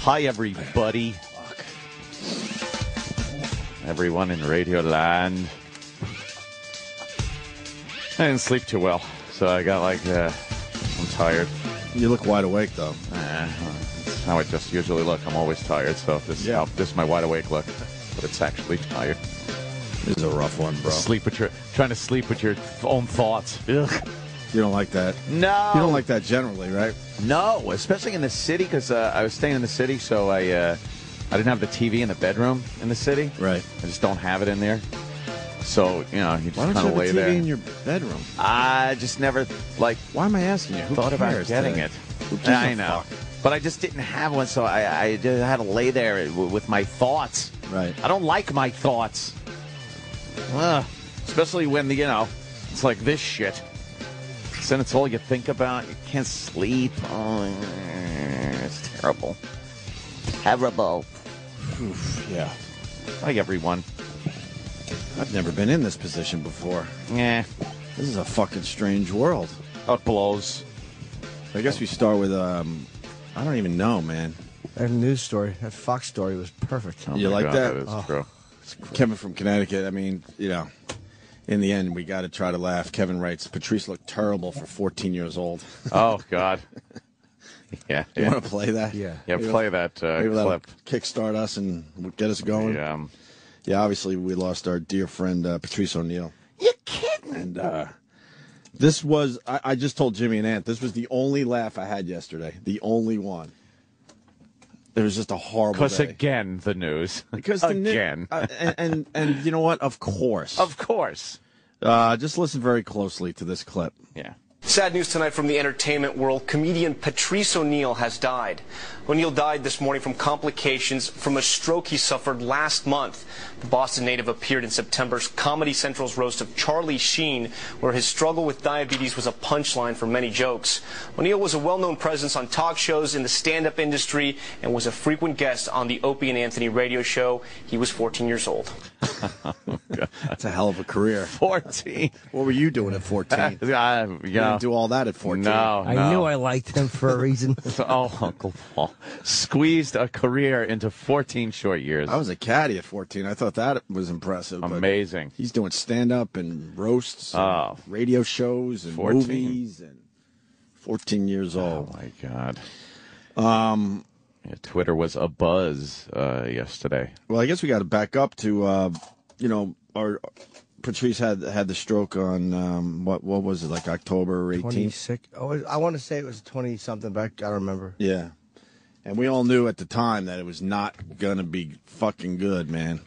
Hi, everybody. Everyone in Radio Land. I didn't sleep too well, so I got like, uh, I'm tired. You look wide awake, though. Uh, that's how I just usually look. I'm always tired, so this, Yeah. oh, this is my wide awake look, but it's actually tired. This is a rough one, bro. Sleep with your, trying to sleep with your own thoughts. Ugh. You don't like that. No. You don't like that generally, right? No, especially in the city because uh, I was staying in the city, so I uh, I didn't have the TV in the bedroom in the city. Right. I just don't have it in there. So you know, you just Why don't kind you of have a lay TV there. in your bedroom? I just never like Why am I asking you? Who thought about cares getting today? it. Who gives I a know, fuck? but I just didn't have one, so I, I just had to lay there w- with my thoughts. Right. I don't like my thoughts, Ugh. especially when the you know it's like this shit. 'Cause Then it's all you think about. You can't sleep. Oh, it's terrible. Terrible. Yeah. Like everyone. I've never been in this position before. Yeah. This is a fucking strange world. It blows. I guess we start with um, I don't even know, man. That news story, that Fox story was perfect. Oh You my like God, that? is Oh. true. Kevin from Connecticut. I mean, you know, in the end, we got to try to laugh. Kevin writes, Patrice looked terrible for 14 years old. Oh God. Yeah. you Yeah. want to play that? Yeah. Yeah, Maybe play that uh, Maybe that'll clip. kickstart us and get us going. Yeah, um, Yeah, obviously we lost our dear friend uh, Patrice O'Neill, You kidding? and uh, this was I, I just told Jimmy and Ant this was the only laugh I had yesterday, the only one. It was just a horrible. Because day. again, the news. because the ni- again, uh, and, and and you know what? Of course, of course. uh, just listen very closely to this clip. Yeah. Sad news tonight from the entertainment world. Comedian Patrice O'Neill has died. O'Neill died this morning from complications from a stroke he suffered last month. The Boston native appeared in September's Comedy Central's roast of Charlie Sheen, where his struggle with diabetes was a punchline for many jokes. O'Neill was a well-known presence on talk shows in the stand-up industry and was a frequent guest on the Opie and Anthony radio show. He was 14 years old. That's a hell of a career. 14. What were you doing at fourteen? Uh, yeah. You didn't do all that at fourteen. no, I no. knew I liked him for a reason. Oh, Uncle Paul squeezed a career into 14 short years. I was a caddy at 14. I thought that was impressive. but Amazing. He's doing stand up and roasts, and Oh. radio shows, and 14. movies, and 14 years oh old. my God. Um, Twitter was a buzz uh, yesterday. Well, I guess we got to back up to, uh, you know, our Patrice had had the stroke on um, what what was it like October 18th? 26. Oh, I want to say it was 20 something, but I don't remember. Yeah. And we all knew at the time that it was not gonna be fucking good, man.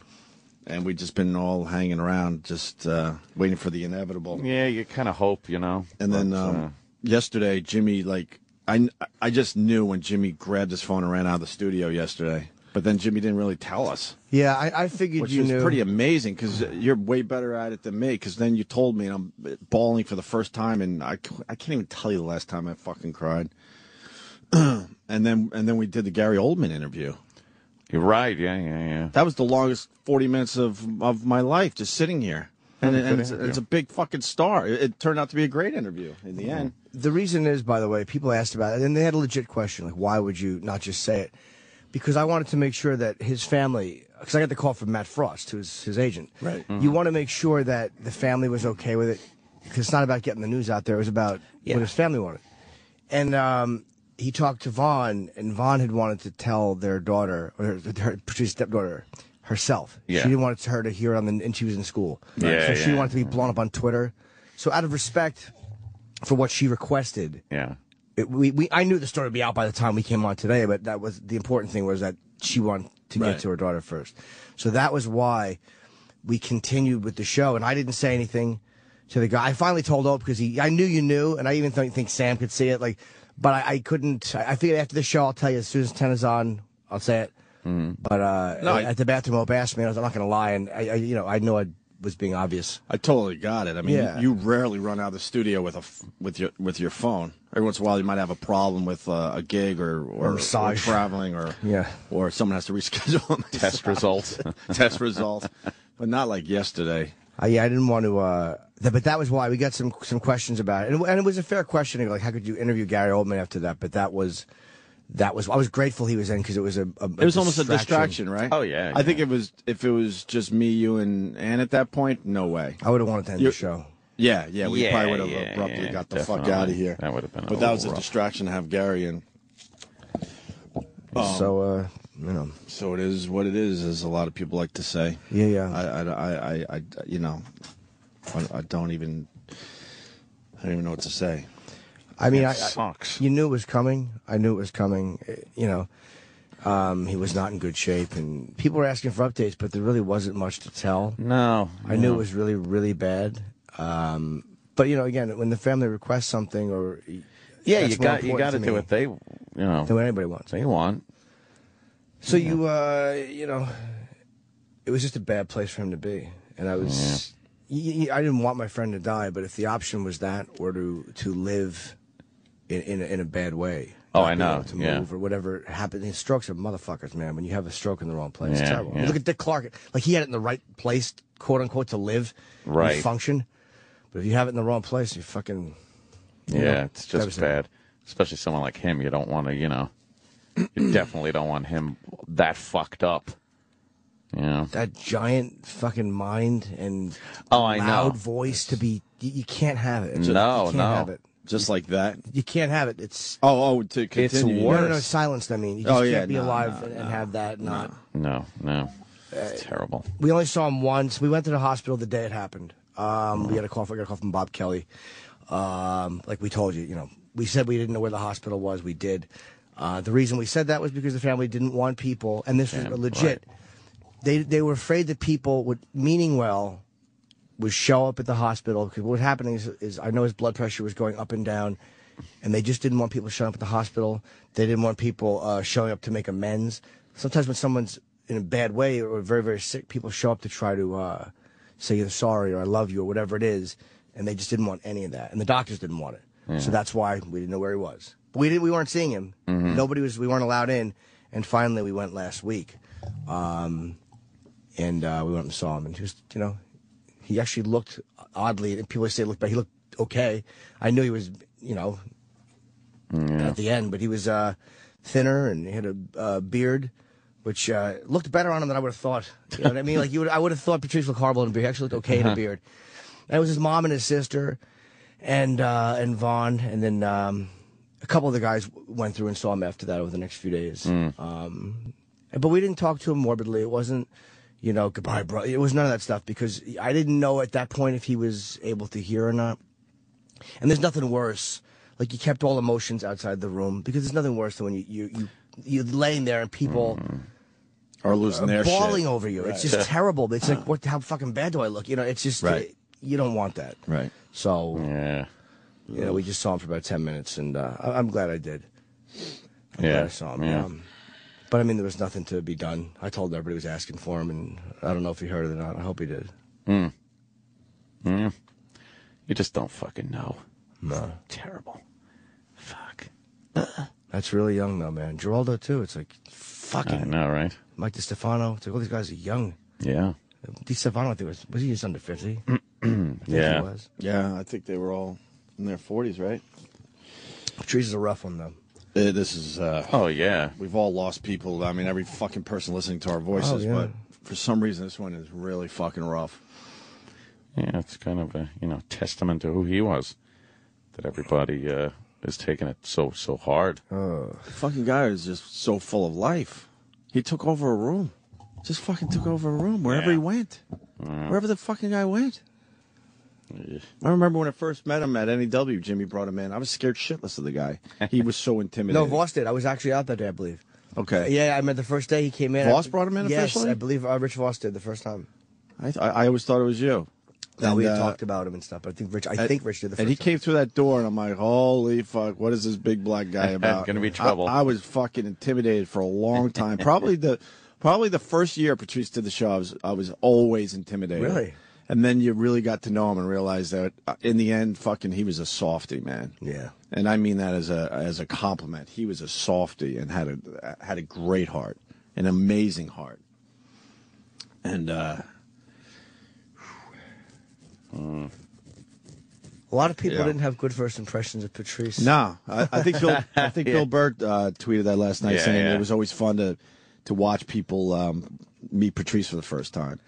And we just been all hanging around, just uh, waiting for the inevitable. Yeah, you kind of hope, you know. And then but, uh, um, yesterday, Jimmy, like, I, I just knew when Jimmy grabbed his phone and ran out of the studio yesterday. But then Jimmy didn't really tell us, Yeah, I, I figured which you is knew. pretty amazing because you're way better at it than me. Because then you told me, and I'm bawling for the first time, and I, c- I can't even tell you the last time I fucking cried. and then and then we did the Gary Oldman interview. you're right. Yeah, yeah, yeah. That was the longest 40 minutes of, of my life just sitting here. And, and it's, it's a big fucking star. It, it turned out to be a great interview in the end. the reason is, by the way, people asked about it, and they had a legit question like, why would you not just say it? Because I wanted to make sure that his family, because I got the call from Matt Frost, who's his agent. Right. Mm-hmm. You want to make sure that the family was okay with it, because it's not about getting the news out there. It was about what his family wanted. And um, he talked to Vaughn, and Vaughn had wanted to tell their daughter, or her, her Patricia's stepdaughter, herself. Yeah. She didn't want her to hear it on the, and she was in school. Yeah, so she yeah. wanted to be blown up on Twitter. So out of respect for what she requested, Yeah. it, we, we I knew the story would be out by the time we came on today, but that was the important thing was that she wanted to Right. get to her daughter first. So that was why we continued with the show, and I didn't say anything to the guy. I finally told Ope because he I knew you knew, and I even don't think Sam could see it. Like, but I, I couldn't. I, I figured after the show, I'll tell you as soon as ten is on, I'll say it. But uh, Mm-hmm. No, I- at the bathroom, Ope asked me, and I was, I'm not going to lie, and I, I you know I know I was being obvious. I totally got it. I mean, Yeah. you rarely run out of the studio with a f- with your with your phone. Every once in a while, you might have a problem with uh, a gig or or, massage. or traveling or Yeah. or someone has to reschedule on the Test results. test results, but not like yesterday. I, yeah, I didn't want to. Uh, th- but that was why we got some some questions about it, and, it- and it was a fair question. Like, how could you interview Gary Oldman after that? But that was that was I was grateful he was in because it was a, a It was almost a distraction, right? Oh, yeah, I think it was if it was just me, you, and Ann at that point. No way. I would have wanted to end You- the show. Yeah, yeah. We Yeah, probably would have yeah, abruptly yeah, got the fuck definitely. out of here. That would've been a But that was a rough. distraction to have Gary in. Um, so uh, you know, So it is what it is, as a lot of people like to say. Yeah, yeah. I, I, I, I, I you know, I, I don't even, I don't even know what to say. I mean, It I, I- Oh, sucks. You knew it was coming. I knew it was coming. eh, You know, um, he was not in good shape, and people were asking for updates, but there really wasn't much to tell. No, I knew it was really, really bad. Um, but you know, again, when the family requests something, or Yeah, that's you more got you important got to me do what they you know than what anybody wants. they want. So you, uh, you know, it was just a bad place for him to be, and I was, y- y- I didn't want my friend to die, but if the option was that or to to live in in a, in a bad way, Oh, not I be know, able to yeah. move or whatever happened. These strokes are motherfuckers, man. When you have a stroke in the wrong place, it's Yeah, terrible. yeah. Look at Dick Clark, like he had it in the right place, quote unquote, to live, and Right. function. But if you have it in the wrong place, you fucking Yeah, Yeah, it's just devastating. bad, especially someone like him. You don't want to, you know, you definitely don't want him that fucked up. You know, that giant fucking mind and Oh, I know. loud voice to be. You, you can't have it. It's- No, you can't no. have it. Just like that. you can't have it. It's Oh, oh, to continue. yeah. worse. no, no, no, silenced. I mean, you just Oh, can't yeah, be no, alive no, and and have that. Not. no, no, it's terrible. We only saw him once. We went to the hospital the day it happened. Mm. Um, we had a call. I got a call from Bob Kelly. Um, like we told you, you know, we said we didn't know where the hospital was. We did. Uh, the reason we said that was because the family didn't want people, and this Damn, was legit. They they were afraid that people would meaning well would show up at the hospital because what was happening is, is I know his blood pressure was going up and down, and they just didn't want people showing up at the hospital. They didn't want people uh, showing up to make amends. Sometimes when someone's in a bad way or very very sick, people show up to try to uh, say you're sorry or I love you or whatever it is, and they just didn't want any of that, and the doctors didn't want it. So that's why we didn't know where he was. But we didn't. We weren't seeing him. Nobody was. We weren't allowed in. And finally, we went last week Um, and uh, we went and saw him, and he was, you know, he actually looked oddly. And people say looked bad. He looked okay. I knew he was, you know, at the end, but he was uh, thinner and he had a uh, beard, which uh, looked better on him than I would have thought. You know what I mean? Like you would, I would have thought Patrice looked horrible in a beard. He actually looked okay in a beard. And it was his mom and his sister, and uh, and Vaughn, and then. Um, a couple of the guys w- went through and saw him after that over the next few days. Um, But we didn't talk to him morbidly. It wasn't, you know, goodbye, bro. It was none of that stuff because I didn't know at that point if he was able to hear or not. And there's nothing worse. Like you kept all emotions outside the room because there's nothing worse than when you you you you're laying there and people Or Mm. losing their Uh, bawling shit. over you. It's just terrible. It's like what? How fucking bad do I look? You know, it's just Right. you don't want that. Right. So Yeah, you know, we just saw him for about ten minutes, and uh, I- I'm glad I did. I'm yeah, glad I saw him. yeah. Um, but I mean, there was nothing to be done. I told everybody was asking for him, and I don't know if he heard it or not. I hope he did. Mm. You just don't fucking know. No, Terrible. Fuck. that's really young though, man. Geraldo too. It's like I fucking know, right? Mike DiStefano. It's like all these guys are young. Yeah, DiStefano, I think was was he just under fifty? yeah. he was. Yeah, I think they were all in their forties, right? Trees is a rough one though. Uh, this is. Uh, Oh yeah. We've all lost people. I mean, every fucking person listening to our voices, Oh, yeah. but for some reason, this one is really fucking rough. Yeah, it's kind of a you know testament to who he was that everybody uh, is taking it so so hard. Uh. The fucking guy is just so full of life. He took over a room. Just fucking took over a room wherever he Yeah. Mm. went. Wherever the fucking guy went. I remember when I first met him at NEW, Jimmy brought him in. I was scared shitless of the guy. He was so No, intimidating. Voss did. I was actually out that day, I believe. Okay. Yeah, I mean the first day he came in. Voss I- brought him in yes, officially? I believe uh, Rich Voss did the first time. I, th- I always thought it was you. No, we And, had uh, talked about him and stuff. But I think Rich. I think Rich did the first. And he time. came through that door, and I'm like, holy fuck, what is this big black guy about? Gonna be I- trouble. I, was fucking intimidated for a long time. Probably the probably the first year Patrice did the show, I was, I was always intimidated. Really? And then you really got to know him and realize that uh, in the end, fucking, he was a softy, man. Yeah. And I mean that as a as a compliment. He was a softy and had a had a great heart, an amazing heart. And uh A lot of people Yeah. didn't have good first impressions of Patrice. No, I, I think Bill, I think Bill Burt uh, tweeted that last night Yeah, saying yeah. it was always fun to to watch people um, meet Patrice for the first time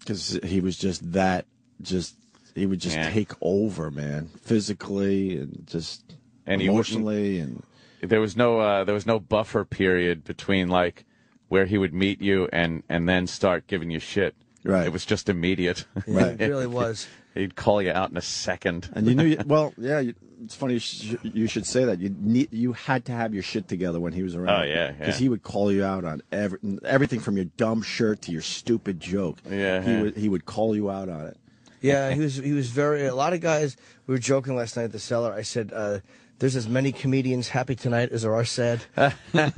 because he was just that just he would just Yeah. take over, man, physically and just And he wouldn't- emotionally and there was no uh, there was no buffer period between like where he would meet you and and then start giving you shit. Right. It was just immediate. Yeah, It really was. He'd call you out in a second. and you knew you, well, yeah. You, it's funny you, sh- you should say that you need you had to have your shit together when he was around. Oh, yeah, yeah. because he would call you out on every, everything from your dumb shirt to your stupid joke. Yeah, he yeah. would he would call you out on it. Yeah, he was he was very. A lot of guys. We were joking last night at the cellar. I said, uh, "There's as many comedians happy tonight as there are sad." you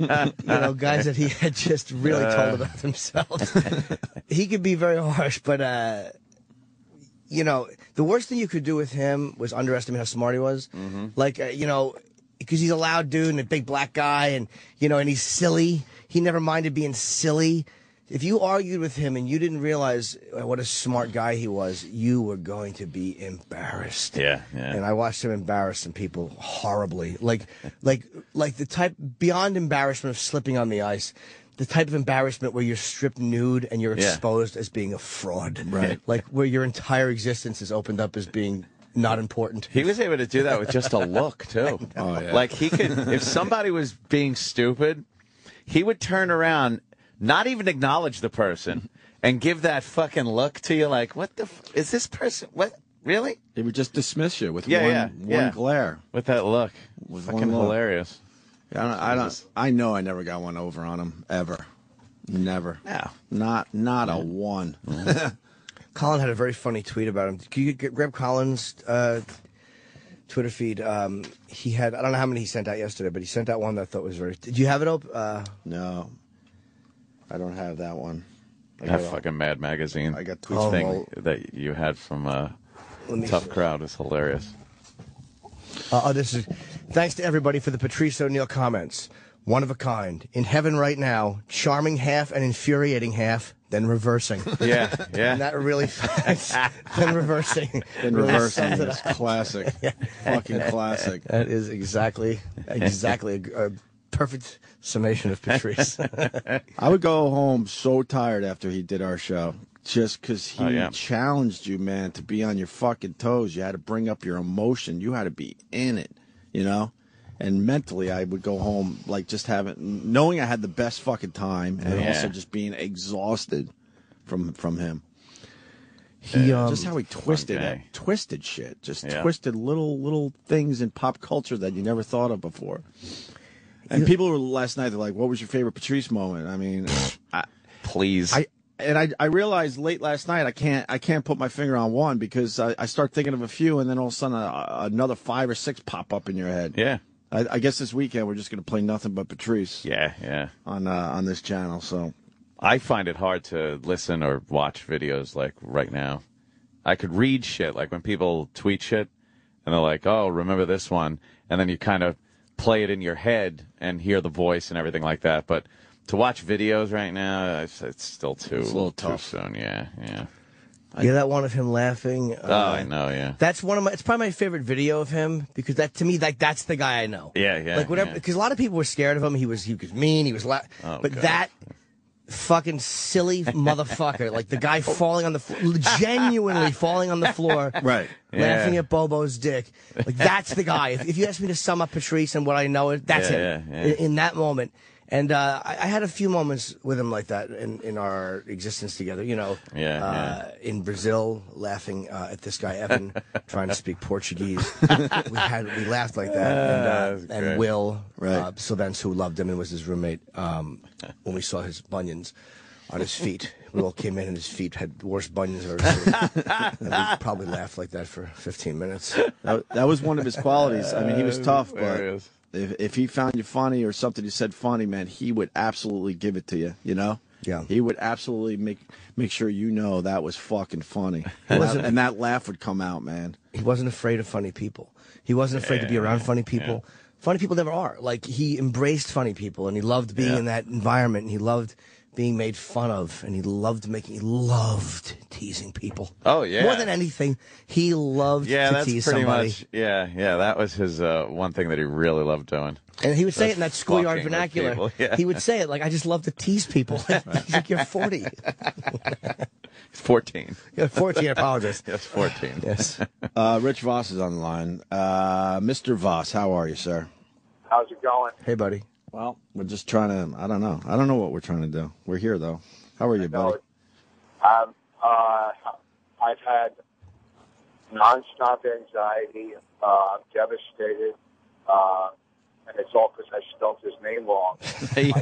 know, guys that he had just really Uh. told about themselves. he could be very harsh, but uh, you know, the worst thing you could do with him was underestimate how smart he was. Mm-hmm. Like, uh, you know, because he's a loud dude and a big black guy, and you know, and he's silly. He never minded being silly. If you argued with him and you didn't realize uh, what a smart guy he was, you were going to be embarrassed. Yeah, yeah. And I watched him embarrass some people horribly, like, like, like the type beyond embarrassment of slipping on the ice, the type of embarrassment where you're stripped nude and you're Yeah. exposed as being a fraud, right? Like where your entire existence is opened up as being not important. He was able to do that with just a look too. know. Oh, yeah. Like he could if somebody was being stupid, he would turn around, not even acknowledge the person and give that fucking look to you like, "What the f- is this person? What? Really?" They would just dismiss you with Yeah, one, yeah, one yeah. glare. With that look. fucking one look. hilarious. I don't, I don't. I know. I never got one over on him ever. Never. No. Not not a one. Mm-hmm. Colin had a very funny tweet about him. Can you get, grab Colin's uh, Twitter feed? Um, he had I don't know how many he sent out yesterday, but he sent out one that I thought was very. Did you have it up? Uh, no, I don't have that one. I That got a- fucking Mad Magazine. I got tweets thing from all- that you had from uh, Let me Tough see. Crowd is hilarious. Uh, oh, this is thanks to everybody for the Patrice O'Neill comments. One of a kind. In heaven right now, charming half and infuriating half, then reversing. Yeah, yeah. And that really fast. then reversing. in Really reverse. sums it It's classic. Fucking classic. That is exactly, exactly a, a perfect summation of Patrice. I would go home so tired after he did our show. Just because he Oh, yeah. challenged you, man, to be on your fucking toes. You had to bring up your emotion. You had to be in it, you know? And mentally, I would go home, like, just having, knowing I had the best fucking time and Yeah. also just being exhausted from from him. he, um, just how he twisted guy. it, twisted shit, just Yeah. twisted little little things in pop culture that you never thought of before. And people were last night. They're like, "What was your favorite Patrice moment?" I mean, Please. I and I I realized late last night I can't I can't put my finger on one because I, I start thinking of a few and then all of a sudden uh another five or six pop up in your head. yeah, I, I guess this weekend we're just gonna play nothing but Patrice yeah, yeah. on uh, on this channel. So I find it hard to listen or watch videos like right now. I could read shit like when people tweet shit and they're like, "Oh, remember this one," and then you kind of play it in your head and hear the voice and everything like that. But to watch videos right now, it's, it's still too It's a little too tough. soon. Yeah, yeah. yeah, that one of him laughing. Uh, Oh, I know. Yeah. That's one of my. It's probably my favorite video of him because that to me, like that's the guy I know. Yeah, yeah, Like whatever, yeah. because a lot of people were scared of him. He was he was mean. He was loud. Oh, but God. that fucking silly motherfucker, like the guy Oh. falling on the floor, genuinely falling on the floor, Right. Laughing Yeah. at Bobo's dick. Like that's the guy. If, if you ask me to sum up Patrice and what I know, that's Yeah, him yeah, yeah. In, in that moment. And uh, I, I had a few moments with him like that in, in our existence together. You know, Yeah, uh, yeah. in Brazil, laughing uh, at this guy Evan trying to speak Portuguese. we had we laughed like Ah, that, and, uh, great. and Will Right. uh, Sylvans, who loved him and was his roommate, um, when we saw his bunions on his feet, we all came in and his feet had the worst bunions I've ever seen. and we probably laughed like that for 15 minutes. that, that was one of his qualities. I mean, he was Uh, tough, but hilarious. if, if he found you funny or something you said funny, man, he would absolutely give it to you. You know? Yeah. He would absolutely make make sure you know that was fucking funny, and, that, wasn't- and that laugh would come out, man. He wasn't afraid of funny people. He wasn't afraid to be around funny people. Funny people never are. Like he embraced funny people and he loved being Yeah. in that environment and he loved being made fun of, and he loved making, he loved teasing people. Oh, yeah. more than anything, he loved Yeah, to that's pretty tease somebody. much. Yeah, yeah, that was his uh, one thing that he really loved doing. And he would say it in that schoolyard fucking with vernacular. people, yeah. He would say it like, "I just love to tease people." I think you're forty. He's 14. You're forty. I apologize. Yes, 14. Yes. Uh, Rich Voss is on the line. Uh, Mr. Voss, how are you, sir? How's it going? Hey, buddy. Well, we're just trying to. I don't know. I don't know what we're trying to do. We're here though. How are you, buddy? Um, uh, I've had nonstop anxiety. Uh, I'm devastated. Uh, and it's all because I spelt his name wrong.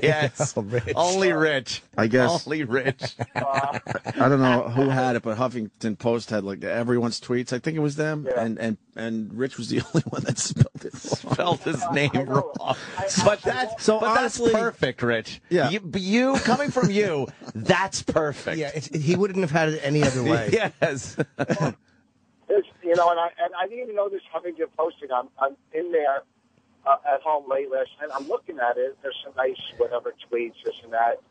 yes. Oh, Rich. Only Rich. I guess Only Rich. I don't know who had it, but Huffington Post had like everyone's tweets. I think it was them, Yeah. and and and Rich was the only one that spelled it. wrong. Spelled his name I know. wrong. I- I- But I that's So but honestly- that's perfect, Rich. Yeah. You, but you coming from you, that's perfect. Yeah, it's, he wouldn't have had it any other way. Yes. It's, you know, and I, and I didn't even know this Huffington posting. I'm, I'm in there uh, at home late last night. I'm looking at it. There's some nice whatever tweets, this and that.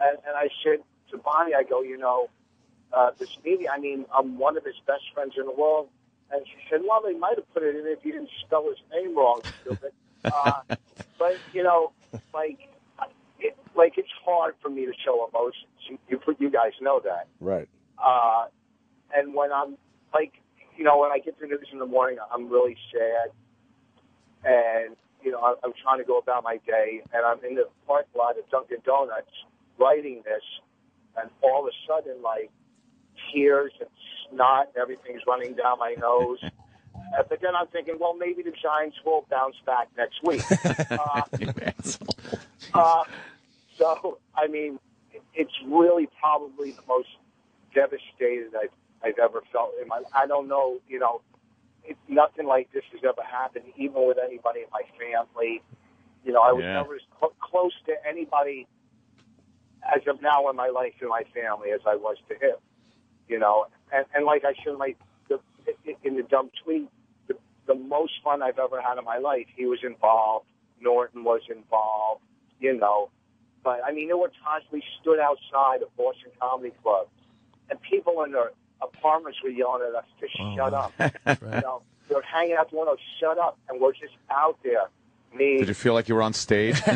And, and I said to Bonnie, I go, you know, uh, this media, I mean, I'm one of his best friends in the world. And she said, well, they might have put it in if you didn't spell his name wrong, stupid. Uh, but, you know, like, it, like it's hard for me to show emotions. You, you, you guys know that Right. uh, and when I'm like, you know, when I get to news in the morning, I'm really sad, and you know, I'm, I'm trying to go about my day, and I'm in the parking lot at Dunkin' Donuts writing this, and all of a sudden, like, tears and snot, and everything's running down my nose. Uh, But then I'm thinking, well, maybe the Giants will bounce back next week. Uh, uh, so, I mean, it's really probably the most devastated I've, I've ever felt in my I don't know, you know, it's nothing like this has ever happened, even with anybody in my family. You know, I was Yeah. never as cl- close to anybody as of now in my life in my family as I was to him. You know, and, and like I said, like the, in the dumb tweet, the, the most fun I've ever had in my life. He was involved. Norton was involved. You know, but I mean, there were times we stood outside of Boston Comedy Club, and people in their apartments were yelling at us to shut up. You know, they're hanging out the window, shut up, and we're just out there. Me, Did you feel like you were on stage?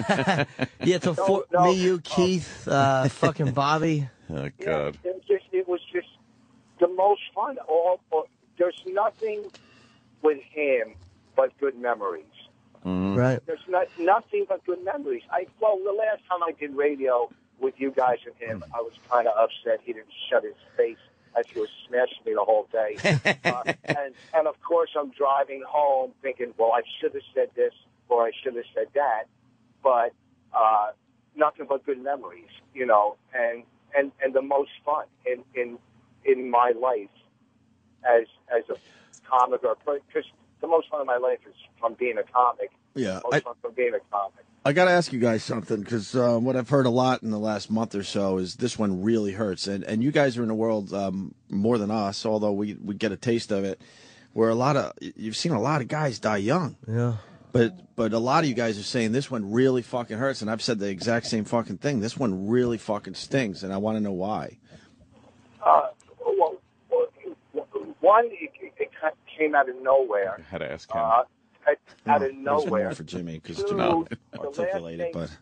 Yeah, so for, no. me, you, Keith, uh, fucking Bobby. oh Yeah, God. It was just it was just the most fun. All, all there's nothing with him but good memories. Right. There's not nothing but good memories. I well, the last time I did radio with you guys and him, I was kind of upset he didn't shut his face as he was smashing me the whole day. uh, and and of course, I'm driving home thinking, well, I should have said this or I should have said that, but uh, nothing but good memories, you know, and and and the most fun in in in my life as as a comic or because the most fun of my life is from being a comic. Yeah, most I- fun from being a comic. I got to ask you guys something because uh, what I've heard a lot in the last month or so is this one really hurts, and and you guys are in a world um, more than us, although we we get a taste of it, where a lot of you've seen a lot of guys die young, Yeah. but but a lot of you guys are saying this one really fucking hurts, and I've said the exact same fucking thing. This one really fucking stings, and I want to know why. Uh, well, well, one, it, it- it kind of came out of nowhere. Had to ask him. Uh, it- out of There's more nowhere. for Jimmy because Dude, to No. the last articulate thing- it, but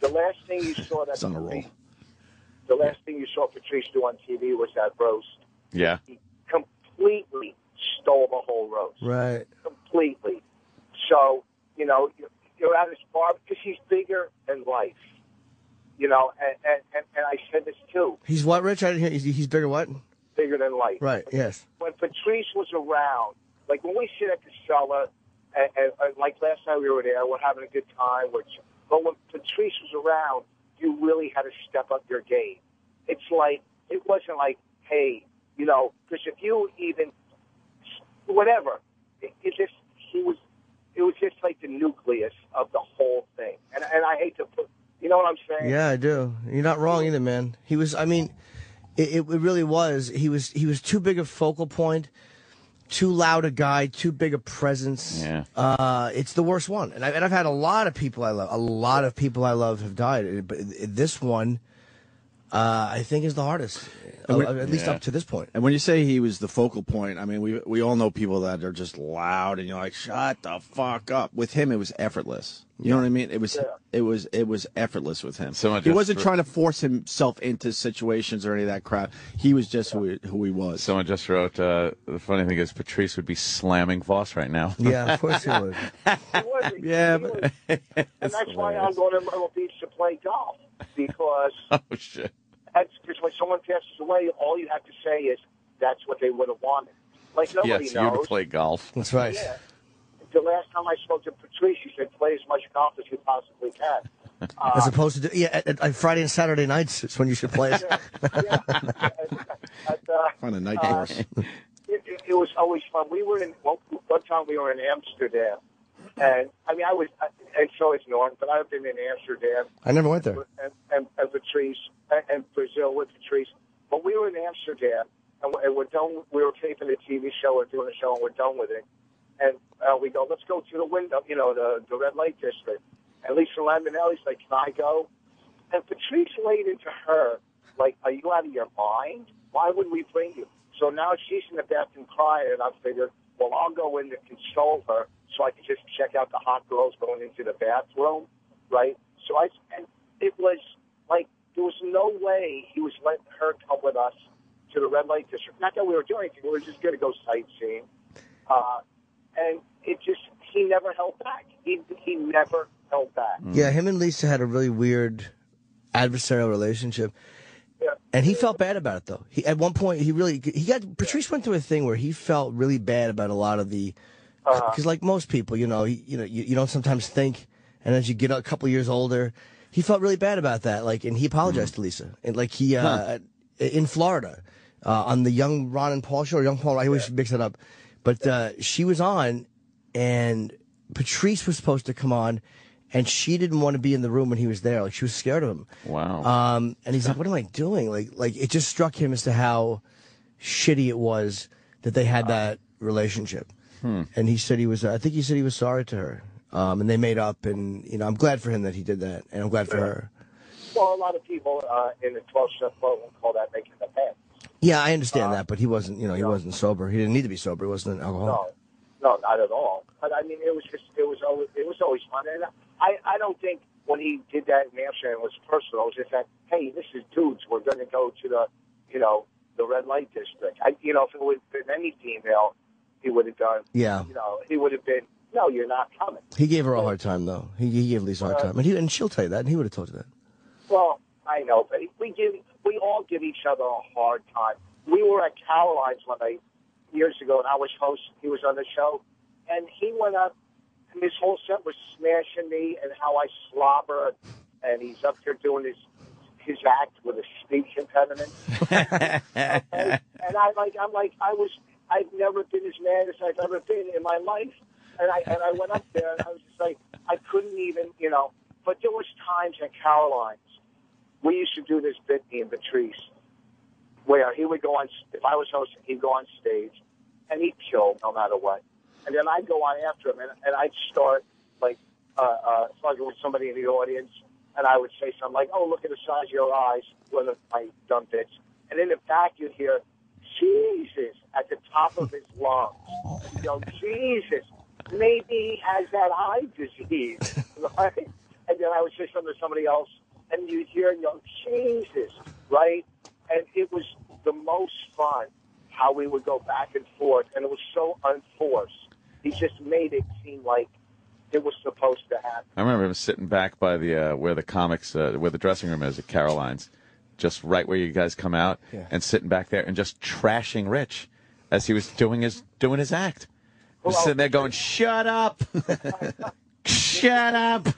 The last thing you saw that it's on a roll. the last thing you saw Patrice do on TV was that roast. Yeah. He completely stole the whole roast. Right. completely. So, you know, you're- you're at his bar because he's bigger than life. You know, and, and, and, and I said this too, He's what, Rich? I didn't hear. He's, he's bigger what? bigger than life. Right. Yes. When Patrice was around, like when we sit at the cellar, and, and, and like last night we were there, we're having a good time. Which, but when Patrice was around, you really had to step up your game. It's like it wasn't like, hey, you know, because if you even whatever. It, it just he was it was just like the nucleus of the whole thing. And and I hate to put you know what I'm saying? Yeah, I do. You're not wrong either, man. He was. I mean, it, it it really was. He was. He was too big a focal point, too loud a guy, too big a presence. Yeah. Uh, it's the worst one, and, I, and I've had a lot of people I love. A lot of people I love have died, but this one uh, I think is the hardest, And we- uh, at least yeah. up to this point. And when you say he was the focal point, I mean, we we all know people that are just loud, and you're like, "Shut the fuck up." With him, it was effortless. You know what I mean? It was it was it was effortless with him. Someone he just wasn't threw- trying to force himself into situations or any of that crap. He was just who he, who he was. Someone just wrote, uh, the funny thing is Patrice would be slamming Voss right now. Yeah, of course it would. He was- he Yeah, was- but- and that's why I'm going to Myrtle Beach to play golf because oh, shit. that's because when someone passes away, all you have to say is that's what they would have wanted. Like nobody Yes, you would knows. play golf. That's right. Yeah. The last time I spoke to Patrice, he said, "Play as much golf as you possibly can." Uh, As Uh, opposed to do- yeah, at, at- on Friday and Saturday nights is when you should play. it. yeah. At, uh, on a night Uh, course. it, it, it was always fun. We were in one, one time we were in Amsterdam, and I mean I was, and so is Norm, but I've been in Amsterdam I never went there. and, and, and Patrice and, and Brazil with Patrice. But we were in Amsterdam, and we're, and we're done. We were taping a TV show and doing a show, and we're done with it. And uh, we go, let's go to the window, you know, the the red light district. And Lisa Laminelli's like, can I go? And Patrice laid into her, like, are you out of your mind? Why would we bring you? So now she's in the bathroom crying, and I figured, well, I'll go in to console her so I can just check out the hot girls going into the bathroom, right? So I, and it was like, there was no way he was letting her come with us to the red light district. Not that we were doing anything, we were just going to go sightseeing. Uh, and it just, he never held back. He, he never held back. Mm. Yeah, him and Lisa had a really weird adversarial relationship. Yeah. And he felt bad about it though. He at one point he really he got Patrice went through a thing where he felt really bad about a lot of the because like most people, you know, he, you know, you, you don't sometimes think, and as you get a couple years older, he felt really bad about that. Like, and he apologized to Lisa, and like he uh, in Florida uh, on the Young Ron and Paul show, or Young Paul, I always mix it up, but uh, she was on, and Patrice was supposed to come on. And she didn't want to be in the room when he was there. Like she was scared of him. Wow. Um, and he's like, "What am I doing?" Like, like it just struck him as to how shitty it was that they had that relationship. And he said he was. I think he said he was sorry to her. Um, and they made up. And you know, I'm glad for him that he did that, and I'm glad for her. Well, a lot of people uh, in the 12 step program call that making the pass. Yeah, I understand that, but he wasn't. You know, he yeah. wasn't sober. He didn't need to be sober. He wasn't an alcoholic. No, no, not at all. But I mean, it was just it was always it was always fun. And I I don't think when he did that in Amsterdam it was personal. It was just that hey, this is dudes. We're going to go to the you know the red light district. I you know if it would have been any female, he would have done. Yeah. You know, he would have been. No, you're not coming. He gave her a hard time though. He, he gave Lisa a hard time, and he and she'll tell you that, and he would have told you that. Well, I know, but we give we all give each other a hard time. We were at Caroline's one night years ago, and I was host. He was on the show, and he went up, and his whole set was smashing me and how I slobber, and he's up there doing his his act with a speech impediment. Okay? and I like I'm like I was I've never been as mad as I've ever been in my life. And I and I went up there and I was just like I couldn't even you know. But there was times at Caroline's we used to do this bit me and Patrice where he would go on if I was hosting he'd go on stage and he'd kill no matter what. And then I'd go on after him and, and I'd start like uh, uh, fucking with somebody in the audience and I would say something like, Oh, look at the size of your eyes, one of my dumb bitch. And in the back you'd hear Jesus at the top of his lungs. You know, Jesus, maybe he has that eye disease, right? And then I would say something to somebody else, and you'd hear, you know, Jesus, right? And it was the most fun how we would go back and forth, and it was so unforced. He just made it seem like it was supposed to happen. I remember him sitting back by the uh, where the comics, uh, where the dressing room is at Caroline's, just right where you guys come out, Yeah. and sitting back there and just trashing Rich as he was doing his doing his act. Well- Just sitting there going, "Shut up, shut up."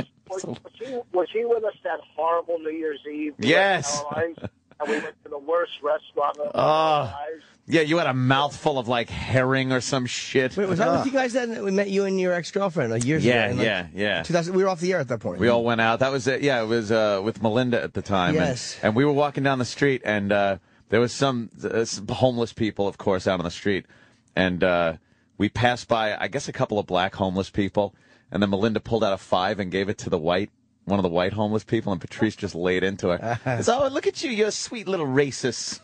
Was, was, he, was he with us that horrible New Year's Eve? We Yes. went to Caroline's, And we went to the worst restaurant of our Oh. lives. yeah, you had a mouthful of like herring or some shit. Ah. Wait, was I with you guys then? We met you and your ex girlfriend like years Yeah, ago. yeah, yeah. 2000, we were off the air at that point. We all went out. That was it. Yeah, it was uh, with Melinda at the time. and- Yes. And, we were walking down the street, and uh, there was some, uh, some homeless people, of course, out on the street, and uh, we passed by, I guess, a couple of black homeless people, and then Melinda pulled out a five and gave it to the white one of the white homeless people, and Patrice just laid into it. so oh, look at you, you're a sweet little racist,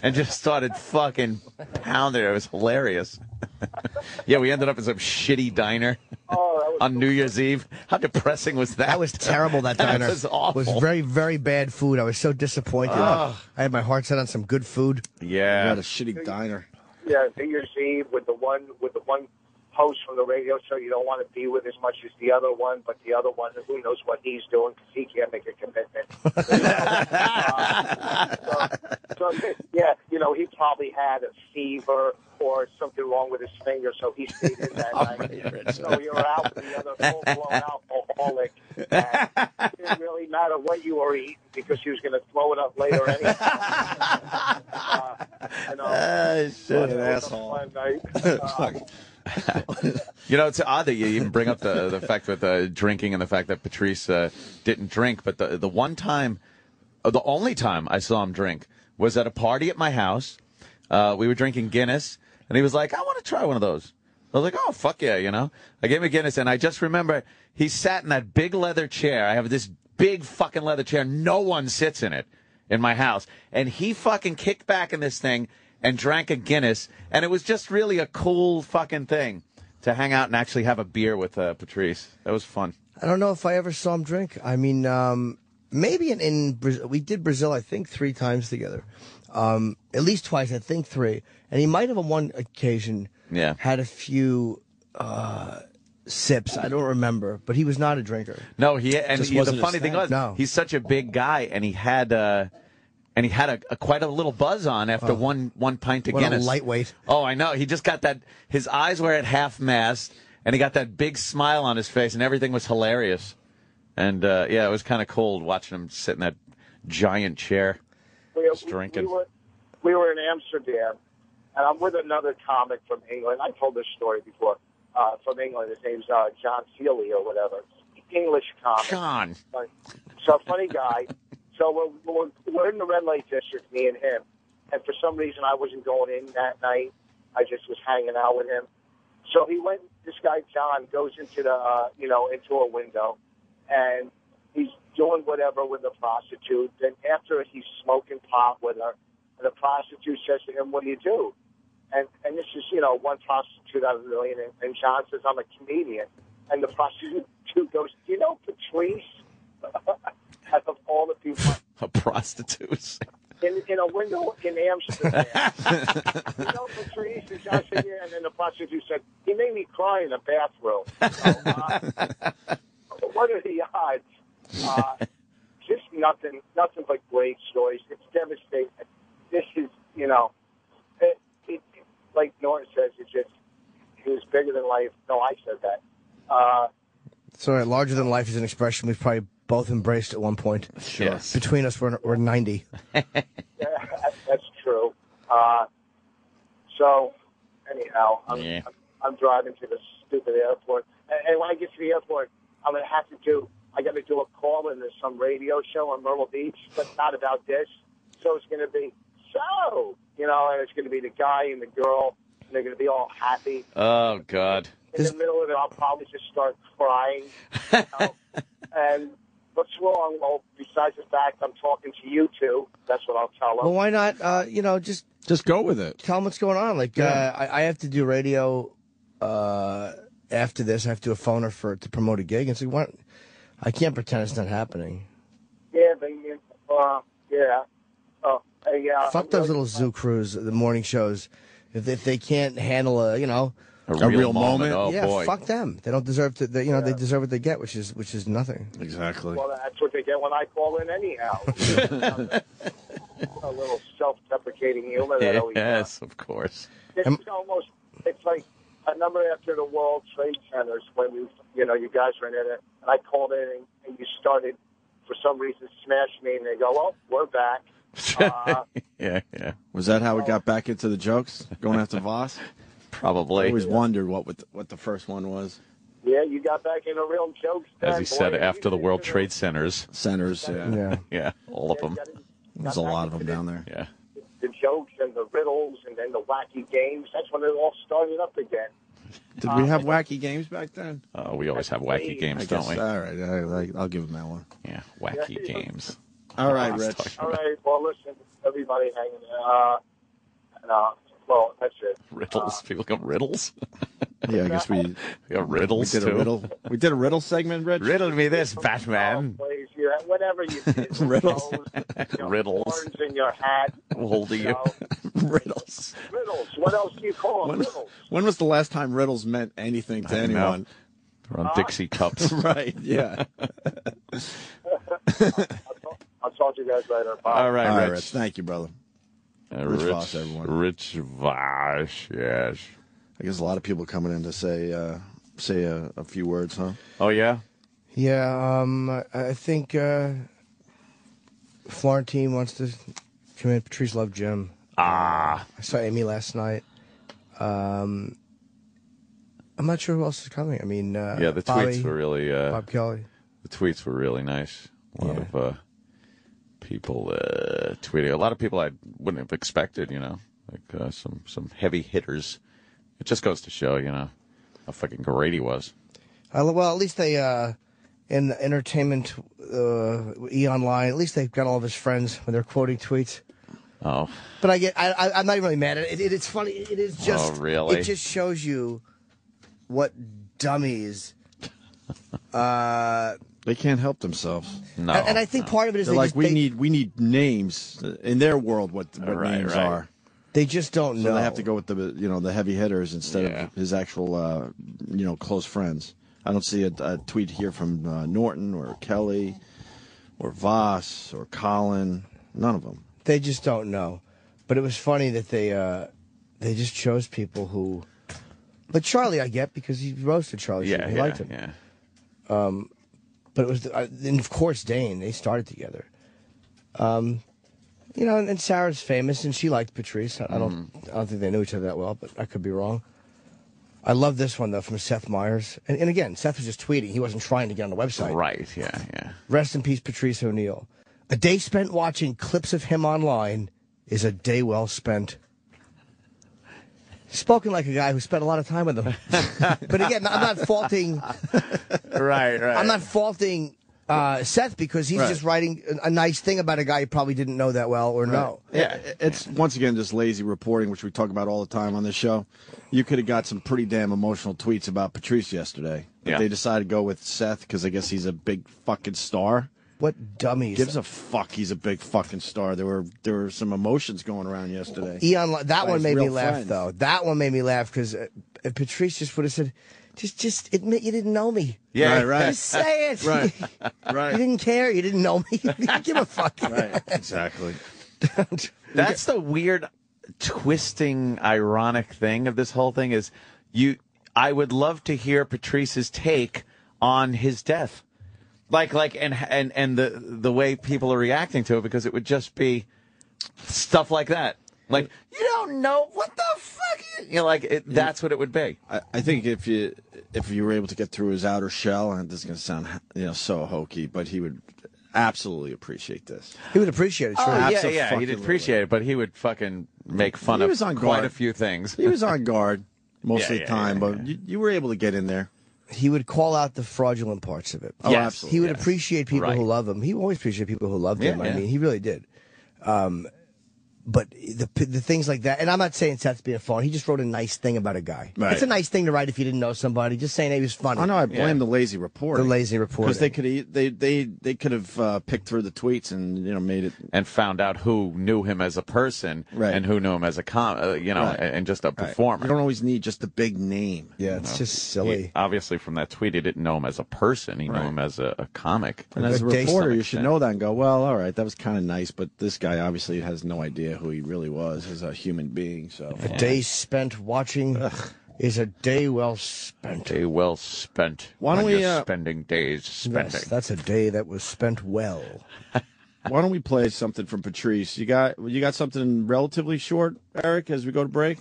and just started fucking pounding. her. It was hilarious. yeah, we ended up in some shitty diner Oh, that was on New Year's Eve. How depressing was that? That was terrible. That That diner was awful. It was very, very bad food. I was so disappointed. I had my heart set on some good food. I had yeah. a shitty diner. yeah, New Year's Eve with the one with the one host from the radio show you don't want to be with as much as the other one, but the other one, who knows what he's doing because he can't make a commitment. You know? Uh, so, so, yeah, you know, he probably had a fever or something wrong with his finger, so he stayed in that night. So you were out with the other full-blown alcoholic. And it didn't really matter what you were eating because he was going to throw it up later anyway. Uh, you know, Ah, shit. it was a asshole. fun night. Uh, You know, it's odd that you even bring up the the fact with uh, drinking and the fact that Patrice uh, didn't drink. But the the one time, uh, the only time I saw him drink was at a party at my house. Uh, we were drinking Guinness, and he was like, "I want to try one of those." I was like, "Oh fuck yeah!" You know, I gave him a Guinness, and I just remember he sat in that big leather chair. I have this big fucking leather chair. No one sits in it in my house. And he fucking kicked back in this thing and drank a Guinness. And it was just really a cool fucking thing to hang out and actually have a beer with uh, Patrice. That was fun. I don't know if I ever saw him drink. I mean, um, maybe in, in Brazil, we did Brazil, I think, three times together. Um, at least twice, I think three. And he might have on one occasion Yeah. had a few uh, sips. I don't remember, but he was not a drinker. No, he and Just he- the wasn't his funny thing thing. was No. he's such a big guy and he had uh and he had a, a quite a little buzz on after one one pint of Oh. What a Guinness. lightweight. Oh, I know. He just got that his eyes were at half mast and he got that big smile on his face and everything was hilarious. And uh yeah, it was kind of cold watching him sit in that giant chair. we, Just drinking. We were, we were in Amsterdam, and I'm with another comic from England. I told this story before. Uh, from England, his name's uh, John Seeley or whatever. English comic. John. Funny. So funny guy. So we're, we're, we're in the red light district, me and him. And for some reason, I wasn't going in that night. I just was hanging out with him. So he went. This guy John goes into the uh, you know into a window, and he's doing whatever with the prostitute. Then after he's smoking pot with her, and the prostitute says to him, "What do you do?" And and this is you know one prostitute out of a million. And, and John says, "I'm a comedian." And the prostitute goes, "Do you know Patrice?" Out of all the people A prostitute. in, in a window in Amsterdam. you know, Patrice, and John said, yeah, and then the prostitute said, he made me cry in the bathroom. So, uh, what are the odds? Uh, just nothing, nothing but great stories. It's devastating. This is, you know, it, it, like Norton says, it's just, it was bigger than life. No, I said that. Uh, So larger than life is an expression we've probably both embraced at one point. Sure. Between us, we're, we're 90. That's true. Uh, so, anyhow, I'm, Yeah. I'm, I'm driving to the stupid airport, and, and when I get to the airport, I'm gonna have to do. I got to do a call in to some radio show on Myrtle Beach, but not about this. So it's gonna be so, you know, and it's gonna be the guy and the girl, and they're gonna be all happy. Oh god. In the middle of it, I'll probably just start crying. you know? and what's wrong? Well, besides the fact I'm talking to you two, that's what I'll tell them. Well, why not, uh, you know, just Just go with it. tell them what's going on. Like, uh, I, I have to do radio uh, after this. I have to do a phoner for to promote a gig. And so, why I can't pretend it's not happening. Yeah, but you- uh, yeah, uh, yeah. Fuck those little zoo crews, the morning shows. If, if they can't handle a, you know, A real moment? Oh yeah, boy. fuck them. They don't deserve to. They, you know, they deserve what they get, which is which is nothing. Exactly. Well, that's what they get when I call in, anyhow. a little self-deprecating humor that always. Yes, of course. It's Am- almost. It's like a number after the World Trade Centers when we, you know, you guys were in it, and I called in, and, and you started for some reason smash me, and they go, "Well, we're back." Uh, Yeah, yeah. Was that how we got back into the jokes? Going after Voss? I Probably. always wondered what with- what the first one was. yeah, you got back in a real joke. as he boy, said, and after you the did World it. Trade Centers. Centers. Yeah. Yeah. Yeah, all of Yeah, you them. got in- There's a lot of them down there. Yeah. the jokes and the riddles and then the wacky games. That's when it all started up again. Did we have wacky games back then? Oh, we always have wacky games, I don't guess. we? All right, all right, I'll give him that one. Yeah, wacky games. All right, Let's Rich. talk All about right. Well, listen, everybody hanging out. Uh, and, uh, well, that's it. Riddles. People come riddles. Yeah, I guess we, We got we riddles did a too. riddle. We did a riddle segment, Rich. Riddle me this, Oh, Batman. please, you, whatever you did. Riddles. Those, you know, Riddles. Horns in your hat. Hold You you. know, riddles. riddles. What else do you call them? When, Riddles. when was the last time riddles meant anything to I know. anyone? We're on Dixie cups. Right. Yeah. I'll talk to you guys later. Bye. All right, All right, Rich. Rich. Thank you, brother. Uh, Rich Voss, everyone. Rich Voss, yes. I guess a lot of people coming in to say uh, say a, a few words, huh? Oh yeah. Yeah, um, I, I think uh, Florentine wants to come in. Patrice Love Jim. Ah, I saw Amy last night. Um, I'm not sure who else is coming. I mean, uh, yeah. The Bobby, tweets were really. Uh, Bob Kelly. the tweets were really nice. A lot Yeah. of uh, people uh, tweeting. A lot of people I wouldn't have expected. You know, like uh, some some heavy hitters. It just goes to show, you know, how fucking great he was. I, lo- well, at least they uh, in the entertainment uh, e online. At least they've got all of his friends when they're quoting tweets. Oh, But I get, I, I, I'm not even really mad at it. it, it it's funny. It is just, Oh, really? It just shows you what dummies. They can't help themselves. no. and, and I think part of it is They're they like, just, we they, need we need names in their world. What what Right, names right. are? they just don't So know. they have to go with the you know the heavy hitters instead Yeah. of his actual uh, you know close friends. I don't see a, a tweet here from uh, Norton or Kelly or Voss or Colin. None of them. They just don't know. But it was funny that they uh, they just chose people who. But Charlie, I get because he roasted Charlie. yeah, Yeah, he yeah, liked him. yeah. Um, But it was, uh, and of course, Dane. They started together. Um, you know, and, and Sarah's famous, and she liked Patrice. I, I don't, Mm-hmm. I don't think they knew each other that well, but I could be wrong. I love this one though from Seth Myers, and, and again, Seth was just tweeting. He wasn't trying to get on the website. Right. Yeah. Yeah. Rest in peace, Patrice O'Neill. A day spent watching clips of him online is a day well spent. Spoken like a guy who spent a lot of time with him. but again, I'm not faulting. right. Right. I'm not faulting uh, Seth because he's Right. just writing a, a nice thing about a guy he probably didn't know that well or know. Yeah. It- It's once again just lazy reporting, which we talk about all the time on this show. You could have got some pretty damn emotional tweets about Patrice yesterday. But Yeah. They decided to go with Seth because I guess he's a big fucking star. What dummies! Gives a fuck. He's a big fucking star. There were there were some emotions going around yesterday. Eon, that By one his made me real laugh friends. though. That one made me laugh because uh, if Patrice just would have said, "Just, just admit you didn't know me. Yeah. Right, right. Just say it. Right. you Right. didn't care. You didn't know me. you didn't give a fuck." right. Exactly. That's the weird, twisting, ironic thing of this whole thing is you. I would love to hear Patrice's take on his death, like like and and and the the way people are reacting to it because it would just be stuff like that. Like you don't know what the fuck. You you know, like it, that's what it would be. I, I think if you if you were able to get through his outer shell, and this is gonna sound you know so hokey, but he would absolutely appreciate this. Oh, He would appreciate it. Sure. yeah, Oh, yeah, yeah, he'd abso-fucking-lutely. appreciate it, but he would fucking make fun He of was on quite guard. a few things. He was on guard most Yeah, of the yeah, time, yeah, but You, you were able to get in there. He would call out the fraudulent parts of it. Oh, Yes. absolutely. he would yes. appreciate people who Right. love him. He always appreciated people who loved him. Yeah, I yeah. mean, he really did. Um, but the the things like that, and I'm not saying Seth's being a phone. He just wrote a nice thing about a guy. Right. It's a nice thing to write if you didn't know somebody. Just saying he was funny. Oh no, I blame Yeah. the lazy reporting. The lazy reporting. because they could they they they could have uh, picked through the tweets and you know made it and found out who knew him as a person Right. and who knew him as a com, uh, you know, Right. and and just a You performer. don't always need just the big name. yeah, it's just He- silly. obviously, from that tweet, he didn't know him as a person. He Right. knew him as a, a comic. And as a Good day, reporter, some you should extent. know that and go, well, all right, that was kind of nice, but this guy obviously has no idea who he really was as a human being. So A day spent watching is a day well spent. Day well spent. Why don't when we, you're uh, spending days spending? Yes, that's a day that was spent well. why don't we play something from Patrice? You got you got something relatively short, Eric, as we go to break.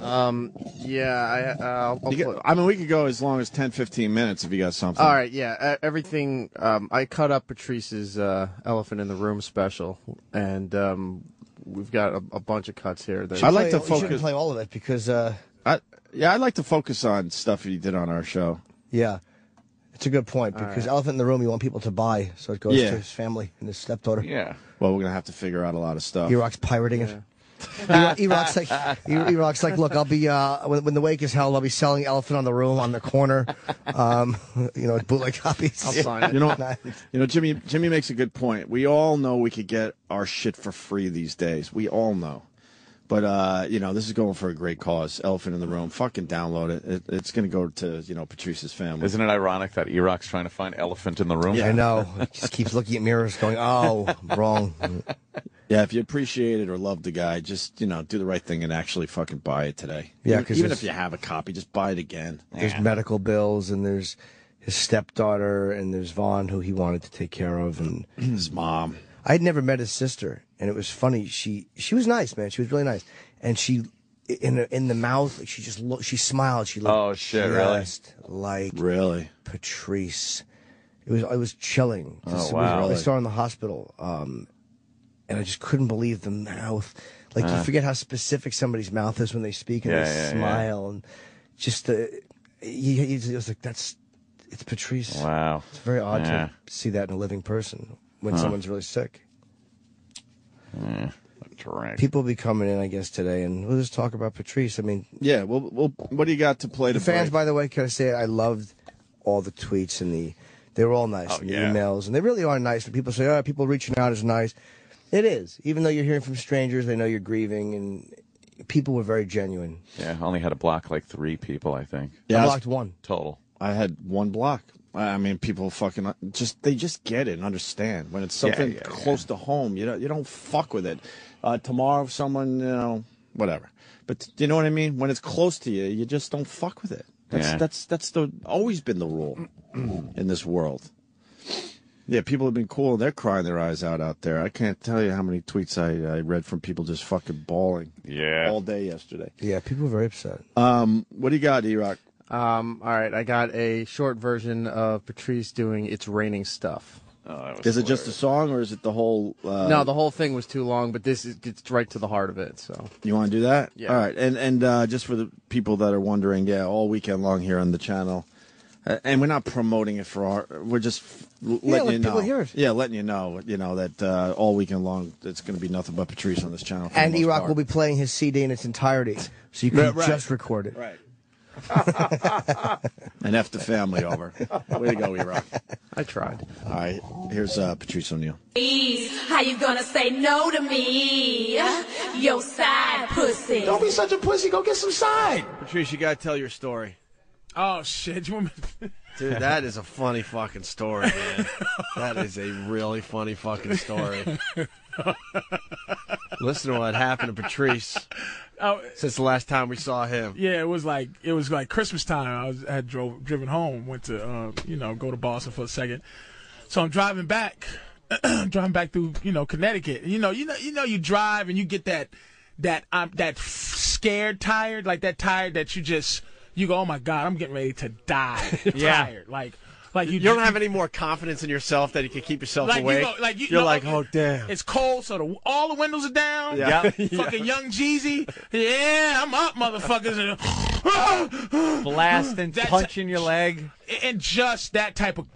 Um, Yeah, I, uh, I'll You put- get- I mean, we could go as long as 10, 15 minutes if you got something. all right, yeah, e- everything. Um, I cut up Patrice's uh, Elephant in the Room special, and um, we've got a, a bunch of cuts here. That I like to Play- you shouldn't focus- play all of it because uh, I, Yeah, I like to focus on stuff he did on our show. Yeah. It's a good point because elephant in the room, you want people to buy, so it goes Yeah. to his family and his stepdaughter. Yeah. Well, we're gonna have to figure out a lot of stuff. Iraq's pirating it. Iraq- Iraq's like, Iraq's like, look, I'll be uh, when, when the wake is held, I'll be selling elephant on the room on the corner, um, you know, bootleg copies. You know, you know, Jimmy. Jimmy makes a good point. We all know we could get our shit for free these days. We all know, but uh, you know, this is going for a great cause. Elephant in the room. Fucking download it. it it's going to go to you know Patrice's family. Isn't it ironic that Iraq's trying to find elephant in the room? I know. He just keeps looking at mirrors, going, "Oh, wrong." Yeah, if you appreciate it or love the guy, just you know, do the right thing and actually fucking buy it today. Yeah, Even- 'cause even it's- if you have a copy, just buy it again. There's medical bills, and there's his stepdaughter, and there's Vaughn, who he wanted to take care of, and His mom. I'd never met his sister, and it was funny. She she was nice, man. She was really nice, and she in the, in the mouth, like, she just looked. She smiled. She looked. Oh, shit, really? just Like Really? Patrice, it was it was chilling. This Oh, wow. was- I saw her in the hospital, um, and I just couldn't believe the mouth. Like you forget how specific somebody's mouth is when they speak and Yeah, they yeah, yeah. smile, and just the you, you, it was like that's it's Patrice. Wow. It's very odd Yeah. to see that in a living person when someone's really sick. Mm, Drink. people be coming in, I guess, today, and we'll just talk about Patrice. I mean, Yeah. Well, well, what do you got to play to the fans, break? by the way, can I say I loved all the tweets and the they were all nice, Oh, and the yeah. emails, and they really are nice. And people say, "Oh, people reaching out is nice." It is, even though you're hearing from strangers, they know you're grieving, and people were very genuine. Yeah, I only had to block like three people, I think, Yeah, I I was- blocked one. total. I had one block. I I mean, people fucking just they just get it and understand when it's something yeah, close to home. You don't you don't fuck with it. Uh, tomorrow, someone you know, whatever. But you know what I mean. When it's close to you, you just don't fuck with it. That's Yeah. that's that's the always been the rule in this world. Yeah, people have been cool. They're crying their eyes out out there. I can't tell you how many tweets I, I read from people just fucking bawling Yeah. all day yesterday. Yeah, people were very upset. What do you got, E Rock? Um, all right, I got a short version of Patrice doing "It's Raining Stuff." Oh, that was Is it just a hilarious. song or is it the whole? Uh, no, the whole thing was too long, but this is, gets right to the heart of it. So You want to do that? Yeah. All right. And and uh, just for the people that are wondering, yeah, all weekend long here on the channel, uh, and we're not promoting it for our. We're just l- letting let you people know. hear it. Yeah, letting you know, you know that uh, all weekend long it's going to be nothing but Patrice on this channel. For And the most Iraq part. will be playing his CD in its entirety, so you can right. just record it. right. and F the family over. Way to go, Iraq. I tried. All right. Here's uh, Patrice O'Neill. How you gonna say no to me? Yo side pussy. Don't be such a pussy. Go get some side. Patrice, you gotta tell your story. Oh shit! You want me- Dude, that is a funny fucking story, man. that is a really funny fucking story. Listen to what happened to Patrice Oh, since the last time we saw him. yeah, it was like it was like Christmas time. I was I had drove driven home, went to uh, you know go to Boston for a second. So I'm driving back, driving back through you know Connecticut. You know, you know, you know, you drive and you get that that um, that scared tired, like that tired that you just you go, oh my god, I'm getting ready to die. Yeah. tired, like like you You don't have any more confidence in yourself that you can keep yourself Like you awake. go- like you- are no, like, it- oh damn. It's cold, so the, all the windows are down. Yeah. Fucking young Jeezy. Yeah, I'm up, motherfuckers. And- blasting, That's- punching your leg. and just that type of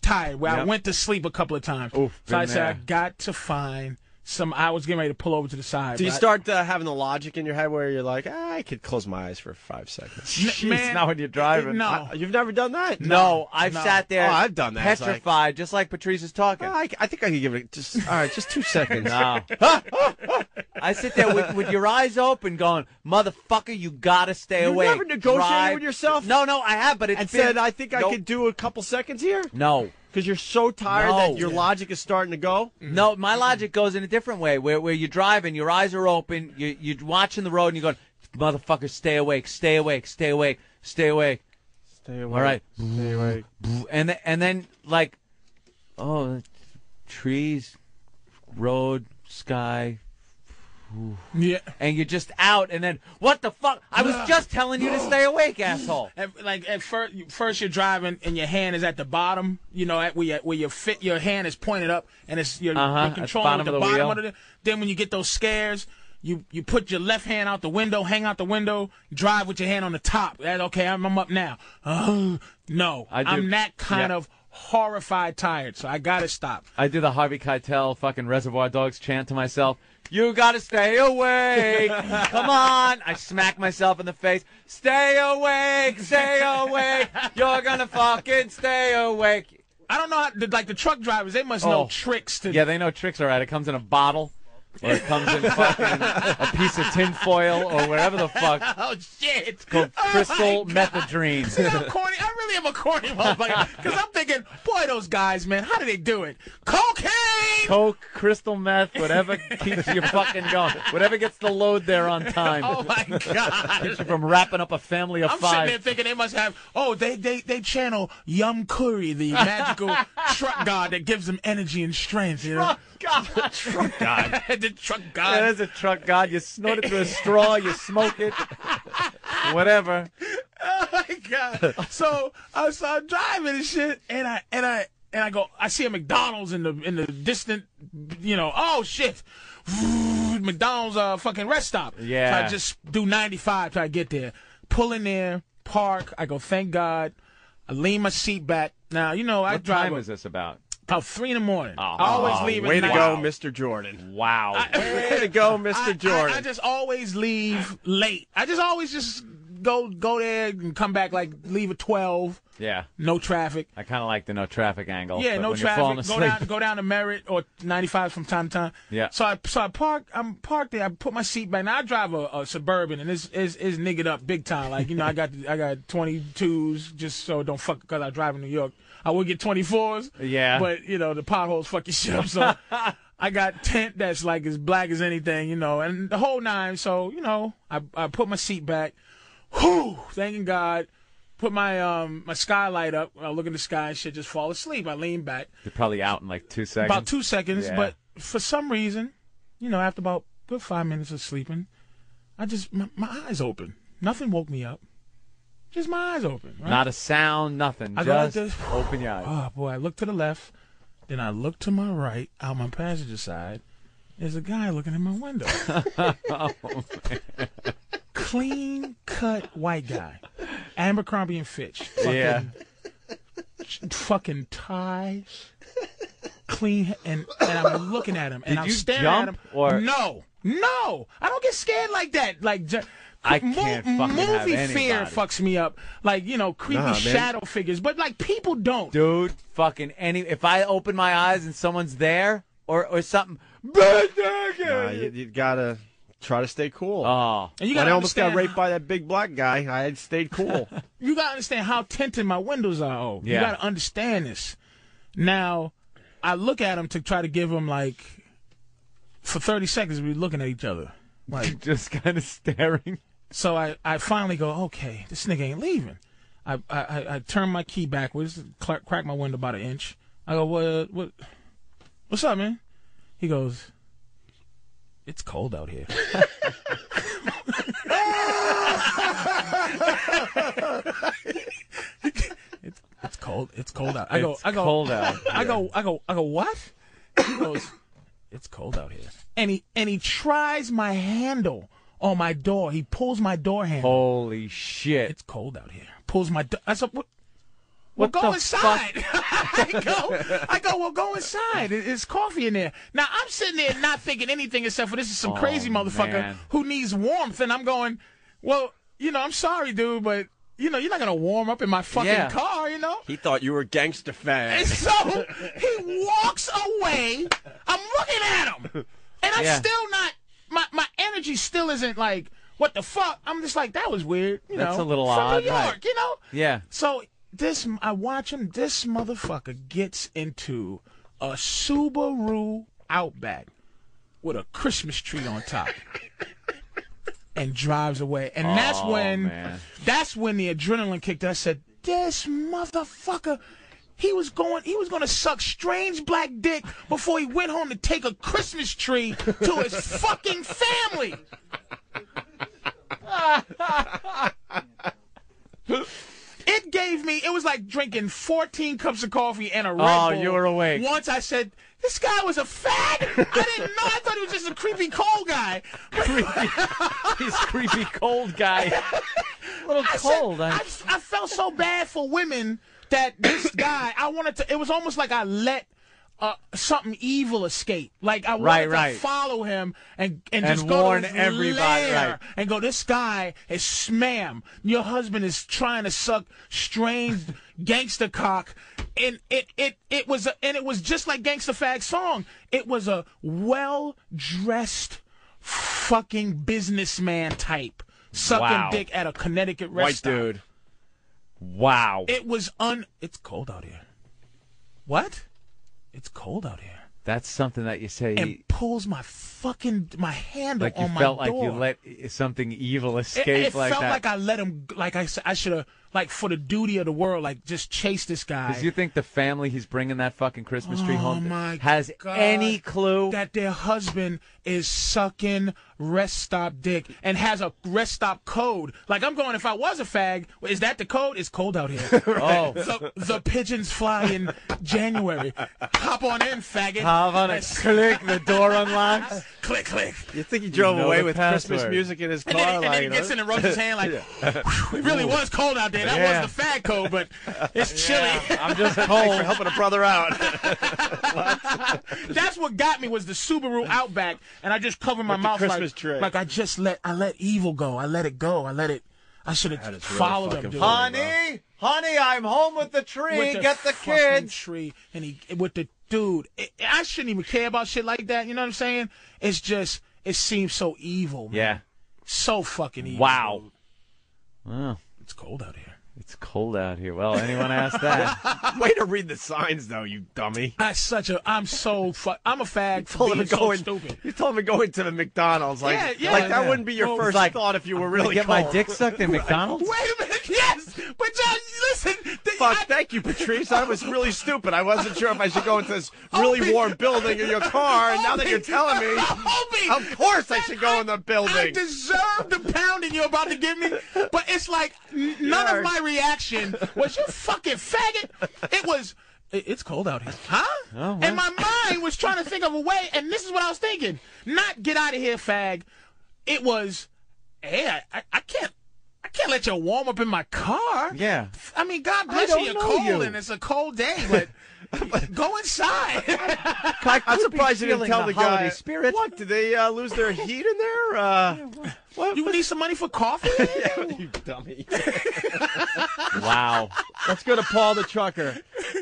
tired where I went to sleep a couple of times. so been I said, I there. got to find some. I was getting ready to pull over to the side. Do you but I- start uh, having the logic in your head where you're like, ah, I could close my eyes for five seconds? N- Jeez, not when you're driving. No. I- you've never done that? No, I've No. sat there. Oh, I've done that. It's like- Petrified, just like Patrice is talking. I, I think I could give it just all right, just two seconds. No. I sit there with, with your eyes open, going, "Motherfucker, you gotta stay You awake." never negotiated Drive- with yourself? No, no, I have, but it's and been- said, I think I Nope. could do a couple seconds here No, because you're so tired No. that your logic is starting to go. no, my logic goes in a different way. Where where you're driving, your eyes are open, you you're watching the road, and you're going, "Motherfucker, stay awake, stay awake, stay awake, stay awake." Stay awake. All right, Stay awake. and th- and then like, oh, trees, road, sky, Yeah. and you're just out, and then what the fuck? I was just telling you to stay awake, asshole. At, like at first, first you're driving and your hand is at the bottom. You know, at where your, where your fit, your hand is pointed up and it's you're, Uh-huh, you're at the controlling bottom with of the the bottom wheel. of the. Then when you get those scares, You you put your left hand out the window, hang out the window, drive with your hand on the top. That okay? I'm, I'm up now. Oh, no, I do- I'm that kind yeah. of horrified tired, so I gotta stop. I do the Harvey Keitel fucking Reservoir Dogs chant to myself. You gotta stay awake. Come on. I smack myself in the face. Stay awake. Stay awake. You're gonna fucking stay awake. I don't know how, the- like the truck drivers. They must know Oh. tricks to. Yeah, they know tricks, all right. It comes in a bottle, or it comes in fucking a piece of tin foil, or whatever the fuck. oh shit! It's called Oh, my crystal God. methadrine. See how corny? I really am a corny motherfucker. Because I'm thinking, boy, those guys, man, how do they do it? Cocaine. Coke, crystal meth, whatever keeps you fucking going, whatever gets the load there on time. Oh my Keeps you god. from wrapping up a family of I'm sitting five. there thinking they must have. Oh, they they they channel Yum Curry, the magical truck god that gives them energy and strength. You know, God. truck god, the truck god. There's a truck Oh, god. You snort it through a straw. You smoke it. Whatever. Oh my god! So I so I'm driving and shit, and I and I and I go. I see a McDonald's in the in the distant, you know. Oh shit! McDonald's uh fucking rest stop. Yeah. So I just do 95 till I get there. Pull in there, park. I go. Thank God. I lean my seat back. Now you know I What drive time is this about? about three in the morning. I always Oh, leave. Way at to night. go, Mr. Jordan. Wow. Way to go, I- Mr. I, I Jordan. just always leave late. I just always just go go there and come back like leave at 12. yeah. No traffic. I kind of like the no traffic angle. Yeah, but no when You're falling traffic. asleep, Go down, go down to Merritt or 95 from time to time. Yeah. So I, so I park. I'm parked there. I put my seat back. Now I drive a, a suburban, and it's is is niggered up big time. Like you know, I got I got 22s just so it don't fuck because I drive in New York. I would get 24s. Yeah. But you know the potholes fuck your shit up. So I got tent that's like as black as anything. You know, and the whole nine. So you know, I I put my seat back. Whew, thanking God. Put my um my skylight up. I look at the sky and shit. Just fall asleep. I lean back you're probably out in like two seconds. about two seconds, Yeah. but for some reason, you know, after about good five minutes of sleeping, I just my, my eyes open. Nothing woke me up. Just my eyes open. Right? Not a sound, nothing. I go like Just this. open your eyes. Oh boy, I look to the left, then I look to my right, out my passenger side. There's a guy looking in my window. Oh, Clean cut white guy, Abercrombie and Fitch. Fucking, Yeah. fucking tie, clean, and and I'm looking at him, and Did I'm you staring at him. jump, or- No, no, I don't get scared like that. Like. Ju- I can't fucking movie have fear anybody. fucks me up, like you know, creepy Nah, man. shadow figures. But like people don't. Dude, fucking any. If I open my eyes and someone's there or or something. Bad Nah, you, you gotta try to stay cool. Oh. And you when gotta I almost got understand- raped by that big black guy, I had stayed cool. you gotta understand how tinted my windows are. Oh, Yeah. you gotta understand this. Now, I look at him to try to give him like for thirty seconds. We looking at each other. Like, Just kind of staring. so I, I finally go, okay, this nigga ain't leaving. I, I, I, I turn my key backwards, cl- crack my window about an inch. I go, what, what, what's up, man? He goes, it's cold out here. it's, it's cold. It's cold out. I go. It's I go. cold out I go. I go. I go. What? He goes. It's cold out here. And he and he tries my handle on my door. He pulls my door handle. Holy shit. It's cold out here. Pulls my. Do- I said, what? What well, go the inside. I go, I go. Well, go inside. It- It's coffee in there. Now I'm sitting there not thinking anything except for this is some Oh, crazy motherfucker man. who needs warmth, and I'm going. Well, you know, I'm sorry, dude, but you know, you're not gonna warm up in my fucking Yeah. car, you know. he thought you were gangster And fan. so he walks away. I'm looking at him, and I'm Yeah. still not. My my energy still isn't like what the fuck. I'm just like that was weird. You That's know, a little from odd, New York, right. you know. Yeah. So this, I watch him. This motherfucker gets into a Subaru Outback with a Christmas tree on top. And drives away, and that's Oh, when man. that's when the adrenaline kicked. in. I said, "This motherfucker, he was going, he was going to suck strange black dick before he went home to take a Christmas tree to his fucking family." It gave me, it was like drinking 14 cups of coffee and a Red Oh, Bull. you were awake. Once I said, this guy was a fag. I didn't know. I thought he was just a creepy cold guy. He's creepy cold guy. A little cold. I, I- f- I felt so bad for women that this guy, I wanted to, it was almost like I let uh, something evil escape. Like I wanted Right, to right. follow him and, and, And just go to warn his everybody, lair right. and go, this guy is smam. Your husband is trying to suck strange gangster cock. And it, it, it was, a, and it was just like Gangsta Fag's song. It was a well dressed fucking businessman type sucking Wow. dick at a Connecticut restaurant. White dude. Wow. It was un. It's cold out here. What? It's cold out here. That's something that you say. And pulls my fucking my handle like you on my felt like door. you let i- something evil it, escape it like felt that. like I let him. Like I, s- I should have. Like for the duty of the world, like just chase this guy. Because you think the family he's bringing that fucking Christmas tree oh home my has God, any clue? that their husband is sucking rest stop dick and has a rest stop code? Like I'm going. If I was a fag, is that the code? It's cold out here. Oh, the, the pigeons fly in January. Hop on in, faggot. how about a Let's- click? The door unlocks. Click, click. You think he drove You know away the with Christmas password. music in his car? And then, and like, then he gets huh? in and rubs his hand like, "Whew, it really was cold out there. That Yeah. was the fag code, but it's chilly. I'm Thanks just for cold. helping a brother out. That's what got me was the Subaru Outback, and I just covered my With the mouth Christmas like, tree. like I just let I let evil go. I let it go. I let it. I should have followed him. fucking dude. funny. honey, honey, I'm home with the tree. with the Get the fucking kids. Tree and he with the dude. It, I shouldn't even care about shit like that. You know what I'm saying? It's just it seems so evil. Man. Yeah. so fucking evil. Wow. dude. Wow. it's cold out here. It's cold out here. Well, anyone asked that? Way to read the signs, though, you dummy. I such a I'm so fu- I'm a fag for Told him being to so go in- stupid. You told him to go into the McDonald's. Like, Yeah, yeah. like that Yeah. wouldn't be your Well, first like, thought if you were Really really get cold. my dick sucked in McDonald's? Wait a minute, yes, but John, listen. The, Fuck, I, thank you, Patrice. I was really stupid. I wasn't sure if I should go into this really Opie. warm building in your car. And now that you're telling me, Opie. of course I should go in the building. I deserve the pounding you're about to give me, but it's like n- none of my reaction was you fucking faggot. It was. "I- It's cold out here, huh? Oh, well. And my mind was trying to think of a way, and this is what I was thinking: not get out of here, fag. It was, hey, I, I, I can't, I can't let you warm up in my car. Yeah. I mean, God bless you. don't You're know cold, you. and it's a cold day, but go inside. I'm surprised you didn't feeling tell the the, holiday guy. spirit. What? Did they uh, lose their heat in there? Uh, you need some money for coffee? you dummy. Wow. Let's go to Paul the trucker.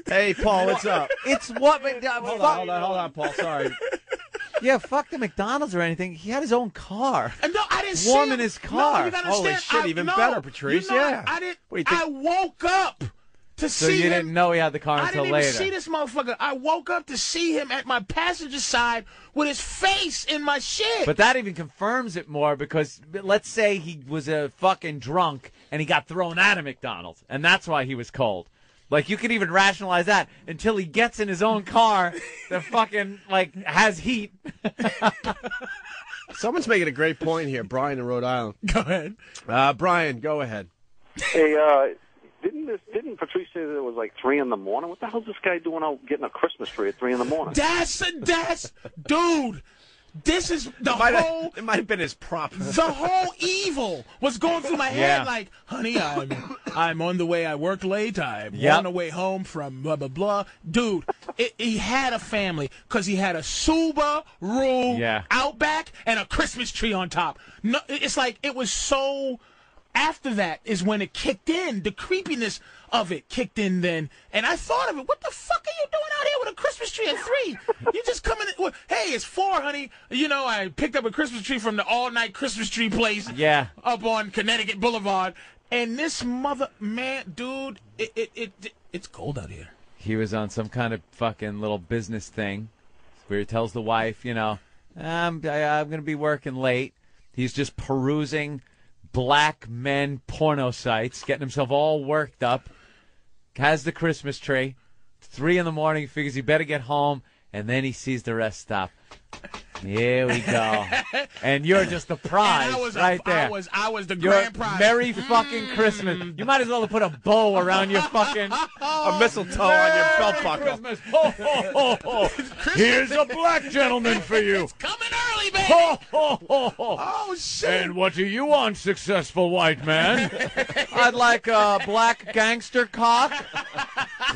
Hey, Paul, what's up? It's what? but, uh, Hold fuck- on, hold on, hold on, Paul. Sorry. Yeah, fuck the McDonald's or anything. He had his own car. And no, I didn't Warm see in him. his car. No, you gotta Holy understand, shit, I- even no, better, Patrice, You know, yeah. I didn't. What do you I woke up to So see you him. didn't know he had the car I until didn't even later. see this motherfucker. I woke up to see him at my passenger side with his face in my shit. But that even confirms it more because let's say he was a fucking drunk and he got thrown out of McDonald's and that's why he was cold. Like you could even rationalize that until he gets in his own car that fucking like has heat. Someone's making a great point here. Brian in Rhode Island. Go ahead. Uh, Brian, go ahead. Hey, uh, didn't this? Didn't Patrice say that it was like three in the morning? What the hell's this guy doing out getting a Christmas tree at three in the morning? That's that's dude. This is the Might have- whole it might have been his prop. the whole evil was going through my head Yeah. like honey i'm i'm on the way i work late i'm Yep. on the way home from blah blah blah dude it, he had a family because he had a subaru Yeah. outback and a christmas tree on top no it's like it was so after that is when it kicked in the creepiness of it kicked in then and i thought of it what the fuck are you doing out here with a christmas tree at three you just coming in well, hey it's four honey you know i picked up a christmas tree from the all night christmas tree place Yeah. up on Connecticut Boulevard, and this mother man, dude, it it, it it's cold out here. He was on some kind of fucking little business thing where he tells the wife, you know, I'm I, I'm gonna be working late. He's just perusing black men porno sites, getting himself all worked up. Has the Christmas tree. It's Three in the morning, he figures he better get home, and then he sees the rest stop. Here we go. and you're just the prize I was a- right I there. was- I was the You're grand prize. Merry fucking Christmas. You might as well have put a bow around your fucking Oh, a mistletoe on your belt buckle. Christmas. Ho, ho, ho, ho. Here's a black gentleman for you. It's coming early, baby. Ho, ho, ho, ho. Oh shit. And what do you want, successful white man? I'd like a black gangster cock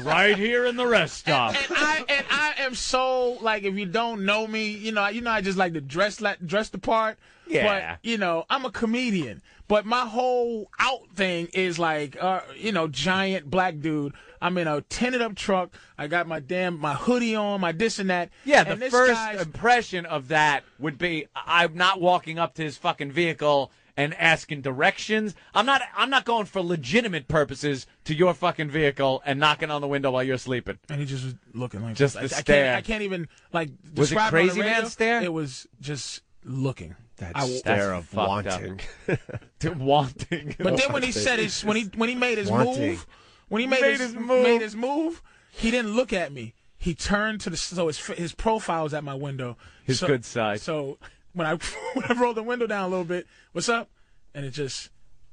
right here in the rest stop. and I and I am so like if you don't know me, you know, you know I just like to dress like dress the part. Yeah. But you know, I'm a comedian, but my whole out thing is like, uh, you know, giant black dude. I'm in a tinted up truck. I got my damn my hoodie on, my this and that. Yeah, and the this first guy's- impression of that would be I- I'm not walking up to his fucking vehicle and asking directions. I'm not I'm not going for legitimate purposes to your fucking vehicle and knocking on the window while you're sleeping. and he just was looking like Just the I, I stare. Can't, I can't even like Was it describe on the crazy radio. man stare? It was just looking. That I w- stare that's of fucked wanting. To wanting. But then when he said his when he when he made his Wanting. move, when he made, Made his, his move. made his move, he didn't look at me. He turned to the so his his profile was at my window. His So- good side. So when I when I rolled the window down a little bit, what's up? And it just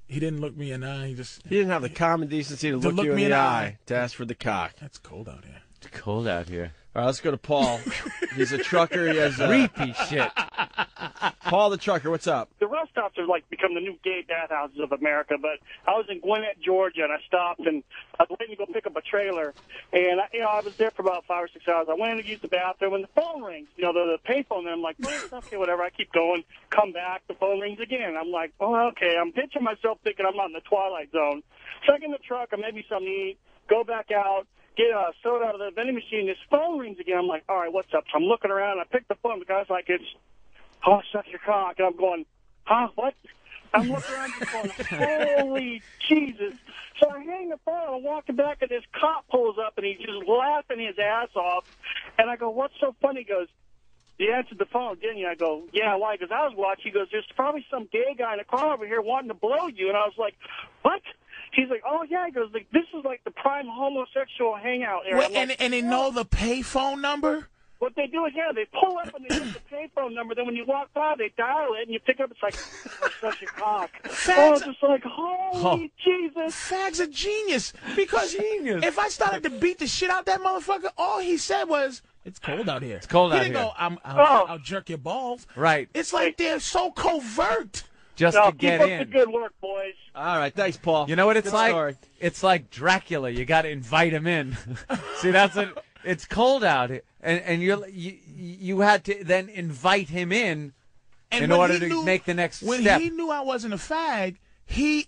he didn't look me in the eye. He just He didn't have the common decency to, look, look you in me the, in the eye, eye. to ask for the cock. that's cold out here. It's cold out here. All right, let's go to Paul. He's a trucker. He uh, has a, Creepy shit. Paul the trucker. What's up? the rest stops have like become the new gay bathhouses of America. But I was in Gwinnett, Georgia, and I stopped and I was waiting to go pick up a trailer, and I, you know I was there for about five or six hours. I went in to use the bathroom, and the phone rings. You know the, the payphone. There, I'm like, "Well, it's okay, whatever. I keep going. Come back, the phone rings again. I'm like, oh, okay. I'm pitching myself thinking I'm not in the twilight zone. Check in the truck, or maybe something to eat. Go back out. Get a soda out of the vending machine. This phone rings again. I'm like, all right, what's up? So I'm looking around. I pick the phone. The guy's like, it's oh, suck your cock. And I'm going, huh, what? I'm looking around just going, holy Jesus. So I hang the phone, I'm walking back, and this cop pulls up, and he's just laughing his ass off. And I go, what's so funny? He goes, you answered the phone, didn't you? I go, yeah, why? Because I was watching. He goes, there's probably some gay guy in a car over here wanting to blow you. And I was like, what? He's like, oh, yeah. He goes, like, this is like the prime homosexual hangout area. Wait, I'm like, and and they know the payphone number. what they do is, yeah, they pull up and they hit the pay phone number. Then when you walk by, they dial it and you pick up. It's like, oh, such a cock. Oh, it's just like, holy Jesus. Fag's Oh. a genius because Genius. if I started to beat the shit out that motherfucker, all he said was. It's cold out here. It's cold he out didn't here. Go, I'm, I'll, Oh. I'll jerk your balls. Right. It's like they're so covert. Just No, to keep get up in. the good work, boys. All right, thanks, Paul. You know what it's Good like? story. It's like Dracula. You got to invite him in. See, that's it. It's cold out, and and you're, you you had to then invite him in And in when order he to knew- make the next when step. he knew I wasn't a fag, he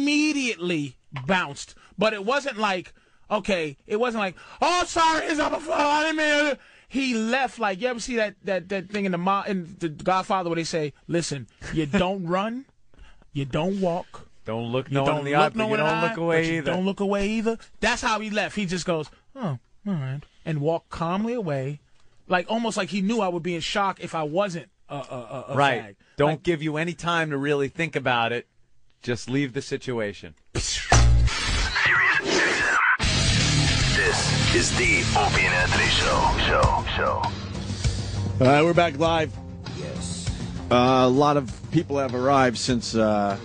immediately bounced. But it wasn't like, okay, it wasn't like, oh, sorry, it's I'm a fag. I didn't mean to-" He left like you ever see that that that thing in the mo- in the Godfather where they say, listen, you don't run, you don't walk, don't look you no one don't in the look eye, but no you one in don't the eye, look but away you either. Don't look away either. That's how he left. He just goes, oh, all right, and walk calmly away, like almost like he knew I would be in shock if I wasn't a, a, a, a right. fag. Don't give you any time to really think about it. Just leave the situation. This is the Opie and Anthony Show. Show. Show. All right, we're back live. Yes. Uh, a lot of people have arrived since uh,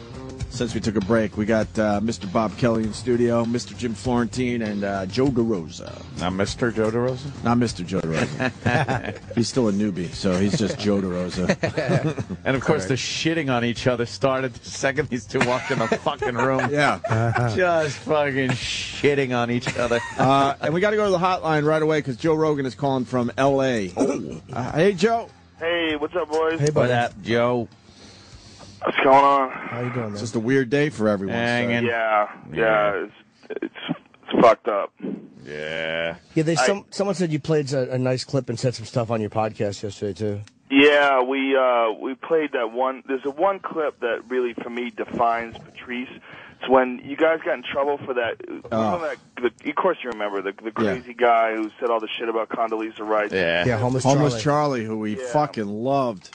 since we took a break. We got uh, Mr. Bob Kelly in studio, Mr. Jim Florentine, and uh, Joe DeRosa. Now, Mr. Joe DeRosa? Not Mr. Joe DeRosa. he's still a newbie, so he's just Joe DeRosa. And of course, the shitting on each other started the second these two walked in the fucking room. yeah. Just fucking shitting on each other. Uh, and we got to go to the hotline right away because Joe Rogan is calling from L.A. Oh. Uh, hey, Joe. Hey, what's up, boys? Hey, buddy. that, Joe. What's going on? How you doing, man? It's just a weird day for everyone. Hanging. so- Yeah, yeah, it's it's, it's fucked up. Yeah. yeah, they, some, someone said you played a, a nice clip and said some stuff on your podcast yesterday, too. Yeah, we uh, we played that one. There's a one clip that really, for me, defines Patrice. It's when you guys got in trouble for that. Oh. remember that the, of course, you remember the, the crazy guy who said all the shit about Condoleezza Rice. Yeah. Yeah, homeless, Homeless Charlie. Charlie, who we Yeah. fucking loved.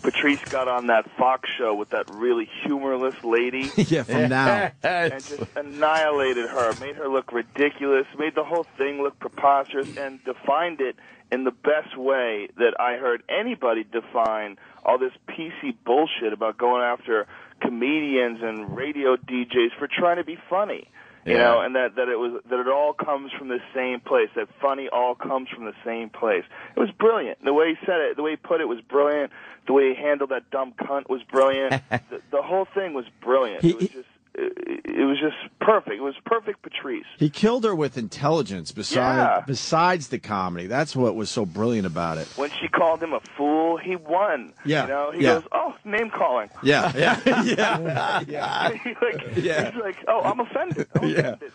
Patrice got on that Fox show with that really humorless lady. Yeah, from now. and just annihilated her, made her look ridiculous, made the whole thing look preposterous, and defined it in the best way that I heard anybody define all this PC bullshit about going after comedians and radio DJs for trying to be funny. You Yeah. know, and that that it was that it all comes from the same place. That funny all comes from the same place. It was brilliant. The way he said it, the way he put it was brilliant. The way he handled that dumb cunt was brilliant. the, the whole thing was brilliant. It was just it, it was just perfect. It was perfect Patrice. He killed her with intelligence besides Yeah. besides the comedy. That's what was so brilliant about it. When she called him a fool, he won. Yeah, You know, he yeah. goes, "Oh, name calling." Yeah, yeah, yeah. he's like, Yeah. he's like, "Oh, I'm offended." I'm Yeah. offended.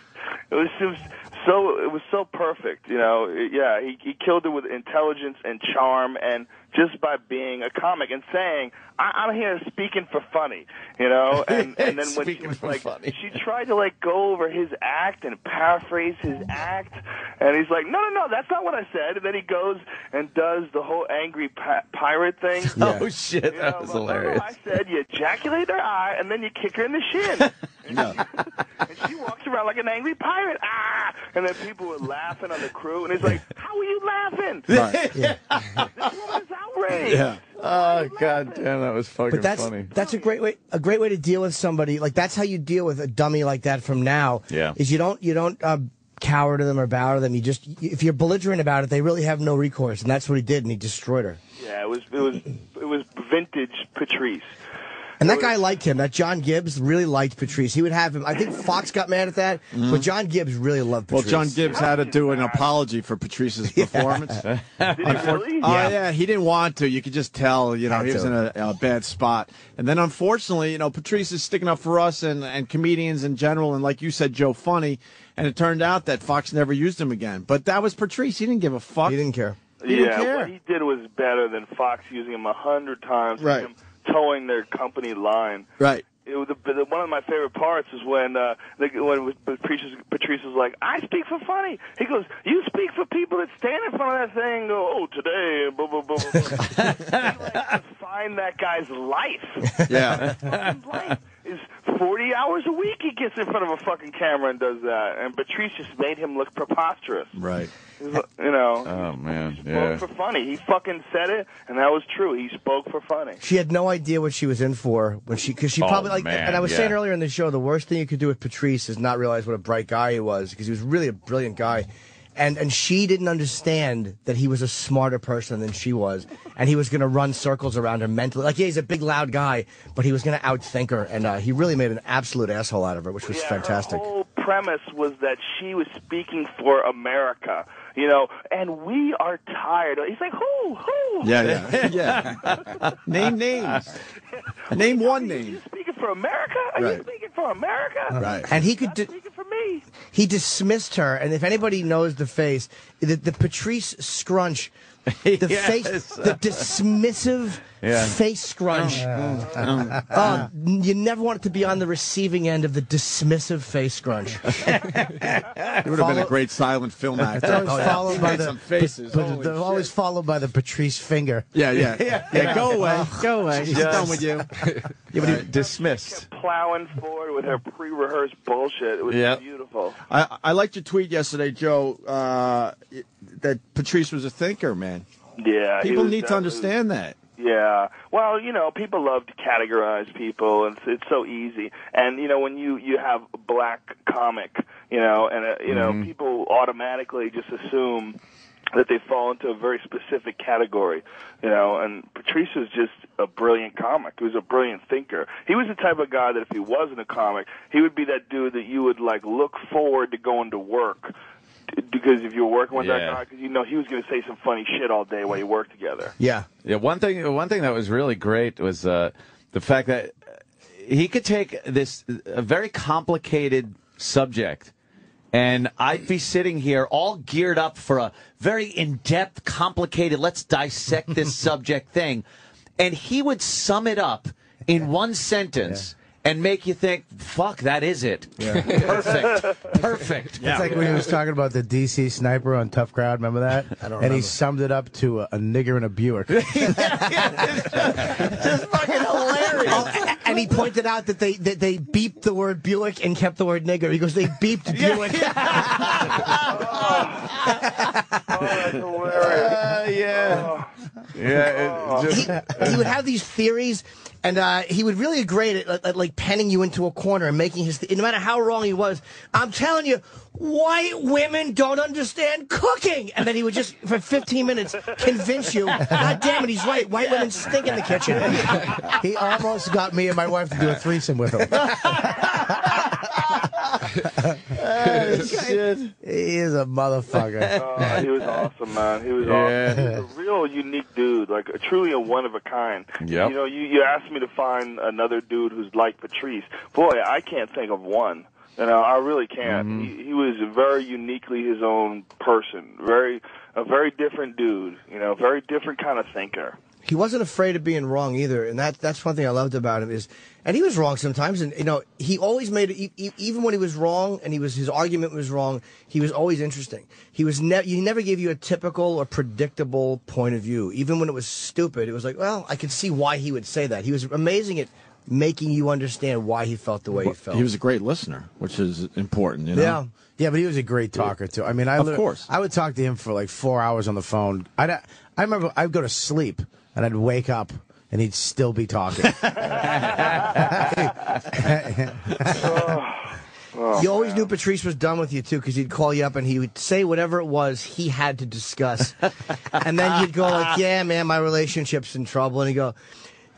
It was just so it was so perfect, you know. It- Yeah, he he killed it with intelligence and charm and just by being a comic and saying, I, "I'm here speaking for funny," you know. And and then when she Speaking was for like, funny. she tried to like go over his act and paraphrase his act, and he's like, "No, no, no, that's not what I said." And then he goes and does the whole angry pi- pirate thing. Oh shit, that was hilarious. I said you ejaculate her eye and then you kick her in the shin. and she walks around like an angry pirate. Ah! And then people were laughing on the crew, and it's like, how are you laughing? Right. this woman is outraged. Oh god damn, that was fucking But that's funny. that's a great way a great way to deal with somebody like that's how you deal with a dummy like that from now. Yeah. is you don't you don't uh, cower to them or bow to them. You just if you're belligerent about it, they really have no recourse, and that's what he did, and he destroyed her. Yeah, it was it was it was vintage Patrice. And that guy liked him. That John Gibbs really liked Patrice. He would have him. I think Fox got mad at that, Mhm. but John Gibbs really loved Well, Patrice. John Gibbs had to do an apology for Patrice's performance. Did he Unfor- really? Oh Yeah. yeah. he didn't want to. You could just tell. You know, Had he was to. in a, a bad spot. And then, unfortunately, you know, Patrice is sticking up for us and and comedians in general. And like you said, Joe Funny. And it turned out that Fox never used him again. But that was Patrice. He didn't give a fuck. He didn't care. He yeah, didn't care. what he did was better than Fox using him a hundred times. and Right. Him towing their company line. Right. It was the, the, one of my favorite parts is when uh, the, when Patrice Patrice is like, "I speak for funny." He goes, "You speak for people that stand in front of that thing." And go, oh, today, blah blah blah. blah, blah. he, like, define that guy's life. Yeah. Fucking life is forty hours a week. He gets in front of a fucking camera and does that. And Patrice just made him look preposterous. Right. He was, You know, Oh man, spoke for funny. He fucking said it, and that was true. He spoke for funny. She had no idea what she was in for when she because she Oh, probably like man, and I was yeah. saying earlier in the show the worst thing you could do with Patrice is not realize what a bright guy he was because he was really a brilliant guy. And and she didn't understand that he was a smarter person than she was, and he was going to run circles around her mentally. Like yeah, he's a big, loud guy, but he was going to outthink her, and uh, he really made an absolute asshole out of her, which was fantastic. The whole premise was that she was speaking for America, you know, and we are tired. He's like, who, who? Yeah, yeah, yeah. Name names. Name one name. Speaking for America? Are Right. you speaking for America? Right. And he could Not do- speaking for me. He dismissed her, and if anybody knows the face, the, the Patrice scrunch, the Yes. face, the dismissive Yeah. face scrunch. Mm, mm, Oh, you never wanted to be on the receiving end of the dismissive face scrunch. It would have been a great silent film actor. Always followed by Oh, Made the some faces. but- but Holy they're always followed by the Patrice finger. Yeah, yeah. Yeah, go away. Oh. Go away. She's Yes. done with you. dismissed. Plowing forward with her pre-rehearsed bullshit. It was Yeah. beautiful. I, I liked your tweet yesterday, Joe, uh, that Patrice was a thinker, man. Yeah. he People was need to definitely- understand that. Yeah. Well, you know, people love to categorize people, and it's, it's so easy. And you know, when you you have a black comic, you know, and uh, you know, Mhm. people automatically just assume that they fall into a very specific category, you know. And Patrice was just a brilliant comic. He was a brilliant thinker. He was the type of guy that if he wasn't a comic, he would be that dude that you would like look forward to going to work. Because if you were working with Yeah. that guy, because you know he was going to say some funny shit all day while you worked together. Yeah. Yeah. One thing. One thing that was really great was uh, the fact that uh, he could take this a very complicated subject, and I'd be sitting here all geared up for a very in-depth, complicated. Let's dissect this subject thing, and he would sum it up in one sentence. and make you think, fuck, that is it. Perfect. Perfect. It's like when he was talking about the DC sniper on Tough Crowd. Remember that? I don't. And he remember. summed it up to a, a nigger and a Buick. Oh, and he pointed out that they that they beeped the word Buick and kept the word nigger. He goes, they beeped Buick. Oh, yeah. Yeah. It, just, Oh. he, he would have these theories, and uh, he would really grade it at, at, like penning you into a corner and making his. no matter how wrong he was, I'm telling you, white women don't understand cooking. And then he would just for 15 minutes convince you. God damn it, he's right. White women stink in the kitchen. he almost got me and my wife to do a threesome with him. He is a motherfucker. Uh, he was awesome, man. He was awesome. He was a real unique dude, like a, truly a one of a kind. Yep. You know, you, you asked me to find another dude who's like Patrice. Boy, I can't think of one. You know, I really can't. He, he was very uniquely his own person. Very, a very different dude. You know, very different kind of thinker. he wasn't afraid of being wrong either, and that that's one thing I loved about him is, and he was wrong sometimes, and you know he always made it, e- e- even when he was wrong and he was his argument was wrong, he was always interesting. He was ne- he never gave you a typical or predictable point of view, even when it was stupid. It was like, well, I could see why he would say that. He was amazing at making you understand why he felt the way he felt. He was a great listener, which is important. You know? Yeah, yeah, but he was a great talker too. I mean, I Of lit- course. I would talk to him for like four hours on the phone. I I remember I'd go to sleep and I'd wake up and he'd still be talking. Oh. Oh, Oh. you always knew Patrice was done with you too, because he'd call you up and he would say whatever it was he had to discuss, and then you'd go like, "Yeah, man, my relationship's in trouble," and he'd go.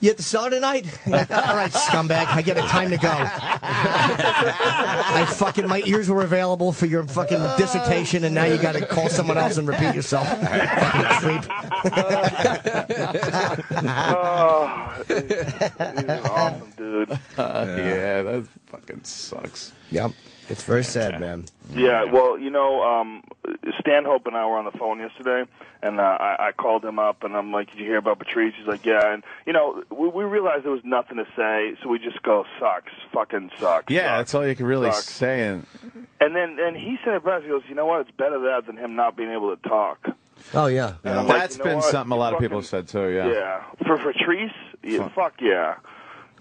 You at the cellar tonight? All right, scumbag. I get it. Time to go. I fucking my ears were available for your fucking dissertation, and now you got to call someone else and repeat yourself. Fucking creep. oh, he's, he's an awesome yeah. dude. yeah, that fucking sucks. Yep. It's very sad, man. Yeah, well, you know, um, Stanhope and I were on the phone yesterday, and uh, I, I called him up, and I'm like, "Did you hear about Patrice?" He's like, "Yeah," and you know, we, we realized there was nothing to say, so we just go, "Sucks, fucking sucks." Yeah, that's all you can really Sucks. say. And And then, and he said it best. He goes, "You know what? It's better that than him not being able to talk." Oh yeah, Yeah. that's Like, you know been what? something a lot of Fucking- people have said too. Oh, Yeah. Yeah, for Patrice, yeah, fuck yeah.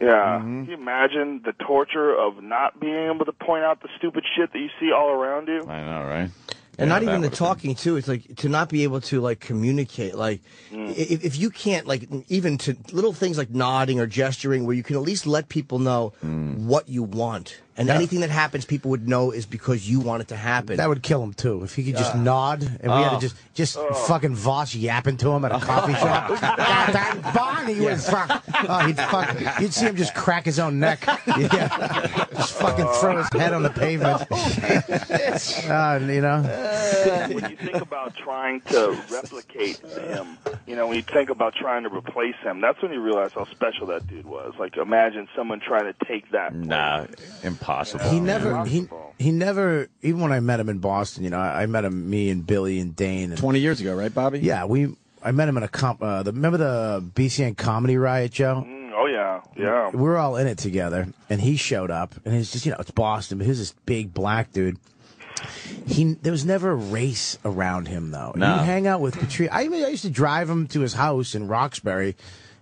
Yeah, Mm-hmm. can you imagine the torture of not being able to point out the stupid shit that you see all around you? I know, right? and Yeah, not even that the talking too it's like to not be able to like communicate like Mm. i if, if you can't like even to little things like nodding or gesturing where you can at least let people know Mm. what you want and anything that happens people would know is because you want it to happen That would kill him too. If he could just Yeah. nod, and we had Oh. to just just fucking Voss yapping to him at a coffee shop. God, that Barney would fuck. Oh, he'd fuck. You'd see him just crack his own neck. Yeah, just fucking throw his head on the pavement. Oh, Uh, you know. Uh, when you think about trying to replicate him, you know, when you think about trying to replace him, that's when you realize how special that dude was. Like, imagine someone trying to take that. Nah, Uh, impossible. He never he, he never even when I met him in Boston, you know, I, I met him me and Billy and Dane and, 20 years ago, right, Bobby? Yeah, we I met him in a comp uh, the remember the BCN comedy riot Joe? Mm, Oh yeah, yeah. We were all in it together and he showed up and it's just you know, it's Boston, but he was this big black dude. He there was never a race around him though. No. You'd hang out with Patrice. I even I used to drive him to his house in Roxbury.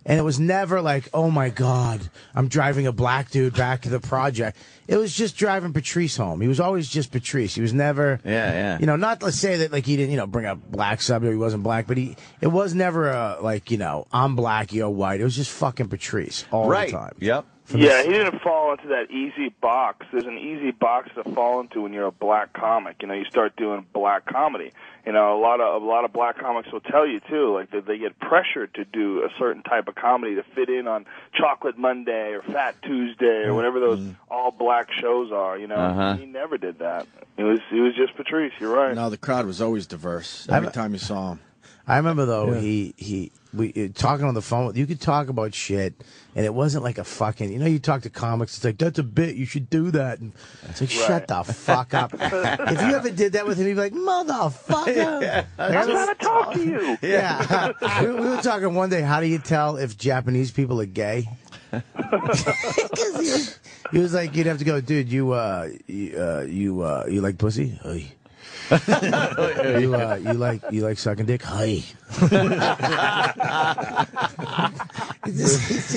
And it was never like, oh my God, I'm driving a black dude back to the project. It was just driving Patrice home. He was always just Patrice. He was never, Yeah, yeah. you know, not let's say that like he didn't, you know, bring up black subject. He wasn't black, but he, it was never a like, you know, I'm black, you're white. It was just fucking Patrice all right. the time. Yep. Yeah, he didn't fall into that easy box. There's an easy box to fall into when you're a black comic. You know, you start doing black comedy. You know, a lot of a lot of black comics will tell you too, like that they get pressured to do a certain type of comedy to fit in on Chocolate Monday or Fat Tuesday or whatever those all black shows are. You know, Uh-huh. he never did that. It was it was just Patrice. You're right. No, the crowd was always diverse. Every time you saw him, I remember though Yeah. he he we uh, talking on the phone. with- You could talk about shit, and it wasn't like a fucking. You know, you talk to comics. It's like that's a bit. You should do that. And it's like shut the fuck up. if you ever did that with him, he'd be like motherfucker. I'm trying to talk to you. Yeah. we, we were talking one day. How do you tell if Japanese people are gay? 'Cause He was like, you'd have to go, dude. You, uh, you, uh, you, uh, you like pussy? Hey. you, uh, you like, you like sucking dick? Hey. you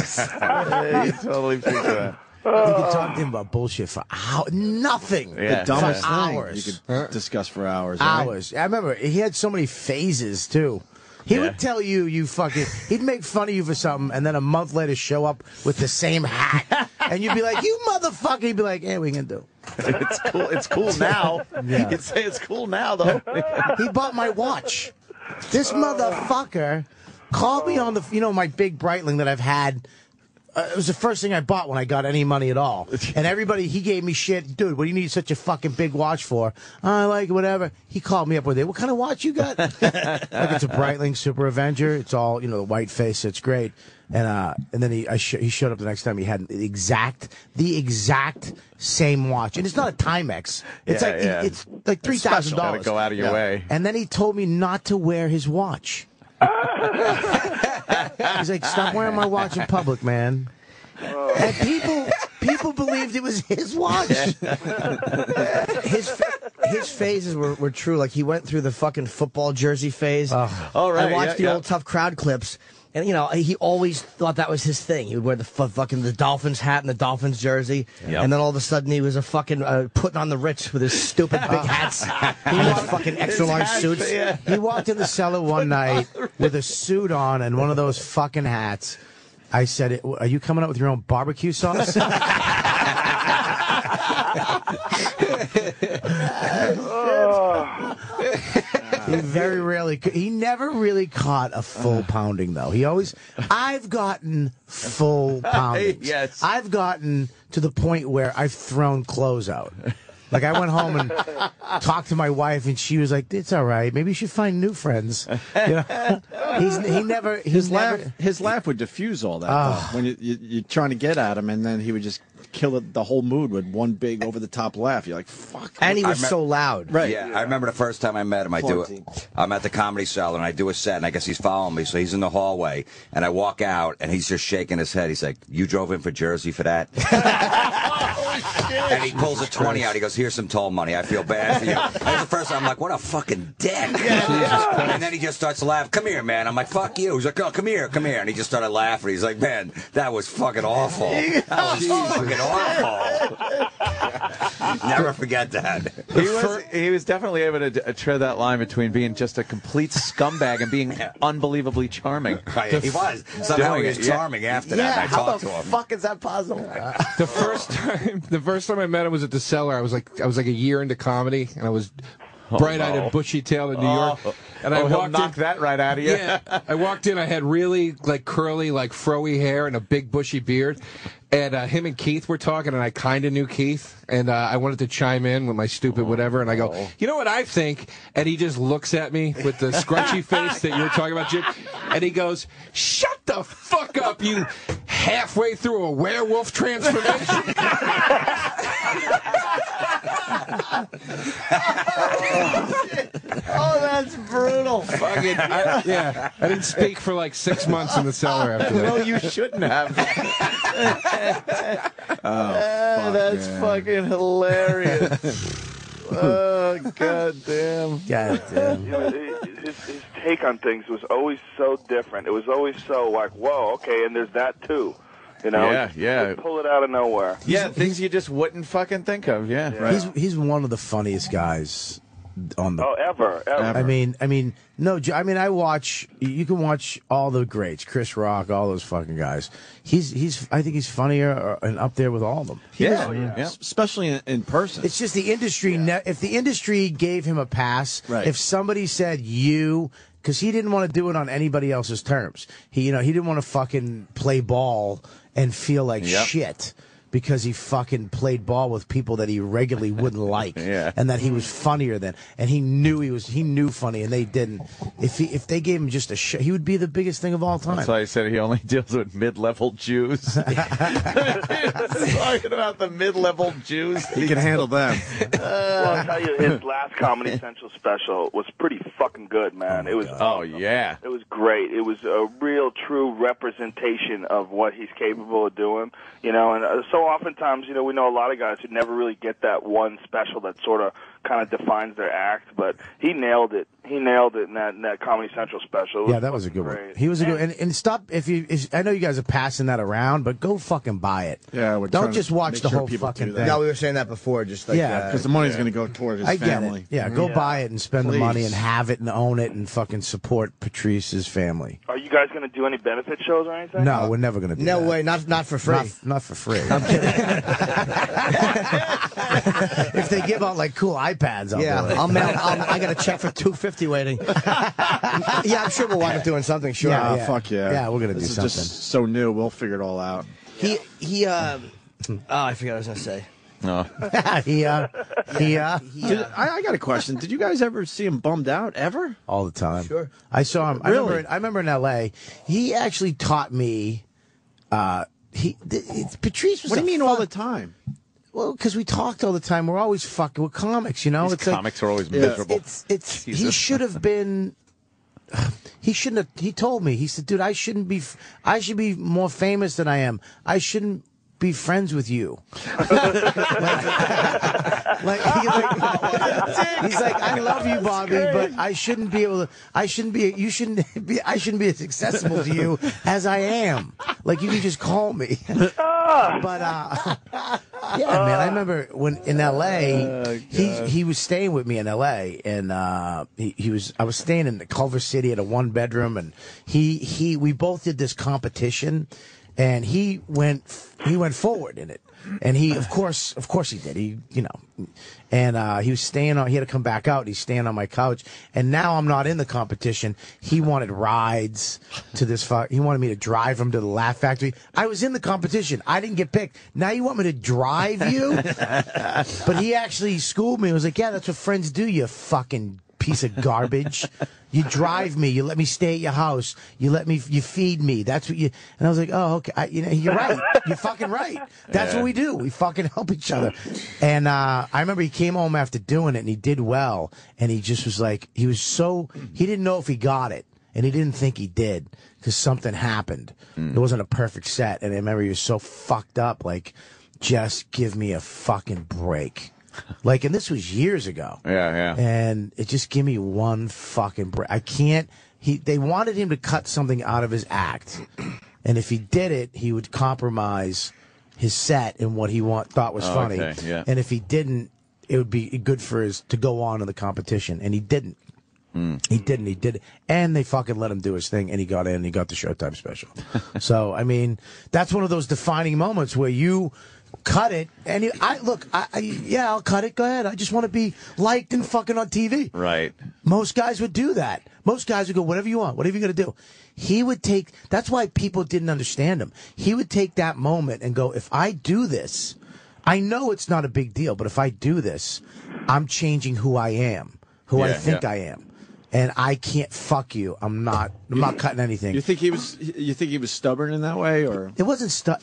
totally think that. you could talk to him about bullshit for hours. Nothing. the dumbest for thing hours. Oh. you could discuss for hours. right? hours. I remember he had so many phases too. He would tell you you fucking. He'd make fun of you for something, and then a month later show up with the same hat, and you'd be like, "You motherfucker!" He'd be like, "Yeah, we can do." it's cool. It's cool now. You can say it's cool now, though. he bought my watch. This motherfucker called me on the, you know, my big Breitling that I've had. Uh, it was the first thing I bought when I got any money at all. And everybody, he gave me shit. Dude, what do you need such a fucking big watch for? I like it, whatever. He called me up with it. What kind of watch you got? like it's a Breitling Super Avenger. It's all, you know, the white face. It's great. And uh, and then he I sh- he showed up the next time. He had the exact the exact same watch, and it's not a Timex. It's Yeah, like yeah. it's like three It's special. thousand dollars. Gotta go out of your way. And then he told me not to wear his watch. He's like, stop wearing my watch in public, man. And people people believed it was his watch. his fa- his phases were, were true. Like he went through the fucking football jersey phase. Oh, right, I watched yeah, the yeah. old tough crowd clips, and you know he always thought that was his thing. He would wear the fu- fucking the Dolphins hat and the Dolphins jersey, Yep. and then all of a sudden he was a fucking uh, putting on the rich with his stupid big hats. he had fucking extra large suits. He walked in the cellar one night with a suit on and one of those fucking hats. I said, "Are you coming up with your own barbecue sauce?" he very rarely. He never really caught a full pounding though. He always. I've gotten full poundings. Yes. I've gotten to the point where I've thrown clothes out. Like I went home and talked to my wife, and she was like, "It's all right. Maybe you should find new friends." You know? He's, he never. He his never, laugh, his laugh would diffuse all that Ah. though, when you, you, you're trying to get at him, and then he would just kill it, the whole mood with one big over the top laugh. You're like, fuck. And he I was remem- so loud. Right. Yeah, I remember the first time I met him. I do it. 14. I'm at the comedy cellar and I do a set, and I guess he's following me, so he's in the hallway, and I walk out, and he's just shaking his head. He's like, "You drove in for Jersey for that?" and he pulls a twenty out. He goes, "Here's some toll money. I feel bad for you." That was the first. time. I'm like, "What a fucking dick!" and then he just starts to laugh. Come here, man. I'm like, "Fuck you." He's like, "Oh, come here, come here," and he just started laughing. He's like, "Man, that was fucking awful. That was fucking awful." Never forget that. He was, he was definitely able to d- uh, tread that line between being just a complete scumbag and being unbelievably charming. Right, he was. Somehow he Doing was it, yeah. charming after that. I talked to him. fuck is that possible? Oh, The first time, the first time I met him was at the cellar. I was like, I was like a year into comedy, and I was Oh, bright-eyed no. and bushy-tailed in New Oh. York. And I Oh, he'll walked knock in, that right out of you. Yeah, I walked in. I had really like curly, like froey hair and a big bushy beard. And uh, him and Keith were talking, and I kind of knew Keith, and uh, I wanted to chime in with my Oh. stupid whatever, and I Oh. go, you know what I think? And he just looks at me with the scrunchy face that you were talking about, Jim, and he goes, "Shut the fuck up, you halfway through a werewolf transformation." Oh, that's brutal. Fucking, I, yeah. I didn't speak for like six months in the cellar after that. Well, you shouldn't have. Oh, fuck, that's yeah. fucking hilarious. oh, god damn. God You know, it- his, his take on things was always so different. It was always so like, whoa, okay, and there's that too. You know, Yeah, He'd- yeah. he'd pull it out of nowhere. Yeah, things you just wouldn't fucking think of. Yeah, He's he's one of the funniest guys on the. Oh, ever, ever. I mean, I mean, no, J- I mean, I watch. You can watch all the greats, Chris Rock, all those fucking guys. He's he's. I think he's funnier uh, and up there with all of them. yeah, especially in, in person. It's just the industry. Ne- if the industry gave him a pass, Right. if somebody said you, because he didn't want to do it on anybody else's terms. He, you know, he didn't want to fucking play ball and feel like Yep. shit because he fucking played ball with people that he regularly wouldn't like, and that he was funnier than, and he knew he was he knew funny, and they didn't. If he if they gave him just a shit, he would be the biggest thing of all time. That's why I said he only deals with mid-level Jews. Talking about the mid-level Jews, he can handle them. well, I'll tell you, his last Comedy Central special was pretty fucking good, man. it was Oh yeah. It was great. It was a real, true representation of what he's capable of doing, you know. And uh, so oftentimes, you know, we know a lot of guys who never really get that one special that sort of kind of defines their act. But he nailed it. He nailed it in that in that Comedy Central special. It Yeah, that was a good one. great. He was a good and, and stop if you. If, I know you guys are passing that around, but go fucking buy it. Yeah, we're trying don't to just watch make the sure whole people fucking do thing. that. Yeah, we were saying that before, just like, uh, uh, yeah, Yeah, 'cause the money's gonna go toward his I get family. It. Yeah, go Yeah. buy it and spend the money Please. and have it and own it and fucking support Patrice's family. Are you guys going to do any benefit shows or anything? No, we're never gonna do No that. way, not not for free. Not, not for free. I'm kidding. if they give out like cool iPads, I'll yeah, do it. I'll mail. I'll, I got a check for two fifty waiting. yeah, I'm sure we'll wind up doing something. Sure. Yeah, Uh, fuck yeah. Yeah, we're gonna this do is Just so new, we'll figure it all out. He he. Uh, oh, I forgot what I was gonna say. No. he uh, he uh, Did- I, I got a question. Did you guys ever see him bummed out ever? all the time. Sure. I saw him. I remember, Really? I remember in L.A. He actually taught me. Uh, he th- it's- Patrice was. What do you a mean fun- all the time? Well, because we talked all the time. We're always fucking. We're comics, you know. These like- comics are always it's- miserable. It's it's. He Jesus. should have been. He shouldn't have. He told me. He said, "Dude, I shouldn't be. f- I should be more famous than I am. I shouldn't." Be friends with you. like, he- like- he's like, I love you, Bobby, but I shouldn't be able to. I shouldn't be. You shouldn't be. I shouldn't be as accessible to you as I am. Like you can just call me. but uh, yeah, man, I remember when in L.A. he he was staying with me in L.A. and uh, he he was I was staying in Culver City at a one bedroom and he he we both did this competition and he went he went forward in it and he of course of course he did he you know and uh, he was staying on he had to come back out he's staying on my couch and now i'm not in the competition he wanted rides to this fu- he wanted me to drive him to the laugh factory i was in the competition i didn't get picked now you want me to drive you but he actually schooled me. He was like, "Yeah, that's what friends do. You fucking piece of garbage. You drive me. You let me stay at your house. You let me. You feed me. That's what you." And I was like, "Oh, okay. I, you know, you're right. You're fucking right. That's Yeah. what we do. We fucking help each other." And uh, I remember he came home after doing it, and he did well. And he just was like, he was so he didn't know if he got it. And he didn't think he did because something happened. It wasn't a perfect set. And I remember he was so fucked up. Like, just give me a fucking break. Like, and this was years ago. Yeah, yeah. And it just give me one fucking break. I can't. He they wanted him to cut something out of his act, and if he did it, he would compromise his set and what he want, thought was Oh, funny. okay, yeah. And if he didn't, it would be good for his to go on in the competition, and he didn't. Hmm. He didn't. He did, and they fucking let him do his thing, and he got in. and He got the Showtime special. so I mean, that's one of those defining moments where you cut it, and you, I look. I, I yeah, I'll cut it. Go ahead. I just want to be liked and fucking on TV. Right. Most guys would do that. Most guys would go, whatever you want, whatever you're going to do. He would take, that's why people didn't understand him. He would take that moment and go, if I do this, I know it's not a big deal, but if I do this, I'm changing who I am, who I Yeah, think yeah. I am. And I can't fuck you. I'm not, I'm not cutting anything. You think he was? You think he was stubborn in that way, or It wasn't stuck.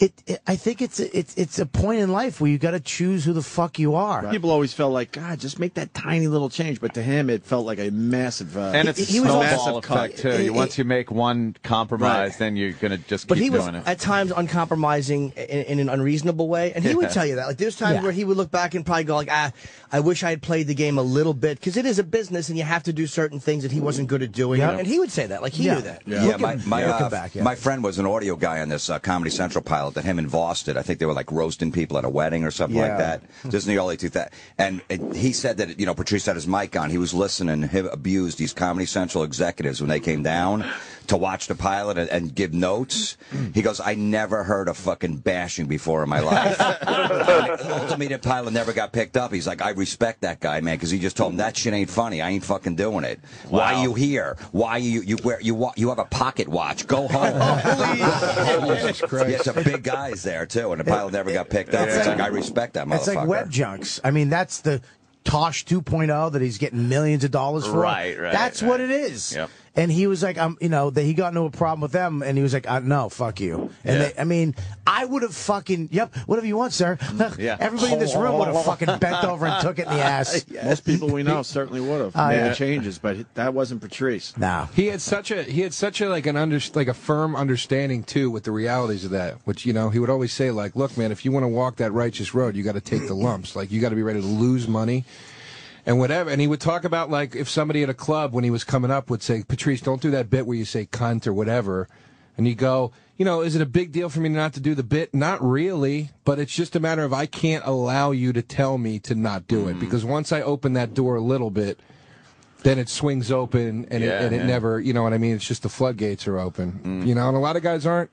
It, it, I think it's a, it's it's a point in life where you got to choose who the fuck you are. people always felt like God, just make that tiny little change, but to him, it felt like a massive. Uh, And it's a snowball effect too. He- You- Once you make one compromise, then you're gonna just But keep he was doing it. at times uncompromising in, in an unreasonable way, and he would Yeah. tell you that. Like there's times Yeah. where he would look back and probably go like, "Ah, I wish I had played the game a little bit," because it is a business, and you have to do certain things that he wasn't good at doing. Yeah. And he would say that, like he knew that. Yeah, Look my, at- my, look uh, at back, yeah. my friend was an audio guy on this uh, Comedy Central pilot that him and Voss did. I think they were like roasting people at a wedding or something like Yeah. that. This is in the early 2000s. And it, he said that, you know, Patrice had his mic on. He was listening. He abused these Comedy Central executives when they came down to watch the pilot and, and give notes. He goes, I never heard a fucking bashing before in my life. Ultimately, the pilot never got picked up. He's like, I respect that guy, man, because he just told him that shit ain't funny. I ain't fucking doing it. Why you here? Why you you wear you wa- you have a pocket watch? Go home. yeah, some big guys there too, and the pilot never got picked up. It's It's like- like I respect that motherfucker. It's like web junks. I mean, that's the Tosh 2.0 that oh he's getting millions of dollars for. Right, right, That's right. what it is. Yep. And he was like, um, you know, that he got into a problem with them, and he was like, uh, no, fuck you. And Yeah. they, I mean, I would have fucking, yep, whatever you want, sir. Yeah. Everybody in this room would have fucking bent over and took it in the ass. Most people we know certainly would have Oh, made yeah. the changes, but that wasn't Patrice. No. He had such a he had such a like an under like a firm understanding too with the realities of that, which you know he would always say like, look, man, if you want to walk that righteous road, you got to take the lumps. Like you got to be ready to lose money. And whatever, and he would talk about like if somebody at a club when he was coming up would say, Patrice, don't do that bit where you say cunt or whatever, and you go, you know, is it a big deal for me not to do the bit? Not really, but it's just a matter of I can't allow you to tell me to not do it because once I open that door a little bit, then it swings open and Yeah, it, and it yeah. never, you know what I mean? It's just the floodgates are open, you know, and a lot of guys aren't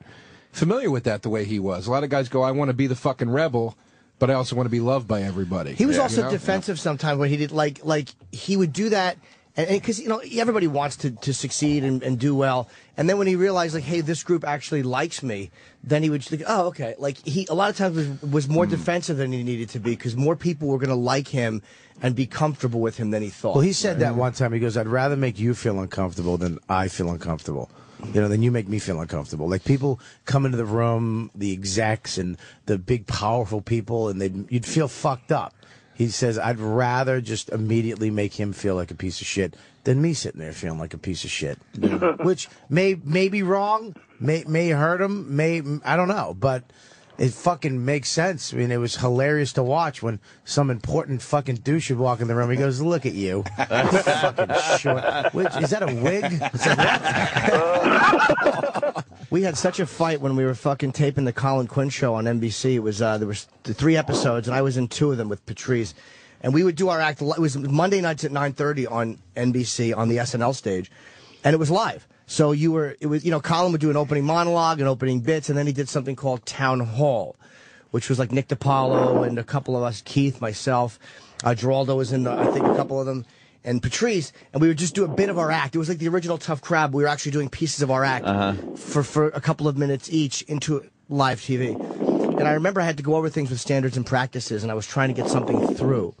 familiar with that the way he was. A lot of guys go, I want to be the fucking rebel, but I also want to be loved by everybody. He was You also know? defensive sometimes when he did like like he would do that and because you know everybody wants to to succeed and, and do well and then when he realized like hey this group actually likes me then he would just think oh okay like he a lot of times was, was more Hmm. defensive than he needed to be because more people were going to like him and be comfortable with him than he thought. Well, he said that one time. He goes, "I'd rather make you feel uncomfortable than I feel uncomfortable." You know, then you make me feel uncomfortable. Like people come into the room, the execs and the big powerful people, and they you'd feel fucked up. He says, "I'd rather just immediately make him feel like a piece of shit than me sitting there feeling like a piece of shit," which may may be wrong, may may hurt him, may I don't know, but. It fucking makes sense. I mean, it was hilarious to watch when some important fucking douche would walk in the room. He goes, "Look at you, fucking short." Which is that a wig? It's a We had such a fight when we were fucking taping the Colin Quinn show on NBC. It was uh, there was th- three episodes, and I was in two of them with Patrice. And we would do our act. li- It was Monday nights at nine thirty on NBC on the SNL stage, and it was live. So you were it was you know Colin would do an opening monologue and opening bits, and then he did something called Town Hall, which was like Nick DiPaolo and a couple of us, Keith, myself, uh, Geraldo was in, the, I think, a couple of them, and Patrice, and we would just do a bit of our act. It was like the original Tough Crab. We were actually doing pieces of our act Uh-huh. for for a couple of minutes each into live TV. And I remember I had to go over things with standards and practices, and I was trying to get something through.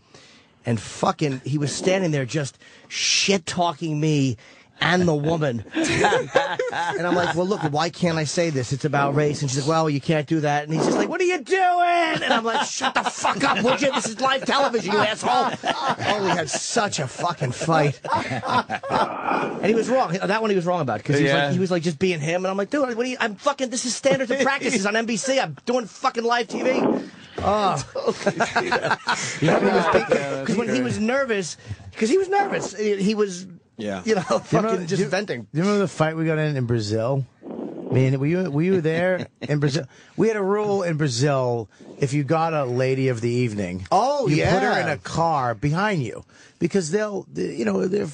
And fucking, he was standing there just shit talking me and the woman. and I'm like, well, look, why can't I say this? It's about race. And she's like, well, you can't do that. And he's just like, what are you doing? And I'm like, shut the fuck up, would you? This is live television, you asshole. Oh, we had such a fucking fight. And he was wrong. That one he was wrong about because he, was Yeah. like, he was like just being him. And I'm like, dude, what are you? I'm fucking, this is standards and practices on NBC. I'm doing fucking live TV. Oh. Because when he was nervous, because he was nervous, he he was, Yeah. you know, fucking just venting. Do you remember the fight we got in in Brazil? I mean, were you were you there in Brazil? We had a rule in Brazil: if you got a lady of the evening, Oh, you put yeah. her in a car behind you because they'll, you know, they're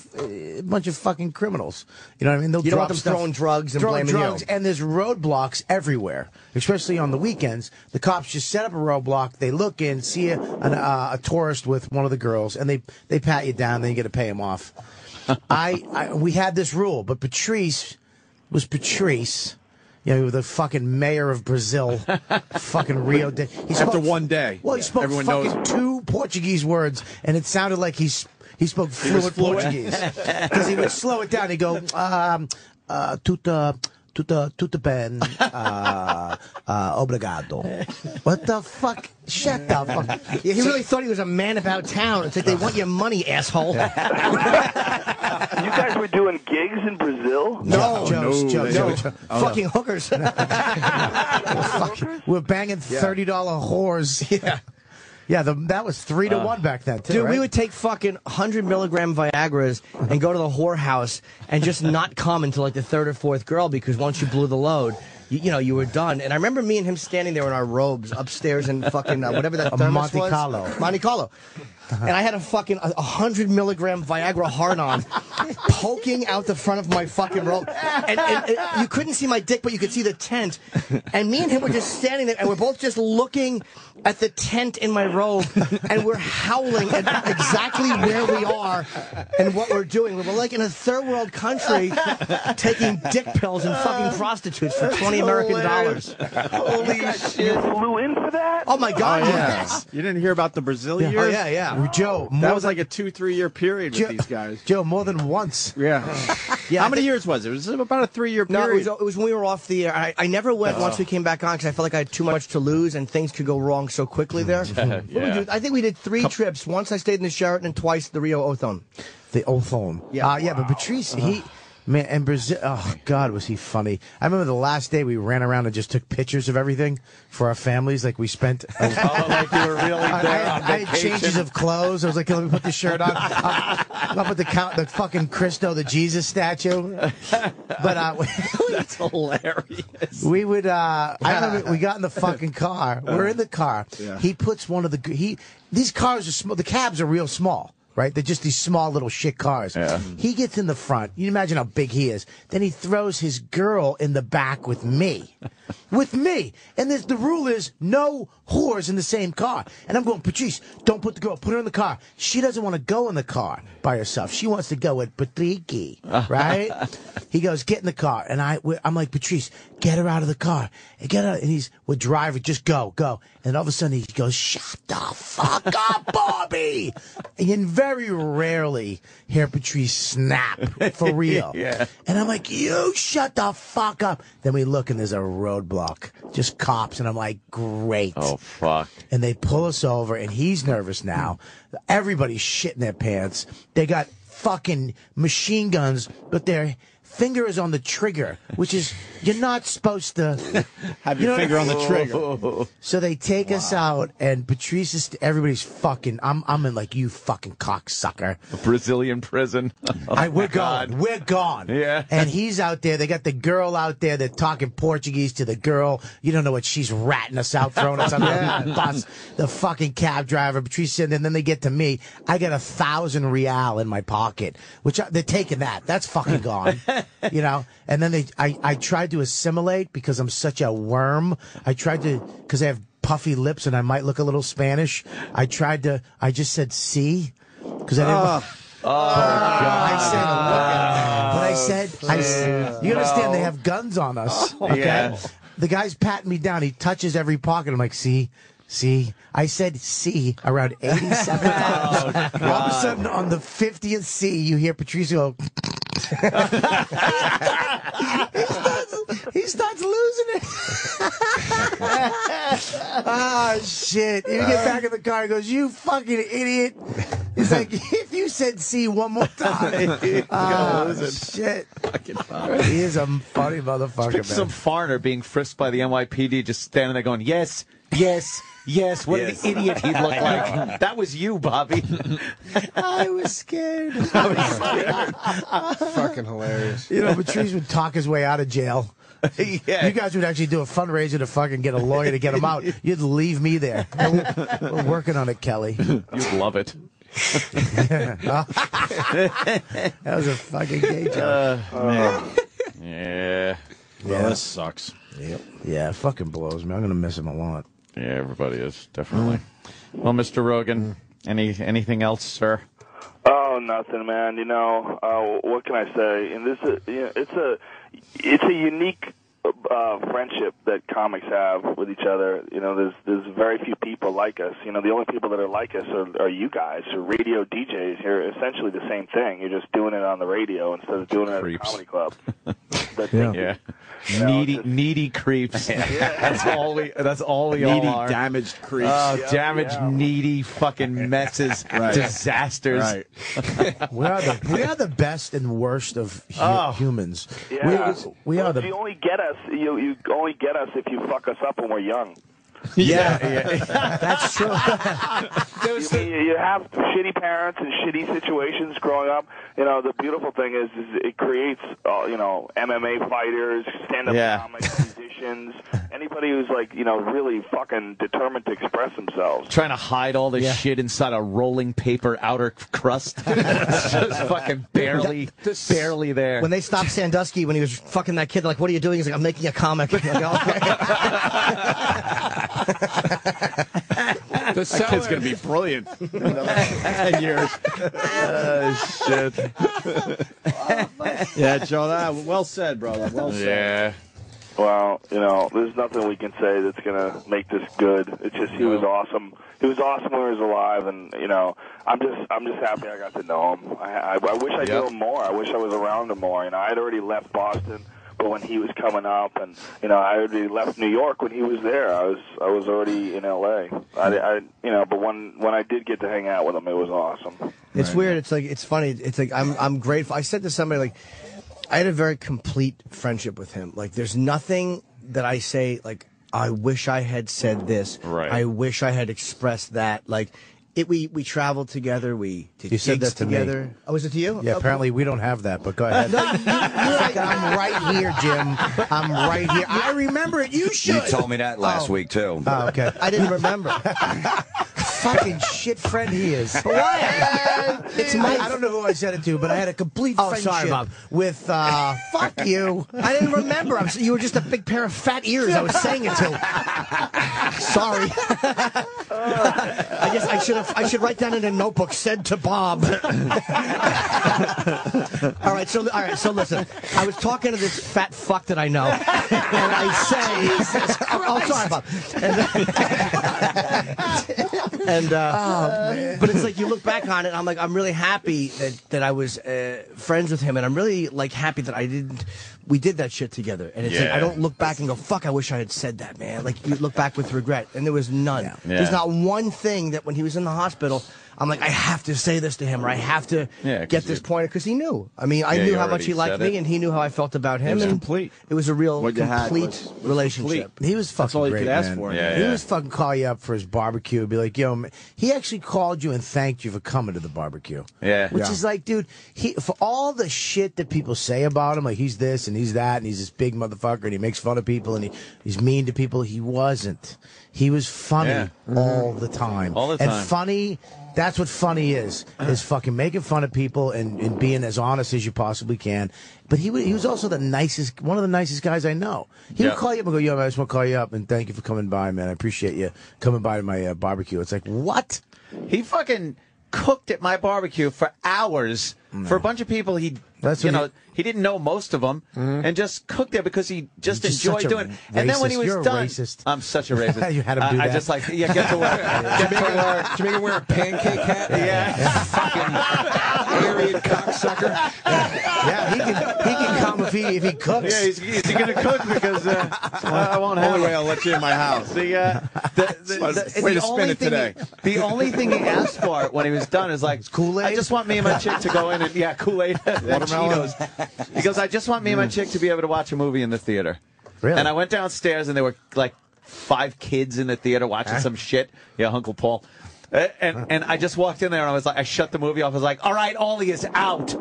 a bunch of fucking criminals. You know what I mean? They'll You don't want drop them stuff- throwing drugs and throwing blaming you. drugs, and there's roadblocks everywhere, especially on the weekends. The cops just set up a roadblock. They look in, see a, an, uh, a tourist with one of the girls, and they they pat you down. Then you get to pay them off. I, I we had this rule, but Patrice was Patrice. You know, he was the fucking mayor of Brazil, fucking Rio de. He After one day. Well, he Yeah. spoke Everyone knows fucking two Portuguese words, and it sounded like he s- he spoke fluent, was fluent. Portuguese because he would slow it down. He'd go, um, uh, tuta, tuta, tuta ben, uh, uh, obrigado. What the fuck? Shut the fuck. Yeah, he really thought he was a man about town. It's like they want your money, asshole. You guys were doing gigs in Brazil? No, jokes, no, jokes, they- jokes. Oh, fucking Fucking hookers. fuck. We're banging thirty dollar whores. Yeah, yeah. The, that was three to Uh, one back then, too. Dude, we right? would take fucking 100 milligram Viagras and go to the whorehouse and just not come until like the third or fourth girl because once you blew the load, you, you know, you were done. And I remember me and him standing there in our robes upstairs in fucking uh, whatever that A thermos Monte was. Carlo. Monte Carlo. And I had a fucking a 100 milligram Viagra hard on poking out the front of my fucking robe. And, and- and you couldn't see my dick, but you could see the tent. And me and him were just standing there, and we're both just looking at the tent in my robe, and we're howling at exactly where we are and what we're doing. We were like in a third world country taking dick pills and fucking prostitutes for 20 American Hilarious. dollars. Holy shit. Blew in for that? Oh my God, Oh, yeah. yes. You didn't hear about the Brazil Yeah. years? Oh, yeah, yeah. Joe, more That was like a two, three year period with Joe- these guys. Joe, more than once. Yeah. Yeah, How I many think- years was it? It was about a three year No, period. it was, it was when we were off the air. I, I never went Uh. Oh. once we came back on because I felt like I had too much to lose and things could go wrong so quickly there. What we yeah. do- I think we did three trips. Once I stayed in the Sheraton and twice the Rio Othon. The Othon. Yeah. Uh-huh. Uh, yeah, but Patrice, he. Man, and Brazil, oh, God, was he funny. I remember the last day we ran around and just took pictures of everything for our families. Like, we spent. Oh, like you were really I, there I- on I had vacation. changes of clothes. I was like, let me put the shirt on. I'm up with the count, the fucking Cristo, the Jesus statue. But uh, That's hilarious. we would. Uh, I remember we got in the fucking car. We're in the car. Yeah. He puts one of the he. These cars are small. The cabs are real small. Right, they're just these small little shit cars. He gets in the front. You imagine how big he is. Then he throws his girl in the back with me, with me. And this, the rule is no whores in the same car. And I'm going, Patrice, don't put the girl. Put her in the car. She doesn't want to go in the car by herself. She wants to go with Patricky, right? he goes, get in the car. And I, we- I'm like, Patrice, get her out of the car. And get her. And he's, well, driver, just go, go. And all of a sudden he goes, shut the fuck up, Bobby. and very rarely hear Patrice snap for real. Yeah. And I'm like, you shut the fuck up. Then we look and there's a roadblock, just cops. And I'm like, great. Oh fuck. And they pull us over, and he's nervous now. Everybody's shitting their pants. They got fucking machine guns, but their finger is on the trigger, which is you're not supposed to Have you your know- finger on the trigger. So they take us out, and Patrice is everybody's fucking. I'm I'm in like you fucking cocksucker. Brazilian prison. Oh, I, we're gone. We're gone. Yeah. And he's out there. They got the girl out there. They're talking Portuguese to the girl. You don't know what she's ratting us out, throwing us under the Yeah. bus. The fucking cab driver, Patricia, and then they get to me. I got a thousand real in my pocket, which I, they're taking that. That's fucking gone. you know? And then they, I, I tried to assimilate because I'm such a worm. I tried to, because I have puffy lips and I might look a little Spanish. I tried to, I just said see, because I didn't. Oh. I said, look at- but I said, I s- you understand they have guns on us. Okay. Oh, Yeah. The guy's patting me down. He touches every pocket. I'm like, see, see. I said see around 87 times. All of a sudden, on the 50th C, you hear Patrice go. he starts losing it. oh shit! You get back in the car and goes, "You fucking idiot!" It's like if you said "C" one more time. gonna oh lose it. shit! He is a funny motherfucker, man. Picture some foreigner being frisked by the NYPD, just standing there going, "Yes, yes, yes." What Yes. an idiot he looked like. that was you, Bobby. I was scared. Fucking hilarious. You know, Patrice would talk his way out of jail. You guys would actually do a fundraiser to fucking get a lawyer to get him out. You'd leave me there. We're, we're working on it, Kelly. You'd love it. that was a fucking gay joke. Uh, Oh. yeah. Well, Uh, Yeah. this sucks. Yep. Yeah, it fucking blows me. I'm gonna miss him a lot. Yeah, everybody is definitely. Well, Mr. Rogan, Mm. any anything else, sir? Oh, nothing, man. You know, uh, what can I say? And this, is, you know, it's a, it's a unique uh, friendship that comics have with each other. You know, there's there's very few people like us. You know, the only people that are like us are, are you guys, who are radio DJs. You're essentially the same thing. You're just doing it on the radio instead of doing it at a Creeps. comedy club. That's Yeah. it. needy, needy creeps. That's all we. That's all we Needy, all are. damaged creeps. Oh, Yeah, damaged, needy, fucking messes, Right. disasters. Right. We are the we are the best and worst of hu- Oh. humans. Yeah. We, we are Well, You the only get us. You you only get us if you fuck us up when we're young. yeah. That's true. you, you- you have shitty parents and shitty situations growing up. You know, the beautiful thing is, is it creates, uh, you know, MMA fighters, stand-up Yeah. comics, musicians, anybody who's like, you know, really fucking determined to express themselves. Trying to hide all this shit inside a rolling paper outer crust. it's just fucking barely, barely there. When they stopped Sandusky when he was fucking that kid, like, what are you doing? He's like, I'm making a comic. Like, "Oh, okay. The That kid's seller, gonna be brilliant. in another Ten years. Ah, shit. Oh, Yeah, Joe. That well said, brother. Well said. yeah. Well, you know, there's nothing we can say that's gonna make this good. It's just he was awesome. He was awesome when he was alive, and you know, I'm just I'm just happy I got to know him. I I, I wish I knew Yep. him more. I wish I was around him more. You know, I had already left Boston, but when he was coming up, and you know, I already left New York when he was there. I was I was already in L.A. I, I you know, but when when I did get to hang out with him, it was awesome. It's weird. It's like it's funny. It's like I'm I'm grateful. I said to somebody like I had a very complete friendship with him. Like there's nothing that I say like I wish I had said this. Right. I wish I had expressed that. Like it. We we traveled together. We did You said gigs that to me. together. Oh, was it to you? Yeah, Okay. Uh, apparently we don't have that, but go ahead. Fucking, I'm right here, Jim. I'm right here. I remember it. You should. You told me that last week too. Oh, okay. I didn't remember. Fucking shit friend he is. It's my, I don't know who I said it to, but I had a complete Oh, sorry, friendship Bob. with, uh, fuck you. I didn't remember. I'm, so- you were just a big pair of fat ears. I was saying it to. Sorry. I guess I should have. I should write down in a notebook. Said to Bob. all right. So all right. So listen. I was talking to this fat fuck that I know, and I say, "Oh, sorry, Bob." And, and, uh, but it's like you look back on it. I'm like, I'm really happy that that I was uh, friends with him, and I'm really like happy that I didn't. We did that shit together, and it's like I Yeah. don't look back and go, "Fuck, I wish I had said that, man." Like you look back with regret, and there was none. Yeah. There's not one thing that when he was in the hospital, I'm like, I have to say this to him, or I have to Yeah, 'cause get this point because he knew. I mean, I Yeah, knew you how much already he liked said me, it. and he knew how I felt about him. was and complete. It was a real What you had complete was- was relationship. complete. He was fucking That's all you great, could ask man. for. Yeah, he yeah. was fucking call you up for his barbecue and be like, "Yo, man. he actually called you and thanked you for coming to the barbecue." Yeah. which Yeah. is like, dude, he for all the shit that people say about him, like he's this and he's that and he's this big motherfucker and he makes fun of people and he, he's mean to people. He wasn't. He was funny Yeah. all the time. All the time. And funny. That's what funny is, is fucking making fun of people and, and being as honest as you possibly can. But he, wa- he was also the nicest, one of the nicest guys I know. He Yeah. would call you up and go, yo, man, I just want to call you up and thank you for coming by, man. I appreciate you coming by to my uh, barbecue. It's like, what? He fucking cooked at my barbecue for hours for a bunch of people. He, That's you what know, he, didn't know most of them, and just cooked there because he just You're Mm-hmm. just enjoyed such a doing. it. And then when he racist. was You're a done, racist. I'm such a racist. You had him do I, I that? just like yeah, get to work, get to work. Jamaican wear a pancake hat. Yeah, Aryan cocksucker. Yeah, he can, he can come if he, if he cooks. yeah. He's, he's gonna cook because uh, I I won't have. Only him. way I'll let you in my house. The, uh, the, the, Way the, to the spin only it thing today. He, the only thing he asked for when he was done is like, I just want me and my chick to go in and yeah, Kool Aid and Watermelon. Cheetos. He goes, I just want me and my chick to be able to watch a movie in the theater. Really? And I went downstairs and there were like five kids in the theater watching some shit. Yeah, Uncle Paul. Uh, And and I just walked in there and I was like, I shut the movie off. I was like, all right, Ollie is out,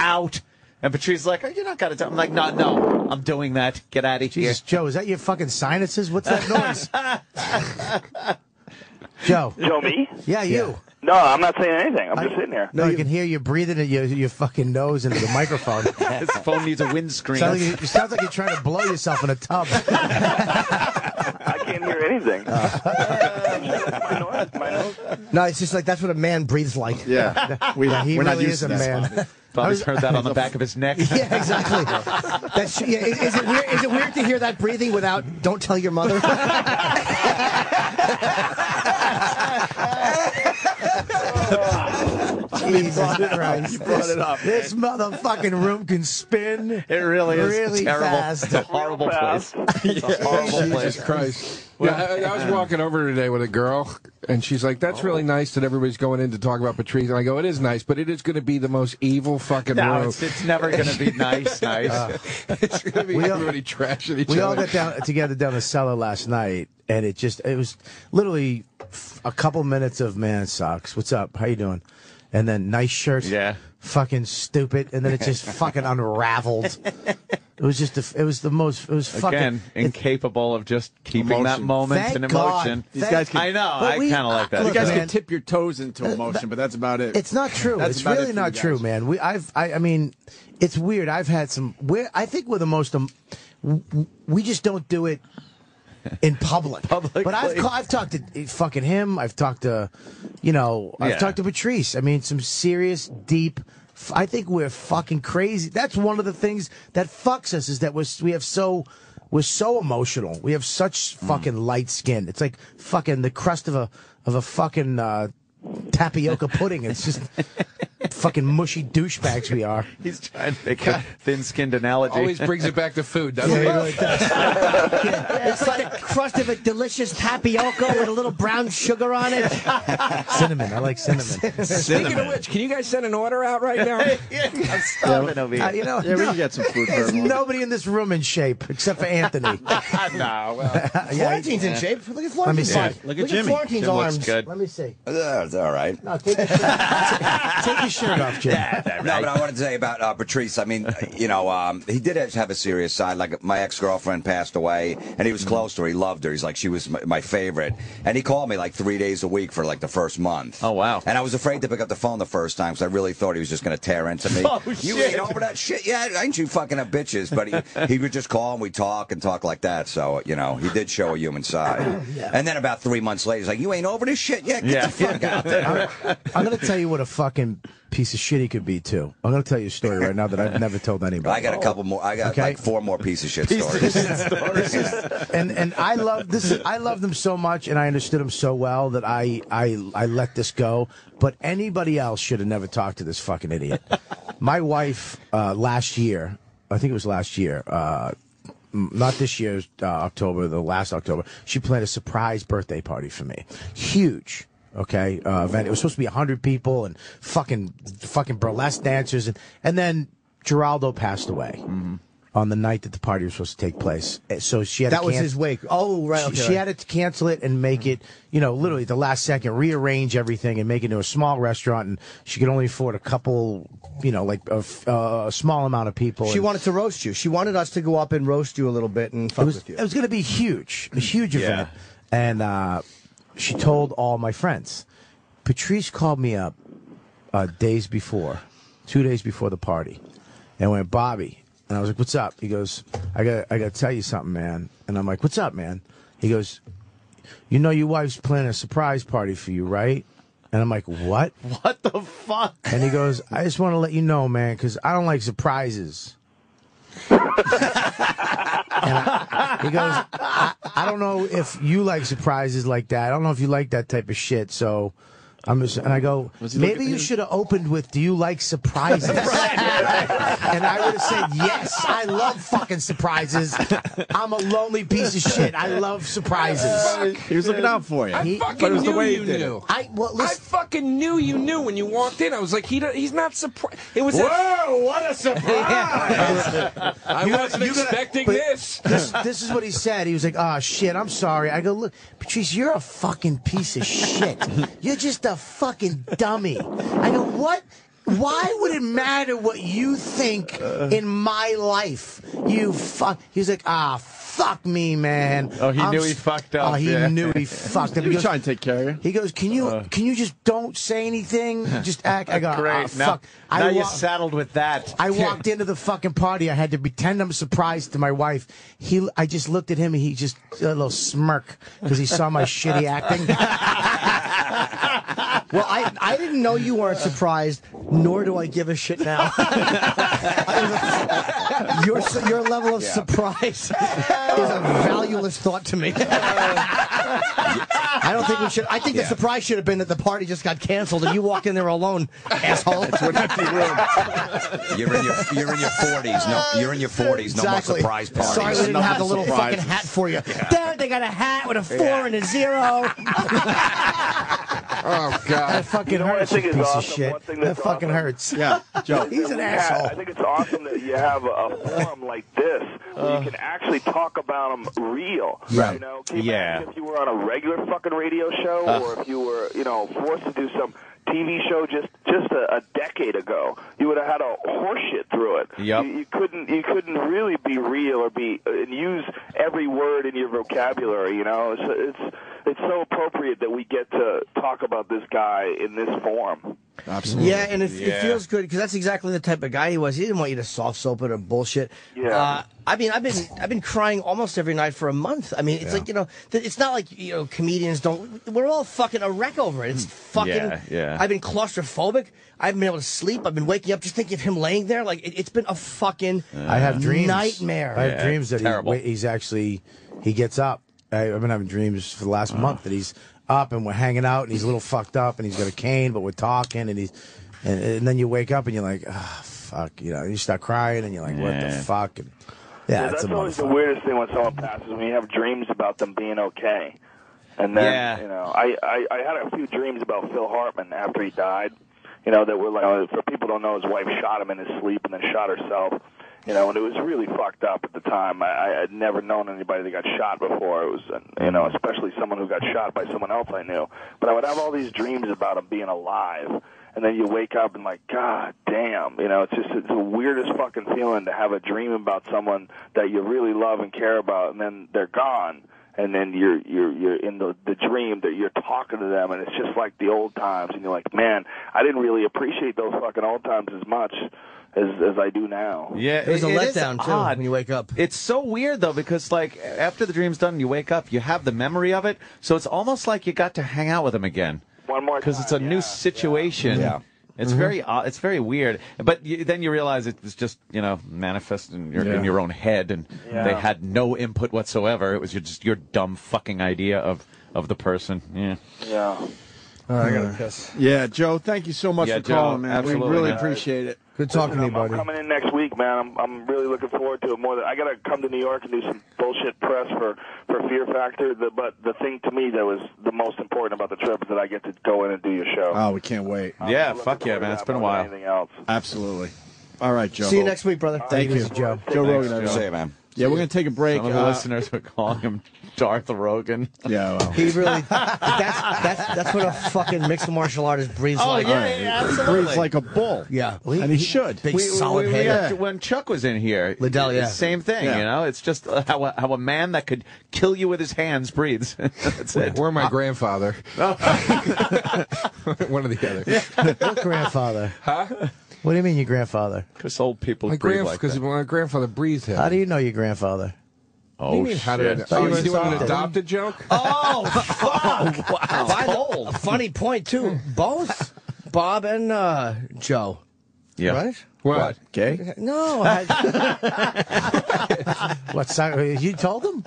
out. And Patrice's like, oh, you're not gonna. Tell. I'm like, no, no, I'm doing that. Get out of here. Jesus, Joe, is that your fucking sinuses? What's that noise? Joe. Joe, me? Oh. Yeah, you. No, I'm not saying anything. I'm just sitting here. No, I can hear you breathing at your, your fucking nose into the microphone. His phone needs a windscreen. sounds, like you, it sounds like you're trying to blow yourself in a tub. I can't hear anything. No, it's just like that's what a man breathes like. Yeah. We- Yeah, he we're not really used is to a this, man. Bobby. Bobby's heard that on the back of his neck. Yeah, exactly. That's yeah. Is, is it weird? Is it weird to hear that breathing without? Don't tell your mother. Jesus Christ. brought it up, This motherfucking room can spin. It really is Really terrible. fast. It's a horrible place. fast. It's a horrible place. Jesus Christ. Yeah, I, I was walking over today with a girl, and she's like, "That's really nice that everybody's going in to talk about Patrice." And I go, "It is nice, but it is going to be the most evil fucking No, room. it's, it's never going to be nice, nice. it's going to be We all- everybody trashing each We all other." got down together down the cellar last night, and it just it was literally f- a couple minutes of man socks. What's up? How you doing? And then nice shirt. Yeah. Fucking stupid, and then it just fucking unraveled. It was just a, it was the most it was fucking Again, incapable of just keeping that Emotion. moment Thank and God. emotion. These Thank- guys can- I know. But I we- kind of like that. uh, You guys Look, can man. tip your toes into emotion, but that's about it. It's not true. That's it's about it really for you not guys. true, man. We, I've, I, I mean, it's weird. I've had some. We're, I think we're the most. Um, w- w- we just don't do it in public. Publicly. But I've, ca- I've talked to eh, fucking him. I've talked to, you know, I've Yeah. talked to Patrice. I mean, some serious, deep. f- I think we're fucking crazy. That's one of the things that fucks us is that we're, s- we have so We're so emotional. We have such Mm. fucking light skin. It's like fucking the crust of a of a fucking uh, tapioca pudding. It's just fucking mushy douchebags we are. He's trying to make a thin-skinned analogy. Always brings it back to food, doesn't Yeah, it? he really It's like the crust of a delicious tapioca with a little brown sugar on it. cinnamon. I like cinnamon. Speaking of which, can you guys send an order out right now? I'm starving over here. Uh, you know, Yeah, we can get some food for There's everyone. nobody in this room in shape except for Anthony. nah, well. Florentine's in yeah. shape. Look at Let me Florentine's see. arms. Look at Jimmy. Florentine's Jim looks arms. good. Let me see. Uh, it's all right. No, take your shirt, take your shirt off, Jim. No, but I wanted to say about uh, Patrice. I mean, you know, um, he did have a serious side. Like my ex girlfriend passed away, and he was close to her. He loved her. He's like she was my, my favorite, and he called me like three days a week for like the first month. Oh wow! And I was afraid to pick up the phone the first time because I really thought he was just going to tear into me. Oh, you shit. ain't over that shit yet, ain't you? Fucking up bitches. But he, he would just call and we talk and talk like that. So you know, he did show a human side. And then about three months later, he's like, "You ain't over this shit yet. Get Yeah. the fuck out there." I'm, I'm going to tell you what a fucking piece of shit he could be too. I'm going to tell you a story right now that I've never told anybody. I Oh. got a couple more. I got like four more piece of shit Piece of stories. and and I love this. is- I loved him so much, and I understood him so well that I I I let this go. But anybody else should have never talked to this fucking idiot. My wife uh, last year, I think it was last year, uh, m- not this year's uh, October, the last October. She planned a surprise birthday party for me. Huge. Okay, uh, event. It was supposed to be hundred people and fucking, fucking burlesque dancers, and and then Geraldo passed away on the night that the party was supposed to take place. Uh, So she had That to was canc- his wake. Oh, right. she, okay, she right. had to cancel it and make it, you know, literally at the last second, rearrange everything and make it into a small restaurant. And she could only afford a couple, you know, like a, f- uh, a small amount of people. She and wanted to roast you. She wanted us to go up and roast you a little bit and fuck it was, with you. It was going to be huge, a huge event. And uh, she told all my friends. Patrice called me up uh, days before, two days before the party, and went, Bobby. And I was like, "What's up?" He goes, "I got, I got to tell you something, man." And I'm like, "What's up, man?" He goes, "You know your wife's planning a surprise party for you, right?" And I'm like, "What?" What the fuck? And he goes, "I just want to let you know, man, because I don't like surprises." He goes, I, I don't know if you like surprises like that. I don't know if you like that type of shit. So I'm just, and I go, Was he maybe looking- you should have opened with, do you like surprises? And I would have said, yes, I love fucking surprises. I'm a lonely piece of shit. I love surprises. He was looking out for you. He- fucking but it was the knew way he you did it. knew. I, well, I fucking knew you knew when you walked in. I was like, he do- he's not surprised. It was Whoa, what a surprise! I You gotta- wasn't you gotta- expecting but this. this. This is what he said. He was like, "Ah, shit, I'm sorry." I go, "Look, Patrice, you're a fucking piece of shit. You're just a fucking dummy." I go, "What?" Why would it matter what you think in my life? You fuck. He's like, ah, fuck me, man. Oh, he knew s- he fucked up, Oh, he yeah. Uh, knew he fucked up. He was goes- trying to take care of you. He goes, can you can you just don't say anything? Just act. I go, "Ah, Great. now fuck. I now you're wa- saddled with that. I walked into the fucking party. I had to pretend I'm surprised to my wife. He, I just looked at him and he just a little smirk because he saw my shitty acting. Well, I, I didn't know you weren't surprised, nor do I give a shit now. your, your level of surprise is a valueless thought to me. I don't think we should. I think the Yeah. surprise should have been that the party just got canceled and you walked in there alone, asshole. You're in your you're in your forties. No, you're in your forties. No Uh, Exactly. more surprise parties. Sorry, we didn't have the little fucking hat for you. Yeah. Dad, they got a hat with a four Yeah. and a zero. oh god, that fucking You know what I hurts. You think piece is of awesome? One shit. thing That that's fucking awesome- hurts. Yeah, He's an Yeah, asshole. I think it's awesome that you have a, a forum like this where you can actually talk about them real. Right. You know, Can you Yeah. imagine if you were on a regular fucking radio show, Uh. or if you were, you know, forced to do some TV show just just a, a decade ago, you would have had a horseshit through it. Yep. You, you couldn't you couldn't really be real or be and use every word in your vocabulary. You know, it's it's it's so appropriate that we get to talk about this guy in this form. Absolutely. Yeah, and if, it Yeah. feels good because that's exactly the type of guy he was. He didn't want you to soft soap it or bullshit. Yeah. Uh, I mean, I've been I've been crying almost every night for a month. I mean, it's Yeah. like you know, th- it's not like you know, comedians don't. We're all fucking a wreck over it. It's fucking. Yeah, yeah. I've been claustrophobic. I haven't been able to sleep. I've been waking up just thinking of him laying there. Like it, it's been a fucking. I have dreams. Nightmare. I have dreams that he- wait, he's actually he gets up. I, I've been having dreams for the Uh-huh. last month that he's up and we're hanging out and he's a little fucked up and he's got a cane, but we're talking and he's and, and then you wake up and you're like, ah, fuck, you know, you start crying and you're like, what the Yeah. fuck? And, yeah, it's that's a always the motherfucker. weirdest thing when someone passes. When you have dreams about them being okay, and then Yeah. you know, I, I I had a few dreams about Phil Hartman after he died. You know that were like uh, for people who don't know his wife shot him in his sleep and then shot herself. You know, and it was really fucked up at the time. I, I had never known anybody that got shot before. It was, uh, you know, especially someone who got shot by someone else I knew. But I would have all these dreams about him being alive, and then you wake up and like, God damn, you know, it's just it's the weirdest fucking feeling to have a dream about someone that you really love and care about, and then they're gone, and then you're you're you're in the the dream that you're talking to them, and it's just like the old times, and you're like, man, I didn't really appreciate those fucking old times as much as as I do now. Yeah, It was a is letdown, too, odd. when you wake up. It's so weird though because like after the dream's done, and you wake up, you have the memory of it, so it's almost like you got to hang out with him again. One more because it's a new situation. Yeah. It's Mhm. very odd. It's very weird. But you, then you realize it was just you know manifest in your, Yeah. in your own head, and Yeah. they had no input whatsoever. It was your, just your dumb fucking idea of of the person. Yeah. Yeah. Oh, I gotta piss. Yeah, Joe, thank you so much Yeah, for Joe, calling, man. We absolutely, really man. appreciate it. Good talking to you, buddy. coming in next week, man. I'm I'm really looking forward to it more. Than, I gotta come to New York and do some bullshit press for for Fear Factor. The, but the thing to me that was the most important about the trip is that I get to go in and do your show. Uh, Oh, we can't wait. yeah, fuck yeah, man. It's been a while. Anything else? Absolutely. All right, Joe. See you next week, brother. Thank you, Joe. Joe Rogan. everybody. Yeah, we're gonna take a break. Some of the Uh, listeners would call him Darth Rogan. Yeah, well. He really. that's that's that's what a fucking mixed martial artist breathes Oh, like. yeah, yeah, absolutely. Breathes like a bull. Yeah, And he should. Big solid head. had to- when Chuck was in here, Liddell, it's yeah. same thing. Yeah. You know, it's just uh, how a, how a man that could kill you with his hands breathes. That's it. Uh, Or my grandfather. One or the other. Your grandfather. Huh? What do you mean your grandfather? Because old people My grandfather, because my grandfather breathed heavy. How do you know your grandfather? Oh, What do you mean, how did I know? Thought Oh, you you were doing an adopted. adopted joke? Oh fuck! wow. By the, a funny point too. Both Bob and uh, Joe. Yeah. Right. What? Gay? No. I, What? si- Uh, You told him?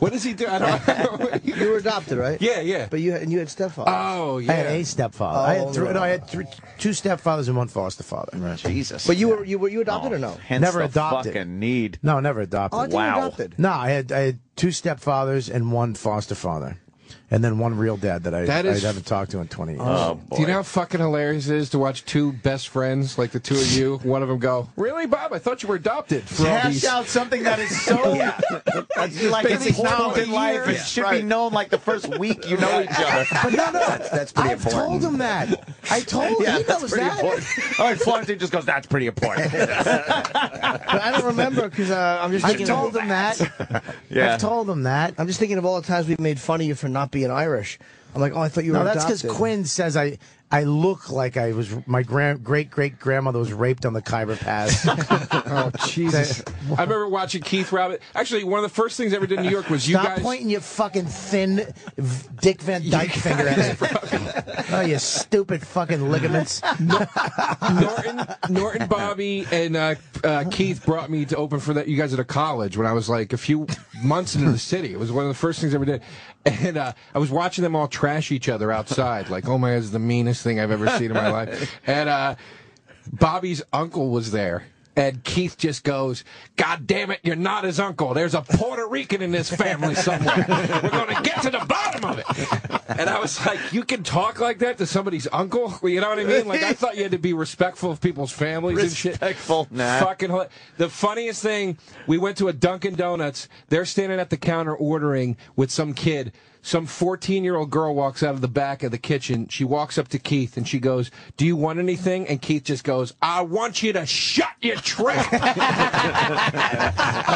What does he do? I don't know. you were adopted, right? Yeah, yeah. But you had, and you had stepfather. Oh, yeah. I had a stepfather. I had three, no, I had three, two stepfathers and one foster father. Jesus. But you were you were you adopted or no? Hence Never the adopted. Fucking need. No, never adopted. Oh, I thought you Wow. adopted. No, I had I had two stepfathers and one foster father, and then one real dad that I That is- I haven't talked to in twenty years. Do you know how fucking hilarious it is to watch two best friends, like the two of you, one of them go, Really, Bob? I thought you were adopted. For all Hash these. out something that is so like it's Basic acknowledged in point. life. It Yeah, should right. be known like the first week you know each other. But no, no, that's pretty important. told him that. I told yeah, him. He that's knows pretty that. important. All right, Florentine just goes, that's pretty important. But I don't remember because uh, I'm just. I thinking told of, him that. Yeah. I've told him that. I'm just thinking of all the times we've made fun of you for not being Irish. I'm like, oh, I thought you were no, that's adopted. because Quinn says I I look like I was my grand great great grandmother was raped on the Khyber Pass. Oh, Jesus. I remember watching Keith Rabbit. Actually, one of the first things I ever did in New York was you Stop guys. pointing your fucking thin v- Dick Van Dyke finger at me. oh, you stupid fucking ligaments. Norton, Norton, Bobby, and uh, uh, Keith brought me to open for that. You guys at a college when I was like a few months into the city. It was one of the first things I ever did, and uh, I was watching them all trash each other outside. Like, oh my, it's the meanest thing I've ever seen in my life. And uh, Bobby's uncle was there. And Keith just goes, God damn it, you're not his uncle. There's a Puerto Rican in this family somewhere. We're going to get to the bottom of it. And I was like, You can talk like that to somebody's uncle? You know what I mean? Like, I thought you had to be respectful of people's families and shit. Respectful, nah. Fucking hila- The funniest thing, we went to a Dunkin' Donuts. They're standing at the counter ordering with some kid. Some 14 year old girl walks out of the back of the kitchen. She walks up to Keith and she goes, Do you want anything? And Keith just goes, I want you to shut your trap. I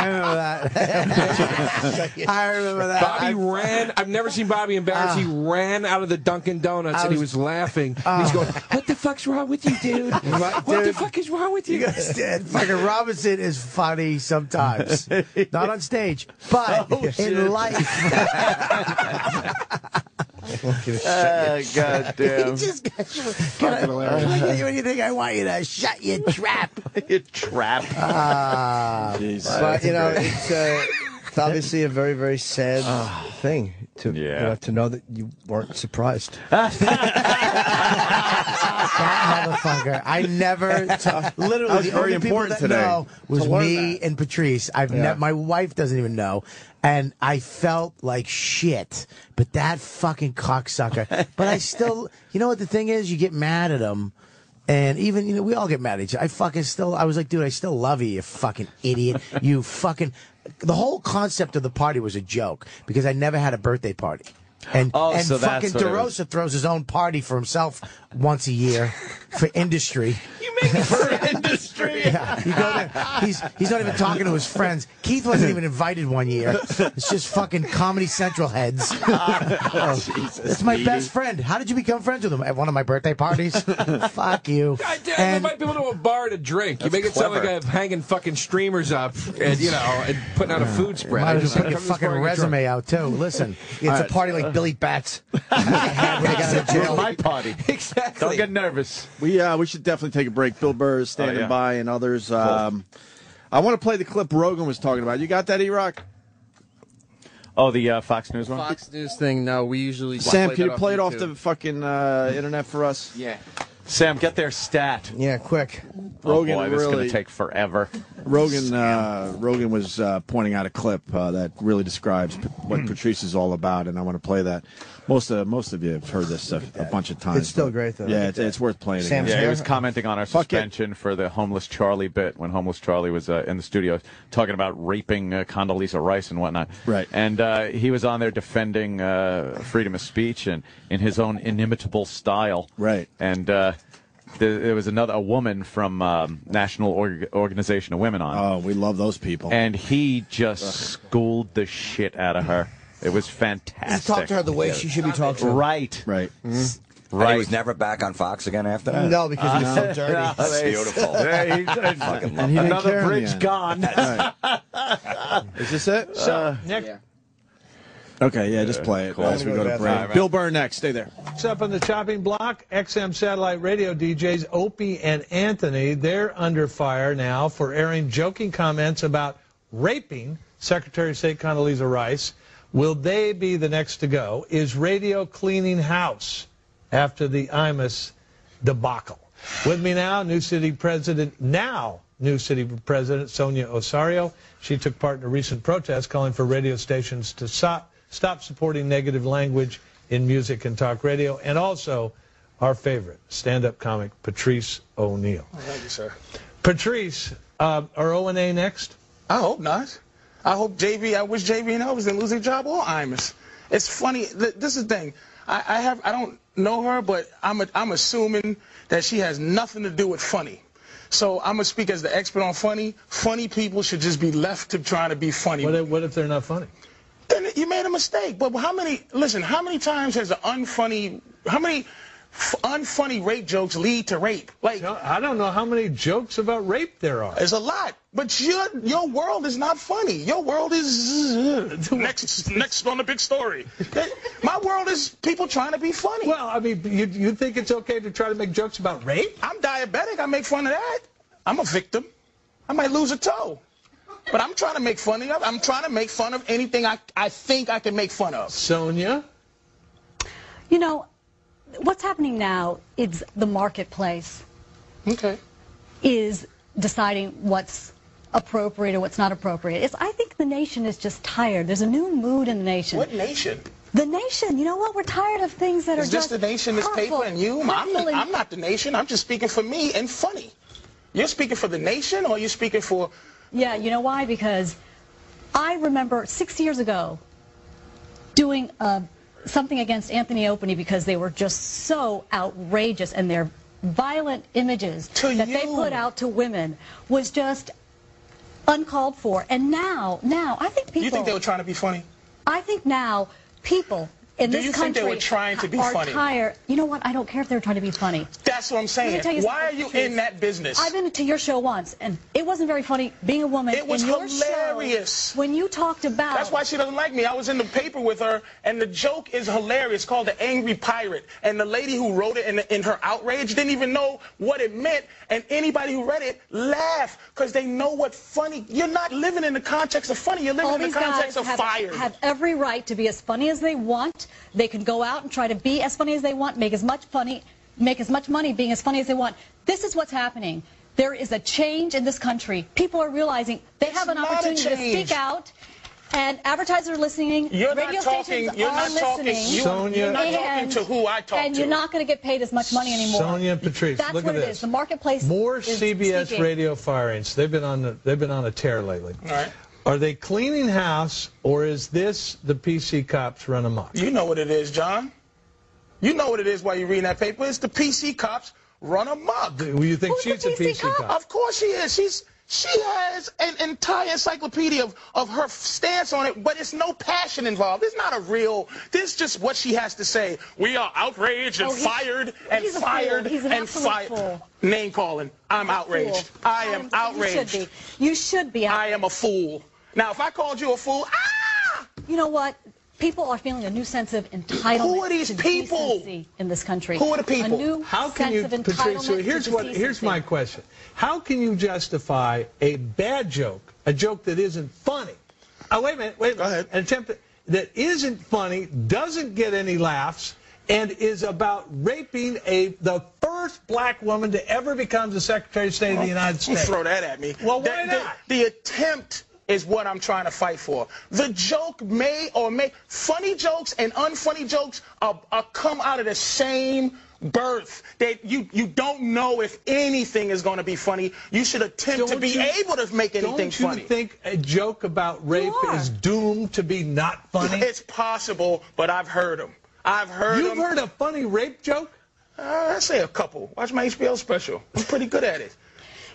remember that. Ah. I remember that. Bobby ran. I've never seen Bobby embarrassed. he ran out of the Dunkin' Donuts I and he was- was laughing. And he's Oh. going, "What the fuck's wrong with you, dude? what the Ah. Dude. fuck is wrong with you?" You guys did. Fucking Robinson is funny sometimes. Not on stage, but Oh, in life. Uh, God damn. Just Can I, can I get you anything? I want you to shut your trap. your trap. Ah, Jeez. but you know, That's great. it's, uh, it's obviously a very, very sad thing to you know, to know that you weren't surprised. motherfucker. I never ta- literally That was the very only people important that today, know to was learn me and Patrice. I've Yeah. ne- my wife doesn't even know, and I felt like shit. But that fucking cocksucker. but I still, you know what the thing is? You get mad at him. And even you know we all get mad at each other. I fucking still I was like, dude, I still love you, you fucking idiot. You fucking the whole concept of the party was a joke because I never had a birthday party. And Oh, and so that's fucking what it was. DeRosa throws his own party for himself once a year for industry. You make it for industry. yeah, you go there. He's he's not even talking to his friends. Keith wasn't even invited one year. It's just fucking Comedy Central heads. That's my Petey. best friend. How did you become friends with him at one of my birthday parties? Fuck you. Yeah, we might be able to a bar to drink. you make it sound clever. like I'm hanging fucking streamers up and you know and putting out a food spread. Might I as just well put wanna your come to this fucking bar and get drunk. resume out too. Listen, it's All a right. party like Billy Batts. when I got out of jail. my party. Exactly. Don't get nervous. We uh, we should definitely take a break. Bill Burr is standing Oh, yeah. by, and others. Um, I want to play the clip Rogan was talking about. You got that, E Rock? Oh, the uh, Fox News one. Fox News thing. No, we usually Sam, play can that you play it off YouTube. the fucking uh, internet for us? Yeah. Sam, get their stat. Yeah, quick. Rogan oh boy, this is really- gonna take forever. Rogan uh, Rogan was uh, pointing out a clip uh, that really describes p- what Patrice is all about, and I want to play that. Most uh, most of you have heard this a, a bunch of times. It's still but- great, though. Look Yeah, at it's, that. it's worth playing. Sam's again. Yeah, hair? Yeah. it Fair. was- He was commenting on our suspension for the homeless Charlie bit when homeless Charlie was uh, in the studio talking about raping uh, Condoleezza Rice and whatnot. Right. And uh, he was on there defending uh, freedom of speech and in his own inimitable style. Right. And uh, there, there was another a woman from um, National Org- Organization of Women on. Oh, we love those people. And he just schooled the shit out of her. It was fantastic. He talked to her the way she should be talked to. Right. Right. Right. And he was never back on Fox again after that. No, because he's so dirty. That's beautiful. Uh-huh. Yeah, he- Fucking love And he that. didn't Another care in the bridge end. gone. Is this it? So, Nick, Okay, yeah, just play it Cool. as we go to All break. right. Bill Burr next. Stay there. Next up on the chopping block, XM satellite radio DJs Opie and Anthony, they're under fire now for airing joking comments about raping Secretary of State Condoleezza Rice. Will they be the next to go? Is radio cleaning house after the IMUS debacle? With me now, New City President, now New City President Sonia Osario. She took part in a recent protest calling for radio stations to stop, stop supporting negative language in music and talk radio, and also our favorite stand up comic, Patrice O'Neill. Oh, Thank you, sir. Patrice, uh, are O and A next? I hope not. I hope JB. I wish JB and I was didn't lose their job or Imus. It's funny. th- This is the thing. I, I have. I don't know her, but I'm. A, I'm assuming that she has nothing to do with funny. So I'm gonna speak as the expert on funny. Funny people should just be left to trying to be funny. What if, what if they're not funny? Then you made a mistake. But how many? Listen. How many times has an unfunny? How many f- unfunny rape jokes lead to rape? Like I don't know how many jokes about rape there are. It's a lot, but your your world is not funny. Your world is next next on the big story. My world is people trying to be funny. Well, I mean, you you think it's okay to try to make jokes about rape? I'm diabetic. I make fun of that. I'm a victim. I might lose a toe, but I'm trying to make fun of. I'm trying to make fun of anything I I think I can make fun of. Sonia. You know, what's happening now is the marketplace. Okay. Is deciding what's appropriate or what's not appropriate. It's, I think the nation is just tired. There's a new mood in the nation. What nation? The nation. You know what? We're tired of things that Is are this just the nation, this hurtful, paper, and you? I'm, hurtful the, and- I'm not the nation. I'm just speaking for me and funny. You're speaking for the nation, or you're speaking for Yeah, you know why? Because I remember six years ago doing uh, something against Anthony Opany because they were just so outrageous and their violent images that they put out to women was just uncalled for. And now, now, I think people. You think they were trying to be funny? I think now people, in Do this you think country they were trying to be are funny? tired. You know what? I don't care if they're trying to be funny. That's what Let I'm me saying. tell you Why are something, you Keith. in that business? I've been to your show once, and it wasn't very funny. Being a woman, It was in your show, hilarious. when you talked about That's why she doesn't like me. I was in the paper with her, and the joke is hilarious, called The Angry Pirate. And the lady who wrote it in, in her outrage didn't even know what it meant. And anybody who read it laughed because they know what funny. You're not living in the context of funny. You're living all in the these guys context of have, fire. have every right to be as funny as they want. They can go out and try to be as funny as they want, make as much funny, make as much money being as funny as they want. This is what's happening. There is a change in this country. People are realizing they have an not a opportunity to change. speak out. And advertisers are listening. You're not radio talking- stations you're are not talking- listening. you- Sonia- you're not talking and, to who I talk And you're to. not going to get paid as much money anymore. Sonia and Patrice, That's look what at it this. is. The marketplace. More is CBS speaking. radio firings. They've been on the, they've been on a tear lately. All right. Are they cleaning house or is this the PC cops run amok? You know what it is, John. You know what it is while you're reading that paper. It's the PC cops run amok. Well, you think she's a PC cop? Of course she is. She's she has an entire encyclopedia of, of her f- stance on it, but it's no passion involved. It's not a real. This is just what she has to say. We are outraged and Oh, he's- fired and he's a fool. fired He's an and absolute fired. fool. Name calling. I'm outraged. fool. I am you should outraged. You should be. I am a fool. Now, if I called you a fool, ah! You know what? People are feeling a new sense of entitlement. Who are these to people? decency in this country? Who are the people? A new How can sense you, of entitlement Patrice? So here's to what. decency. Here's my question. How can you justify a bad joke, a joke that isn't funny? Oh, wait a minute. Wait. Go ahead. An attempt that isn't funny, doesn't get any laughs, and is about raping a the first black woman to ever become the Secretary of State of the United Don't States. Throw that at me. Well, why The- the, not? The, attempt is what I'm trying to fight for. The joke may or may funny jokes and unfunny jokes are, are come out of the same birth that you you don't know if anything is going to be funny. You should attempt to Don't be you- able to make anything Don't you funny. think a joke about rape is doomed to be not funny? It's possible, but I've heard them. I've heard You've 'em. heard a funny rape joke? Uh, I say a couple. Watch my HBO special. I'm pretty good at it.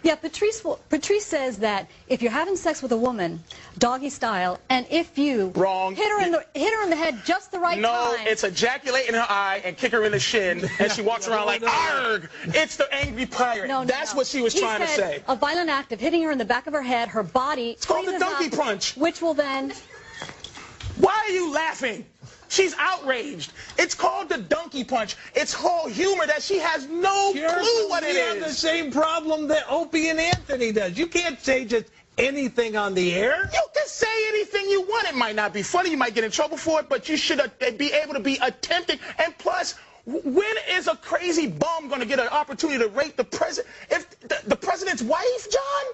Yeah, Patrice. will- Patrice says that if you're having sex with a woman, doggy style, and if you wrong hit her in the hit her in the head just the right No, time. it's ejaculate in her eye and kick her in the shin, and she walks around like, arg! It's the angry pirate. That's what she was He trying to said say. A violent act of hitting her in the back of her head, her body. It's called the donkey punch. Which will then. Why are you laughing? She's outraged. It's called the donkey punch. It's whole humor that she has no clue what it we have the is. same problem that Opie and Anthony does. You can't say just anything on the air. You can say anything you want. It might not be funny. You might get in trouble for it, but you should uh, be able to be attempting. And plus, w- when is a crazy bum going to get an opportunity to rape the president? If the, the president's wife, John?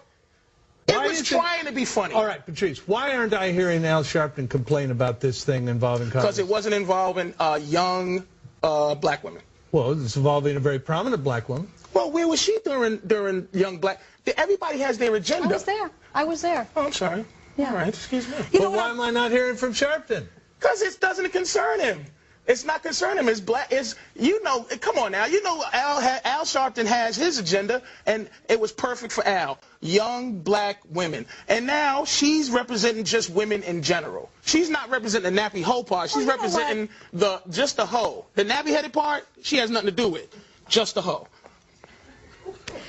It Why was is trying to be funny. All right, Patrice, why aren't I hearing Al Sharpton complain about this thing involving because Congress? it wasn't involving uh, young uh, black women. well, it's involving a very prominent black woman. Well, where was she during during young black? Everybody has their agenda. I was there. I was there. Oh, I'm sorry. Yeah. All right, excuse me. but why am I not hearing from Sharpton? Because it doesn't concern him. It's not concern him. It's black. It's you know. Come on now. You know Al ha- Al Sharpton has his agenda, and it was perfect for Al. Young black women, and now she's representing just women in general. She's not representing the nappy hoe part. She's know what? representing the just the hoe. The nappy headed part she has nothing to do with. Just the hoe.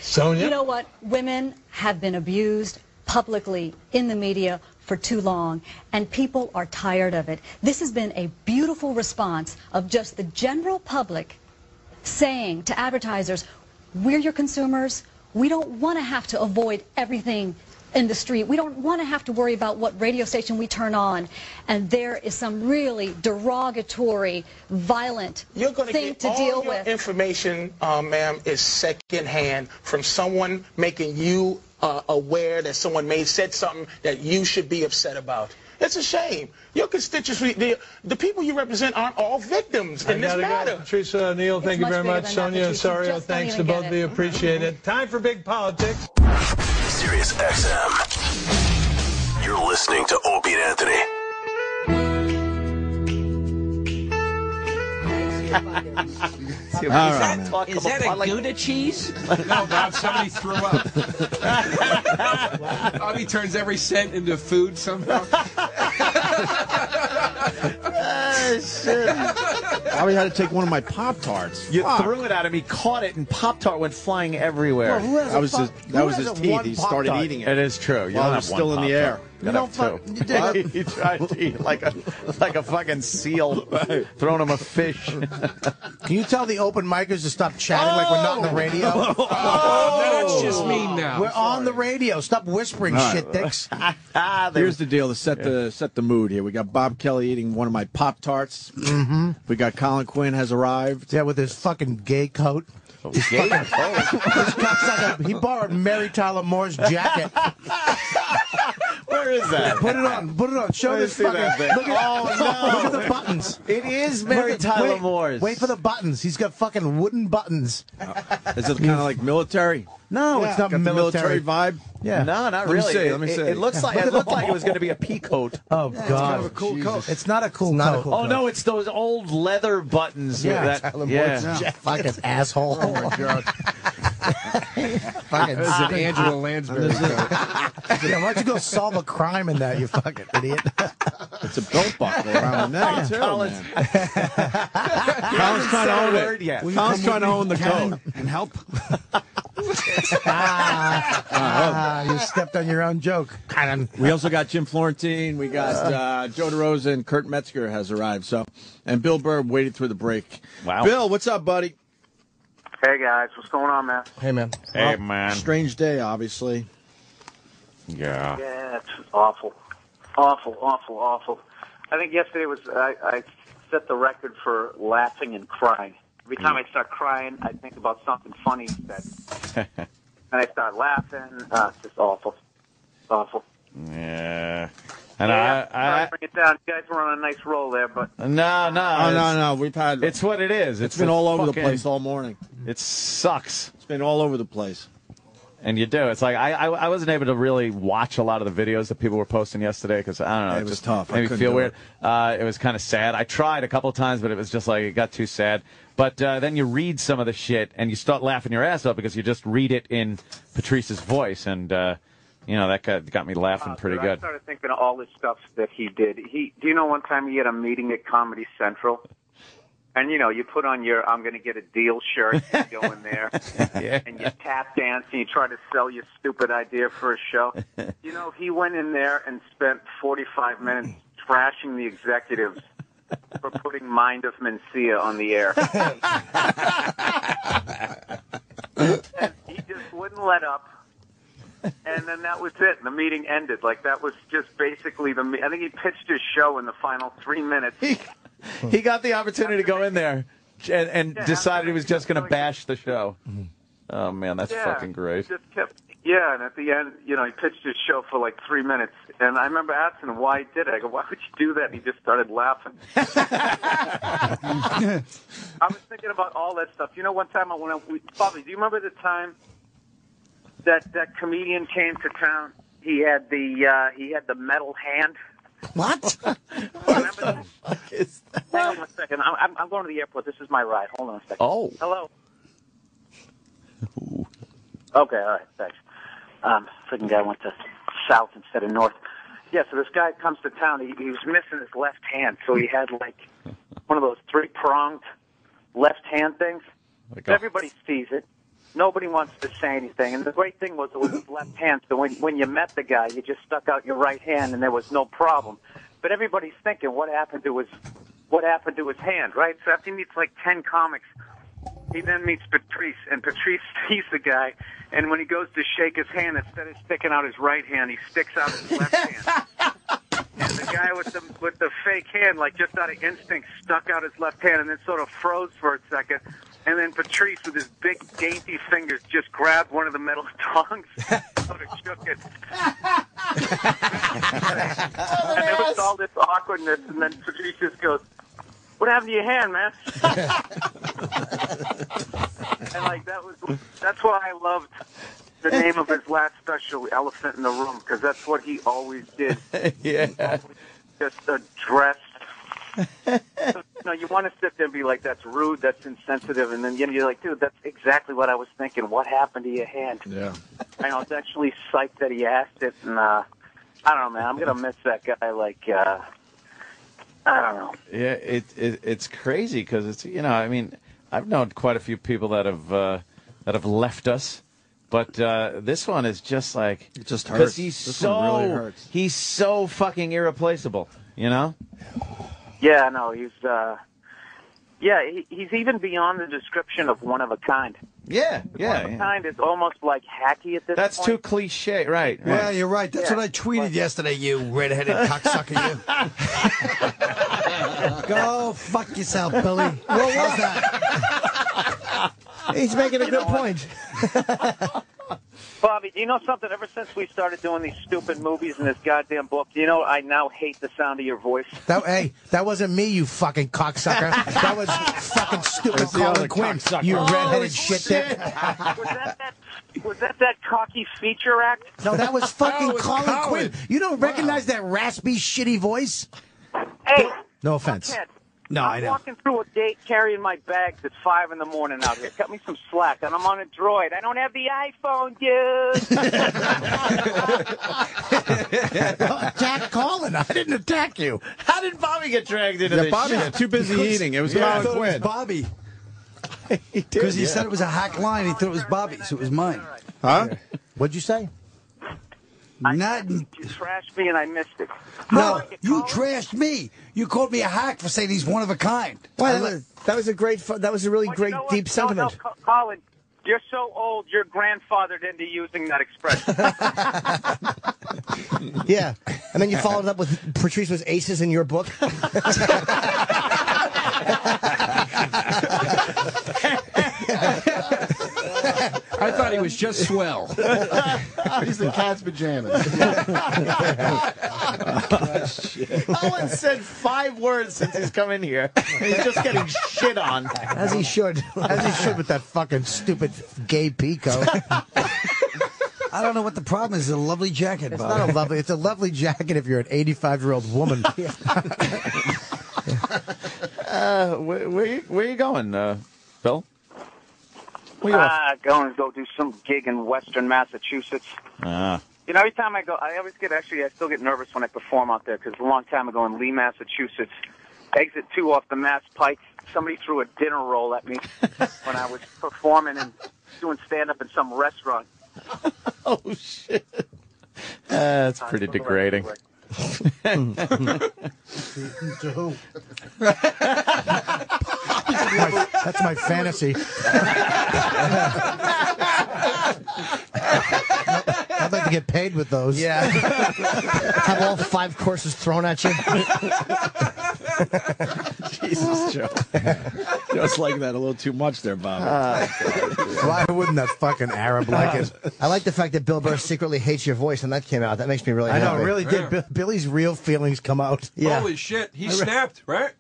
Sonia? You know what? Women have been abused publicly in the media for too long, and people are tired of it. This has been a beautiful response of just the general public saying to advertisers, we're your consumers. We don't want to have to avoid everything in the street. We don't want to have to worry about what radio station we turn on. And there is some really derogatory, violent You're going to thing get to all deal your with. information, uh, ma'am, is secondhand from someone making you uh, aware that someone may said something that you should be upset about. It's a shame. Your constituency, the, the people you represent aren't all victims in I this gotta go. matter. Teresa O'Neill, It's uh, thank you much very bigger much. than that, Sonia Patrice. You Osorio, just don't thanks to even both get of you. Appreciate it. Time for big politics. Sirius XM. You're listening to Opie and Anthony. All Is right, that, man. is that a Gouda cheese? no, Bob, somebody threw up. Bobby turns every cent into food somehow. Oh, shit. probably had to take one of my Pop Tarts. You threw it at him. He caught it, and Pop Tart went flying everywhere. Well, who has a That was Pop- his- that who was has his a teeth. one He started Pop-Tart? eating it. It is true. You While don't it have was one still in the air. Pop-Tart. You don't have two. he tried to eat like a like a fucking seal, throwing him a fish. Can you tell the open micers to stop chatting like we're not on the radio? Oh! that's just mean now. We're on the radio. Stop whispering All right. shit, dicks. Here's the deal to set the set the mood here. We got Bob Kelly eating one of my Pop Tarts. Mm-hmm. We got Colin Quinn has arrived. Yeah, with his fucking gay coat. His gay coat. he borrowed Mary Tyler Moore's jacket. Where is Yeah, put it on. Put it on. Show Let me this see fucking. that thing. Look at, Oh, no. look at the buttons. It is Mary Look at- Tyler wait, Moore's. Wait for the buttons. He's got fucking wooden buttons. Is it kind of like military? No, it's not Got the military. vibe. Yeah. No, Let not me really. see, It, let me it- see. it looks like Look it at looked the- like it was going to be a pea coat. Oh God, kind of a cool coat. It's not a cool coat. oh no, it's those old leather buttons. Yeah, with that, Tyler Moore's yeah. jacket. fucking asshole. Oh my God. fucking This is an stink. Angela Lansbury. Yeah, why don't you go solve a crime in that, you fucking idiot? It's a belt buckle around the neck too. Colin's- man. Colin's trying to own it. Colin's trying to own the coat. and help. Ah, you stepped on your own joke. Kind Uh, oh. We also got Jim Florentine. We got uh, Joe DeRosa and Kurt Metzger has arrived. So, and Bill Burr waited through the break. Wow, Bill, what's up, buddy? Hey guys, what's going on, man? Hey man. Hey man. Strange day, obviously. Yeah. Yeah, it's awful, awful, awful, awful. I think yesterday was I, I set the record for laughing and crying. Every time Mm. I start crying, I think about something funny that, and I start laughing. Uh, it's just awful, it's awful. Yeah. And yeah, I, sorry to bring it down. You guys were on a nice roll there, but I, no, no, Oh, it's- no, no. We've had. It's what it is. It's it's been a all over fucking- the place all morning. It sucks. It's been all over the place. And you do. It's like I, I, I wasn't able to really watch a lot of the videos that people were posting yesterday because I don't know. It was tough. I Made me couldn't feel do weird. Uh, it was kind of sad. I tried a couple of times, but it was just like it got too sad. But uh, then you read some of the shit and you start laughing your ass off because you just read it in Patrice's voice, and uh, you know that got, got me laughing pretty Dude, I good. started thinking of all the stuff that he did. He, do you know, one time he had a meeting at Comedy Central, and you know, you put on your "I'm going to get a deal" shirt, and you go in there, and you tap dance, and you try to sell your stupid idea for a show. You know, he went in there and spent 45 minutes trashing the executives for putting Mind of Mencia on the air. he just wouldn't let up. And then that was it. The meeting ended. Like that was just basically the. Me- I think he pitched his show in the final three minutes. He got the opportunity to go in there and, and decided he was just going to bash the show. Oh man, that's Mm-hmm. Yeah. fucking great. Just kept. Yeah, and at the end, you know, he pitched his show for like three minutes, and I remember asking him why he did it. I go, "Why would you do that?" And he just started laughing. I was thinking about all that stuff. You know, one time I went out. We, Bobby, do you remember the time that that comedian came to town? He had the uh, he had the metal hand. What? Hang on one second. I'm- I'm, I'm going to the airport. This is my ride. Hold on a second. Oh. Hello. Okay, all right, thanks. Um, freaking guy went to south instead of north. Yeah, so this guy comes to town. He, he was missing his left hand, so he had like one of those three pronged left hand things. Everybody sees it. Nobody wants to say anything. And the great thing was it was his left hand, so when, when you met the guy, you just stuck out your right hand and there was no problem. But everybody's thinking, what happened to his, what happened to his hand, right? So after he meets like 10 comics, he then meets Patrice, and Patrice sees the guy, and when he goes to shake his hand, instead of sticking out his right hand, he sticks out his left hand. And the guy with the with the fake hand, like just out of instinct, stuck out his left hand, and then sort of froze for a second. And then Patrice, with his big dainty fingers, just grabbed one of the metal tongs, sort of shook it. and there was all this awkwardness, and then Patrice just goes, "What happened to your hand, man?" and like that was that's why I loved the name of his last special, "Elephant in the Room," because that's what he always did. yeah. Just addressed. no, you want to sit there and be like, "That's rude. That's insensitive," and then you know, you're like, "Dude, that's exactly what I was thinking. What happened to your hand?" Yeah. And I was actually psyched that he asked it, and uh, I don't know, man. I'm gonna miss that guy. Like, uh, I don't know. Yeah, it, it it's crazy because it's you know I mean I've known quite a few people that have uh, that have left us, but uh, this one is just like it just hurts. Because he's This so one really hurts. he's so fucking irreplaceable. You know, Yeah, no, he's uh, yeah, he, he's even beyond the description of one of a kind. Yeah, one yeah. of a kind is almost like hacky at this. That's point. too cliche, right? Yeah, right. you're right. That's Yeah. what I tweeted yesterday, you redheaded cocksucker, you. Go fuck yourself, Billy. What was that? He's making a good point. Bobby, do you know something? Ever since we started doing these stupid movies and this goddamn book, do you know I now hate the sound of your voice. That, hey, that wasn't me, you fucking cocksucker. That was fucking stupid It's the other Colin Quinn. cocksucker. You Holy redheaded shit shit. Was that that cocky feature act? No, that was fucking Colin, Quinn. You don't recognize that raspy, shitty voice? Hey, No offense. Ted, No, I'm I know. walking through a gate carrying my bags at five in the morning out here. Cut me some slack, and I'm on a droid. I don't have the iPhone, dude. Jack Colin, I didn't attack you. How did Bobby get dragged into Yeah, this? Bobby shit? got too busy eating. It was Yeah. Colin Quinn. Bobby. Because he yeah. said it was a hack line. He thought it was Bobby, so it was mine. Huh? What'd you say? Not no. you trashed me, and I missed it. You trashed me. You called me a hack for saying he's one of a kind. Well, that was, that was a great, fu- that was a really great deep sentiment. Co- Colin, you're so old. You're grandfathered into using that expression. Yeah, and then you followed up with Patrice was aces in your book. I thought he was just swell. He's the cat's pajamas. Owen said five words since he's come in here. And he's just getting shit on. As he should. As he should with that fucking stupid gay Pico. I don't know what the problem is. It's a lovely jacket, It's Bob. not a lovely. It's a lovely jacket if you're an 85 year old woman. Uh, where, where, you, where you going, uh, Bill? Where you off? Ah, going to go do some gig in Western Massachusetts. Ah. You know, every time I go, I always get actually, I still get nervous when I perform out there because a long time ago in Lee, Massachusetts, exit two off the Mass Pike, somebody threw a dinner roll at me when I was performing and doing stand up in some restaurant. oh shit! Uh, that's pretty Something like- degrading. My- that's my fantasy. I'd like to get paid with those. Yeah. Have all five courses thrown at you. Jesus, Joe. Just like that a little too much there, Bob. Ah. Why wouldn't that fucking Arab like it? I like the fact that Bill Burr secretly hates your voice, and that came out. That makes me really I know, happy. it really did. Bill- Billy's real feelings come out. Holy shit, he I re- snapped, right?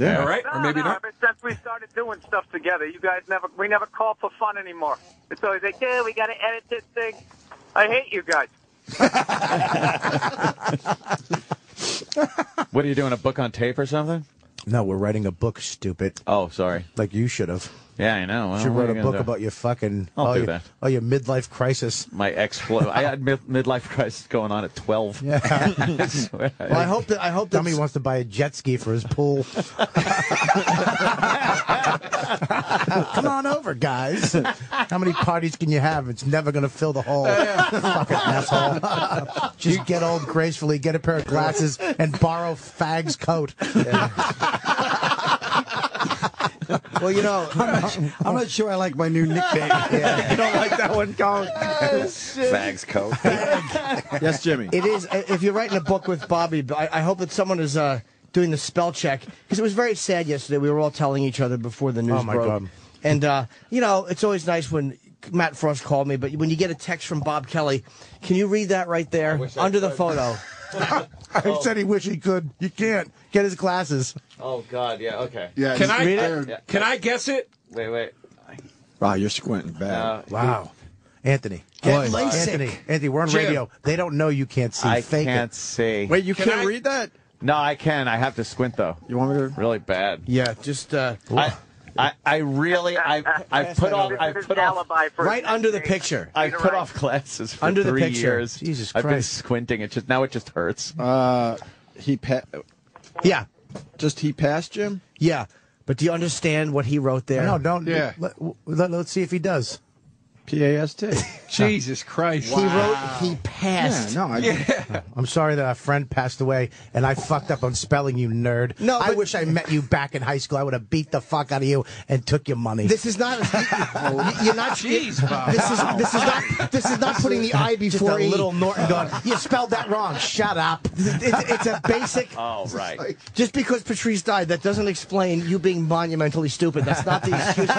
All right, Ah. or maybe not. Ever since we started doing stuff together, you guys never, we never call for fun anymore. It's always like, yeah, we got to edit this thing. I hate you guys. What are you doing? A book on tape or something? No, we're writing a book, stupid. Oh, sorry. Like you should have. Yeah, I know. Oh, Well, should what write are a you book gonna do? about your fucking I'll oh, do your, that. oh your midlife crisis. my explo. I had mid- midlife crisis going on at twelve. Yeah. I swear. Well, I hope that I hope Dummy wants to buy a jet ski for his pool. Come on over, guys. How many parties can you have? It's never going to fill the hole. Fucking asshole. Just get old gracefully, get a pair of glasses, and borrow Fag's coat. well, you know, I'm not, I'm not sure I like my new nickname. You don't like that one, Colin? Oh, Fags coat. yes, Jimmy. It is. If you're writing a book with Bobby, I, I hope that someone is uh, doing the spell check because it was very sad yesterday. We were all telling each other before the news Oh, my broke. God. And uh, you know, it's always nice when Matt Frost called me, but when you get a text from Bob Kelly, can you read that right there I under the could. photo? I said he wished he could. You can't. Get his glasses. Oh God. Yeah. Okay. Yeah, Can just I? read it. Yeah. Can I guess it? Wait. Wait. Wow, you're squinting bad. Uh, Wow. Anthony. Get Boy, LASIK. Anthony. Anthony, we're on Jim. radio. They don't know you can't see. I Fake can't it. see. Wait, you Can can't I- read that? No, I can. I have to squint though. You want me to? Really bad. Yeah. Just. Uh, I, I, I really, I, I put off, I put off, right under the picture. I put off glasses for Under the three picture. years. Jesus I've been Christ. squinting. It just now it just hurts. Uh, he Uh, pa- Yeah. Just he passed, Jim? Yeah. But do you understand what he wrote there? No, don't. Yeah. Let, let, us see if he does. P A S T. Jesus Christ. He wrote he passed. Yeah, no, I- Yeah. I'm sorry that our friend passed away and I fucked up on spelling you nerd. No, I wish I met you back in high school. I would have beat the fuck out of you and took your money. This is not. You're not. Jeez, Bob. This is this is not this is not putting the I Just before a E. little Norton going, you spelled that wrong. Shut up. It's, it's a basic. Oh, right. Just because Patrice died, that doesn't explain you being monumentally stupid. That's not the excuse.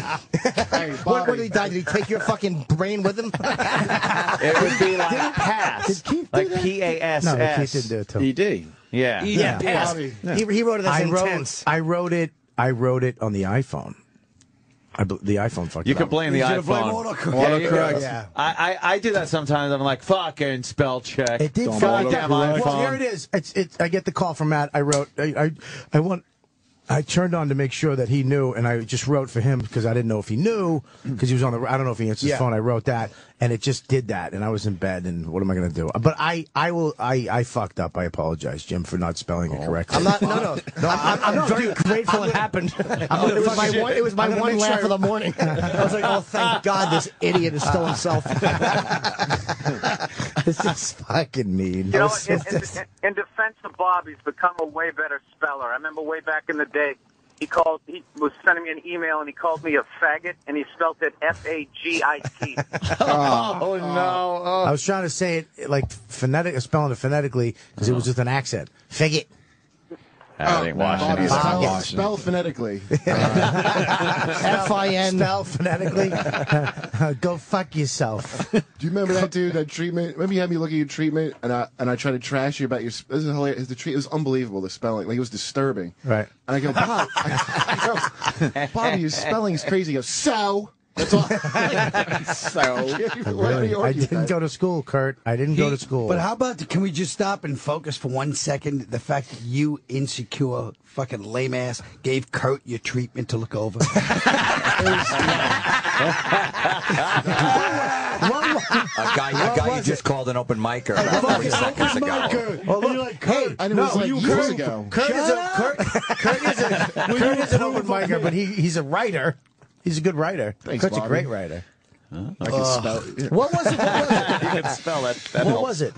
what, what did he die? Did he take your fucking brain with him? It would be like pass. like P A S No, S. Keith didn't do it till- ED. Yeah. Yeah. Passed. He, he wrote it as I wrote, intense. I wrote it. I wrote it on the iPhone. I bel the iPhone fucked You it can up. blame the iPhone. Yeah, you Autocorrect. could. Yeah. I, I I do that sometimes. I'm like fucking spell check. It did fuck goddamn up. iPhone. Well, here it is. It's, it's, I get the call from Matt. I wrote. I, I I want. I turned on to make sure that he knew, and I just wrote for him because I didn't know if he knew Mm. because he was on the. I don't know if he answered Yeah. his phone. I wrote that, and it just did that, and I was in bed. And what am I going to do? But I, I will. I, I fucked up. I apologize, Jim, for not spelling it correctly. Oh. I'm not. No, no. No, I'm, I'm very grateful it happened. it was my one, it was my one laugh of the morning. I was like, oh, thank God this idiot is still himself. this is fucking mean. You I know, was in, so in, in defense of Bob, he's become a way better speller. I remember way back in the day, he called, he was sending me an email, and he called me a faggot, and he spelled it F A G I T. Oh, no! uh, I was trying to say it like phonetic, spelling it phonetically because it was with an accent. Figget. Oh, I ain't watching either. Bob, I'm yeah, watching. spell phonetically. F I N. Spell phonetically. Go fuck yourself. Do you remember that dude? That treatment. Remember you had me look at your treatment, and I and I tried to trash you about your. sp- This is hilarious. The treat it was unbelievable. The spelling, like it was disturbing. Right. And I go, Bob, I, I go, Bobby, your spelling's crazy. He goes, so. That's all. so. Really? I didn't go to school, Kurt. I didn't go to school. But how about can we just stop and focus for one second? The fact that you insecure fucking lame ass gave Kurt your treatment to look over. A guy, a guy you just called an open micer about three seconds ago. Oh, Well, Oh, look, hey, and it was like years ago. Kurt is, a, Kurt, Kurt is, a, Kurt is an open micer, but he, he's a writer. He's a good writer. Thanks, Kurt's Bobby. a great writer. I can Ugh. spell it. What was it? What was it? You can spell it. What was it?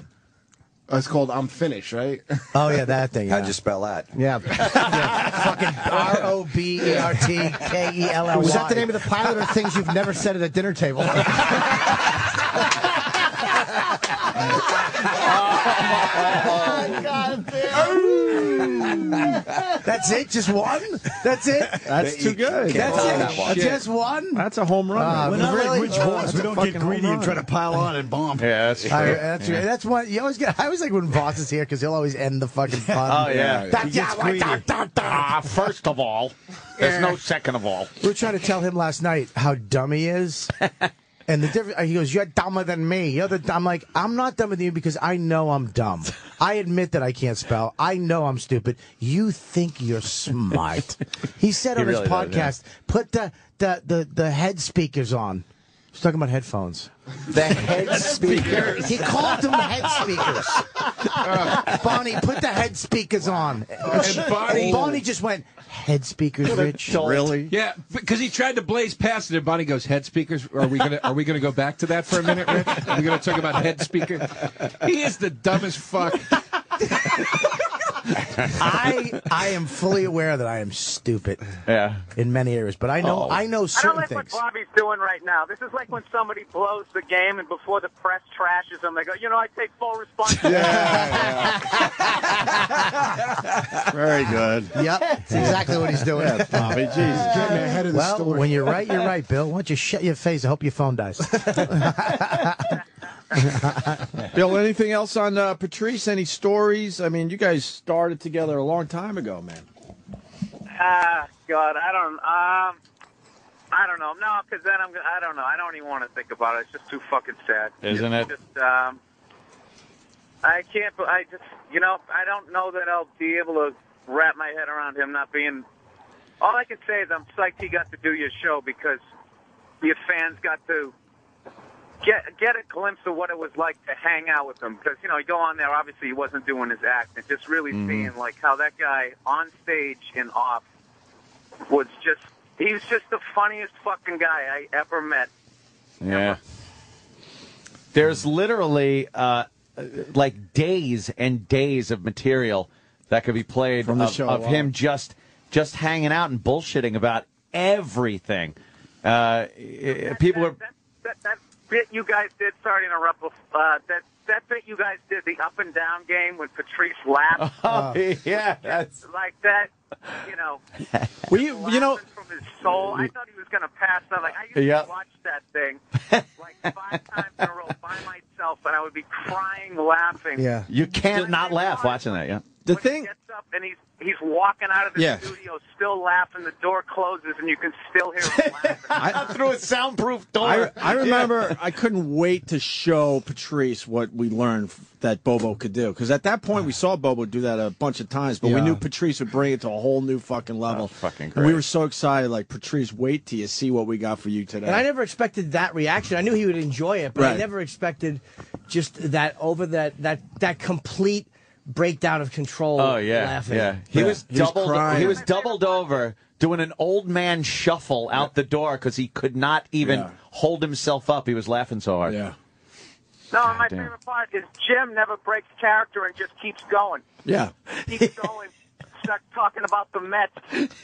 Uh, It's called I'm Finnish, right? Oh, yeah, that thing. How'd yeah. you spell that? Yeah. Fucking R O B E R T K E L L Y. Was that the name of the pilot or things you've never said at a dinner table? That's it? Just one? That's it? That's too good. That's Can't it? hold that one. Just one? That's a home run. Uh, right We're not there. like really? rich boys. We That's a don't get fucking home greedy and run. try to pile on and bomb. Yeah, that's true. I, that's right. That's one. You always get. I always like when Voss is here because he'll always end the fucking fun. Oh yeah. That's yeah. why- da- da- da. Ah, first of all, there's no second of all. We were trying to tell him last night how dumb he is. And the difference, he goes, "You're dumber than me." You're the. I'm like, I'm not dumber than you because I know I'm dumb. I admit that I can't spell. I know I'm stupid. You think you're smart? He said He on really his does, yeah. podcast, "Put the the the the head speakers on." He's talking about headphones. The head speaker. He called them head speakers. Uh. Bonnie, put the head speakers on. And Bonnie- And Bonnie just went, head speakers, Rich. Really? Yeah, because he tried to blaze past it, and Bonnie goes, "Head speakers? Are we gonna are we gonna go back to that for a minute, Rick? Are we gonna talk about head speaker? He is the dumbest fuck. I I am fully aware that I am stupid. Yeah. In many areas, but I know Oh. I know I don't certain like what things. Bobby's doing right now. This is like when somebody blows the game and before the press trashes them, they go, you know, I take full responsibility. Very good. Yep, that's exactly what he's doing. Yeah, Bobby, Jesus, get me ahead of the well, story. when you're right, you're right, Bill. Why don't you shut your face? I hope your phone dies. Bill, anything else on uh, Patrice? Any stories? I mean, you guys started together a long time ago, man. ah, God, I don't, um, I don't know. No, because then I'm, gonna- I don't know. I don't even want to think about it. It's just too fucking sad. Isn't It's it? Just, um, I can't. be- I just, you know, I don't know that I'll be able to wrap my head around him not being. All I can say is I'm psyched he got to do your show because your fans got to get get a glimpse of what it was like to hang out with him because you know you go on there obviously he wasn't doing his act and just really Mm-hmm. Mhm. seeing like how that guy on stage and off was just he was just the funniest fucking guy I ever met. Yeah. There's literally uh, like days and days of material that could be played From the of, show, of wow. him just just hanging out and bullshitting about everything. Uh, i- i- people are That that bit you guys did sorry to interrupt uh, that that bit you guys did the up and down game when Patrice laughed. Oh, yeah, Just like that, you know, Well, you, you know, from his soul. I thought he was gonna pass out. Like I used Yeah. to watch that thing like five times in a row by myself, and I would be crying laughing. you can't not laugh watching that. Yeah, the thing Up and he's he's walking out of the Yeah. studio still laughing. The door closes and you can still hear him laughing. through a soundproof I, I remember I couldn't wait to show Patrice what we learned that Bobo could do because at that point we saw Bobo do that a bunch of times, but we Yeah. knew Patrice would bring it to a whole new fucking level. fucking And we were so excited, like Patrice, wait till you see what we got for you today. And I never expected that reaction. I knew he would enjoy it, but I Right. never expected just that over that that that complete breakdown of control. Oh yeah, laughing. yeah. He was doubled. he was doubled over doing an old man shuffle out the door because he could not even Yeah. hold himself up. He was laughing so hard. Yeah. No, and my Goddamn. favorite part is Jim never breaks character and just keeps going. Yeah. Keeps going. Stuck talking about the Mets.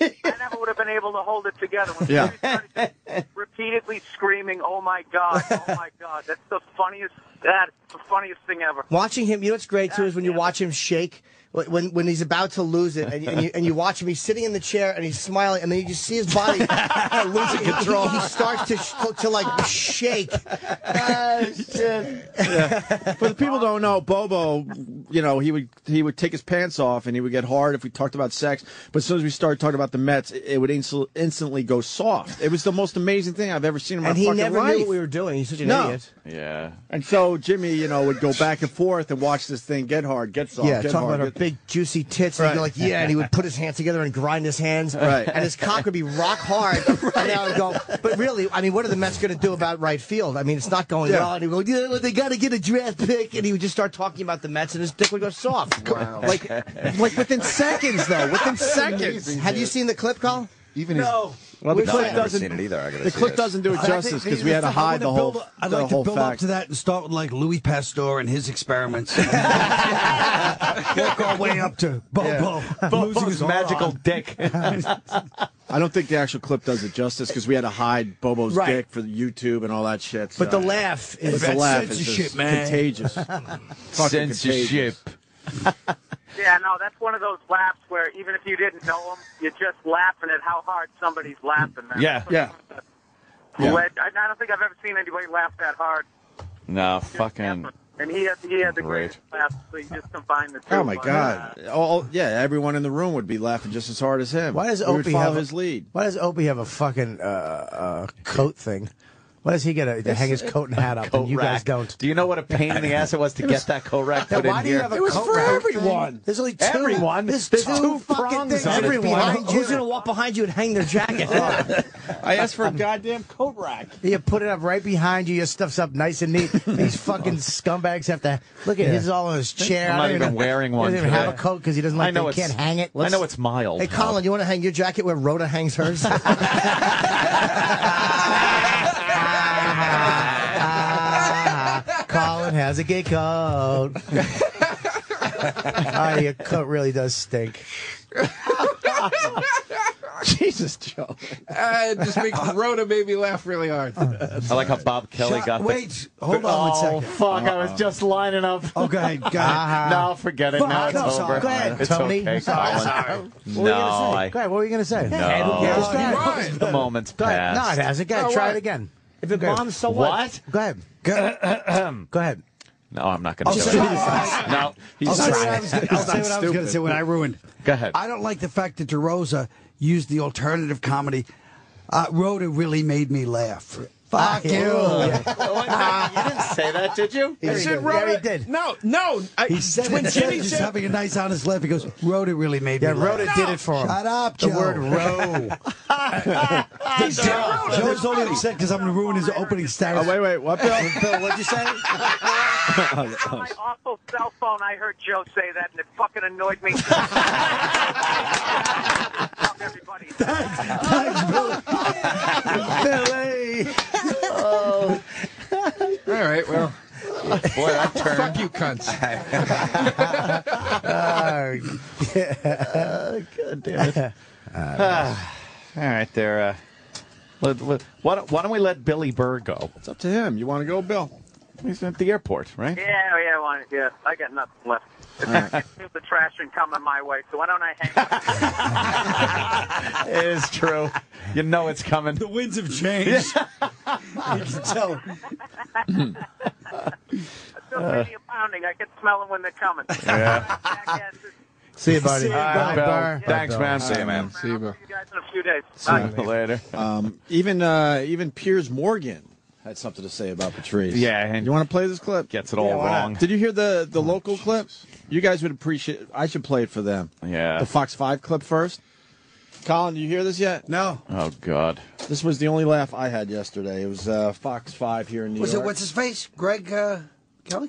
I never would have been able to hold it together. When Yeah. Jerry started just repeatedly screaming, "Oh my god! Oh my god!" That's the funniest. That's the funniest thing ever. Watching him, you know what's great too is when you watch him shake. wh- When when he's about to lose it, and, and, you, and you watch him, he's sitting in the chair and he's smiling, and then you just see his body losing control. He, he starts to sh- to like shake. Ah, but the people don't know Bobo. You know, he would he would take his pants off and he would get hard if we talked about sex. But as soon as we started talking about the Mets, it, it would insul- instantly go soft. It was the most amazing thing I've ever seen in my And he fucking never life. knew what we were doing. He's such an No. idiot. Yeah. And so Jimmy, you know, would go back and forth and watch this thing get hard, get soft. yeah, get talking hard, about her get- big juicy tits. And he'd be Right. like, yeah, and he would put his hands together and grind his hands. Right. And his cock would be rock hard. And I would go, but really, I mean, what are the Mets going to do about right field? I mean, it's not going Yeah. well. And he would go, yeah, well, they got to get a draft pick. And he would just start talking about the Mets, and his dick would go soft. Like, like within seconds, though. Within seconds. Have you seen the clip, Call? Even no. Well, the Which clip one? doesn't the clip doesn't do it I like justice the- because we had to I hide the wanna whole. build- I I the like whole to build fact. up to that and start with like Louis Pasteur and his experiments. Work our way up to Bobo. losing his magical dick. I don't think the actual clip does it justice because we had to hide Bobo's Right. dick for YouTube and all that shit. But so- the laugh But is- the That's laugh is censorship, just man. contagious. Fucking Censorship. contagious. Yeah, no, that's one of those laughs where even if you didn't know him, you're just laughing at how hard somebody's laughing. Man. Yeah. Yeah. Yeah. Led- I I don't think I've ever seen anybody laugh that hard. No, fucking. And he had, he had the Great. greatest laugh, so you just combine the two. Oh my Uh, god! All yeah, everyone in the room would be laughing just as hard as him. Why does We would Opie follow have a- his lead? Why does Opie have a fucking uh, uh, coat thing? Why does he get a, to hang his coat and hat up, Coat and you guys rack. don't? Do you know what a pain in the ass it was to It get was- that coat rack Now, put in why do you here? have a It was coat for rack thing? everyone. There's only two. Everyone. There's, There's two, two fucking prongs things. on it Everyone. behind Who's going to walk behind you and hang their jacket? Uh, I asked for a goddamn coat rack. You put it up right behind you. Your stuff's up nice and neat. These fucking scumbags have to look at Yeah. his all on his chair. I'm I not don't even wearing one He doesn't even have a today. coat because he doesn't I like. know that He it's- can't hang it. I know it's mild. Hey, Colin, you want to hang your jacket where Rhoda hangs hers? Colin has a gay coat. Ah, your coat really does stink. Jesus, Joe. Uh, it just makes Rhoda made me laugh really hard. I like how Bob Kelly Shut- got the- wait, hold on oh, one second. fuck. I was just lining up. Okay, go go ahead. ahead. No, Oh. forget it. Fuck, now it's no, over. sorry. Go ahead, it's Tony. okay, Sorry. Colin. Sorry. No, What were you gonna say? I- Go ahead, what were you going to No. say? Go ahead. The moment's Go ahead. passed. No, it hasn't. Go ahead. No, Try what? it again. If it Go ahead. bombs, so what? Go ahead. Go ahead. Go ahead. No, I'm not going to I'll do say it. what I- No, I'll he's say not. what trying. I was gonna- I'll say what I was gonna say when I ruined. Go ahead. I don't like the fact that DeRosa used the alternative comedy. Uh, Rhoda really made me laugh. Fuck you. you didn't say that, did you? He did. Yeah, he did. No, no. I, He said when it, instead Jimmy of just said, having a nice, honest laugh, he goes, Rhoda really made Yeah, me Rhoda laugh. did it for him. Shut up, The Joe. word row. He's Joe. Joe's only upset because I'm going to ruin his opening status. Oh, wait, wait. What, Bill? Bill, what'd you say? my awful cell phone. I heard Joe say that, and it fucking annoyed me. oh. All right, well. Boy, that turned. Fuck you, cunts. God damn it. Ah, all right, there. Uh, let, let- why, don't, why don't we let Billy Burr go? It's up to him. You want to go, Bill? He's at the airport, right? Yeah, yeah, I want it. Yeah, I got nothing left. the trash and coming my way, so why don't I hang up? it is true. You know it's coming. The winds have changed. you can tell. I feel plenty of pounding. I can smell them when they're coming. Yeah. See you, buddy. See you, All right, Bill. Bill. Thanks, man. See you, man. See you, bro. in a few days. later. Um, even uh, even Piers Morgan had something to say about Patrice. Yeah, and you want to play this clip? Gets it all why not? wrong. Did you hear the the local clip? You guys would appreciate. I should play it for them. Yeah. The Fox Five clip first. Colin, do you hear this yet? No. Oh, God. This was the only laugh I had yesterday. It was uh, Fox Five here in New Was it York. what's his face? Greg uh, Kelly?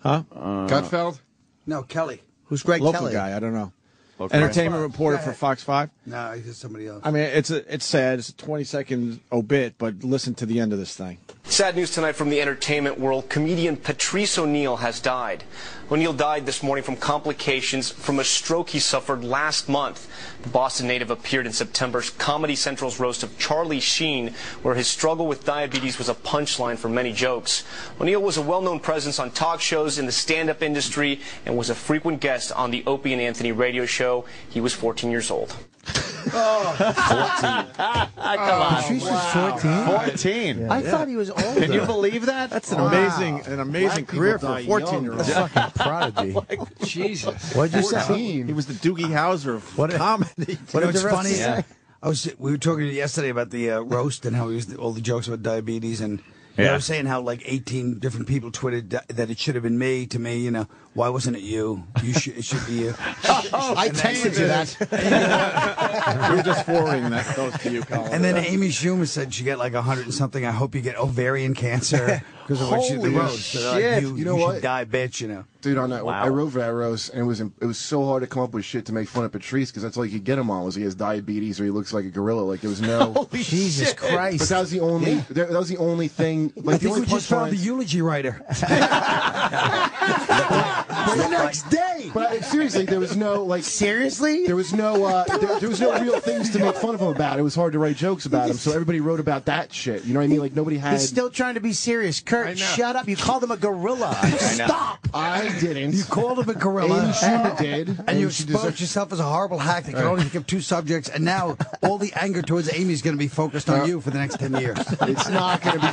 huh? Uh, Gutfeld? No, Kelly. Who's Greg local Kelly? guy? I don't know. Local Entertainment guy. reporter Yeah. for Fox Five. No, he's somebody else. I mean, it's a, it's sad. It's a 20 second obit, but listen to the end of this thing. Sad news tonight from the entertainment world. Comedian Patrice O'Neill has died. O'Neill died this morning from complications from a stroke he suffered last month. The Boston native appeared in September's Comedy Central's roast of Charlie Sheen, where his struggle with diabetes was a punchline for many jokes. O'Neill was a well-known presence on talk shows in the stand-up industry and was a frequent guest on the Opie and Anthony radio show. He was 14 years old. Come on. Patrice Wow. was 14? 14. I thought he was older. Can you believe that? That's an amazing an amazing career for a 14 year old. prodigy. Jesus. What'd you say? He was the Doogie Howser of What a- comedy. What you know, what's funny? is I was we were talking yesterday about the uh, roast and how he was all the jokes about diabetes and you know, I Yeah. was saying how like 18 different people tweeted that- that it should have been me to me. You know why wasn't it you? You should it should be you. I And then- texted you that. we were just forwarding that those to you, Colin. And then Amy Schumer said she got like 100 and something. I hope you get ovarian cancer because of what she the Holy roast. So they're shit. Like, you, You know you should what? die, bitch. You know. Dude, on that, Wow. I wrote for that roast, and it was it was so hard to come up with shit to make fun of Patrice because that's all you could get him on was he has diabetes or he looks like a gorilla. Like there was no Jesus shit. Oh, Christ. But that was the only that, that was the only thing. Like I the think only we just found the punchlines- eulogy writer. the next day. But I, seriously, there was no like. Seriously, there was no uh, there, there was no real things to make fun of him about. It was hard to write jokes about him, so everybody wrote about that shit. You know what I mean? Like nobody had. He's still trying to be serious. Kurt, shut up. You called him a gorilla. Stop! I didn't. You called him a gorilla. Amy Schumer did, and, And you she exposed deserved. yourself as a horrible hack that can Right. only pick up two subjects, and now all the anger towards Amy is going to be focused on Uh, you for the next 10 years. It's not going to be.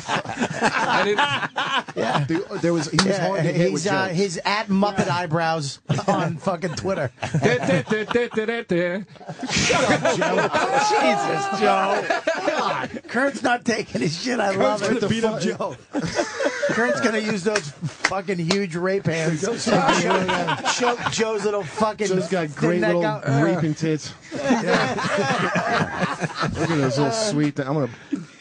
yeah, there, there was. He was Yeah, hard to hit with he's, uh, jokes. he's at Muppet Eyebrows on fucking Twitter. Jesus, Joe. Kurt's not taking his shit. I love it. Joe. Kurt's gonna use those fucking huge rape hands. Joe's- and choke, choke Joe's little fucking. Joe's got thing great that little got- uh, raping tits. Look at those little sweet. Th- I'm gonna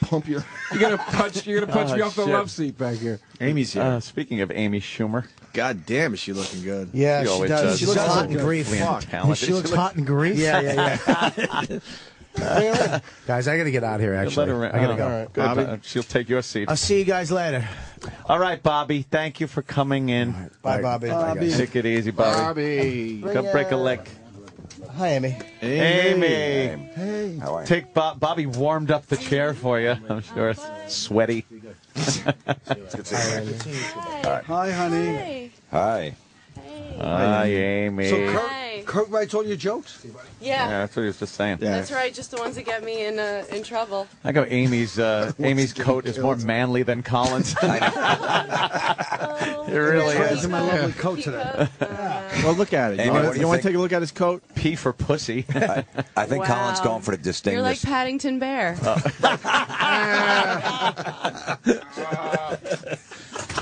pump you. You're gonna punch. You're gonna punch Oh, me off the shit. love seat back here. Amy's here. Uh, speaking of Amy Schumer, God damn, is she looking good? Yeah, she, always uh, does. does. She looks So hot in good. grief. Fuck. Talented. She looks She hot in grief. Yeah, yeah, yeah. Guys, I gotta get out of here. Let Actually, her in. I gotta Oh, go. Good. Uh, She'll take your seat. I'll see you guys later. All right, Bobby. Thank you for coming in. Bye, Bobby. Bobby. Take it easy, Bobby. Bobby. Come break a leg. Hi, Amy. Amy. Hey. How are Take Bob. Bobby warmed up the chair for you. I'm sure it's sweaty. Hi, honey. Hi. Hi, Amy. So Kurt, Hey. Kurt writes all your jokes. Yeah. Yeah, that's what he was just saying. That's right, just the ones that get me in uh, in trouble. I go. Amy's uh, Amy's coat is more manly than Collins. it really Where's is. my lovely coat today? Well, look at it. Amy, You what want, do you you want to think? take a look at his coat? P for pussy. I, I think Wow. Colin's going for the distinguished. Oh. You're like Paddington Bear.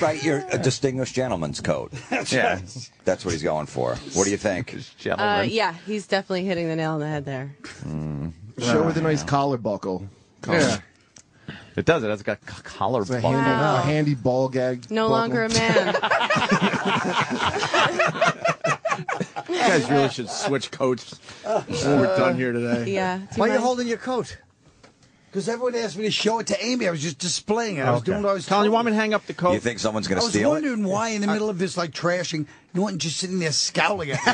right, you're a distinguished gentleman's coat. yeah, that's what he's going for. What do you think, Uh, yeah, he's definitely hitting the nail on the head there. Mm. Show with a nice collar buckle. Yeah. It does. It has got c- collar It's a buckle. handy, Wow. a handy ball gag. No buckle. longer a man. You guys really Oh should switch coats when we're done here today. Yeah. Why are you holding your coat? Because everyone asked me to show it to Amy. I was just displaying it. I was Okay. doing what I was Colin, you told. want me to hang up the coat? You think someone's gonna I was steal it? wondering why, in the middle of this, like, trashing, you weren't just sitting there scowling at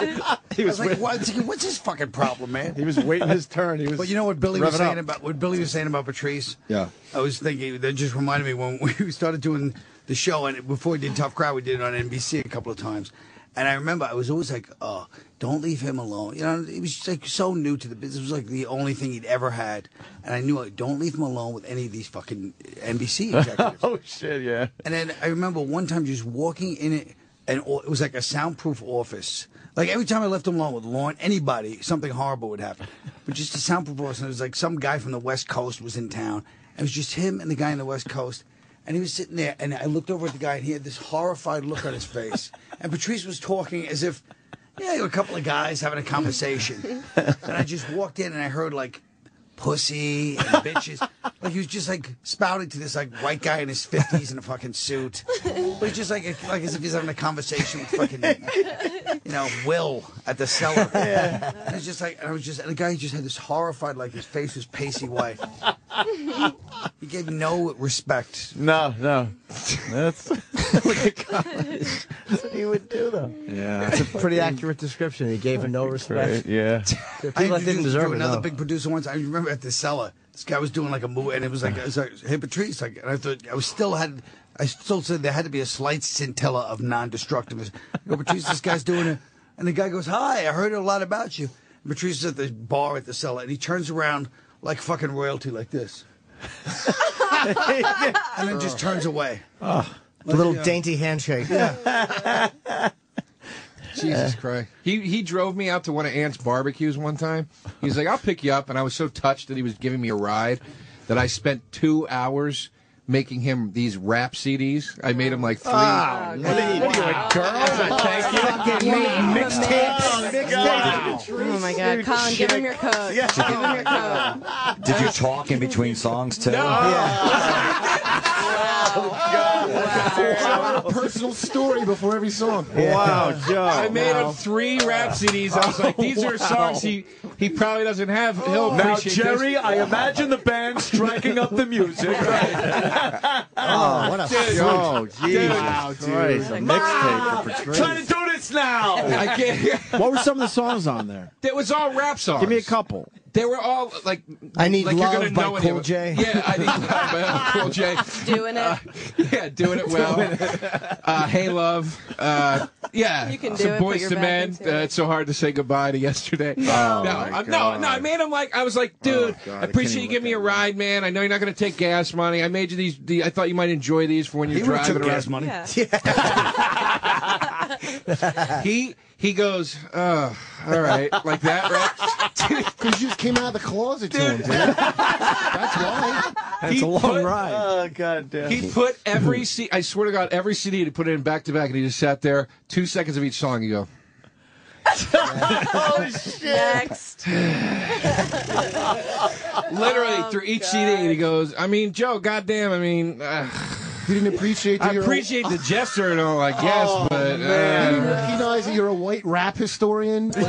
me. He I was like, why- I was thinking, what's his fucking problem, man? He was waiting his turn. He was. But you know what Billy was revving saying up. about what Billy was saying about Patrice. Yeah. I was thinking that just reminded me when we started doing the show and before we did Tough Crowd, we did it on NBC a couple of times, and I remember I was always like, "Oh, don't leave him alone." You know, he was just, like so new to the business. It was like the only thing he'd ever had, and I knew like, don't leave him alone with any of these fucking NBC executives. oh shit, yeah. And then I remember one time just walking in it, and all- it was like a soundproof office. Like every time I left him alone with Lauren, anybody, something horrible would happen. But just a soundproof office, and it was like some guy from the West Coast was in town. It was just him and the guy in the West Coast. And he was sitting there, and I looked over at the guy, and he had this horrified look on his face. And Patrice was talking as if, yeah, you were a couple of guys having a conversation. and I just walked in, and I heard like pussy and bitches. like he was just like spouting to this like white guy in his fifties in a fucking suit. But he's just like like as if he's having a conversation with fucking you know Will at the cellar. And it's just like and I was just and the guy just had this horrified like his face was pasty white. he gave no respect. No, no. That's That's what he would do, though. yeah. It's a pretty accurate description. He gave him no Right, respect. yeah. The people that introduced didn't him deserve to it. Another no. big producer once. I remember at the cellar, this guy was doing like a movie, and it was like, it was like "Hey Patrice," like, and I thought I was still had, I still said there had to be a slight scintilla of non-destructiveness. I go, Patrice, this guy's doing it, and the guy goes, "Hi, I heard a lot about you." And Patrice is at the bar at the cellar, and he turns around like fucking royalty, like this, and then just turns away. Ah. A little dainty handshake. Jesus Christ. He he drove me out to one of Ant's barbecues one time. He was like, I'll pick you up. And I was so touched that he was giving me a ride that I spent two hours making him these rap CDs. I made him like three. Ah, what are Oh, you, a girl? Thank you. Fucking Oh my God, Colin, give him your coat. Give him your coat. Did you talk in between songs too? Tell a personal story before every song. I made him three rap CDs. I was like, these are songs he he probably doesn't have. He'll Now, appreciate Jerry, this. I imagine the band striking up the music. Oh, what a Dude. freak. Oh, Dude. Jesus Christ. A Ma! mixtape for Patrice. Trying to do this now. Oh, I can't. What were some of the songs on there? It was all rap songs. Give me a couple. They were all like, I Need like you're Love gonna by know it Cool here. J. Yeah, I need love by Cool J. Uh, Doing it. Yeah, doing it well. Uh, hey, love. Uh, yeah, You can do some it, put boys your to back men. into Uh, it's so hard to say goodbye to yesterday. No. no, Oh, my I- no, God. no. I made him like I was like, dude, God, I I can't even appreciate you giving me a ride, man. I know you're not gonna take gas money. I made you these. The, I thought you might enjoy these for when He you're would've driving took around. gas money. Yeah. he he goes, uh, all right, like that, right? Because you just came out of the closet to him, dude. That's He a long put- ride. Oh god damn. He put every C. I swear to God, every CD he put it in back to back, and he just sat there. Two seconds of each song, you go. oh, shit. Next. Literally through each CD, and he goes. I mean, Joe, goddamn. I mean, uh, you didn't appreciate. I your- appreciate the gesture and all, I guess, Oh, but You didn't uh, recognize that you're a white rap historian? Like,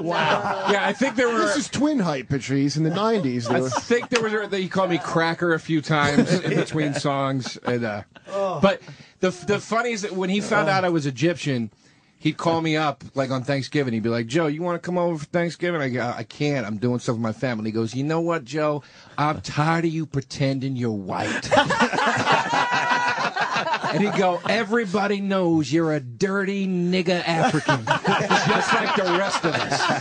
you- wow. yeah, I think there were. This is twin hype, Patrice, in the 90s. They I were- think there was they called me cracker a few times in between songs, and uh, but the the funny is that when he found out I was Egyptian, he'd call me up like on Thanksgiving. He'd be like, "Joe, you want to come over for Thanksgiving?" I go, "I can't. I'm doing stuff with my family." He goes, "You know what, Joe? I'm tired of you pretending you're white." and he'd go, Everybody knows you're a dirty nigga African, just like the rest of us.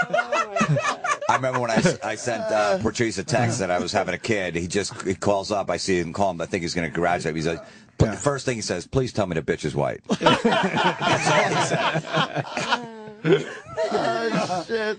I remember when I, s- I sent uh, Patrice a text that I was having a kid. He just he calls up. I see him call him. I think he's going to graduate. He's like, pl- first thing he says, please tell me the bitch is white. shit.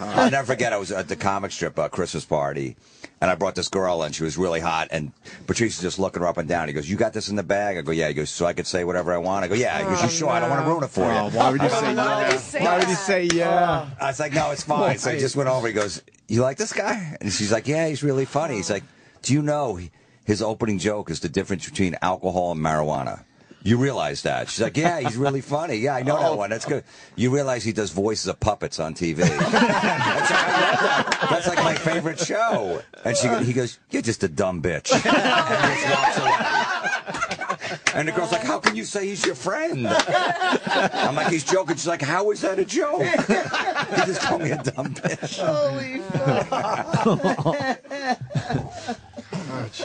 I'll never forget. I was at the comic strip uh, Christmas party, and I brought this girl in. She was really hot, and Patrice is just looking her up and down. He goes, "You got this in the bag?" I go, "Yeah." He goes, "So I could say whatever I want?" I go, "Yeah." He goes, "You sure? I don't want to ruin it for Oh, you." why would you I go, say "No, yeah? I just say Why would that." you say yeah? I was like, "No, it's fine." So I just went over. He goes, "You like this guy?" And she's like, "Yeah, he's really funny." He's like, "Do you know he- his opening joke is the difference between alcohol and marijuana?" You realize that? She's like, "Yeah, he's really funny. Yeah, I know that one. That's good." You realize he does voices of puppets on TV. That's like my favorite show. And she, he goes, "You're just a dumb bitch." and, just walks away. And the girl's like, "How can you say he's your friend?" I'm like, "He's joking." She's like, "How is that a joke?" he just called me a dumb bitch. Holy Oh, Uh, Jesus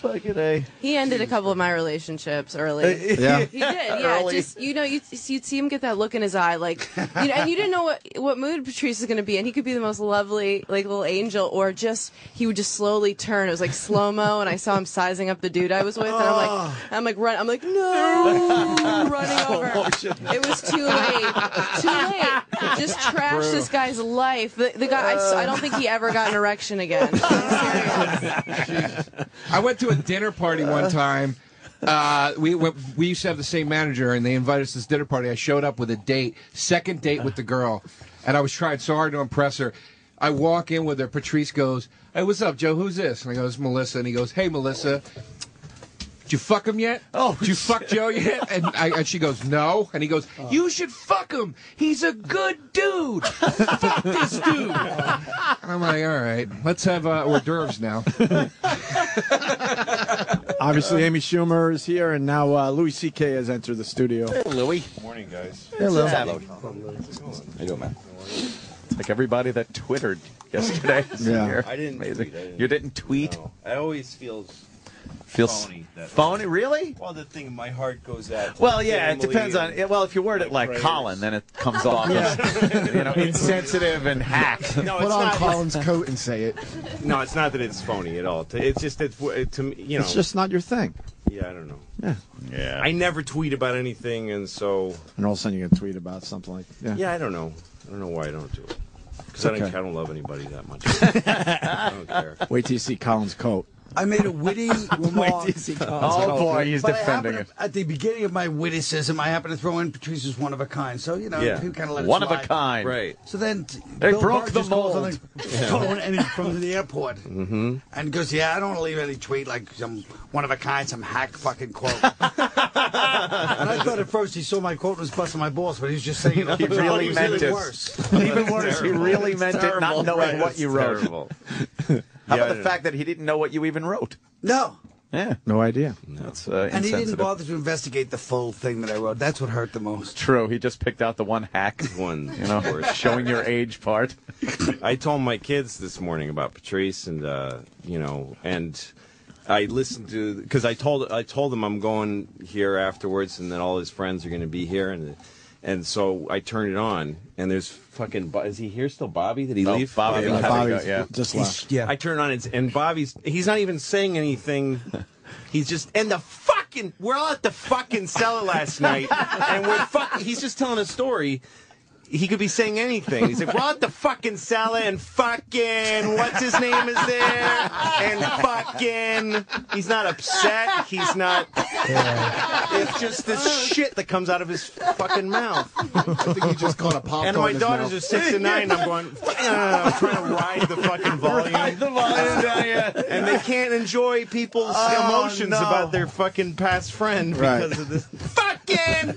Christ. Fucking A. He ended a couple of my relationships early. Yeah. he did. Yeah, Early. just you know, you you'd see him get that look in his eye, like, you know, and you didn't know what what mood Patrice was going to be, and he could be the most lovely, like little angel, or just he would just slowly turn. It was like slow mo, and I saw him sizing up the dude I was with, and I'm like, I'm like run, I'm like no, running over. It was too late, too late. Just trash Brutal. this guy's life. The, the guy, I s- I don't think he ever got an erection again. I went to a dinner party one time. Uh, we went, we used to have the same manager, and they invited us to this dinner party. I showed up with a date, second date with the girl, and I was trying so hard to impress her. I walk in with her. Patrice goes, "Hey, what's up, Joe? Who's this?" And I go, "It's Melissa." And he goes, "Hey, Melissa." Did you fuck him yet? Oh, did you fuck Joe yet? And, I, and she goes, no. And he goes, Oh. you should fuck him. He's a good dude. fuck this dude. And I'm like, all right, let's have uh, hors d'oeuvres now. Obviously, Amy Schumer is here, and now uh, Louis C.K. has entered the studio. Louis. Morning, guys. Hello. How you doing, man? It's like everybody that twittered yesterday. is Yeah. here. I didn't Amazing. tweet, I didn't- You didn't tweet? I always feel Feels phony. That phony, really? Well, the thing my heart goes out. to Well, the yeah, it family depends on. and- yeah, Well, if you word it like Prayers. Colin, then it comes off as you know insensitive and hack. No, Put it's on not- Colin's coat and say it. No, it's not that it's phony at all. To- It's just that w- to me, you know. It's just not your thing. Yeah, I don't know. Yeah. Yeah. I never tweet about anything, and so And all of a sudden, you're gonna tweet about something like yeah, yeah. I don't know. I don't know why I don't do it. Because I, don't, Okay. I don't love anybody that much. I don't care. Wait till you see Colin's coat. I made a witty remark. Oh, boy, he's But I defending happened to- At the beginning of my witticism, I happened to throw in Patrice's one of a kind. So, you know, Yeah. he kind of let it One of a slide. kind. Right. So then They Bill broke Burr the just calls on mold. the Yeah. phone and he's from the airport. Mm-hmm. And goes, yeah, I don't want to leave any tweet like some one of a kind, some hack fucking quote. and I thought at first he saw my quote and was busting my balls, but he was just saying it. He really was meant even it. worse. Even worse, he really It's meant it, terrible. not knowing Right, what you it's wrote. terrible. How Yeah, I about the don't fact that he didn't know what you even wrote? No. Yeah. No idea. That's uh, And he didn't insensitive. bother to investigate the full thing that I wrote. That's what hurt the most. True. He just picked out the one hack. One, you know, worst. showing your age part. I told my kids this morning about Patrice, and uh, you know, and I listened to because I told I told them I'm going here afterwards, and then all his friends are going to be here, and and so I turned it on, and there's fucking Bo- is he here still? Oh, Bobby? Did he No, leave? Bobby left. Bobby's Bobby's yeah. just He's- left. Yeah. I turned it on, and, and Bobby's he's not even saying anything. He's just and the fucking we're all at the fucking cellar last night, and we're fucking. He's just telling a story he could be saying anything. He's like, we're at the fucking cellar and fucking what's his name is there and fucking. He's not upset. He's not. It's just this shit that comes out of his fucking mouth. I think he just caught a popcorn. And my in his daughters mouth. are six and nine. And I'm going. "Uh," I'm trying to ride the fucking volume. and they can't enjoy people's Oh, emotions no. about their fucking past friend Right. because of this fucking.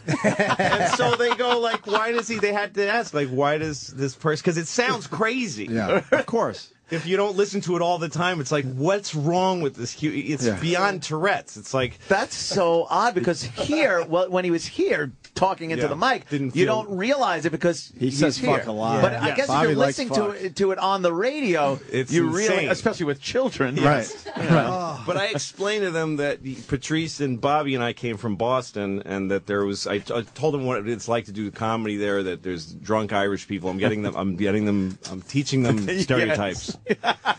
and so they go like, "Why does he?" They had to ask like, "Why does this person?" Because it sounds crazy. Yeah, of course. if you don't listen to it all the time, it's like, what's wrong with this? hu- It's Yeah. beyond Tourette's. It's like that's so odd because here, well, when he was here talking into Yeah. the mic, Didn't you feel- don't realize it because He he's says fuck here. a lot. But Yeah. I Yeah. guess Bobby if you're likes listening fuck. to it, to it on the radio, It's you really, insane. especially with children, Yes. Uh, But I explained to them that Patrice and Bobby and I came from Boston, and that there was. I, I told them what it's like to do comedy there. That there's drunk Irish people. I'm getting them. I'm getting them. I'm teaching them Yes. stereotypes. The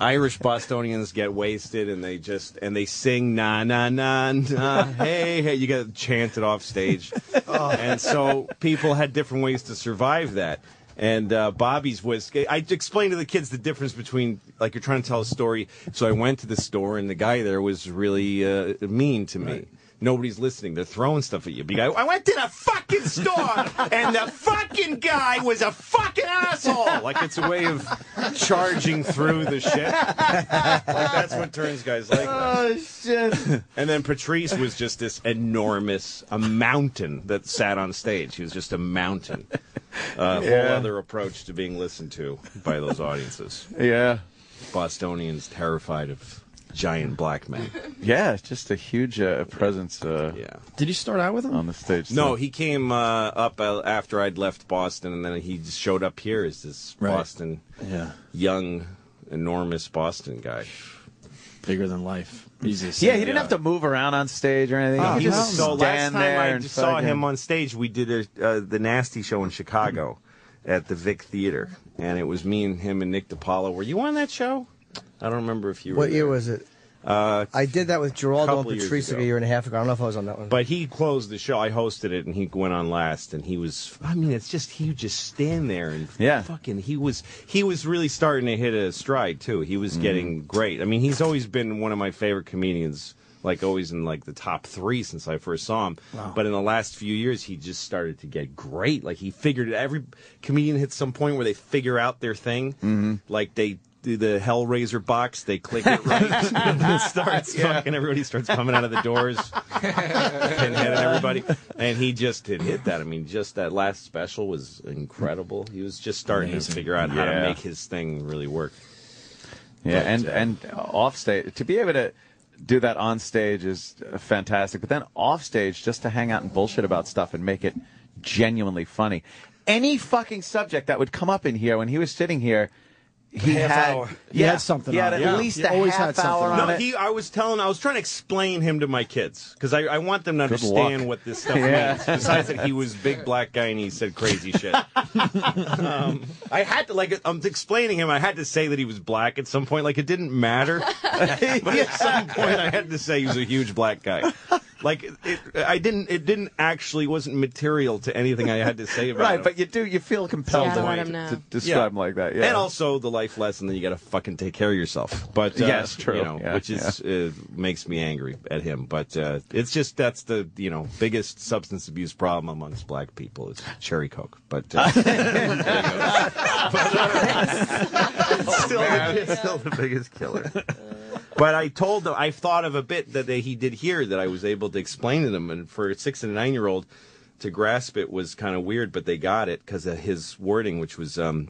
Irish Bostonians get wasted, and they just and they sing na na na na. Hey hey, you got chanted off stage, and so people had different ways to survive that. And uh, Bobby's was. I explained to the kids the difference between like you're trying to tell a story. So I went to the store, and the guy there was really uh, mean to me. Nobody's listening. They're throwing stuff at you. But you go, I went to the fucking store, and the fucking guy was a fucking asshole. oh, Like it's a way of charging through the shit. Like, that's what turns guys like. Oh shit! And then Patrice was just this enormous, a mountain that sat on stage. He was just a mountain. Uh, Yeah. Whole other approach to being listened to by those audiences. Yeah. Bostonians terrified of giant black men. Yeah, it's just a huge uh, presence. Uh, yeah. Did you start out with him on the stage? No, so- he came uh, up uh, after I'd left Boston, and then he just showed up here as this Right. Boston, Yeah. young, enormous Boston guy. Bigger than life. He's yeah, he didn't have to move around on stage or anything. he he was just so last stand there time I and just saw fucking- him on stage, we did a, uh, the Nasty Show in Chicago at the Vic Theater, and it was me and him and Nick DiPaolo. Were you on that show? I don't remember if you were. What year there. was it? Uh, I did that with Geraldo Couple and years Patrice like a ago. year and a half ago. I don't know if I was on that one. But he closed the show. I hosted it, and he went on last. And he was, I mean, it's just he would just stand there and yeah. fucking. He was he was really starting to hit a stride too. He was getting great. I mean, he's always been one of my favorite comedians. Like always in like the top three since I first saw him. But in the last few years, he just started to get great. Like he figured it. Every comedian hits some point where they figure out their thing. Mhm. Like they. Do the Hellraiser box? They click it right. and it starts Yeah. fucking. Everybody starts coming out of the doors. Pinhead and everybody. And he just did hit that. I mean, just that last special was incredible. He was just starting Amazing. to figure out how to Yeah. make his thing really work. Yeah, But, and uh, and off stage to be able to do that on stage is uh, fantastic. But then off stage, just to hang out and bullshit about stuff and make it genuinely funny. Any fucking subject that would come up in here when he was sitting here, he Half had hour. Yeah, He had at least a half hour on no, it. he. I was telling. I was trying to explain him to my kids because I, I want them to Good luck. understand what this stuff Yeah. means. Besides that, he was a big black guy and he said crazy shit. um, I had to like. I'm explaining him. I had to say that he was black at some point. Like it didn't matter. but at some point, I had to say he was a huge black guy. Like it, it- I didn't. It didn't actually wasn't material to anything I had to say about right, him. but you do you feel compelled Yeah, to, let him to- know. to describe Yeah. him like that. Yeah, And also the life lesson that you got to fucking take care of yourself. But uh, Yes, true. You know, Yeah, which is uh, makes me angry at him. But uh, it's just that's the you know biggest substance abuse problem amongst black people is cherry coke. But uh, still, the, it's still the biggest killer. But I told them I thought of a bit that they, he did here that I was able to explain to them, and for a six and a nine year old to grasp it was kind of weird, but they got it because of his wording, which was um,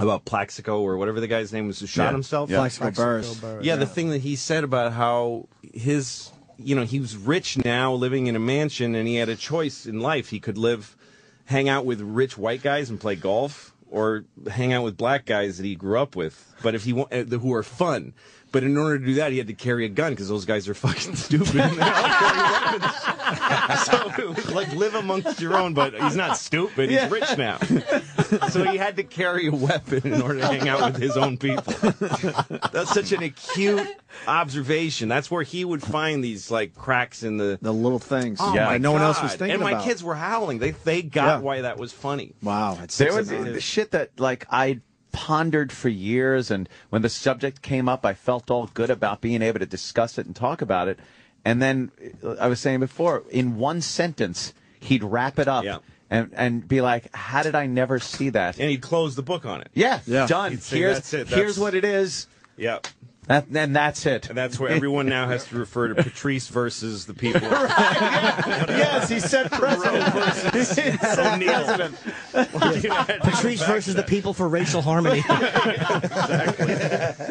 about Plaxico or whatever the guy's name was who shot Yeah. himself. Yeah. Plaxico Plaxico Burress. Burress, Yeah, the yeah. thing that he said about how his, you know, he was rich now, living in a mansion, and he had a choice in life. He could live, hang out with rich white guys and play golf, or hang out with black guys that he grew up with, but if he wa- uh, who are fun. But in order to do that, he had to carry a gun because those guys are fucking stupid. and they all carry weapons. so it was like live amongst your own, but he's not stupid. He's Yeah. rich now, so he had to carry a weapon in order to hang out with his own people. That's such an acute observation. That's where he would find these like cracks in the the little things. Oh yeah, my no one else was God. thinking And my about. kids were howling. They they got Yeah. why that was funny. Wow, there was the shit that like I pondered for years, and when the subject came up, I felt all good about being able to discuss it and talk about it. And then uh, I was saying before, in one sentence, he'd wrap it up and and be like, "How did I never see that?" And he'd close the book on it. Yeah, done. He'd say, here's "That's it. here's That's- what it is. Yeah. That, and that's it. And that's where everyone now has to refer to Patrice versus the people. yes, he said president. he said president. Patrice versus the people for racial harmony.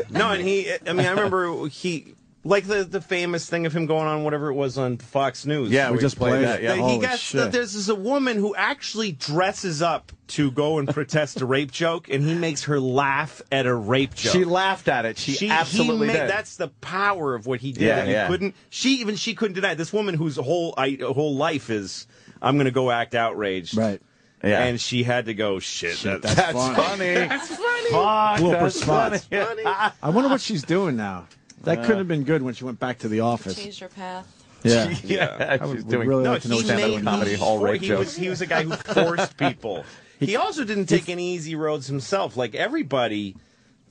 No, and he. I mean, I remember he. Like the, the famous thing of him going on whatever it was on Fox News. Yeah, we Where just he- played that, yeah. he Holy got shit. that there's this a woman who actually dresses up to go and protest a rape joke, and he makes her laugh at a rape joke. She laughed at it. She, he absolutely made- did. That's the power of what he did. Yeah, that you yeah. couldn't. She even she couldn't deny it. this woman whose whole I, whole life is I'm going to go act outraged. Right. Yeah. And she had to go shit. that's funny. That's funny. Blooper that's spots. funny. Ah. I wonder what she's doing now. That Uh, couldn't have been good when she went back to the office. Changed her path. Yeah, Yeah. I would She's doing- really No, like to know he what that made was. comedy hall rape he joke. was he was a guy who forced people. He also didn't take any easy roads himself. Like everybody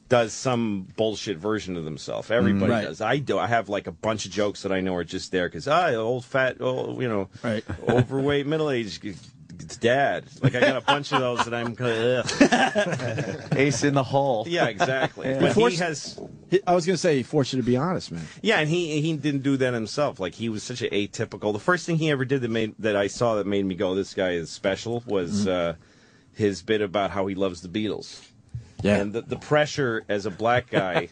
does some bullshit version of themselves. Everybody Right. does. I do. I have like a bunch of jokes that I know are just there because ah, old fat, old, you know, Right. overweight middle aged dad. Like I got a bunch of those that I'm. Ugh. Ace in the hole. Yeah, exactly. Yeah. But he Forced- has. I was gonna say he forced you to be honest, man. Yeah, and he he didn't do that himself. Like he was such an atypical. The first thing he ever did that made that I saw that made me go, "This guy is special." Was uh, his bit about how he loves the Beatles. Yeah. And the, the pressure as a black guy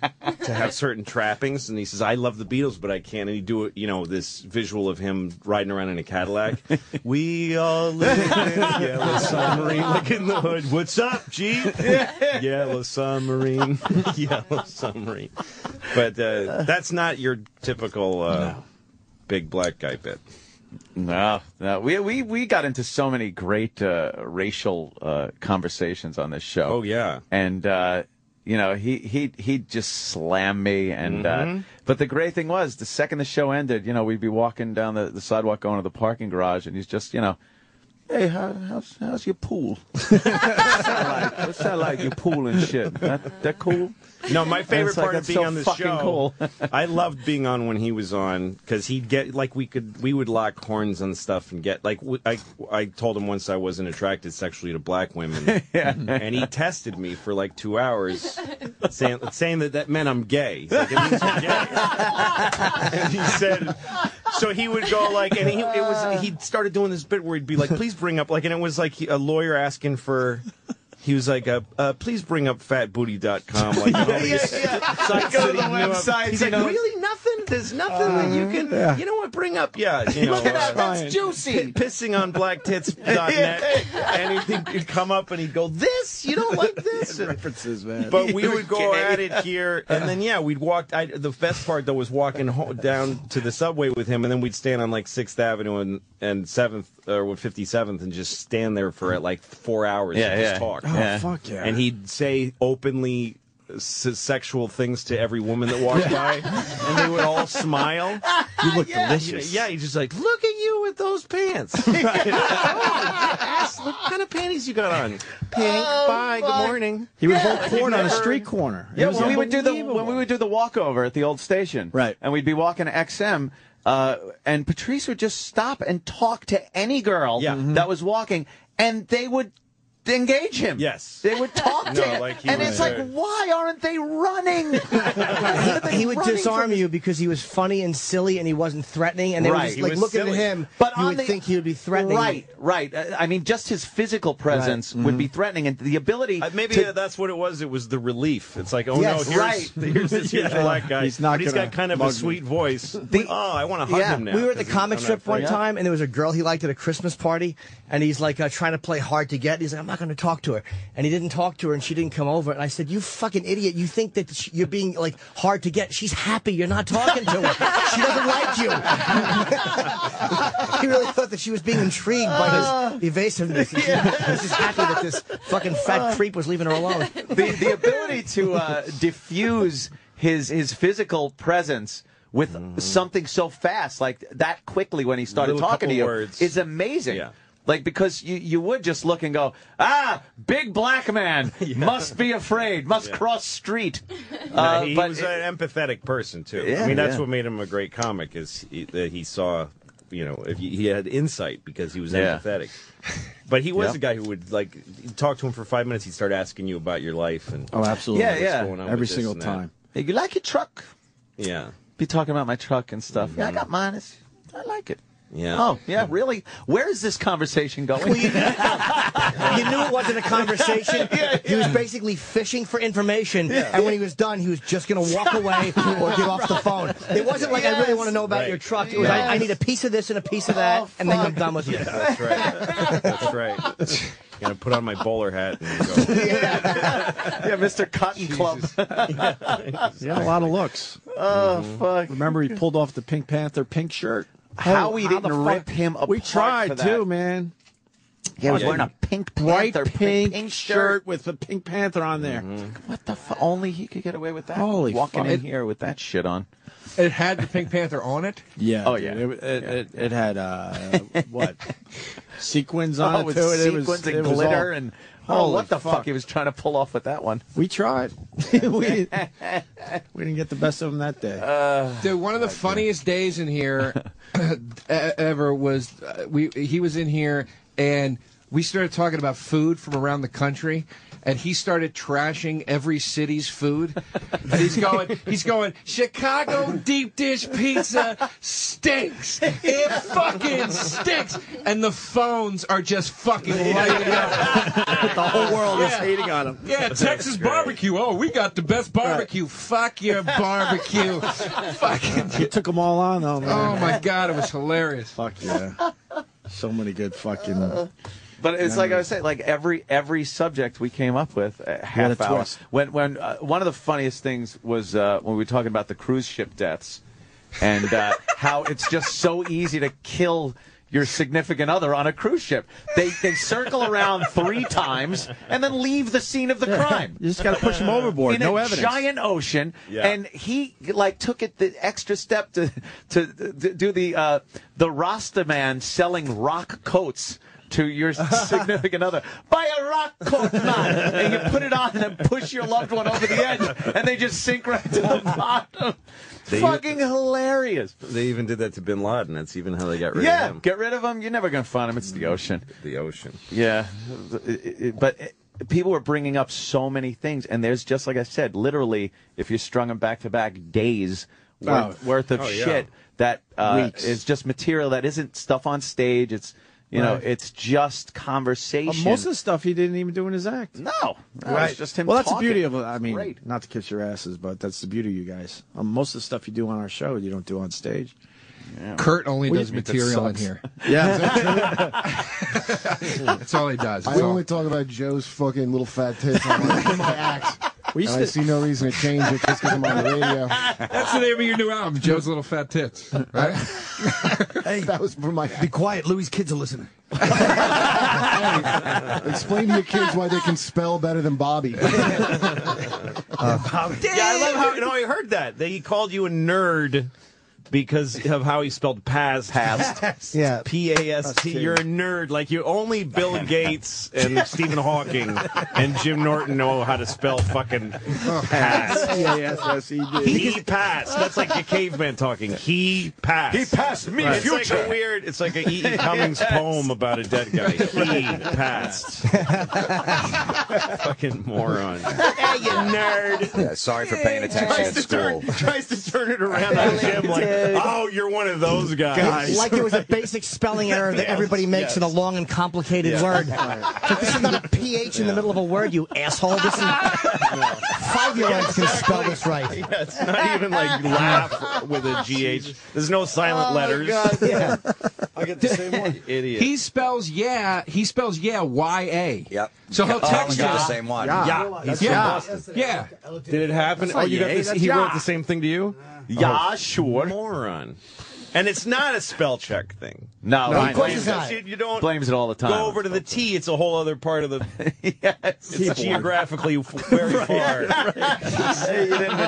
to have certain trappings, and he says, "I love the Beatles, but I can't." And he do it, you know, this visual of him riding around in a Cadillac. we all live in a yellow submarine, like in the hood. What's up, G? yellow submarine, yellow submarine. But uh, that's not your typical uh, big black guy bit. No, no. We we we got into so many great uh, racial uh, conversations on this show. Oh yeah, and uh, you know he he he just slammed me, and uh, Mhm. but the great thing was the second the show ended, you know, we'd be walking down the, the sidewalk going to the parking garage, and he's just you know. Hey, how, how's how's your pool? what's that like? What's that like? Your pool and shit. That that cool? No, my And favorite it's like, part of that's being so on this fucking show. Cool. I loved being on when he was on because he'd get like we could we would lock horns on stuff and get like w- I I told him once I wasn't attracted sexually to black women, and he tested me for like two hours, saying saying that that meant I'm gay. He's like, "It means you're gay." and he said, so he would go like, and he, it Uh. was he started doing this bit where he'd be like, please bring up like, and it was like he, a lawyer asking for. He was like, uh, uh, please bring up fatbooty.com. Like, all these sites that he Go to the knew of. websites, He's you like, know. really nothing? There's nothing that you can, yeah. you know what, bring up, yeah. You know, Look at that, that's pi- juicy. pissing on blacktits.net. and he'd, he'd come up and he'd go, this, you don't like this? And- References, man. but we would go at it here, and then yeah, we'd walk. I, the best part though was walking ho- down to the subway with him, and then we'd stand on like Sixth Avenue and and Seventh or Fifty Seventh, and just stand there for uh, like four hours Yeah, and yeah. just talk. Oh, Yeah. fuck yeah. And he'd say openly. s- sexual things to every woman that walked by, and they would all smile. You look Yeah, delicious. Yeah, he's just like, look at you with those pants. oh, your ass, look what kind of panties you got on. Pink. bye. Good morning. He would Yeah. hold Like, porn you on a never- street corner. It Yeah, was when we would do the unbelievable. when we would do the walkover at the old station, right? And we'd be walking to XM, uh, and Patrice would just stop and talk to any girl that was walking, and they would engage him. Yes, they would talk to No, him, like he and was it's there. like, why aren't they running? he, he would running disarm you because he was funny and silly and he wasn't threatening and they Right. were just He like was looking silly. at him But you on would the- think he would be threatening Right, right. Uh, I mean, just his physical presence would be threatening, and the ability. Mm-hmm. Uh, maybe to, uh, that's what it was. It was the relief. It's like, oh Yes, no, here's, right. here's this huge Yeah. black guy. He's not but he's gonna got kind of mug a me. sweet voice. oh, I want to hug him now. We were at the 'cause comic I'm not strip one afraid. time, and there was a girl he liked at a Christmas party, and he's like uh, trying to play hard to get. He's like, I'm not going to talk to her, and he didn't talk to her, and she didn't come over. And I said, You fucking idiot! You think that sh- you're being like hard to get? She's happy you're not talking to her. she doesn't like you. he really thought that she was being intrigued by his evasiveness. and She was just happy that this fucking fat creep was leaving her alone. the, the ability to uh, diffuse his his physical presence with Mm-hmm. something so fast, like that quickly when he started Little talking to couple you, words. is amazing. Like because you, you would just look and go, ah, big black man must be afraid, must cross street. Uh, No, he was an empathetic person too. Yeah, I mean, that's yeah. what made him a great comic is he, that he saw, you know, if he, he had insight because he was Yeah. empathetic. But he was Yep. a guy who would like you'd talk to him for five minutes. He'd start asking you about your life and Oh, absolutely. what's going on Every with this single and that. time. Hey, you like your truck? Yeah. Be talking about my truck and stuff. Yeah, I got mine. It's, I like it. Yeah. Oh, yeah, really? Where is this conversation going? you knew it wasn't a conversation. He was basically fishing for information, and when he was done, he was just going to walk away or give off the phone. It wasn't like I really Yes. want to know about your truck. It was Yes. I, I need a piece of this and a piece of that, and then I'm done with you. That's right. That's right. Gonna put on my bowler hat and go. yeah, Mr. Cotton Club. Yeah, a lot of looks. Mm-hmm. Oh fuck! Remember, he pulled off the Pink Panther pink shirt. How Oh, we the didn't fuck- rip him apart We tried for that. too, man. Yeah, he was wearing a Pink bright Panther pink, pink shirt shirt. Mm-hmm. with a Pink Panther on there. What the fuck? Only he could get away with that. Holy Walking fuck. in here with that shit on. It had the Pink Panther on it. Yeah. Oh, dude. yeah. It, it, it, it had uh, what sequins on Oh, it with too. and it was- sequins and it was glitter all- and oh, Holy what the fuck. he was trying to pull off with that one. We tried. we, didn't, we didn't get the best of him that day. Dude, one of the funniest days in here e- ever was uh, we. He was in here and we started talking about food from around the country, and he started trashing every city's food. And he's going, he's going, Chicago deep dish pizza stinks. It fucking stinks, and the phones are just fucking lighting up. the whole world Yeah. on him. Yeah, Texas barbecue. Oh, we got the best barbecue. Fuck your barbecue. Fucking. You took them all on though. Oh Man. my god, it was hilarious. Fuck yeah. So many good fucking. Uh, But it's like I was saying, like every every subject we came up with, uh, half a hour. twist. When when uh, one of the funniest things was uh, when we were talking about the cruise ship deaths, and uh, how it's just so easy to kill your significant other on a cruise ship. They they circle around three times and then leave the scene of the crime. You just gotta push 'em overboard, In no a evidence. Giant ocean, Yeah. and he like took it the extra step to to, to do the uh, the Rasta man selling rock coats to your significant other. Buy a rock coat knot, and you put it on, and then push your loved one over the edge, and they just sink right to the bottom. They- Fucking hilarious. They even did that to Bin Laden. That's even how they got rid yeah, of him. get rid of them. You're never gonna find them. It's the ocean. The ocean. Yeah, but it, people were bringing up so many things, and there's just like I said, literally, if you strung them back to back, days worth, Oh. worth of Oh, yeah. shit that uh, Weeks. is just material that isn't stuff on stage. It's you know, Right. it's just conversation. Uh, most of the stuff he didn't even do in his act. No, no it's just him. Well, that's talking. the beauty of. I mean, Great. not to kiss your asses, but that's the beauty of you guys. Um, most of the stuff you do on our show, you don't do on stage. Kurt only What do does you mean? That material in sucks. here. Yeah, That's all he does. I That's all- only talk about Joe's fucking little fat tits on my, my act. We used and I to- see no reason to change it just because I'm on the radio. That's the name of your new album, Joe's Little Fat Tits. Right? Hey, that was for my. Be quiet, Louis' kids are listening. Explain to your kids why they can spell better than Bobby. Uh, Yeah, I love how. No, I heard that. That he called you a nerd because of how he spelled past. Past. Yeah. P A S T. Us, too. You're a nerd. Like you only Bill Gates and Stephen Hawking and Jim Norton know how to spell fucking past. He passed. That's like a caveman talking. He passed. He passed me, It's like future. a weird. It's like a E. E. Cummings poem about a dead guy. He passed. Fucking moron. Yeah, you nerd. Yeah, sorry for paying attention Tries at to school. tries to turn it around on Jim like, oh, you're one of those guys. Like it was a basic spelling error that everybody makes in a long and complicated Yeah. word. It's like, this is not a ph in the middle of a word, you asshole. This is five-year-olds can spell this right. Yeah, it's not even like laugh with a GH. There's no silent letters. I get the same one. Idiot. He spells yeah. He spells yeah. Y A. Yep. So he'll Oh, we text got you the same one. Yeah. He's from yeah. Boston. Yeah. Did it happen? That's Oh, not you got yay, this. that's He yeah. wrote the same thing to you. Yeah, Oh, sure. Moron. And it's not a spell check thing. No, he I know. blames it. You- You don't Blames it all the time. Go over to the T. It's a whole other part of the. It's geographically f- very far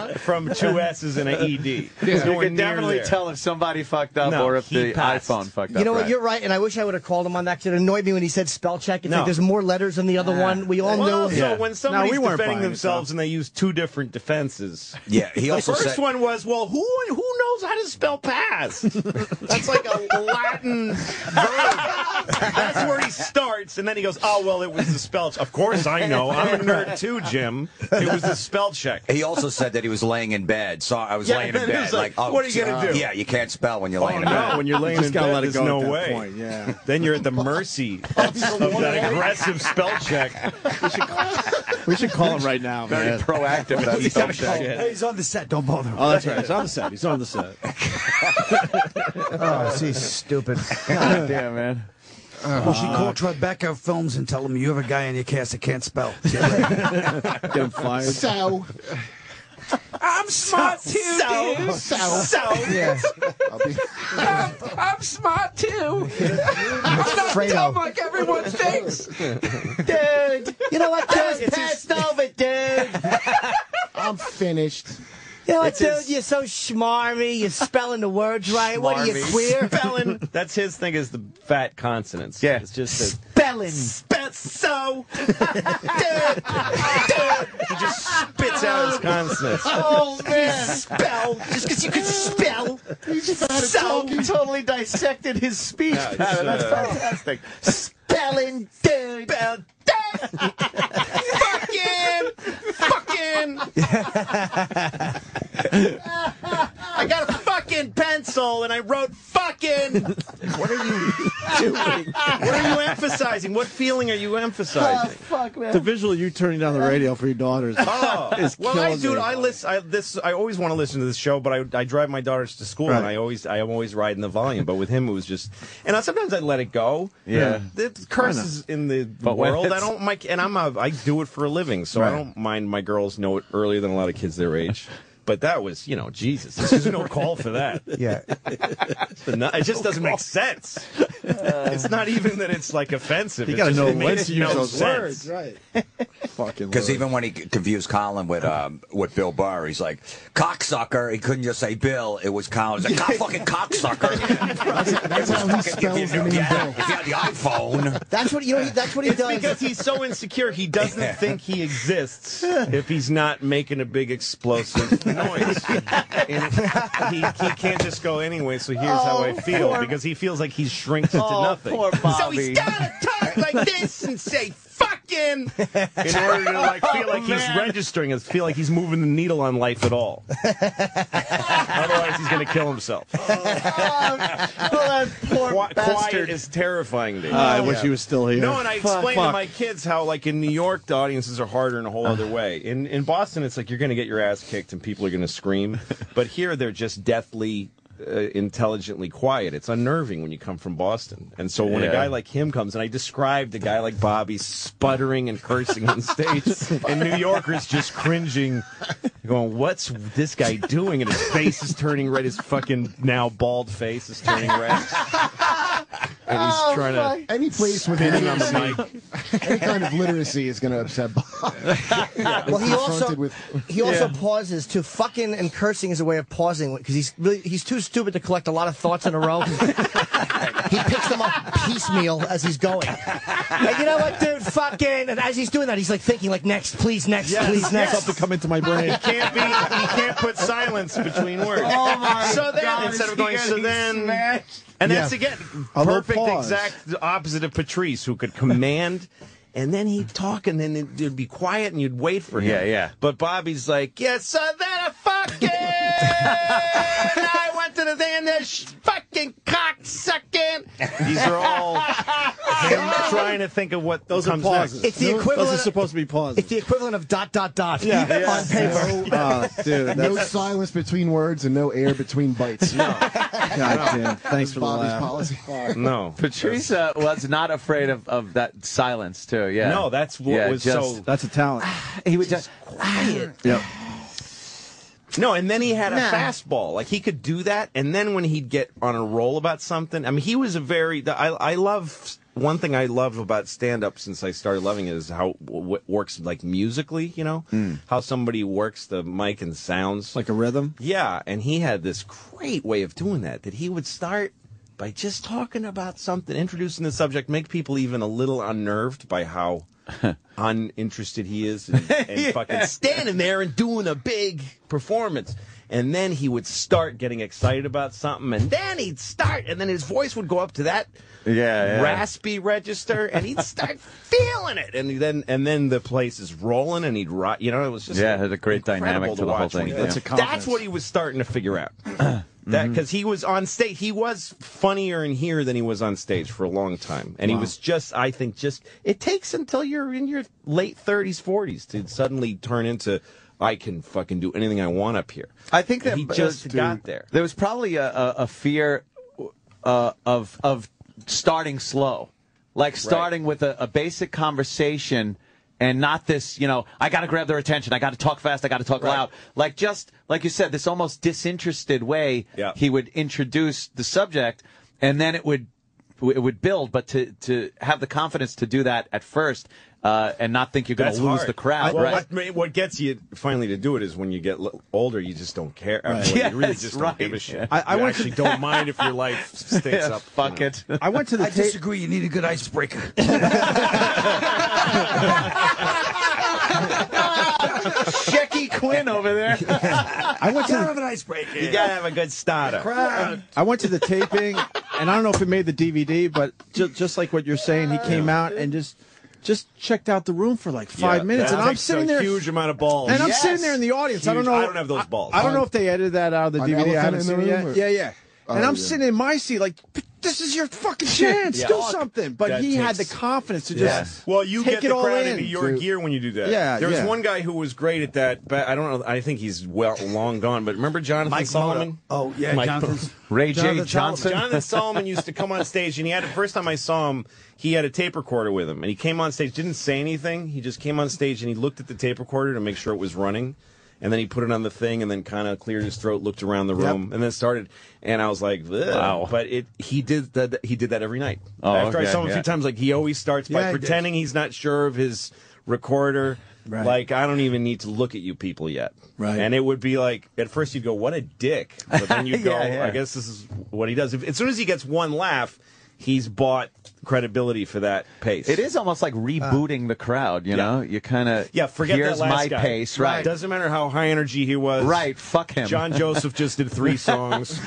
from two S's and an E ED. you can definitely tell if somebody fucked up No, or if he the passed. iPhone fucked up. You know what? right. You're right, and I wish I would have called him on that 'cause it annoyed me when he said spell check. It's No. like there's more letters than the other one. We all Well, know. also, when somebody's defending themselves and they use two different defenses. Yeah, he the also first said- one was, well, who who knows how to spell past? That's like a Latin verb. That's where he starts, and then he goes, "Oh well, it was the spell." Of course, I know. I'm a uh, nerd too, Jim. It was the spell check. He also said that he was laying in bed. So I was Yeah, laying in it was bed. Like, like, oh, what are you gonna do? Oh, Yeah, you can't spell when you're Oh, laying in no, bed. when you're laying in bed, there's no way. Yeah. Then you're at the mercy of, of that aggressive spell check. We should call him right now. Very man. proactive, that He's spell on- check. Hey, He's on the set. Don't bother. Oh, that's right. He's on the set. He's on the set. Oh, she's stupid. God damn, man. you should call Tribeca Films and tell them you have a guy in your cast that can't spell. Get him fired. So. I'm smart too, So- dude. so- Yeah. I'm, I'm smart too. I'm not Fredo. dumb like everyone thinks. dude. You know what, dude? It's passed over, dude. I'm finished. You know what, It's dude? his- You're so schmarmy. You're spelling the words right. What are you, Smarmy. queer? Spelling. That's his thing is the fat consonants. Yeah. It's just a, Spelling. so. he just spits out his consonants. Oh, man. spell. Just because you can spell. He's So- totally dissected his speech. Yeah, it's, uh, that's fantastic. Spelling, dude. Spell, Fucking. Fucking. I got a fucking pencil and I wrote fucking. What are you doing? What are you emphasizing? What feeling are you emphasizing? fuck, The visual of you turning down the radio for your daughters. Oh, is well, I, killing dude, me. I listen. I, this, I always want to listen to this show, but I, I drive my daughters to school, and Right. I always, I am always riding the volume. But with him, it was just, and I, sometimes I let it go. Yeah. the curses in the But when world. I it's- don't, my, and I'm, a, I do it for a living, so I Right. don't mind. My girls know it earlier than a lot of kids their age. But that was, you know, Jesus. There's no call for that. Yeah. It's not- it just doesn't make sense. it's not even that it's like offensive. Uh, You It's gotta just know it made when to use no those sense. words, right? Because even when he c- confused Colin with um, with Bill Burr, he's like cocksucker. He couldn't just say Bill. It was Colin. He's like cock fucking cocksucker. That's how he spells the name Bill. if you had the iPhone, That's what you know. That's what he it's does. because he's so insecure. He doesn't think he exists if he's not making a big explosive noise. And he, he can't just go anyway. So here's how I Oh, feel poor- because he feels like he shrinks into Oh, nothing. poor So he's got to talk like this and say fucking. in order to like feel Oh, like he's man. registering us, feel like he's moving the needle on life at all. Otherwise, he's going to kill himself. Oh, Qui- quiet is terrifying to Oh, I wish he was still here. No, and I Fuck. explained to Fuck. my kids how, like, in New York, the audiences are harder in a whole other way. In in Boston, it's like you're going to get your ass kicked and people are going to scream. But here, they're just deathly. Uh, intelligently quiet. It's unnerving when you come from Boston. And so when a Yeah. guy like him comes, and I described a guy like Bobby sputtering and cursing on stage, and New Yorkers just cringing, going, "What's this guy doing?" And his face is turning red. His fucking now bald face is turning red. And he's Oh, trying to any place with spinning any, on the any kind of literacy is going to upset Bob. Well, he also Confronted with- he also pauses too. Fucking and cursing is a way of pausing because he's really he's too stupid to collect a lot of thoughts in a row. he picks them up piecemeal as he's going. And you know what, dude? Fucking and as he's doing that, he's like thinking like next, please, next, Yes, please, next. yes. Something come into my brain. He can't be. He can't put silence between words. Oh, my So then, God, instead is of going, he so gonna then, be smashed? and Yeah. that's again A little perfect, pause. exact opposite of Patrice, who could command. And then he'd talk, and then it- it'd be quiet, and you'd wait for him. Yeah, yeah. But Bobby's like, yeah, so then I fucking, I went to the thing, and then sh- fucking cocksucking. These are all him Ah. trying to think of what Those are comes pauses. next. It's the equivalent Those are of- supposed to be pauses. It's the equivalent of dot dot dot Yeah, on Oh, paper. No, uh, Oh, dude, no that's- silence between words and no air between bites. God damn. Thanks for the Bobby's laugh. policy. No. Patricia was not afraid of, of that silence, too. Yeah. No, that's what was so- That's a talent. He would just. Yep. No, and then he had a Nah. fastball. Like he could do that, and then when he'd get on a roll about something, I mean, he was a very. the- I I love one thing I love about stand up since I started loving it is how it w- works like musically. You know how somebody works the mic and sounds like Hmm. a rhythm. Yeah, and he had this great way of doing that. That he would start. By just talking about something, introducing the subject, make people even a little unnerved by how uninterested he is and, and Yeah. fucking standing there and doing a big performance. and then he would start getting excited about something, and then he'd start, and then his voice would go up to that Yeah, yeah. raspy register, and he'd start feeling it, and then and then the place is rolling, and he'd rock. You know, it was just Yeah, it had a great incredible dynamic to the whole watch when thing, he did yeah. it. It's a That's what he was starting to figure out. Mm-hmm. That because he was on stage, he was funnier in here than he was on stage for a long time, and he Wow. was just, I think, just it takes until you're in your late 30s, 40s to suddenly turn into I can fucking do anything I want up here. I think And that uh, he just got there. There was probably a, a, a fear uh, of of starting slow, like starting with a, a basic conversation and not this. You know, I got to grab their attention. I got to talk fast. I got to talk loud. Like just like you said, this almost disinterested way he would introduce the subject, and then it would it would build. But to to have the confidence to do that at first. Uh, and not think you're going to lose the crowd, Well, right? what, ma- what gets you finally to do it is when you get l- older, you just don't care. I mean, Right. you really Yes, just don't right. give a shit. I- I you went to- actually don't mind if your life stinks Yeah, up. Fuck it. I went to the I disagree. You need a good icebreaker. Shecky Quinn over there. I went Gotta to the- have an icebreaker. You gotta have a good starter. Crowd. I went to the taping, and I don't know if it made the DVD, but just, just like what you're saying, he came out and just just checked out the room for like five Yeah, minutes, that and I'm takes sitting a there, huge amount of balls. and I'm Yes. sitting there in the audience. I don't Huge- know. I don't have those balls. I, don't know if they edited that out of the An DVD. I elephant haven't in the seen it yet. room, or- Yeah, yeah. and Oh, I'm yeah. sitting in my seat, like this is your fucking chance. Yeah. Do something. But That he had the takes- confidence to just Yes. Well, you take get it the all crowd in. into your gear when you do that. Yeah, There was yeah. one guy who was great at that, but I don't know. I think he's well long gone. But remember Jonathan Mike Solomon? Mota. Oh, yeah, Jonathan- Ray J. Jonathan Solomon. Johnson. Jonathan Solomon used to come on stage, and he had the first time I saw him, he had a tape recorder with him, and he came on stage, didn't say anything. He just came on stage and he looked at the tape recorder to make sure it was running. And then he put it on the thing, and then kind of cleared his throat, looked around the room, and then started. And I was like, "Ugh." Wow. But it he did that. He did that every night. Oh, After okay, I saw him a yeah. few times, like he always starts by Yeah, he did. pretending he's not sure of his recorder. Right. Like I don't even need to look at you people yet. Right. And it would be like at first you'd go, "What a dick," but then you go, Yeah, yeah. "I guess this is what he does." If, as soon as he gets one laugh, he's bought credibility for that pace. It is almost like rebooting the crowd, you know? You kind of, Uh, Yeah, forget here's that last my guy. pace, right? Doesn't matter how high energy he was. Right, fuck him. John Joseph just did three songs,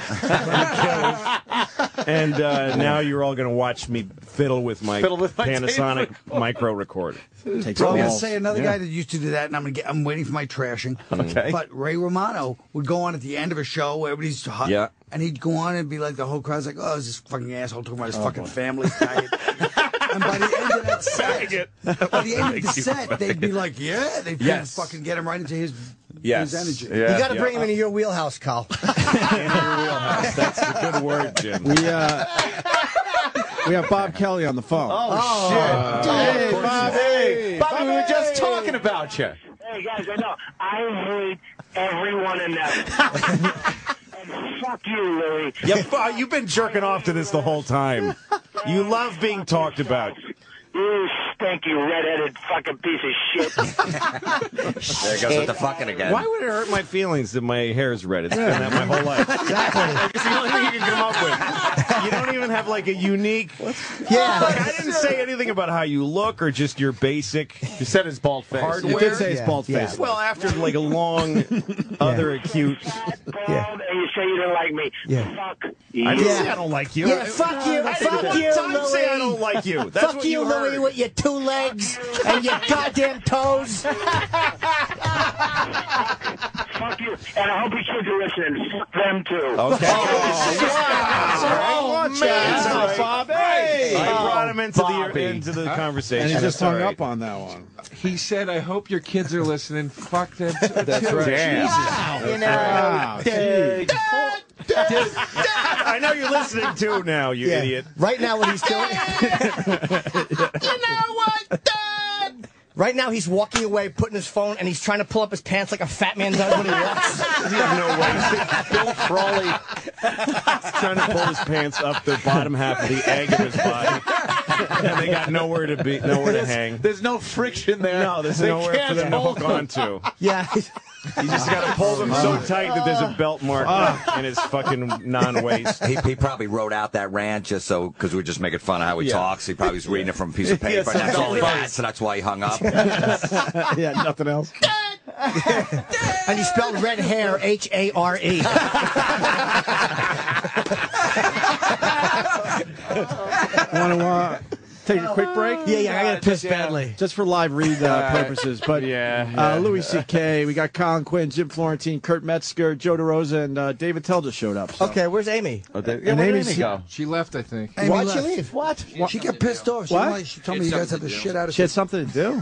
and uh, now you're all going to watch me fiddle with my Fiddle with my tape Panasonic micro recorder. So I'm gonna say another guy that used to do that, and I'm gonna get. I'm waiting for my trashing. Mm-hmm. Okay. But Ray Romano would go on at the end of a show where everybody's hot. Yeah. And he'd go on and be like, the whole crowd's like, "Oh, is this fucking asshole talking about his Oh, fucking boy. family?" faggot." and by the end of that set, by the end of the Thank you, set, they'd be like, "Yeah, they Yes. fucking get him right into his Yes. his energy." Yeah. you got to bring Yeah. him into your wheelhouse, Carl. That's a good word, Jim. We uh, we have Bob Kelly on the phone. Uh, Oh, shit. hey, Dude, of course Bob. he is. Hey, Bobby, we were just talking about you. Hey guys, I know I hate everyone in that. and fuck you, Louie. Yeah, fu- you've been jerking off to this the whole time. You love being talked about. You stinky redheaded fucking piece of shit. There goes with the fucking again. Why would it hurt my feelings that my hair is red? It's been that my whole life. exactly. It's the only thing you can come up with. You don't even have like a unique. Yeah. Like, I didn't say anything about how you look or just your basic. You said his bald face. Hardware. You did say his Yeah, bald yeah. face. Well, after like a long, other acute. Bald, and you say you didn't like me. Yeah. Fuck. I didn't you. say I don't like you. Yeah, fuck you, I fuck didn't you, one time say I Louis. don't like you. That's Fuck what you, you, Louis, heard. with your two legs and your goddamn toes. Fuck you, and I hope your kids are listening. Fuck them too. Okay. Oh, Oh, man. That's all right. Bob. Hey. I Oh, brought him into Bobby. the into the Huh? conversation. And he just That's all hung right. up on that one. He said, "I hope your kids are listening." Fuck them. T- That's too. right. Jesus. Wow. You know, uh, Wow. dude. I know you're listening too now, you Yeah. idiot. Right now, what he's doing. you know what, Dad? Right now, he's walking away, putting his phone, and he's trying to pull up his pants like a fat man does when he walks. Bill Frawley trying to pull his pants up the bottom half of the egg of his body, and they got nowhere to be, nowhere to hang. There's no friction there. No, there's They nowhere for can't them to hold hook on to. Yeah. You just got to pull them so tight that there's a belt mark Ah. in his fucking non-waist. He, he probably wrote out that rant just so because we were just making fun of how he Yeah. talks. He probably was reading it from a piece of paper. Yes, and that's all he exactly. had, so that's why he hung up. yeah, nothing else. and he spelled red hair H A R E. Want to uh, take a quick break? Yeah, yeah, I gotta piss badly. Just for live read All uh, right. purposes. But Yeah, Uh, yeah. Louis C.K., we got Colin Quinn, Jim Florentine, Kurt Metzger, Joe DeRosa, and uh, David Tell just showed up. So. Okay, where's Amy? Oh, they- Yeah, and where did Amy's Amy go? She left, I think. Amy Why'd left. she leave? What? She got pissed off. She, What? didn't like- she told me you She had guys have something the to do. shit out of She had something to do?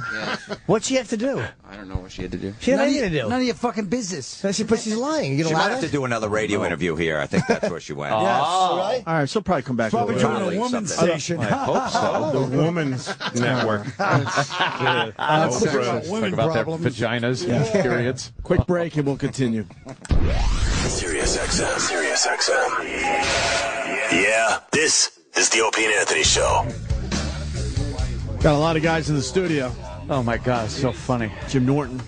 What'd she have to do? I don't know what she had to do. She had None of nothing you- to do. none of your fucking business. She, but she's lying. You she know might why? have to do another radio interview here. I think that's where she went. Yes. Oh. right. All right, she'll probably come back. Probably to the join a Probably woman's something. station. I hope so. The woman's network. Uh, Oh, quick- gross. women Talk about their problems. vaginas, Yeah. periods. Quick break and we'll continue. Sirius XM. Sirius XM. Yeah, this is the Opie and Anthony Show. Got a lot of guys in the studio. Oh my God, so funny. Jim Norton.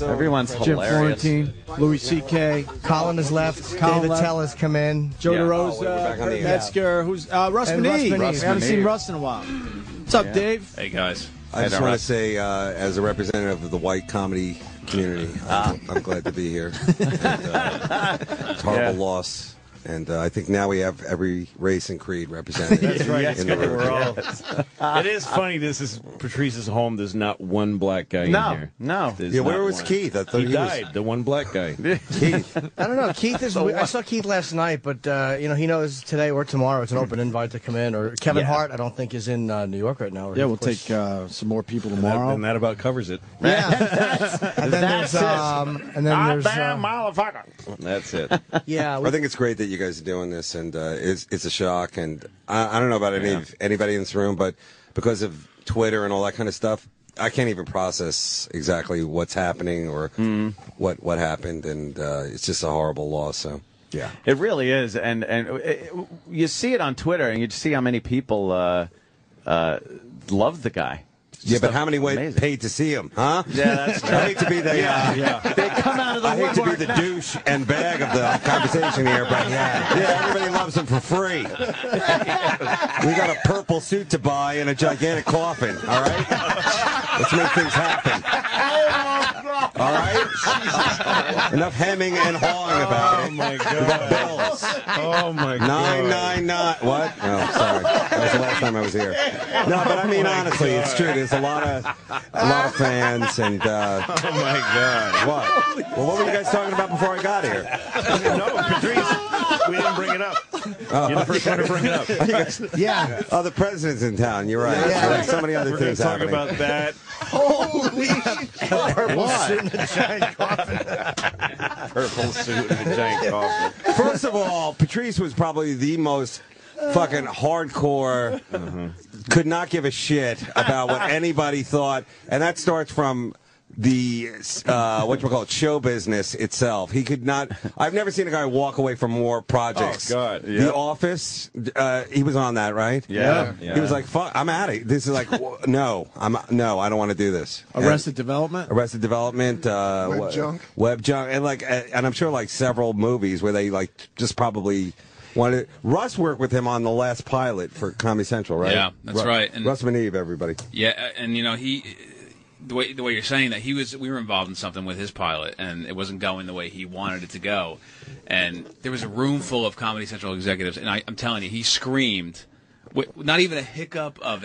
Everyone's Jim hilarious. Florentine, Louis C.K. Colin has left. Colin David left. Tell has come in. Joe Yeah. DeRosa, Oh, we're back on the Kurt air. Metzger, who's uh, Russ And Maneve. Russ Maneve. We haven't seen Maneve. Russ in a while. What's up, Dave? Hey guys. I Hey, just there, want to Russ. say, uh, as a representative of the white comedy community, I'm, I'm glad to be here. and, uh, it's a horrible loss, and uh, I think now we have every race and creed represented. That's right. in the room. it is funny. This is Patrice's home. There's not one black guy No, in here. No, Yeah, where was Keith? I thought he, he was- died. The one black guy. I don't know. Keith is. So I what? saw Keith last night, but uh, you know he knows today or tomorrow it's an open invite to come in. Or Kevin Yeah. Hart, I don't think is in uh, New York right now. Yeah, we'll take uh, some more people tomorrow. and that about covers it. And then That's there's it. um, and then there's uh, That's it. Yeah, I think it's great that you guys are doing this, and uh, it's it's a shock. And I, I don't know about any of anybody in this room, but because of Twitter and all that kind of stuff, I can't even process exactly what's happening or what what happened, and uh, it's just a horrible loss. So yeah, It really is, and and it, you see it on Twitter, and you see how many people uh, uh, love the guy. yeah. But how many went amazing. paid to see him? Huh? Yeah, that's true. I hate to be the Yeah, uh, yeah. They come out of the I hate to be woodwork the now. douche and bag of the conversation here, but yeah, yeah. Everybody loves him for free. We got a purple suit to buy and a gigantic coffin. All right, let's make things happen. All right. Enough hemming and hawing about it. Oh my god. bills. Oh my god. Nine nine nine. What? Oh, sorry. That was the last time I was here. No, but I mean Oh, honestly, it's true. There's a lot of a lot of fans and. Uh, oh my god. What? Well, what were you guys talking about before I got here? we didn't bring it up. Oh. You're the first one to bring it up. You guys- Yeah. Oh, the president's in town. You're right. Yeah. There's so many other We're gonna things talk happening. about that. Holy Purple suit and a giant coffin. First of all, Patrice was probably the most fucking hardcore, could not give a shit about what anybody thought. And that starts from the uh what you call it show business itself he could not i've never seen a guy walk away from more projects Oh, God, yeah. the office uh he was on that right Yeah. Yeah. he was like fuck i'm out of here this is like wh- no i'm no i don't want to do this And- Arrested Development. Arrested Development, uh, Web wha- Junk. Web Junk, and like, uh, and I'm sure like several movies where they like just probably wanted. Russ worked with him on the last pilot for Comedy Central, right? Yeah, that's right. And- Russ Maneve, everybody. Yeah, and you know he, the way the way you're saying that he was, we were involved in something with his pilot, and it wasn't going the way he wanted it to go, and there was a room full of Comedy Central executives, and I, I'm telling you, he screamed, with not even a hiccup of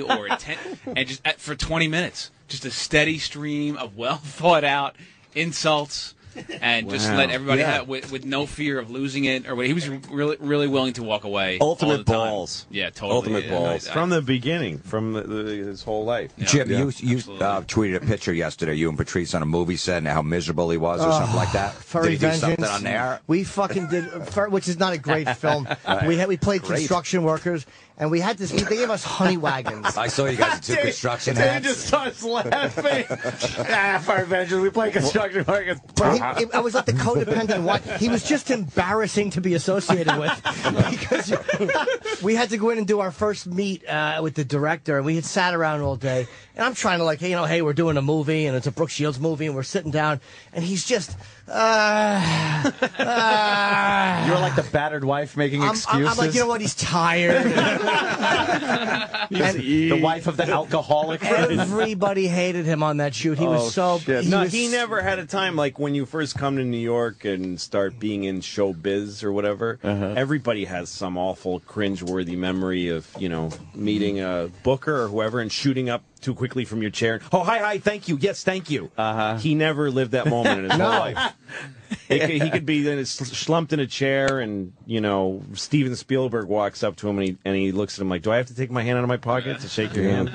or atten- and just at, for 20 minutes, just a steady stream of well thought out insults. And just Wow. let everybody Yeah. have with, with no fear of losing it or what he was really really willing to walk away. all Ultimate the time. balls. Yeah, totally. Ultimate Yeah, balls. I- I- From the beginning, from the, the, his whole life. Jim, Yeah. you- You uh, tweeted a picture yesterday, you and Patrice on a movie set, and how miserable he was, or something like that. uh, Furry Did he do Vengeance. something on there? We fucking did, Fur- which is not a great film. Right. We had, we played Great. construction workers, and we had this. They gave us honey wagons. I saw you guys in two construction hats. starts laughing. ah, Fire Vengeance, we play construction workers. But he, like it, I was like the codependent one. He was just embarrassing to be associated with because we had to go in and do our first meet uh, with the director, and we had sat around all day. And I'm trying to like, hey, you know, hey, we're doing a movie, and it's a Brooke Shields movie, and we're sitting down, and he's just. Uh, uh, You're like the battered wife making I'm, I'm, excuses. I'm like, you know what? He's tired. He's the wife of the alcoholic. Everybody hated him on that shoot. He Oh, was so. shit. no, was- he never had a time like when you first come to New York and start being in showbiz or whatever. Everybody has some awful cringeworthy memory of you know meeting a booker or whoever and shooting up too quickly from your chair. Oh, hi, hi, thank you, yes, thank you. Uh-huh. He never lived that moment in his No. whole life. He could, he could be in a, slumped in a chair, and you know Steven Spielberg walks up to him and he, and he looks at him like, "Do I have to take my hand out of my pocket to shake your hand?"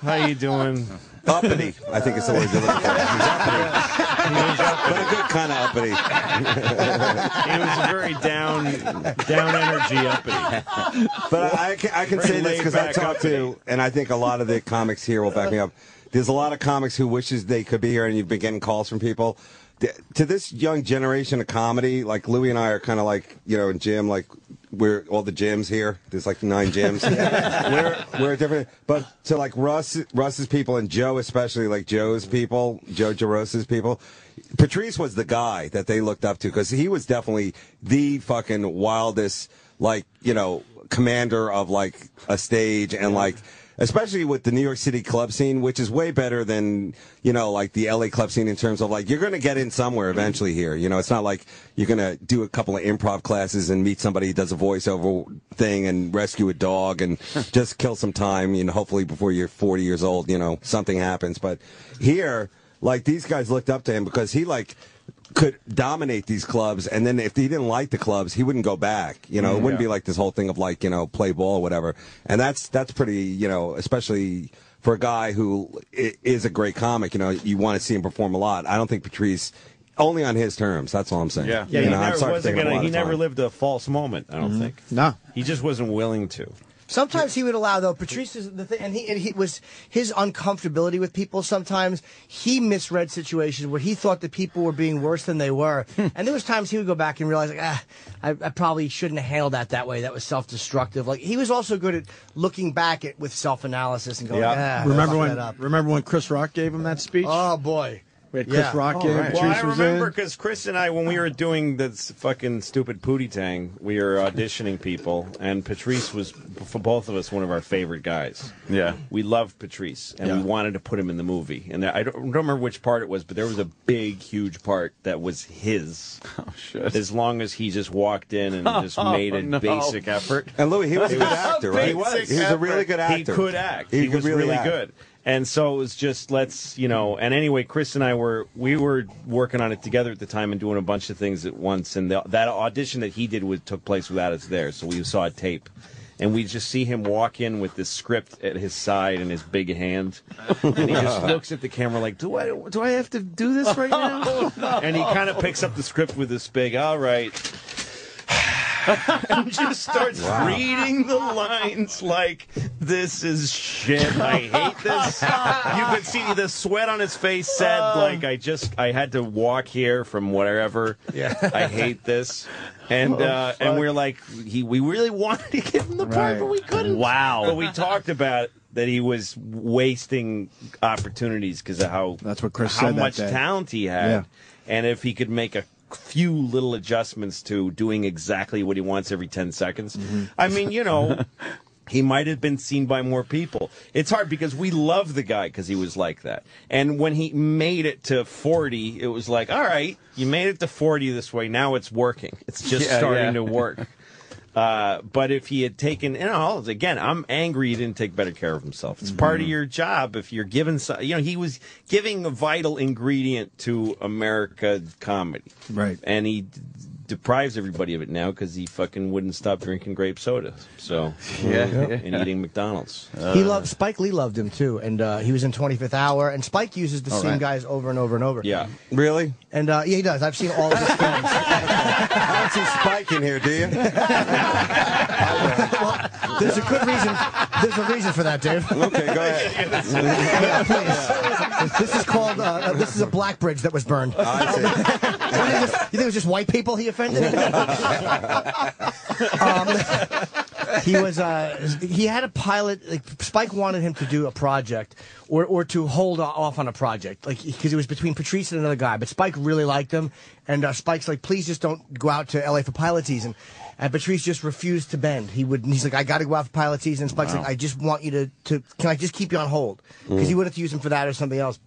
How you doing? Uppity, I think it's the word you're looking for. He's uppity. But a good kind of uppity. It was a very down, down energy uppity. But I, I can, I can Very say this because I laid-back talked to, and I think a lot of the comics here will back me up. There's a lot of comics who wishes they could be here, and you've been getting calls from people. Th- To this young generation of comedy, like Louis and I are kind of like, you know, in gym, like we're all the gyms here. There's like nine gyms. we're we're different. But to like Russ, Russ's people and Joe especially, like Joe's people, Joe Jarosa's people. Patrice was the guy that they looked up to because he was definitely the fucking wildest, like you know, commander of like a stage and like. Especially with the New York City club scene, which is way better than, you know, like the LA club scene in terms of like, you're going to get in somewhere eventually here. You know, it's not like you're going to do a couple of improv classes and meet somebody who does a voiceover thing and rescue a dog and just kill some time. You know, hopefully before you're 40 years old, you know, something happens. But here, like these guys looked up to him because he like could dominate these clubs and then if he didn't like the clubs he wouldn't go back you know it Mhm. wouldn't Yeah. be like this whole thing of like you know play ball or whatever and that's that's pretty you know especially for a guy who i- is a great comic you know you want to see him perform a lot i don't think patrice only on his terms that's all i'm saying Yeah, Mm-hmm. you he know, I'm never, sorry for wasn't taking up a gonna- lot he of never time. lived a false moment. I don't Mhm. think. No, he just wasn't willing to. Sometimes he would allow though. Patrice is the thing, and he and he was his uncomfortability with people. Sometimes he misread situations where he thought that people were being worse than they were, and there was times he would go back and realize like, ah, I, I probably shouldn't have handled that that way. That was self destructive. Like he was also good at looking back at with self analysis and going, yeah. Oh, remember that when? up. Remember when Chris Rock gave him that speech? Oh boy. We had Chris Yeah. Rock Oh, gave right. him. Well, I Patrice was in. remember because Chris and I, when we were doing this fucking stupid Pootie Tang, we were auditioning people, and Patrice was, for both of us, one of our favorite guys. Yeah. We loved Patrice, and we wanted to put him in the movie. And I don't, I don't remember which part it was, but there was a big, huge part that was his. Oh, shit. As long as he just walked in and just Oh, made a no. basic effort. And Louis, he was a It good actor, right? He was. He was a really good He actor. could act. He He, could was really really, act. good and so it was just let's you know and anyway chris and i were we were working on it together at the time and doing a bunch of things at once and the, that audition that he did was took place without us there so we saw a tape and we just see him walk in with this script at his side in his big hand and he just looks at the camera like do i do i have to do this right now and he kind of picks up the script with this big all right and just starts Wow. reading the lines like this is shit i hate this you could see the sweat on his face said Um, like i just i had to walk here from wherever yeah i hate this and Oh, uh, and we're like he we really wanted to give him the part but we couldn't Wow. but we talked about that he was wasting opportunities because of how that's what Chris how said that much day. talent he had Yeah. and if he could make a few little adjustments to doing exactly what he wants every 10 seconds Mm-hmm. i mean you know he might have been seen by more people it's hard because we love the guy because he was like that and when he made it to 40 it was like all right you made it to 40 this way now it's working it's just Yeah, starting yeah. to work uh, but if he had taken, you know, again, I'm angry he didn't take better care of himself. It's part of your job if you're given, so- you know, he was giving a vital ingredient to America comedy. Right. And he d- deprives everybody of it now because he fucking wouldn't stop drinking grape soda. So, Yeah, yeah. And eating McDonald's. He loved Spike Lee loved him too, and uh, he was in 25th Hour. And Spike uses the All same right. guys over and over and over. Yeah. Really? And uh, yeah, he does. I've seen all of his films. I don't see Spike in here, do you? There's a good reason. There's a reason for that, Dave. Okay, go ahead. Yeah, please. This is called. Uh, uh, this is a black bridge that was burned. you think it was just white people he offended? um, he was. Uh, he had a pilot. Like, Spike wanted him to do a project or or to hold o- off on a project, like because it was between Patrice and another guy. But Spike really liked him, and uh, Spike's like, please just don't go out to L.A. for pilot season. And Patrice just refused to bend. He would. He's like, I got to go out for pilot season. And Spike's Wow. like, I just want you to, to. Can I just keep you on hold? Because Mm. he would have to use him for that or something else.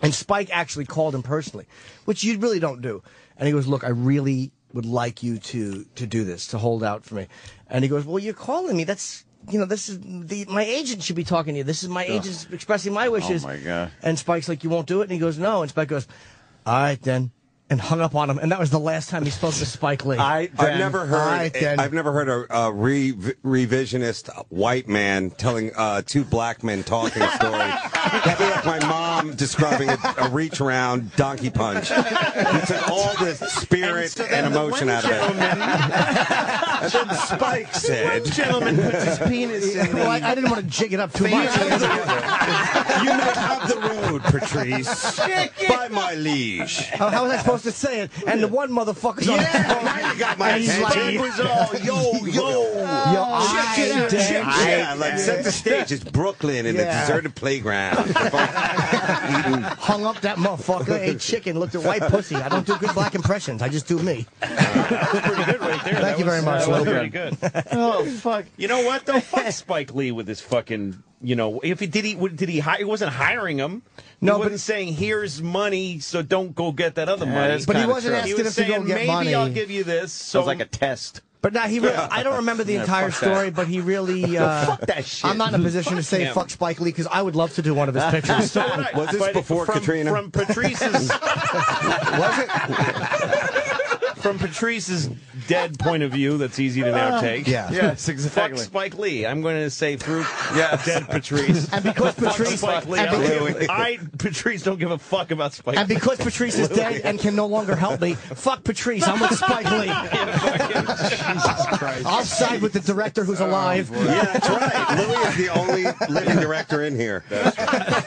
And Spike actually called him personally, which you really don't do. And he goes, "Look, I really would like you to to do this, to hold out for me." And he goes, "Well, you're calling me. That's you know, this is the my agent should be talking to you. This is my Ugh. agent's expressing my wishes." Oh my god. And Spike's like, "You won't do it." And he goes, "No." And Spike goes, "All right then." And hung up on him. And that was the last time he spoke to Spike Lee. I've never heard. All right, then. I've never heard a, a re, revisionist white man telling uh, two black men talking story. That'd be like my mom describing a, a reach round donkey punch. He took all the spirit and, emotion out of it. And then Spike said, gentleman puts his penis in Well, I, I didn't want to jig it up too much. "You may have the road, Patrice, by my liege." How, how was I supposed to say it? And the one motherfucker's on the phone. You got my and he's like, attention. yo, yo, Yo, I check it out, did. check it out. Like set the stage. It's Brooklyn in Yeah. a deserted playground. hung up that motherfucker, ate chicken, looked at white pussy. I don't do good black impressions. I just do me. Thank you very much. That was uh, Lil. pretty good. oh fuck! You know what? Don't fuck Spike Lee with his fucking. You know, if he did, he would- did he hire? He wasn't hiring him. No, he wasn't saying here's money, so don't go get that other Yeah, money. that's But he kinda wasn't true. asking was him to go saying, get Maybe money. I'll give you this. So Sounds like a test. But now he, re- I don't remember the Yeah, entire fuck that. story, but he really. Uh, Fuck that shit. I'm not in a position to Fuck say him. fuck Spike Lee because I would love to do one of his pictures. So would I. Was this But before from, Katrina? From Patrice's. was it? From Patrice's dead point of view, that's easy to now Uh, take. yeah. Yes, exactly. Fuck Spike Lee. I'm going to say through dead Patrice. And because Fuck Patrice- Spike Lee. and I, don't because- give- I Patrice don't give a fuck about Spike. and because Lee. Patrice is dead and can no longer help me, fuck Patrice. I'm with Spike Lee. I'll side with the director who's alive. Louis is the only living director in here.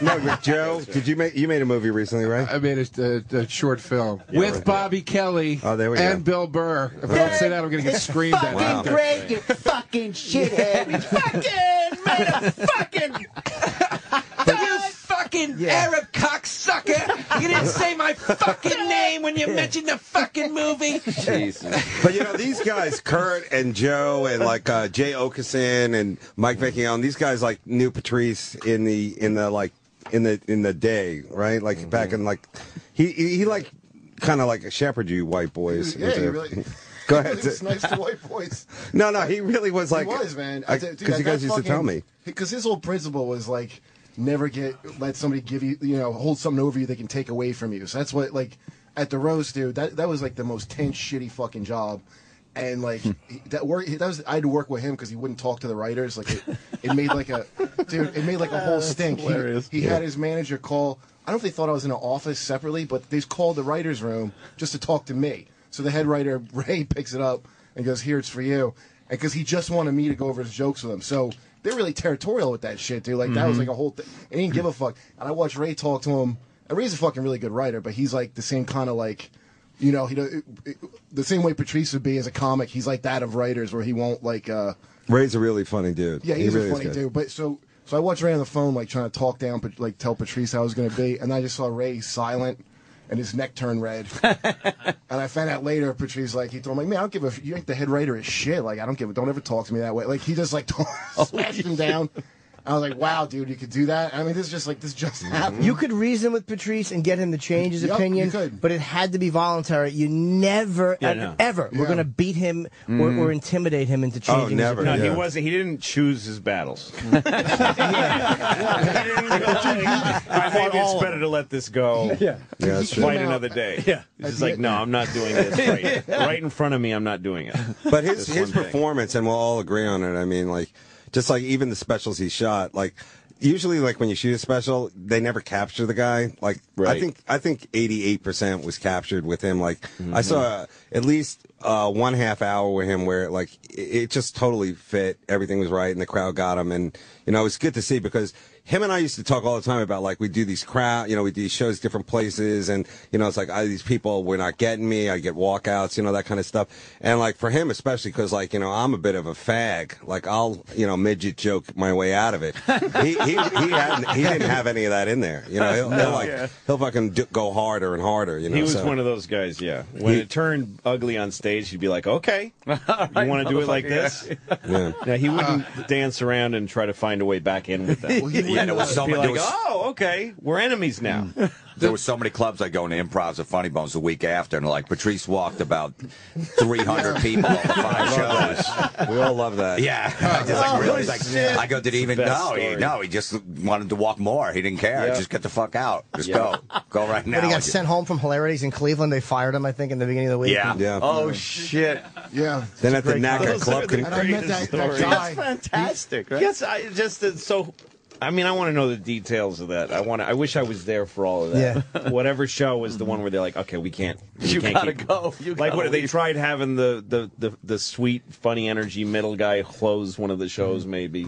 No, but Joe, did you make you made a movie recently, right? I made a, a, a short film with Bobby Kelly Oh, there we go. and Bill Burr. If I don't say that, I'm going to get It's screamed at. fucking Wow. great, you fucking shithead. You fucking made a fucking. You fucking Arab cocksucker! You didn't say my fucking name when you mentioned the fucking movie. But you know these guys, Kurt and Joe and like uh, Jay Okeson and Mike Vecchione, these guys like knew Patrice in the in the like in the in the day, right? Like back in like he he, he like kind of like shepherded you white boys. Yeah, Is he it- really- Go ahead. He was nice to white boys. No, no, he really was like he was man. I- 'cause you guys used to tell me. because his whole principle was like never get let somebody give you you know hold something over you they can take away from you. So that's what like at the roast, dude. That that was like the most tense, shitty fucking job. And like Hmm. he- that work, that was I had to work with him because he wouldn't talk to the writers. Like it, it made like a dude, it made like a Oh, whole that's stink. He- hilarious. He, Yeah. had his manager call. I don't know if they thought I was in an office separately, but they called the writers' room just to talk to me. So the head writer Ray picks it up and goes, "Here, it's for you," and because he just wanted me to go over his jokes with him. So they're really territorial with that shit, dude. Like that was Mhm. like a whole thing. And he didn't give a fuck. And I watched Ray talk to him. And Ray's a fucking really good writer, but he's like the same kind of like. You know, he do- it- it- the same way Patrice would be as a comic. He's like that of writers, where he won't like uh, Ray's a really funny dude. yeah, He he's really a is funny good. dude. But so, so I watched Ray on the phone, like trying to talk down, but like tell Patrice how it was going to be, and I just saw Ray silent. And his neck turned red. and I found out later, Patrice, like, he told me, like, man, I don't give a, f- you ain't the head writer of shit. Like, I don't give a, don't ever talk to me that way. Like, he just, like, smashed him down. I was like, wow, dude, you could do that? I mean, this is just, like, this just happened. Mm-hmm. You could reason with Patrice and get him to change his Yep, opinion, you could. but it had to be voluntary. You never, Yeah, and no. ever, Yeah. were going to beat him or, Mm. Oh, or intimidate him into changing his No, opinion. he wasn't. He didn't choose his battles. All right, maybe it's better to let this go. Yeah, Yeah, that's true. fight another day. Yeah, it's just like, no, I'm not doing this. Right, right in front of me, I'm not doing it. But his This his one thing. performance, and we'll all agree on it. I mean, like just like even the specials he shot, like usually like when you shoot a special, they never capture the guy. Like I Right. Mm-hmm. think I think eighty eight percent was captured with him. Like I saw uh, at least uh, one half hour with him where like it, it just totally fit. Everything was right, and the crowd got him. And you know, it was good to see because him and I used to talk all the time about like we do these crowd, you know, we do these shows different places, and you know, it's like I, these people were not getting me. I get walkouts, you know, that kind of stuff. And like for him especially, because like you know, I'm a bit of a fag. Like I'll you know midget joke my way out of it. he he, he, hadn't, he didn't have any of that in there. You know, he'll, he'll No. like Yeah. he'll fucking do, go harder and harder. You know, he was so- one of those guys, yeah. When He- it turned ugly on stage, he'd be like, "Okay, you want to do it like motherfucker, this?" Yeah. Now, he wouldn't dance around and try to find a way back in with them. Well, he Uh, yeah, Mm. wouldn't it know was what be someone like, does. "Oh, okay, we're enemies now." There were so many clubs I go into improvs at Funny Bones the week after, and like Patrice walked about 300 people on the five shows. We all love that. Yeah, I just like Oh, really like shit. I go, did he It's even the best know? He, story. no, he just wanted to walk more. He didn't care. Yeah. Just get the fuck out. Just Yeah. go, go right now. But he got sent home from hilarities in Cleveland. They fired him, I think, in the beginning of the week. Yeah. Yeah. Oh shit! Yeah. Then at the NACA club, Those are the con- greatest stories. guy. That's fantastic. Right? Yes, I just uh, so. I mean, I want to know the details of that. I want. to I wish I was there for all of that. Whatever show was the one where they're like, okay, we can't. We You can't gotta keep- go. You like gotta what they leave. tried having the, the the the sweet funny energy middle guy close one of the shows Mm-hmm. maybe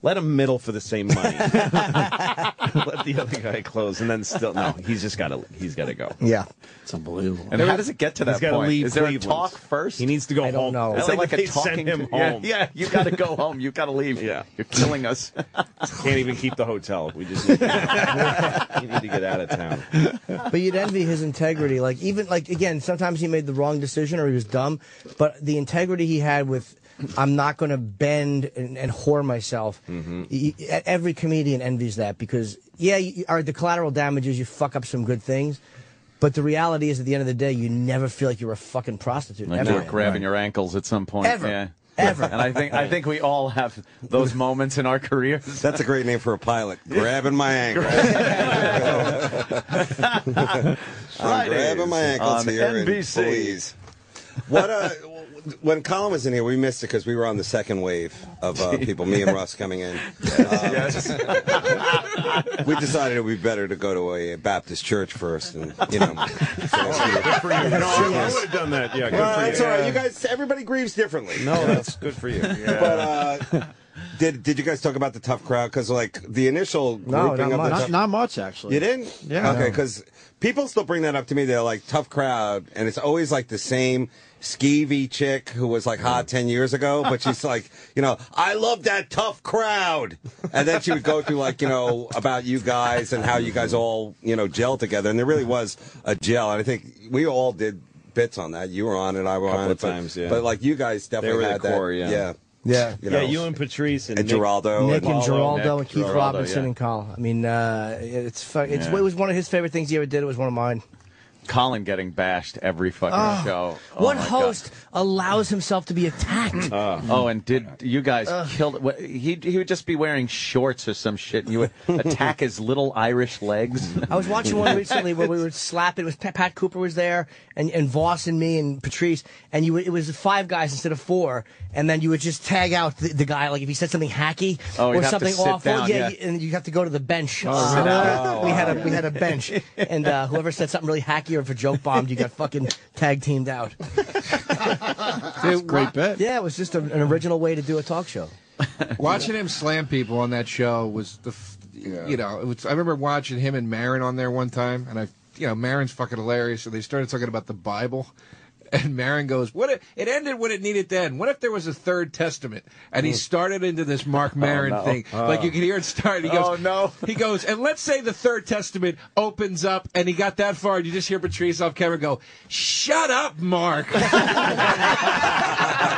let him middle for the same money let the other guy close and then still no he's just got to he's got to go Yeah. It's unbelievable. And There how was- does it get to he's that gotta point? leave Is there Cleveland. a talk first? He needs to go I home. know. Is it like They a talk? sent him yeah, home. Yeah, you got to go home. You got to leave. Yeah, you're killing us. can't even keep the hotel we just need to, you need to get out of town but you'd envy his integrity. Like even like again, sometimes he made the wrong decision or he was dumb, but the integrity he had with I'm not going to bend and, and whore myself. Mm-hmm. Y- y- Every comedian envies that because yeah, you, all right, the collateral damage is you fuck up some good things. But the reality is, at the end of the day, you never feel like you're a fucking prostitute. Like ever. you're grabbing your ankles at some point. Ever. Yeah. Ever. And I think I think we all have those moments in our careers. That's a great name for a pilot. Grabbing my ankle. I'm grabbing my ankles on here. and NBC. please. What uh, when Colin was in here, we missed it because we were on the second wave of uh, people. Me and Russ coming in. Um, we decided it would be better to go to a Baptist church first, and you know. no I would have done that yeah good Well, for you that's all right. You guys, everybody grieves differently. no that's good for you But uh, did did you guys talk about the tough crowd? Because like the initial grouping No, of not the much. tough- Not, not much, actually. you didn't? Yeah. Okay, No. because people still bring that up to me. They're like, tough crowd. And it's always like the same skeevy chick who was like hot 10 years ago, but she's like, you know, I love that tough crowd. And then she would go through like, you know, about you guys and how you guys all, you know, gel together. And there really was a gel. And I think we all did bits on that. You were on it, I were on Couple it. of but- times, yeah. But like you guys definitely were the had that. core, yeah. Yeah. Yeah. You yeah know. you and Patrice and, and Geraldo Nick and Paolo, Geraldo Nick, and Keith Geraldo, Robinson yeah. and Colin. I mean, uh, it's, fu- it's Yeah. it was one of his favorite things he ever did. It was one of mine. Colin getting bashed every fucking Oh, show. Oh What my God. host allows himself to be attacked? oh, and did you guys killed? wh- He he would just be wearing shorts or some shit, and you would attack his little Irish legs. I was watching one recently where we were slapping. It was Pat, Pat Cooper was there, and, and Voss and me and Patrice, and you. would- It was five guys instead of four, and then you would just tag out the, the guy like if he said something hacky Oh, he'd have or to something sit awful. down, yeah. you- and you have to go to the bench. uh, Oh, sit down. we had a we had a bench, and uh, whoever said something really hacky or if a joke bombed, you got fucking tag teamed out. great bet. Yeah, it was just a, an original way to do a talk show. Watching him slam people on that show was the, f- you know, it was, I remember watching him and Marin on there one time, and I, you know, Marin's fucking hilarious. So they started talking about the Bible, and Marin goes, "What? If, it ended when it needed to end. What if there was a third testament?" And he started into this Mark Marin Hmm. no. thing, Oh. like you can hear it start. He goes, Oh, no. He goes, and let's say the third testament opens up, and he got that far, and you just hear Patrice off camera go, "Shut up, Mark." Dude,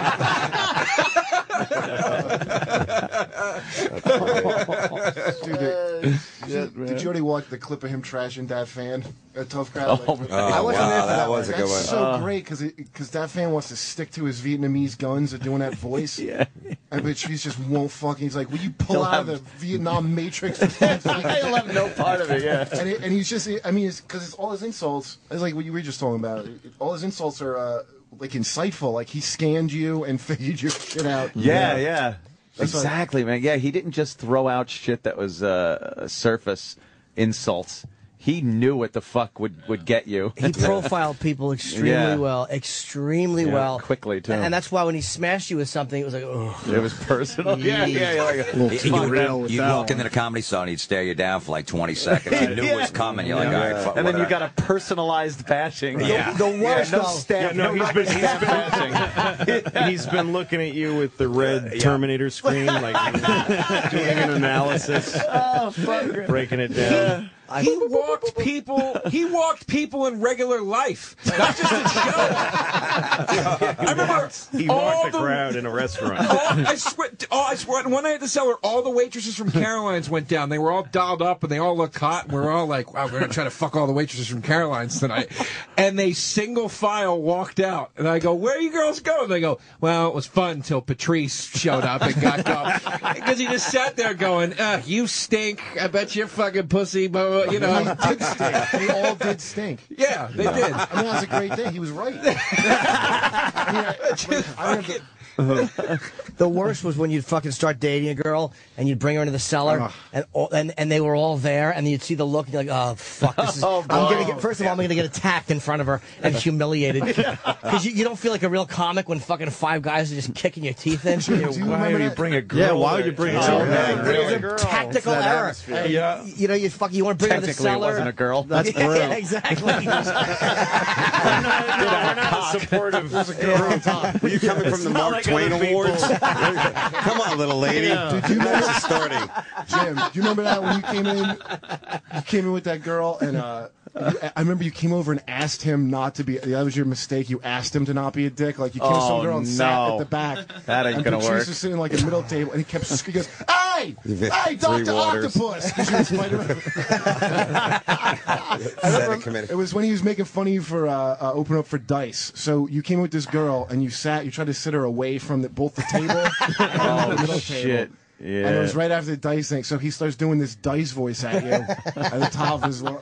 did, did you, Uh, did you already watch the clip of him trashing that fan? A tough crowd. Oh, like, man. Oh, wow, that was a That's good one. so Uh. great because because that fan wants to stick to his Vietnamese guns of doing that voice. yeah. I bet she's just won't fucking. He's like, will you pull He'll out of the Vietnam Matrix? He'll have no part of it. Yeah. And, it, and he's just, I mean, because it's, all his insults. It's like what you were just talking about. All his insults are uh, like insightful. Like he scanned you and figured your shit out. Yeah, yeah. That's what- exactly, man. Yeah, he didn't just throw out shit that was uh, surface insults. He knew what the fuck would, would get you. He profiled people extremely Yeah. well, extremely Yeah, well, quickly, too. And, and that's why when he smashed you with something, it was like, oh, It was personal. Yeah, yeah, yeah, like a- You- Little you- Tyrell with you that walked one. into the comedy store, he'd stare you down for like 20 seconds. You knew it was coming. You're like, all right, fuck, and what then you did got a personalized bashing. Yeah. The- the worst Yeah, no of- staff. Yeah, no, no, he's been- he's he's been- He's been looking at you with the red Terminator screen, like doing an analysis, Oh, fuck. breaking it down. he walked people. He walked people in regular life, not just in shows. I remember He all walked the crowd in a restaurant. all, Oh, I swear, all, I swear, one night at the cellar, all the waitresses from Caroline's went down. They were all dialed up and they all looked hot. And we are all like, wow, we're going to try to fuck all the waitresses from Caroline's tonight. And they single file walked out. And I go, where are you girls going? They go, well, it was fun until Patrice showed up and got caught. Because he just sat there going, uh, you stink. I bet you're fucking pussy. But, you know. He did stink. They all did stink. Yeah, they did. I mean, that was a great day. He was right. the worst was when you'd fucking start dating a girl and you'd bring her into the cellar and, all, and and they were all there and you'd see the look and you're like, oh fuck, this is. Oh, I'm boy. gonna get first of all, I'm gonna get attacked in front of her and humiliated because you, you don't feel like a real comic when fucking five guys are just kicking your teeth in. why would you bring a girl? Yeah, why would there? you bring a Oh, girl yeah, there? bring There's a a girl. tactical It's that error. atmosphere. Yeah. You know, you fuck. You want to bring her to the Technically, it cellar. wasn't a girl. That's Yeah, brutal. exactly. supportive. There's a girl on top. Were you coming from the Mark Twain Awards? Come on, little lady. Dude, do you remember starting? Jim, do you remember that when you came in? You came in with that girl, and uh, you- I remember you came over and asked him not to be. That was your mistake. You asked him to not be a dick. Like you came to Oh, some girl and sat no. at the back. That ain't and gonna Patrice work. was sitting like in the middle table, and he kept. sc- He goes, "Hey, You've hit hey, three Doctor waters. Octopus." 'Cause you were Spider-Man. I remember- It was when he was making fun of you for uh, uh, open up for dice. So you came in with this girl, and you sat. You tried to sit her away from the, both the table. and the Oh middle shit! table. Yeah. And it was right after the dice thing, so he starts doing this dice voice at you at the top of his lungs.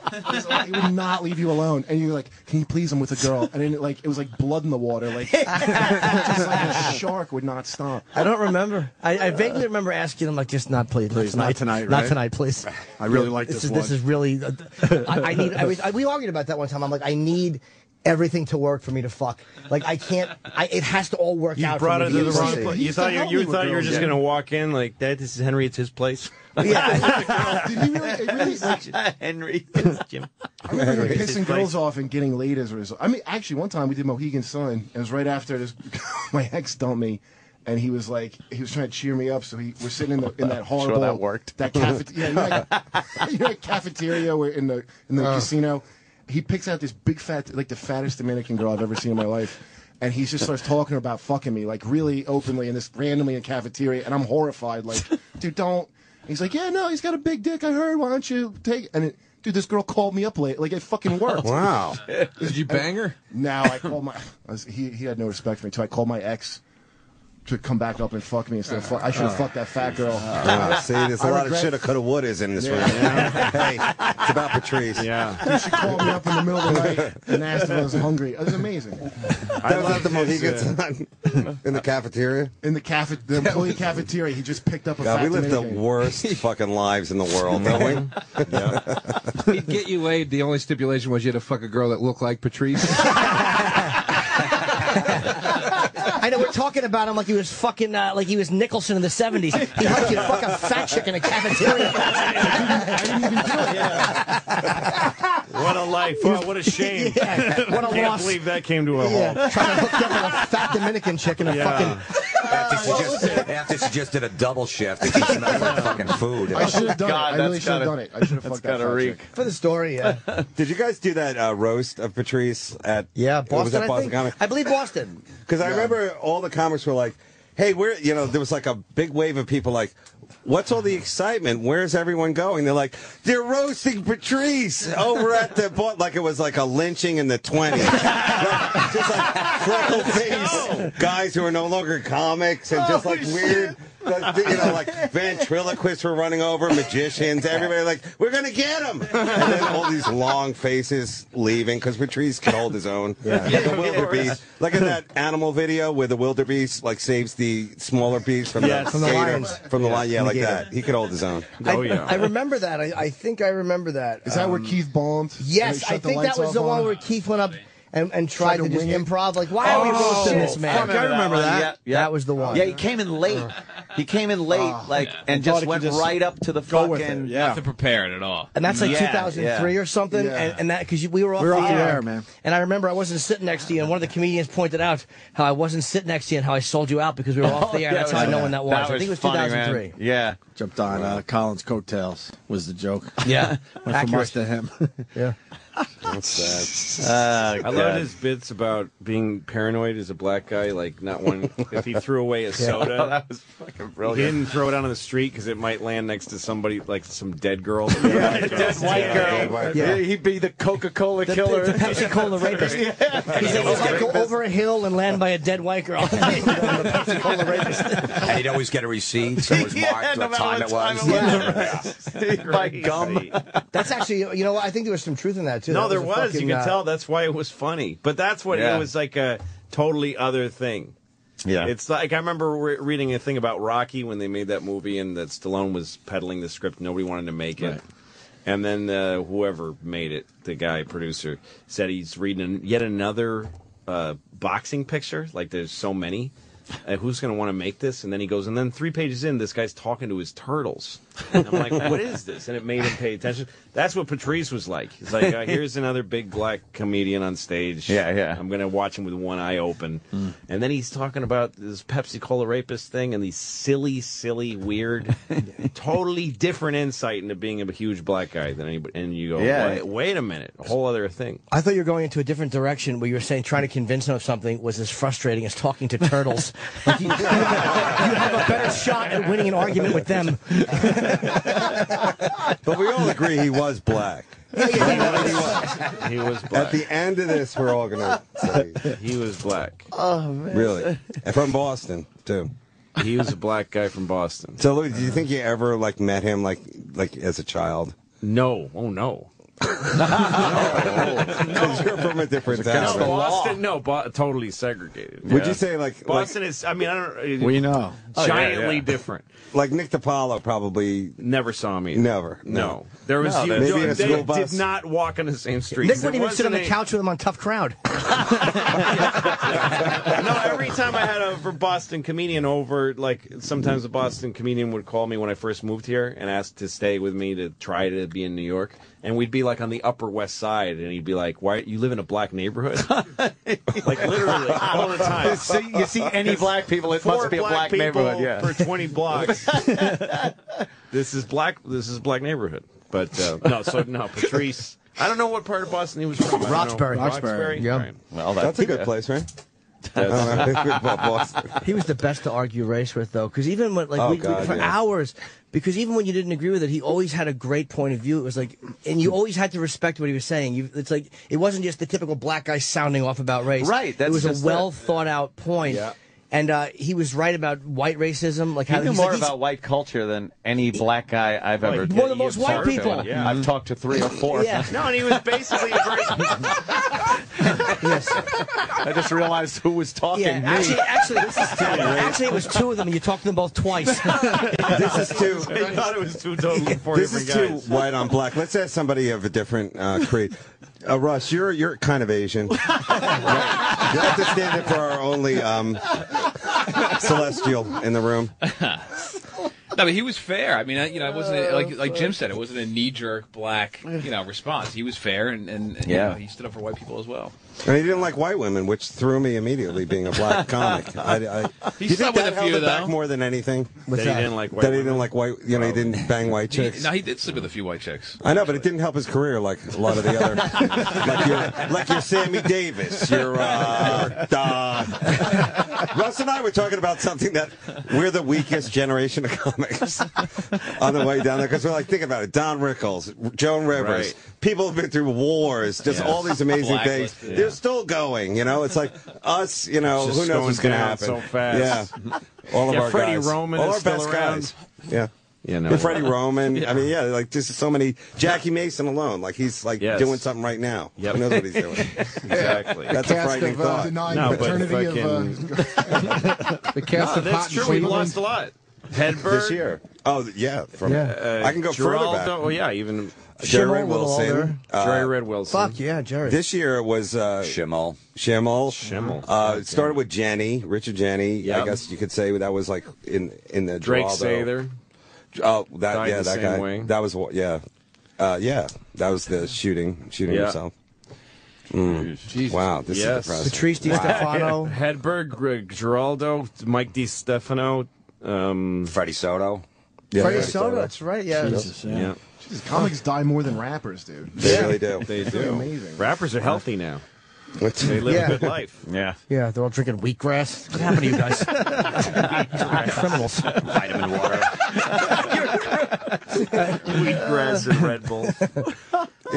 He would not leave you alone, and you're like, "Can you please? I'm with a girl." And then it, like it was like blood in the water, like just like a shark would not stop. I don't remember. I, I vaguely remember asking him, like, just not please, Please, not not tonight, tonight, not right? tonight, please. I really like this is, This one. is really. uh, I, I need. I, was- I, we argued about that one time. I'm like, I need everything to work for me to fuck. Like, I can't. I, it has to all work You out. brought her for me to the be wrong safe. place. You thought you, you thought you were just gonna walk in like that. This is Henry. It's his place. Henry, Jim. I remember like, It's his pissing place. girls off and getting laid as a result. I mean, actually, one time we did Mohegan Sun, and it was right after this. my ex dumped me, and he was like, he was trying to cheer me up. So he, we're sitting in the in that Sure horrible that worked. that cafeteria, you know, like, you know, like cafeteria where in the in Uh. the casino. He picks out this big fat, like the fattest Dominican girl I've ever seen in my life. And he just starts talking about fucking me, like really openly, and this randomly in a cafeteria, and I'm horrified. Like, dude, don't. He's like, yeah, no, he's got a big dick. I heard. Why don't you take? And it, dude, this girl called me up late. Like, it Oh, fucking worked. Wow. Did you bang her? Now I called my. I was, he he had no respect for me, so I called my ex to come back up and fuck me instead of fuck. I should have Uh, fucked that fat girl. Uh, see, there's a I lot of regret- shoulda, coulda, wouldas in this Yeah. room. You know? hey, it's about Patrice. Dude, Yeah. she called me up in the middle of the night and asked if I was hungry. It was amazing. I was at the Mohegan Sun in the cafeteria. In the cafet, the employee cafeteria, he just picked up a God, fat we live the Dominican. worst fucking lives in the world, don't we? He'd get you laid. The only stipulation was you had to fuck a girl that looked like Patrice. I know we're talking about him like he was fucking uh, like he was Nicholson in the '70s. He helped you fuck a fat chick in a cafeteria. What a life! Wow, what a shame! Yeah, what a Can't loss. believe that came to a halt. Yeah, trying to hook you up with a fat Dominican chick in a Yeah. fucking Uh, After she, just, after she just did a double shift and she smelled like fucking food. I should have done God, it. I that's really should have gotta- done it. I should have that's fucked that gotta fat reek. chick. for the story. Yeah, Did you guys do that uh, roast of Patrice at yeah Was Boston. that I, Boston think. Comic? I believe Boston. Because I remember all the comics were like, "Hey, where?" You know, there was like a big wave of people like, "What's all the excitement? Where's everyone going?" They're like, "They're roasting Patrice over at the bo-. like it was like a lynching in the twenties, just like freckle face guys who are no longer comics and just like Oh, Holy weird." Like, you know, like ventriloquists were running over, magicians, everybody like, we're gonna get him. And then all these long faces leaving because Patrice can hold his own. Yeah. Like a wildebeest, like in that animal video where the wildebeest like saves the smaller beast from Yes. the From the gator- lions. from the Yeah. lion. Yeah, From like the gator. that. He could hold his own. Oh, I, I remember that. I, I think I remember that. Is that where Um, Keith bombed? Yes, I think that was the one where Keith went up and, and tried, Tried to, to just wing it? improv. Like, why are we Oh, roasting this shit. man? Fuck, I remember that. Yeah, yeah. That was the one. Yeah, he came in late. He came in late, like, and just went right up to the fucking. Nothing prepared at all. And that's like Yeah, 2003 yeah. or something. Yeah. And, and that because we were off We were the off the air, air, man. And I remember I wasn't sitting next to you, and one of the comedians pointed out how I wasn't sitting next to you and how I sold you out because we were off the Oh, Yeah, air. Oh, that's it how I was- know when that was. I think it was funny, 2003. man. Yeah. Jumped on uh, Colin's coattails was the joke. Yeah. Went from us to him. yeah. That's sad. I Oh, God. love his bits about being paranoid as a black guy, like not one. if he threw away Yeah. a soda, That was fucking brilliant. He didn't throw it out on the street because it might land next to somebody like some dead girl, Dead white girl. Yeah. Yeah. He'd be the Coca Cola The, killer, the Pepsi Cola rapist. He's like, if I go over a hill and land by a dead white girl. And he'd always get a receipt, so it was Yeah, marked no what time it matter what was. time it By gum. That's actually, you know what? I think there was some truth in that too. No, That there a was. fucking, you can uh, tell that's why it was funny. But that's what Yeah. it was like a totally other thing. Yeah. It's like I remember re- reading a thing about Rocky when they made that movie and that Stallone was peddling the script. Nobody wanted to make it. Right. And then uh, whoever made it, the guy producer, said he's reading an, yet another uh, boxing picture. Like there's so many. Uh, who's going to want to make this? And then he goes, and then three pages in, this guy's talking to his turtles. And I'm like, what is this? And it made him pay attention. That's what Patrice was like. He's like, uh, here's another big black comedian on stage. Yeah, yeah. I'm going to watch him with one eye open. Mm. And then he's talking about this Pepsi Cola rapist thing and these silly, silly, weird, totally different insight into being a huge black guy than anybody. And you go, Yeah. wait, wait a minute, a whole other thing. I thought you were going into a different direction where you were saying trying to convince him of something was as frustrating as talking to turtles. like you, you have a better shot at winning an argument with them. But we all agree he was black. He was black. At the end of this, we're all gonna say he was black. Oh man, really? And from Boston too. He was a black guy from Boston. So, Louis, do you think you ever like met him like like as a child? No. Oh no. Because you're from a different town. No, Boston, no, Bo- totally segregated. Would you say, like- Boston is? I mean, I don't. We know. Oh, yeah, giantly yeah. different. Like Nick DiPaolo probably never saw me. Never. No, there was you, maybe in they a school did bus. not walk on the same street. Nick wouldn't even sit on the couch. couch with him on Tough Crowd. no, every time I had a for Boston comedian over, like sometimes a Boston comedian would call me when I first moved here and ask to stay with me to try to be in New York, and we'd be like on the Upper West Side, and he'd be like, "Why you live in a black neighborhood?" like literally all the time. You see- you see any black people, it Four must be a black people neighborhood, yeah. for twenty blocks. this is black. This is black neighborhood. But uh, no, so no, Patrice. I don't know what part of Boston he was from. I don't know. Roxbury. Roxbury. Right. Well, that's a good place, right? Oh, he was the best to argue race with, though, because even when like Oh, we, we- God, for yeah. hours, because even when you didn't agree with it, he always had a great point of view. It was like, and you always had to respect what he was saying. You, it's like it wasn't just the typical black guy sounding off about race. Right, that's it was just a that. well thought out point. Yeah. And uh, he was right about white racism, like He how knew he's more like, he's- about white culture than any black guy I've Well, ever. one of the most You've white talked to. people. Yeah. Mm-hmm. I've talked to three or four. Yeah. No, and he was basically a very I just realized who was talking. Yeah, me. actually, actually, really racist. actually, it was two of them, and you talked to them both twice. this is too. I thought it was two totally four This is different too guys. white on black. Let's ask somebody of a different uh, creed. Uh, Russ, you're you're kind of Asian. you have to stand up for our only um, celestial in the room. No, but he was fair. I mean, I, you know, it wasn't a, like like Jim said, it wasn't a knee jerk black you know response. He was fair, and and, and Yeah. you know, he stood up for white people as well. And he didn't like white women, which threw me immediately. Being a black comic, I, I, Do He you think slept with that a held few, it back though. more than anything. What's That he that? didn't like white That he women? didn't like white. You know, he didn't bang white He, chicks. no, he did sleep with a few white chicks. I know, but it didn't help his career like a lot of the other, like your, like your Sammy Davis, your uh, uh, Russ and I were talking about something that we're the weakest generation of comics on the way down there because we're like, think about it: Don Rickles, Joan Rivers, Right. people have been through wars, just Yeah. all these amazing things. Blacklisted. They're still going. You know, it's like us. You know, It's just who knows what's going going to down happen? so fast. Yeah, all of Yeah, our Freddie guys, Roman all is our still best around. guys. Yeah. You know. and Freddie Roman. I mean, yeah, like just so many. Jackie Mason alone, like he's like Yes. doing something right now. Yep. Who knows what he's doing? Exactly. That's The a cast frightening of, uh, thought. Denying No, but paternity of, The cast No, of that's Hot and true. We Sweet. lost a lot. Hedberg this year. Oh th- yeah, from Yeah. I can go Geraldo- further back. well, yeah, even- Jerry Schimmel, Red Little Wilson, uh, Alder. Jerry Red Wilson. Fuck yeah, Jerry. This year was uh, Schimmel. Schimmel. Schimmel. Uh, it started with Jenny, Richard Jenny. I Yep. guess you could say that was like in in the Drake Geraldo. Sather. Oh, that Died yeah, the that same guy. way. That was what. Yeah, uh, yeah, that was the shooting, shooting Yeah. himself. Mm. Wow, this yes. is depressing. Wow. Hedberg, Gr- Geraldo, Mike DiStefano, um, Freddie Soto. Freddie Soto, that's right. Yeah. Jesus, yeah. Yeah. Jesus, comics die more than rappers, dude. They really do. They It's do. amazing. Rappers are healthy now. They live Yeah. a good life. Yeah. Yeah, they're all drinking wheatgrass. What happened to you guys? Criminals. Vitamin water. Wheatgrass and Red Bull. Is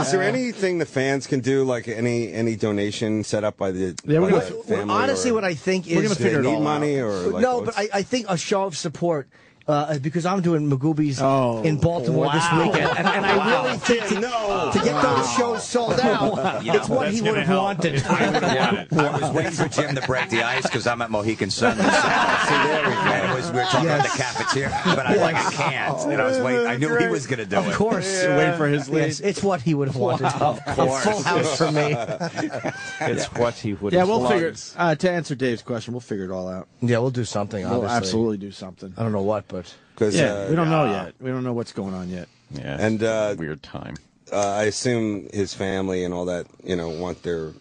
Uh, there anything the fans can do, like any any donation set up by the, Yeah, by we're gonna- the family? honestly, or- what I think is Do they need money or like, no, what's- but I, I think a show of support. Uh, because I'm doing Magoobies in Baltimore this Oh, wow. weekend, and, and I Wow. really think to, No. to get those Wow. shows sold out, Yeah. it's what That's he gonna would have help. wanted. I was waiting for Jim to break the ice because I'm at Mohican Sun. See, there we go. And it was, we were talking about the cafeteria, but I was like, I can't. Oh, And I was waiting. I knew he was going to do it. Of course, Yes, it's what he would have wanted. Wow, a of course. full house for me. It's what he would. Yeah, we'll figure. Uh, to answer Dave's question, we'll figure it all out. Yeah, we'll do something. We'll obviously. absolutely do something. I don't know what, but yeah, uh, we don't know yeah. yet. We don't know what's going on yet. Yeah, and uh, weird time. Uh, I assume his family and all that, you know, want their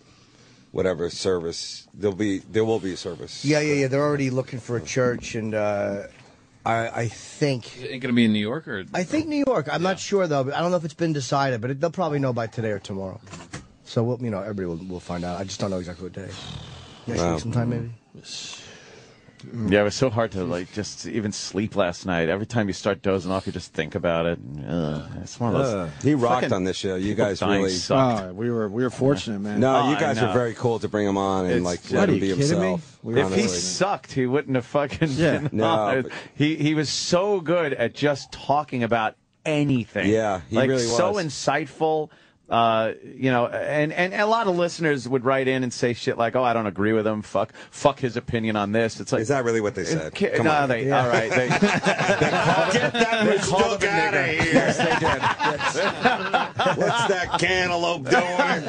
whatever service. There'll be there will be a service. yeah, yeah, yeah. They're already looking for a church, and uh, I, I think It ain't gonna be in New York or I think New York. I'm not sure though. But I don't know if it's been decided, but it, they'll probably know by today or tomorrow. So we'll, you know, everybody will, will find out. I just don't know exactly what day. Next Wow. week, sometime maybe. Yeah, it was so hard to like just even sleep last night. Every time you start dozing off, you just think about it. and, Ugh, it's one of those. Uh, he rocked fucking on this show. You people guys dying really- sucked. Oh, we were we were fortunate, man. No, Oh, you guys I know. are very cool to bring him on and It's- like What, let are him you be kidding me? himself. if he sucked, he wouldn't have fucking. Yeah. been No, on. but- he he was so good at just talking about anything. Yeah, he like really so was. insightful. Uh, you know, and, and and a lot of listeners would write in and say shit like, "Oh, I don't agree with him. Fuck, fuck his opinion on this." It's like, is that really what they said? Come no, on. they Yeah. all right. They, Get that called him a out of nigger. here. Yes, they did. What's that cantaloupe doing?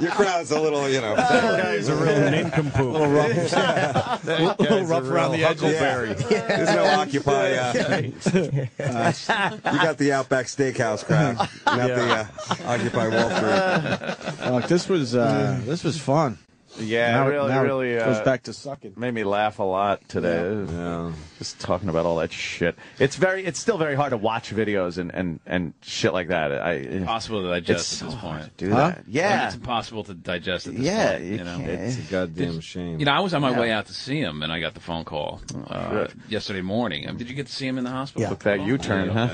Your crowd's a little, you know. That guy's a real nincompoop. little rough, That guy's a rough real huckleberry. There's no Occupy. Uh, uh, you got the Outback Steakhouse crowd, not the uh, Occupy Wall Street. Look, this was uh, this was fun. Yeah, Now it it- really, now it really uh, goes back to sucking. Made me laugh a lot today. Just talking about all that shit. It's very, it's still very hard to watch videos and and and shit like that. I it's impossible to it's digest so at this hard point. to do Huh? that. Yeah. Like, it's impossible to digest at this Yeah, point. you You know, can't. It's a goddamn shame. You know, I was on my Yeah. way out to see him, and I got the phone call uh, yesterday morning. Um, did you get to see him in the hospital? Oh, Yeah. Took that U-turn, huh?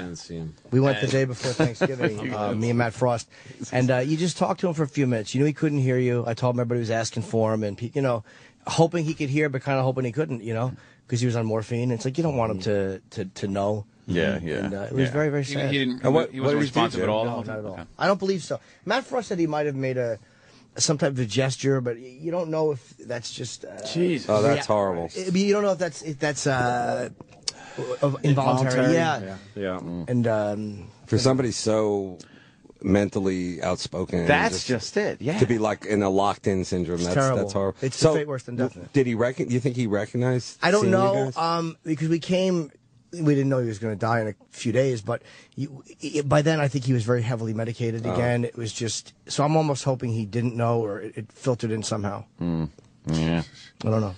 We went the day before Thanksgiving, uh, me and Matt Frost, and uh, you just talked to him for a few minutes. You knew he couldn't hear you. I told him everybody was asking for him, and pe- you know, hoping he could hear, but kind of hoping he couldn't, you know, because he was on morphine. It's like you don't want him to to, to know. Yeah, yeah. And, uh, it was very very He- sad. he didn't- And what- he wasn't what did he do, responsive Jim? at all? No, not at all. I don't believe so. Matt Frost said he might have made a. Some type of a gesture, but y- you don't know if that's just. Uh, Jesus. Oh, that's horrible. I mean, you don't know if that's if that's uh, of- involuntary. yeah. Yeah. And um, For somebody so mentally outspoken. and That's just it, yeah. To be like in a locked in syndrome. It's that's terrible. that's horrible. It's so, fate worse than death. Did he reckon you think he recognized I don't seeing you know guys? um, because we came. We didn't know he was going to die in a few days, but you, it, by then I think he was very heavily medicated Oh. again. It was just so I'm almost hoping he didn't know or it, it filtered in somehow. Mm, yeah. Hmm, I don't know.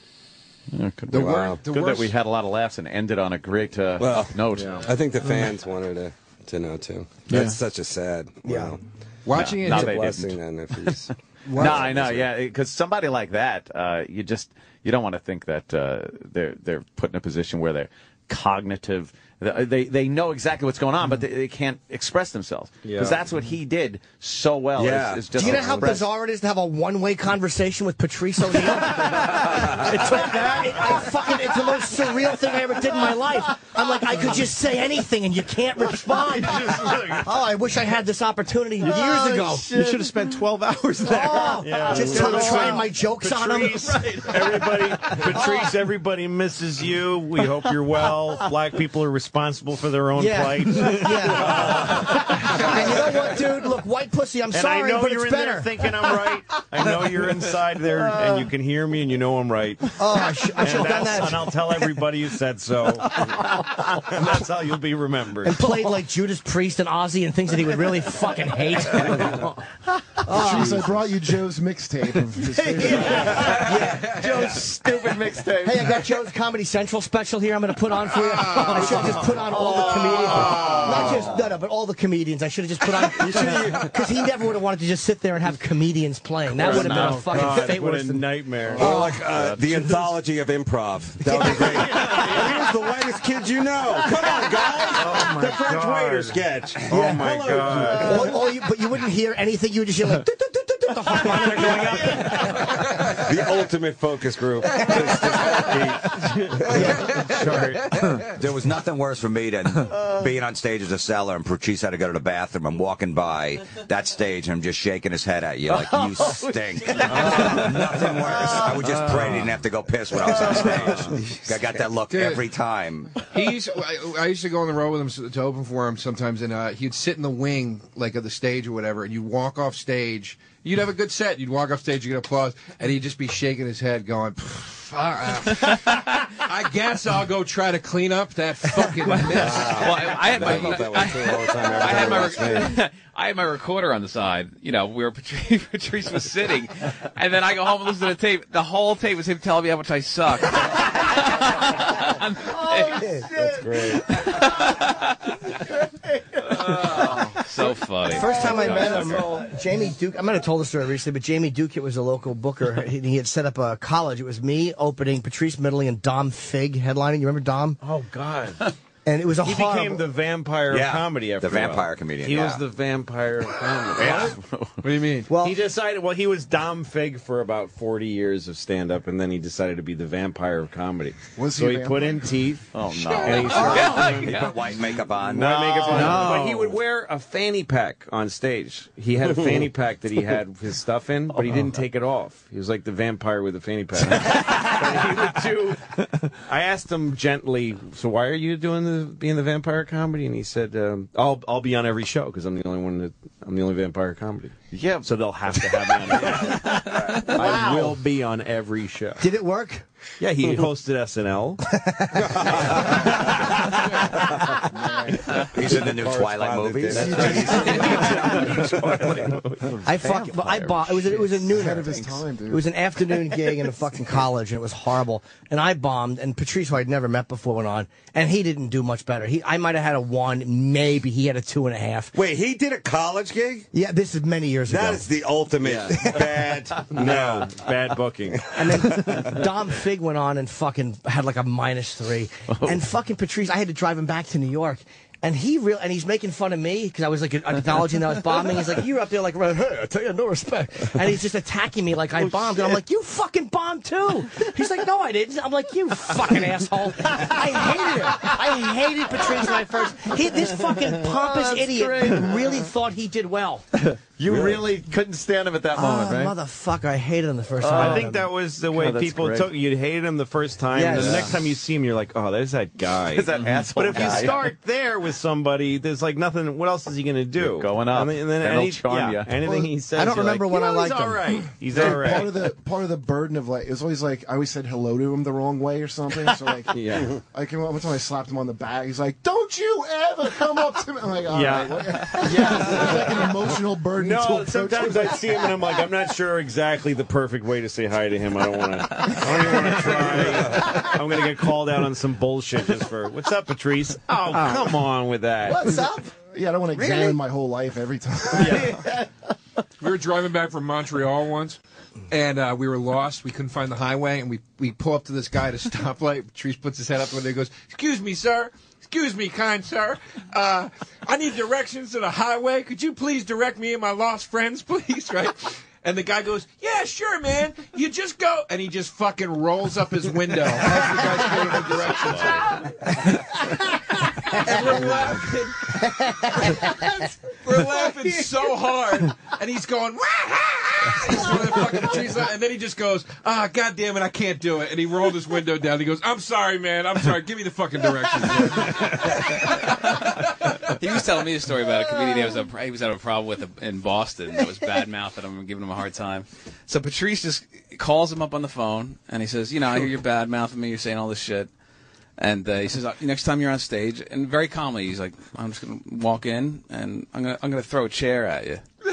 the The wor- Wow. the Good that worst- we had a lot of laughs and ended on a great uh, well, note. Uh, I think the fans wanted to, to know too. Yeah. That's such a sad. Yeah. Wow. Watching No, it- no, it's a they blessing didn't. then if he's. No, I know. Yeah, because somebody like that, uh, you just you don't want to think that uh, they're they're put in a position where they're cognitive. uh, They they know exactly what's going on, but they, they can't express themselves Yeah. because that's what he did so well. Is, is just Do you know how express- bizarre it is to have a one-way conversation with Patrice O'Neill? it's like that. I fucking, it's the most surreal thing I ever did in my life. I'm like, I could just say anything and you can't respond. oh, I wish I had this opportunity years Oh, ago. shit. You should have spent 12 hours there. Oh, just Wow. trying my jokes on him. Patrice, everybody, Patrice, everybody misses you. We hope you're well. Black people are responsible for their own Yeah. plight. And you know what, dude? Look, white pussy. I'm And I sorry, know but you're it's in there better. thinking I'm right. I know you're inside there, and you can hear me, and you know I'm right. Oh, I, sh- I and, should have done that's- that. and I'll tell everybody you said so. and that's how you'll be remembered. and played like Judas Priest and Ozzy and things that he would really fucking hate. Patrice, I brought you Joe's mixtape. of his favorite- Joe's stupid mixtape. Hey, I got Joe's Comedy Central special here. I'm going to put on for you. I should have just put on all the comedians, not just no, no, but all the comedians. I should have just put on because he never would have wanted to just sit there and have comedians playing. That would have been a Oh, fucking God, fate what worse a than nightmare. Or like uh, the anthology of improv. That would be great. Here's the latest kid you know. Come on, guys. Oh the French waiter sketch. Oh my Hello. God. Or- or you- but you wouldn't hear anything. You would just hear like "Dut, dut, dut, dut, dut," the harmonica going up. the ultimate focus group. There was nothing worse for me than being on stage as a seller and Patrice had to go to the bathroom. I'm walking by that stage and I'm just shaking his head at you like, you Oh, Oh, stink. nothing worse. I would just pray he didn't have to go piss when I was on stage. I got that look Dude. every time. He used, I, I used to go on the road with him s- to open for him sometimes, and uh, he'd sit in the wing, like of the stage or whatever, and you'd walk off stage. You'd have a good set. You'd walk off stage, you get applause, and he'd just be shaking his head, going, "Pff, all right. "I guess I'll go try to clean up that fucking mess." Well, I, I had my, I, I had my, rec- I had my recorder on the side. You know, where Patrice, Patrice was sitting, and then I go home and listen to the tape. The whole tape was him telling me how much I suck. That's great. Oh, so funny. First time I Oh, met sucker. him, Jamie Duke. I might have told the story recently, but Jamie Duke, it was a local booker. and He had set up a college. It was me opening, Patrice Middley, and Dom Fig headlining. You remember Dom? Oh God. And it was a he horrible- became the vampire Yeah, of comedy the after a vampire while. comedian, He yeah. was the vampire of comedy. Yeah. What do you mean? Well, he decided. Well, he was Dom Fig for about forty years of stand-up, and then he decided to be the vampire of comedy. Was so he he, a put in teeth. Oh no! And he started He put white makeup on. No, makeup on. No. But he would wear a fanny pack on stage. He had a fanny pack that he had his stuff in, but he Oh. didn't take it off. He was like the vampire with the fanny pack. But he would do- I asked him gently, "So why are you doing the being the vampire comedy?" And he said, um, "I'll I'll be on every show because I'm the only one that I'm the only vampire comedy." Yeah. So they'll have to have me. on every- I will be on every show. Did it work? Yeah, he hosted SNL. He's in the new Twilight movies. I fucking, but I bought. It was a, it was a noon. Ahead of his time, dude. It was an afternoon gig in a fucking college, and it was horrible. And I bombed. And Patrice, who I'd never met before, went on, and he didn't do much better. He, I might have had a one, maybe he had a two and a half. Wait, he did a college gig? Yeah, this is many years ago. That is the ultimate bad. No, bad booking. And then Dom Fig went on and fucking had like a minus three. Oh. And fucking Patrice, I had to drive him back to New York. And he real and he's making fun of me because I was like acknowledging that I was bombing. He's like, "You're up there like, hey, I tell you, no respect." And he's just attacking me like Oh, I bombed. And I'm like, "You fucking bombed too." He's like, "No, I didn't." I'm like, "You fucking asshole!" I hated it. I hated Patrice when I first. He, this fucking pompous Oh, that's idiot great. really thought he did well. You really? couldn't stand him at that Ah, moment, right? motherfucker! I hated him the first time. Uh, I think that was the way God, that's people great. took. You hated him the first time, and Yes. the next time you see him, you're like, "Oh, there's that guy." There's that Mhm. asshole But if guy. you start there with somebody, there's like nothing. What else is he going to do? going up. And then, and then And any- he'll charm yeah, you. Anything he Well, says, I don't you're remember like, when you I know, liked him." He's Dude, all right. He's Part all of right. the part of the burden of like it was always like I always said hello to him the wrong way or something. So like Yeah. I came up one time I slapped him on the back. He's like, "Don't you ever come up to me!" I'm like, all right. Yeah. it's like an emotional burden. to No, approach sometimes I him. see him and I'm like, I'm not sure exactly the perfect way to say hi to him. I don't want to. I don't even want to try. I'm going to get called out on some bullshit just for what's up, Patrice. Oh, Ah. come on with that. What's up? Yeah, I don't want to examine my whole life every time. we were driving back from Montreal once, and uh, we were lost. We couldn't find the highway, and we we pull up to this guy at a stoplight. Patrice puts his head up and he goes, "Excuse me, sir." Excuse me, kind sir. Uh, I need directions to the highway. Could you please direct me and my lost friends, please? Right? And the guy goes, "Yeah, sure, man. You just go." And he just fucking rolls up his window. as the guy's going in the directions. and we're laughing. we're laughing so hard, and he's going, "Wah-ha-ha!" This motherfucking cheese line. and then he just goes, "Ah, god damn it, I can't do it." And he rolled his window down. He goes, "I'm sorry, man. I'm sorry. Give me the fucking directions." he was telling me a story about a comedian he was a, he was at a problem with in Boston that was bad mouth and I'm giving him a hard time. So Patrice just calls him up on the phone and he says, "You know, I hear you're bad mouthing me. You're saying all this shit." And uh, he says, "Uh, "Next time you're on stage," and very calmly, he's like, "I'm just gonna walk in and I'm gonna I'm gonna throw a chair at you."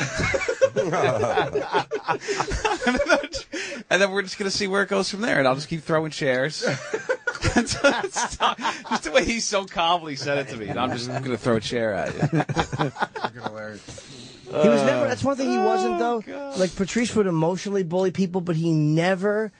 and then we're just gonna see where it goes from there, and I'll just keep throwing chairs. Stop. just the way he so calmly said it to me. and I'm just gonna throw a chair at you. He Uh, was never. That's one thing he wasn't though. oh, Like Patrice would emotionally bully people, but he never,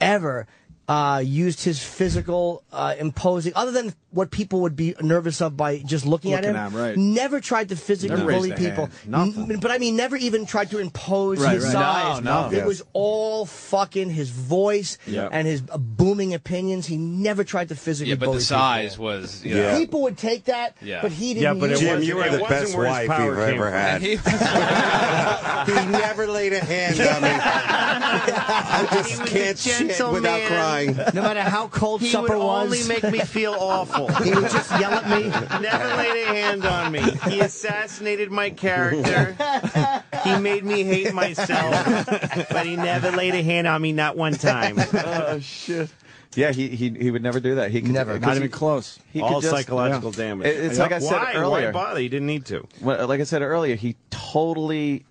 ever uh, used his physical uh, imposing. Other than what people would be nervous of by just looking, Looking at him. at him, right. Never tried to physically Never raised bully a people. hand. Nothing. N- but I mean, never even tried to impose Right, his right. size. No, no. It was all fucking his voice Yeah. and his uh, booming opinions. He never tried to physically Yeah, but bully the size was you know, People would take that, Yeah. but he didn't. Yeah, but it use wasn't- You were It the wasn't best where his wife power you've came ever from. had. He- he never laid a hand on me. I just can't shit without crying. No matter how cold He supper would was, only make me feel awful. he would just yell at me. Never laid a hand on me. He assassinated my character. He made me hate myself. But he never laid a hand on me, not one time. oh shit. Yeah, he, he he would never do that. He could Never. because Not even he- close. He All could just- psychological yeah. damage. It- it's Yeah. like I said Why? Why earlier. bother? You didn't need to. Well, like I said earlier, he totally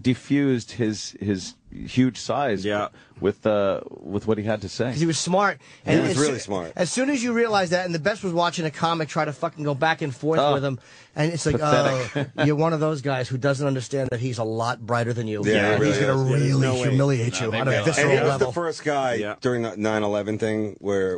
diffused his his huge size. Yeah. With uh with what he had to say. He was smart. He was as really soo- smart. As soon as you realize that, and the best was watching a comic try to fucking go back and forth Oh. with him, and it's like, Pathetic. oh, you're one of those guys who doesn't understand that he's a lot brighter than you. Yeah, he and he's really is. gonna Yeah, there's really no way. humiliate you on a visceral and he was level. the first guy during the 9-11 thing where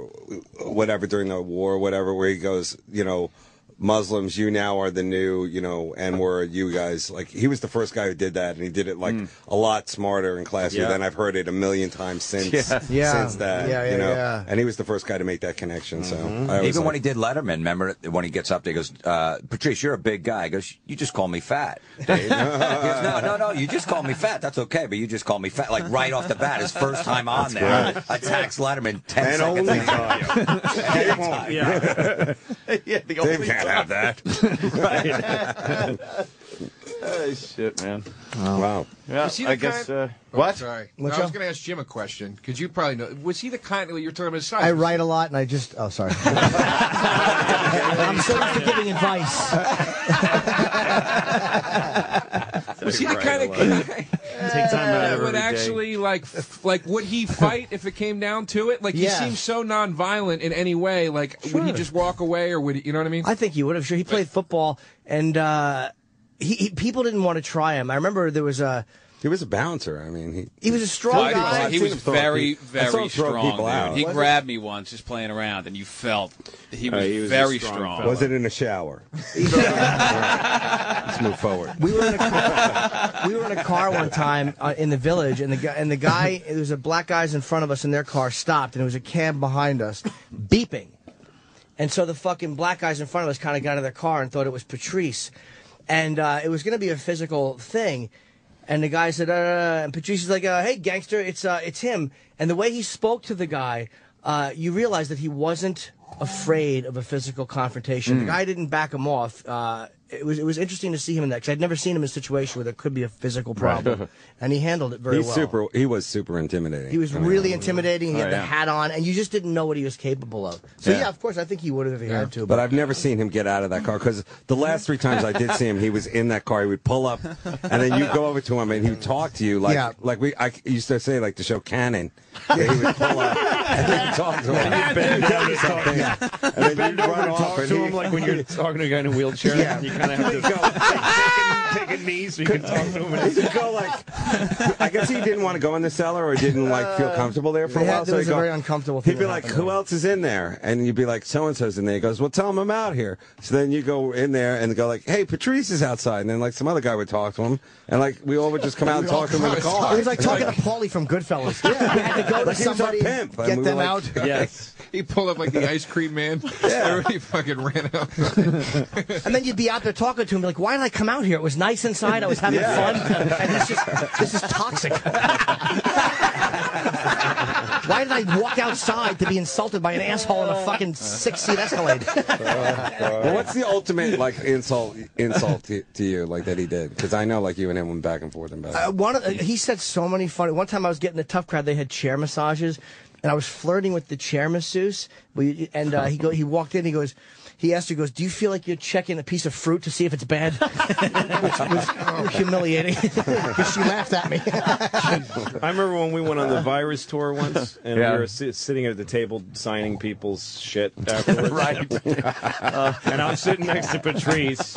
whatever during the war whatever where he goes you know muslims you now are the new you know and were you guys like he was the first guy who did that and he did it like a lot smarter and classier Yeah. than i've heard it a million times since Yeah. Yeah. since that Yeah, yeah, you know yeah. and he was the first guy to make that connection so I Mm-hmm. Even when he did Letterman, remember when he gets up there, he goes, uh, Patrice, you're a big guy. He goes, You just call me fat. Dave." he goes, no, no, no, you just call me fat. That's okay, but you just call me fat. Like right off the bat, his first time on That's there. great. Attacks Letterman 10 And seconds only in. time. Ten times. Yeah. yeah, the Dave can't have that. right. oh shit, man. Oh. Wow. Yeah, Was he the I guess. Uh, kind- Oh, what? Sorry, What's I was up? going to ask Jim a question because you probably know. Was he the kind? Well, you're talking about his size. I write a lot, and I just oh sorry. I'm so used to giving advice. Was he the Right, kind a of lot. guy Take time out that of would every day. actually like, f- like, would he fight if it came down to it? Like, Yeah. he seems so nonviolent in any way. Like, would he Sure. just walk away, or would he, you know what I mean? I think he would have. Sure, he played football, and uh, he, he people didn't want to try him. I remember there was a. He was a bouncer. I mean, he he was a strong Well, I- guy. He was very, very strong. dude. He Was it- grabbed me once just playing around, and you felt he Uh, was, he was a very strong strong. was it in a shower? Let's move forward. We were in a car, we were in a car one time uh, in the village, and the guy and the guy there was a black guys in front of us, and their car stopped, and there was a cab behind us, beeping, and so the fucking black guys in front of us kind of got out of their car and thought it was Patrice, and uh, it was going to be a physical thing. And the guy said, uh, and Patrice is like, uh, "Hey, gangster, it's uh, it's him." And the way he spoke to the guy, uh, you realize that he wasn't afraid of a physical confrontation. The Hmm. Mm. guy didn't back him off. Uh, it was it was interesting to see him in that because I'd never seen him in a situation where there could be a physical problem, Right. and he handled it very He's well. super. He was super intimidating. He was I mean, really intimidating. He Oh, had the yeah. hat on, and you just didn't know what he was capable of. So yeah, Yeah. of course, I think he would have if he had to. But I've never seen him get out of that car because the last three times I did see him, he was in that car. He would pull up, and then you go over to him and he would talk to you like Yeah. like we I used to say like the show Cannon. Yeah, he would pull up and then talk to him. You bend down and and talk talk to him like when you're talking to a guy in a wheelchair. Yeah. You gonna have to take, a, take a knee so you can talk to him. go like, I guess he didn't want to go in the cellar or didn't like Uh, feel comfortable there for a Yeah, while. that was he'd a very uncomfortable thing He'd be that like, happened. "Who else is in there?" And you'd be like, "So and so's in there." He goes, "Well, tell him I'm out here." So then you go in there and go like, "Hey, Patrice is outside." And then like some other guy would talk to him, and like we all would just come out and We all talk to him in the come car. outside. It was like talking to Paulie from Goodfellas. Yeah, we had to go to Like he was our somebody, pimp, and we get were them like- out. Yes. he pulled up like the ice cream man. Everybody fucking ran out. And then you'd be out there talking to him, like, why did I come out here? It was nice inside. I was having fun. And he's just, this is toxic. why did I walk outside to be insulted by an asshole in a fucking six seat Escalade? well, what's the ultimate like insult insult to, to you like that he did? Because I know like you and him went back and forth and back. Uh, one of the, he said so many funny. One time I was getting a tough crowd. They had chair massages, and I was flirting with the chair masseuse. We, and uh, he go he walked in. He goes. He asked her, he goes, Do you feel like you're checking a piece of fruit to see if it's bad? Which was humiliating. 'Cause she laughed at me. I remember when we went on the virus tour once, and Yeah. we were si- sitting at the table signing people's shit afterwards. right. and I was sitting next to Patrice,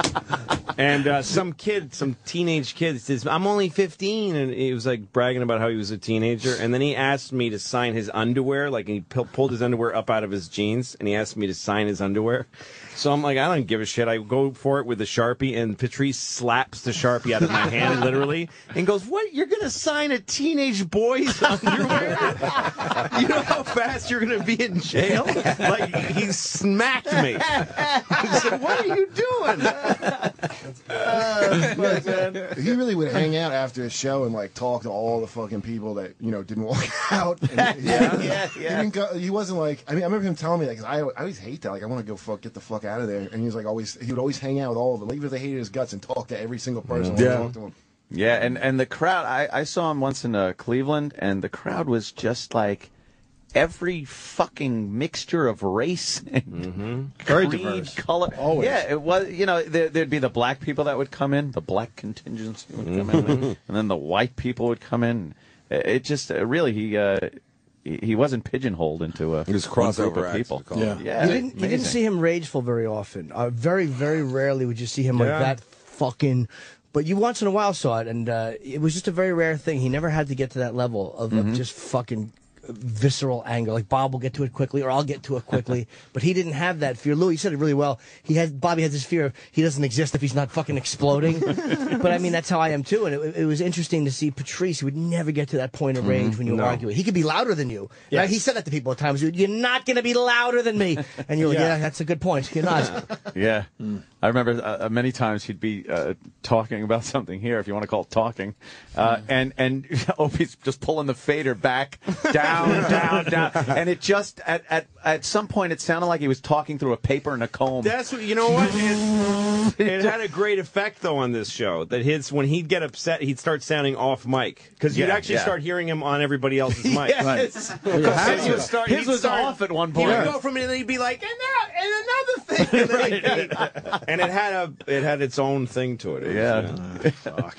and uh, some kid, some teenage kid, says, "I'm only 15," and he was like bragging about how he was a teenager. And then he asked me to sign his underwear. Like he pu- pulled his underwear up out of his jeans, and he asked me to sign his underwear. So I'm like, I don't give a shit. I go for it with the sharpie, and Patrice slaps the sharpie out of my hand, literally, and goes, "What? You're gonna sign a teenage boy's underwear? you know how fast you're gonna be in jail?" Like he smacked me. I said, "What are you doing?" Oh, he really would hang out after his show and like talk to all the fucking people that you know didn't walk out. And, yeah, yeah, He, didn't go, he wasn't like. I mean, I remember him telling me like, 'cause I, I always hate that. Like, I want to go fuck, get the fuck out of there. And he was like, always he would always hang out with all of them, like, even if they hated his guts, and talk to every single person. Yeah. Yeah. Talk to him. Yeah, and, and the crowd, I, I saw him once in uh, Cleveland, and the crowd was just like every fucking mixture of race and Mm-hmm. Very creed, diverse. color. Always. Yeah, it was, you know, there, there'd be the black people that would come in, the black contingency would come in, Mhm. and then the white people would come in. It, it just, uh, really, he, uh, he he wasn't pigeonholed into a He was one group crossover of acts, people. we call it. Yeah. yeah you, didn't, you didn't amazing. see him rageful very often. Uh, very, very rarely would you see him Yeah. like that fucking. But you once in a while saw it, and uh, it was just a very rare thing. He never had to get to that level of, Mm-hmm. of just fucking visceral anger. Like Bob will get to it quickly, or I'll get to it quickly. but he didn't have that fear. Louis said it really well. He had Bobby has this fear of he doesn't exist if he's not fucking exploding. but I mean that's how I am too. And it, it was interesting to see Patrice. He would never get to that point of Mm-hmm. rage when you No. were arguing. He could be louder than you. Now, Yes. he said that to people at times. You're not going to be louder than me. And you're like, yeah. Yeah. that's a good point. You're not. Yeah. I remember uh, uh, many times he'd be uh, talking about something here, if you want to call it talking, uh, and and Opie's just pulling the fader back down, down, down, and it just at, at at some point it sounded like he was talking through a paper and a comb. That's what you know. What it, it had a great effect though on this show. That his when he'd get upset, he'd start sounding off mic because you'd Yeah, actually yeah. start hearing him on everybody else's mic. Yes. Right. Because Yeah. His was, start, His he'd was start- off at one He would point. go from it and he'd be like, and, now, and another thing, and, then he'd- and it had a it had its own thing to it. It was, Yeah. fuck.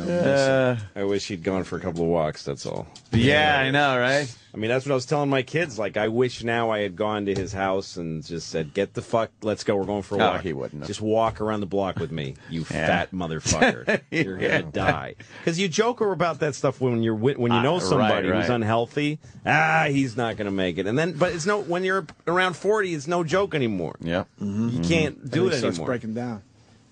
Uh, I wish he'd gone for a couple of walks. That's all. Yeah, I know, right? I mean, that's what I was telling my kids. Like, I wish now I had gone to his house and just said, "Get the fuck, let's go. We're going for a Oh, walk." he wouldn't have. Just walk around the block with me, you Yeah. fat motherfucker. You're Yeah. gonna die. Because you joke about that stuff when you're wi- when you Ah, know right, somebody who's right. unhealthy. Ah, he's not gonna make it. And then, but it's no when you're around forty, it's no joke anymore. Yeah, you can't do Everything it starts anymore. breaking down.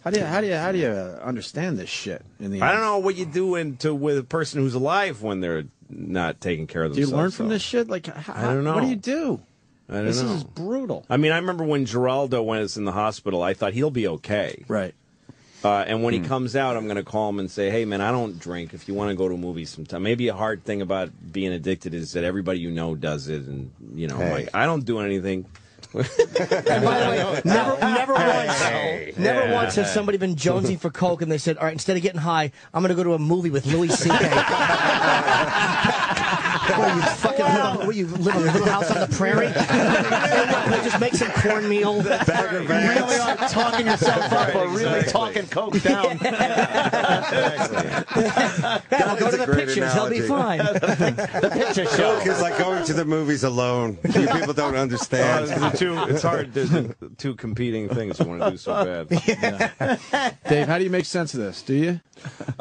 How do you how do you how do you uh, understand this shit? In the I end? don't know what you do into with a person who's alive when they're not taking care of Do you themselves. learn from though. this shit? Like, how, I don't know. What do you do? I don't this know. is brutal. I mean, I remember when Geraldo was in the hospital, I thought he'll be okay. Right. Uh, and when he comes out, I'm going to call him and say, "Hey, man, I don't drink. If you want to go to a movie sometime, maybe a hard thing about being addicted is that everybody you know does it, and you know, I'm Hey. like I don't do anything. never, never once, never Yeah. once has somebody been jonesing for coke and they said, all right, instead of getting high, I'm going to go to a movie with Louis C.K. Well, you fucking live on, what, you live on a little house on the prairie? Can I just make some cornmeal. Bagger You really are talking yourself up, but really talking coke down. Yeah, we'll go to the great pictures. He'll be fine. analogy. the picture show. Coke is like going to the movies alone. You people don't understand. Uh, two. It's hard. There's two competing things you want to do so bad. Dave, how do you make sense of this? Do you?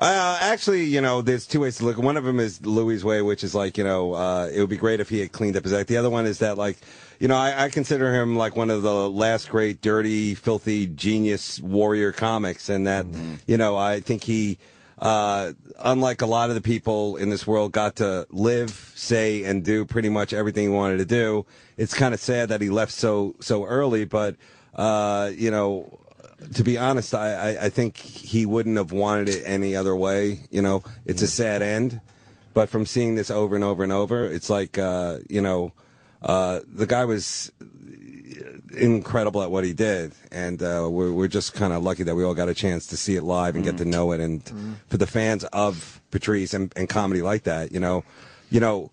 Uh, actually, you know, there's two ways to look. One of them is Louis' way, which is like, you know, uh, it would be great if he had cleaned up his act. The other one is that, like, you know, I, I consider him like one of the last great, dirty, filthy, genius warrior comics, and that, you know, I think he, uh, unlike a lot of the people in this world, got to live, say, and do pretty much everything he wanted to do. It's kind of sad that he left so so early, but uh, you know, to be honest, I, I, I think he wouldn't have wanted it any other way. You know, it's a sad end, but from seeing this over and over and over, it's like, uh, you know, uh, the guy was incredible at what he did, and uh, we're, we're just kind of lucky that we all got a chance to see it live and get to know it. And for the fans of Patrice and, and comedy like that, you know, you know,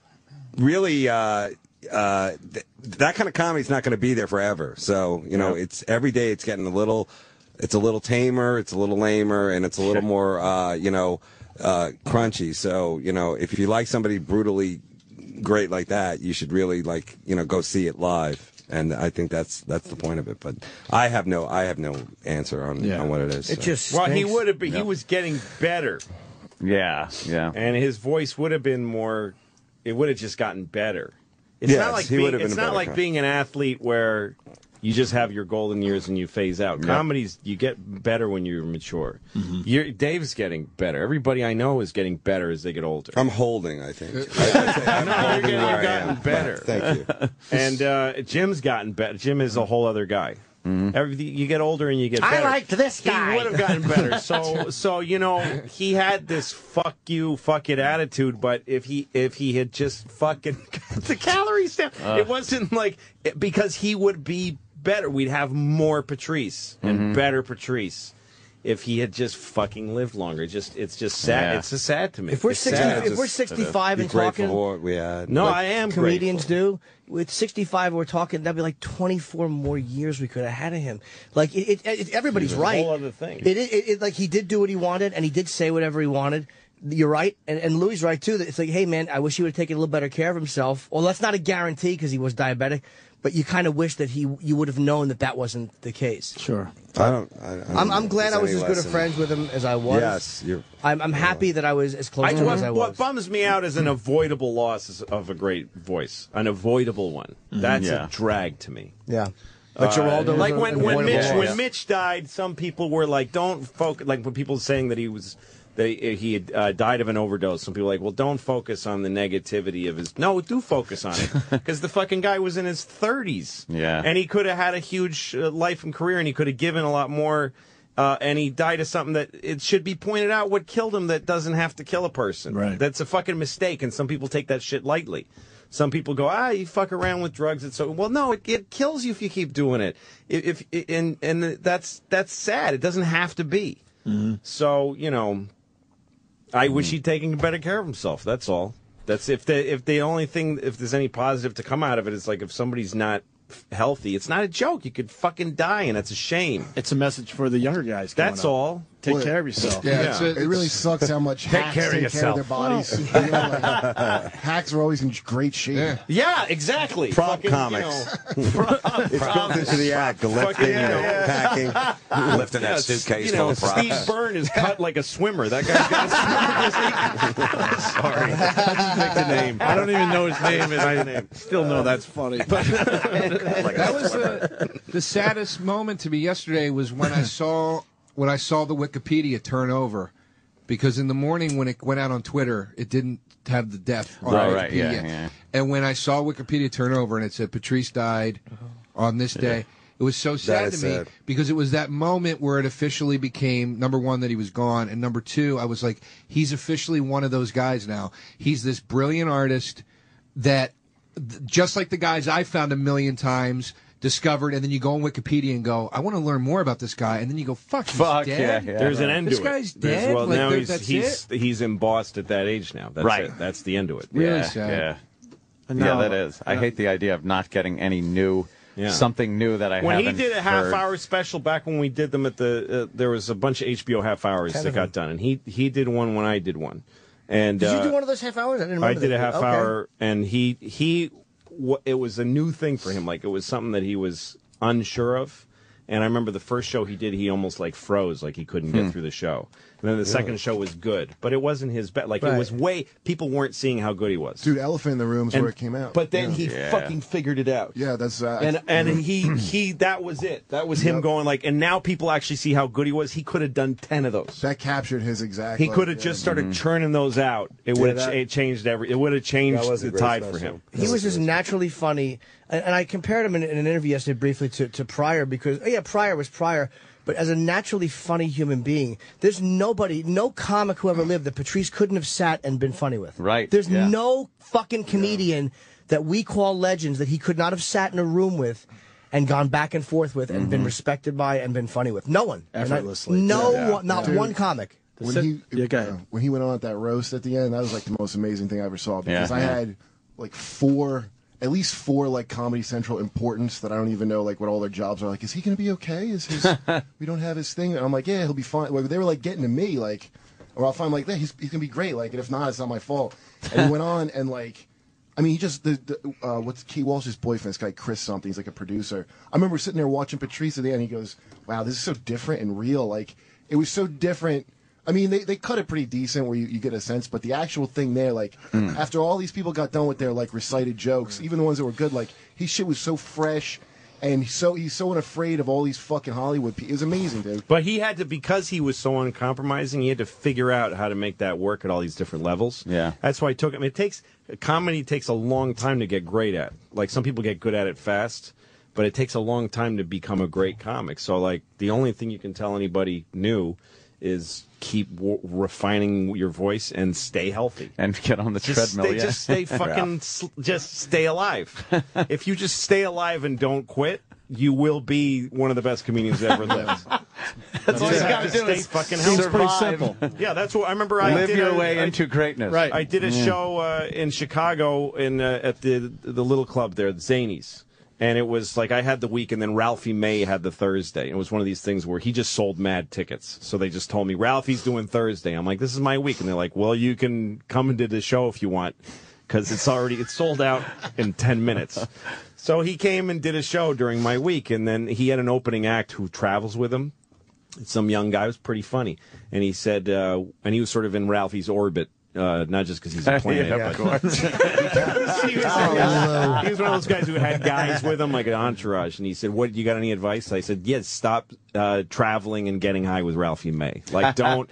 really, uh, uh, th- that kind of comedy is not going to be there forever. So you know, it's every day it's getting a little, it's a little tamer, it's a little lamer, and it's a little more, uh, you know, uh, crunchy. So you know, if you like somebody brutally great like that, you should really like you know go see it live. And I think that's that's the point of it. But I have no I have no answer on, on what it is. so. well, he would have been. He was getting better, Yeah, yeah. and his voice would have been more. It would have just gotten better. It's Yes, not like he being, would have been it's a not better like guy. being an athlete where you just have your golden years and you phase out. Yeah. Comedies you get better when you're mature. You're, Dave's getting better. Everybody I know is getting better as they get older. I'm holding, I think. no, you're getting, where I you've gotten am, but better. thank you. and uh, Jim's gotten better. Jim is a whole other guy. Mm-hmm. Everything you get older and you get better. this He would have gotten better. So so you know he had this fuck you fuck it attitude, but if he if he had just fucking cut the calories down, Uh. it wasn't like it- because he would be better. We'd have more Patrice and Mhm. better Patrice. If he had just fucking lived longer, just it's just sad. Yeah. It's just sad to me. If we're It's 60 sad. if we're It's- 65 and Be grateful talking- for what we had. No, I am grateful. uh, Comedians do. With 65, we're talking, that'd be like 24 more years we could have had of him. Like, it, it, it, everybody's It's a right. whole other thing. It, it, it, like, he did do what he wanted, and he did say whatever he wanted. You're right. And, and Louis is right, too. that It's like, hey, man, I wish he would have taken a little better care of himself. Well, that's not a guarantee because he was diabetic, but you kind of wish that he you would have known that that wasn't the case. Sure. I don't. I, I don't I'm, know I'm if glad there's I was any as good a lesson. friend with him as I was. Yes, you're- I'm, I'm happy that I was as close I, to him what, as I was. what bums me out is an avoidable loss is- of a great voice, an avoidable one. That's Mm-hmm. Yeah. a drag to me. Yeah. Uh, like when when Mitch when Mitch died, some people were like, "Don't focus." Like when people saying that he was that he had uh, died of an overdose, some people were like, "Well, don't focus on the negativity of his." No, do focus on it because the fucking guy was in his thirties. Yeah. and he could have had a huge uh, life and career, and he could have given a lot more. Uh, and he died of something that it should be pointed out what killed him that doesn't have to kill a person. Right. That's a fucking mistake, and some people take that shit lightly. Some people go, ah, you fuck around with drugs. It's so well, no, it, it kills you if you keep doing it. If, if and and that's that's sad. It doesn't have to be. Mm-hmm. So you know, I wish he'd taken better care of himself. That's all. That's if the if the only thing if there's any positive to come out of it is like if somebody's not f- healthy, it's not a joke. You could fucking die, and that's a shame. It's a message for the younger guys. coming That's up. all. Take care of yourself. Yeah, Yeah. it's- it really sucks how much Take hacks care of take care yourself. of their bodies. Well- You know, like, hacks are always in great shape. Yeah, exactly. Prop Fucking, comics. You know, It's prop- built into the act, the fucking, lifting, you know, the packing, lifting that yeah, suitcase You know, full of props. Steve Byrne is cut like a swimmer. That guy's got a swimmer's Sorry, I just picked a name. I don't even know his name, and I still know that's funny. that was the, the saddest moment to me yesterday was when I saw when I saw the Wikipedia turn over because in the morning when it went out on Twitter it didn't have the death on Right, Wikipedia. right, yeah, yeah. And when I saw Wikipedia turn over and it said Patrice died Uh-huh. on this day, it was so sad to is me sad. because it was that moment where it officially became number one that he was gone, and number two, I was like, he's officially one of those guys now. He's this brilliant artist that, th- just like the guys I found a million times. Discovered, and then you go on Wikipedia and go, I want to learn more about this guy, and then you go, fuck, he's Fuck, dead? yeah, yeah. There's an end this to it. guy's There's- dead. Well, Like, now there- he's that's it? he's he's embossed at that age now. That's Right. it. That's the end of it. yeah, Yeah. No. yeah, that is. I Yeah. hate the idea of not getting any new, Yeah. something new that I when he haven't did a half heard. hour special back when we did them at the uh, there was a bunch of HBO half hours Ten that of them. got done, and he he did one when I did one, and Did uh, you do one of those half hours? I didn't remember. I did that. a half Okay. hour, and he he wh- it was a new thing for him. Like it was something that he was unsure of. And I remember the first show he did, he almost like froze, like he couldn't get Hmm. through the show. And then the second show was good, but it wasn't his best. Like Right. it was way people weren't seeing how good he was. Dude, Elephant in the Room is And- where it came out. But then he fucking figured it out. Yeah, that's uh, and and he he that was it. That was him Yep. going like, and now people actually see how good he was. He could have done ten of those. That captured his exact. He could have just started churning those out. It Yeah, would have that- it changed every. It would have changed That was a the great tide for special. him. He was just naturally funny, and, and I compared him in, in an interview yesterday briefly to, to Pryor because oh yeah, Pryor was Pryor, but as a naturally funny human being, there's nobody, no comic who ever lived that Patrice couldn't have sat and been funny with. Right, There's yeah. no fucking comedian that we call legends that he could not have sat in a room with. And gone back and forth with, and been respected by, and been funny with. No one, And I- Mm-hmm. Effortlessly. No, Yeah. one, not Dude. one comic. when he uh, when he went on at that roast at the end, that was like the most amazing thing I ever saw because Yeah. I Yeah. had like four at least four like Comedy Central importance that I don't even know like what all their jobs are. Like, is he gonna be okay? Is his we don't have his thing? And I'm like, yeah, he'll be fine. Like they were like getting to me like, or if I'm like, yeah, he's he's gonna be great. Like, and if not, it's not my fault. And he went on and like. I mean, he just the, the uh, what's Kate Walsh's boyfriend? This guy Chris something. He's like a producer. I remember sitting there watching Patrice at the end. He goes, "Wow, this is so different and real. Like it was so different." I mean, they, they cut it pretty decent where you, you get a sense, but the actual thing there, like Hmm. after all these people got done with their like recited jokes, even the ones that were good, like his shit was so fresh, and so he's so unafraid of all these fucking Hollywood. people. It was amazing, dude. But he had to because he was so uncompromising. He had to figure out how to make that work at all these different levels. Yeah, that's why it took him. It takes comedy takes a long time to get great at. Like some people get good at it fast, but it takes a long time to become a great comic. So like the only thing you can tell anybody new is keep w- refining your voice and stay healthy and get on the just Stay, treadmill. yeah. Just stay fucking, sl- just stay alive. if you just stay alive and don't quit, you will be one of the best comedians that ever lived. That's all you got to do. Stay fucking healthy. Seems pretty simple. Yeah, that's what I remember. I Live did your a- way I- into greatness. I did a Yeah. show uh, in Chicago in uh, at the the little club there, the Zanies. And it was like I had the week, and then Ralphie May had the Thursday. It was one of these things where he just sold mad tickets. So they just told me Ralphie's doing Thursday. I'm like, this is my week, and they're like, well, you can come into the show if you want, because it's already it's sold out in ten minutes. So he came and did a show during my week, and then he had an opening act who travels with him some young guy it was pretty funny, and he said, uh, and he was sort of in Ralphie's orbit, uh, not just because he's a planet. Yeah, of but- course. he, was, he was- he was one of those guys who had guys with him, like an entourage. And he said, "What? You got any advice?" I said, "Yes, stop uh, traveling and getting high with Ralphie May. Like, don't."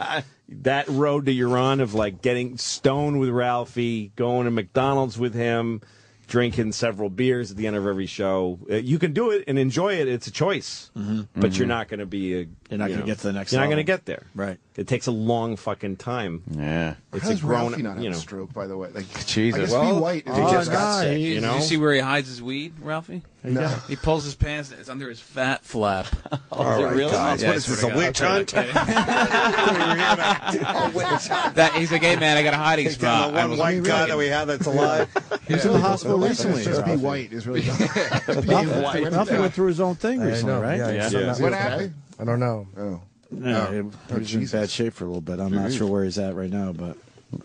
That road that you're on of like getting stoned with Ralphie, going to McDonald's with him, drinking several beers at the end of every show. Uh, You can do it and enjoy it. It's a choice, but you're Mhm. not going to be a You're not you gonna know, get to the next You're not level. going to get there. Right. It takes a long fucking time. Yeah. It's How a does grown, Ralphie not have you know. a stroke, by the way? Like, Jesus. I guess Well, be white. he just got sick, you Did know? you see where he hides his weed, Ralphie? No. He pulls his pants. and It's under his fat flap. All Is it right, really? guys, Yeah, what I is this, swear a to God, witch I hunt? swear to God. That he's like, hey man, I got a hiding Take down spot. the one I was white like, guy "Fucking-" that we have that's alive. He was in the hospital recently. Just be Ralphie. white is really. Nothing, nothing went through his own thing I recently, know, right? yeah, yeah. Yeah. What happened? I don't know. Oh. No, Oh. he- Oh, he was in Jesus. bad shape for a little bit. I'm not Jeez. sure where he's at right now, but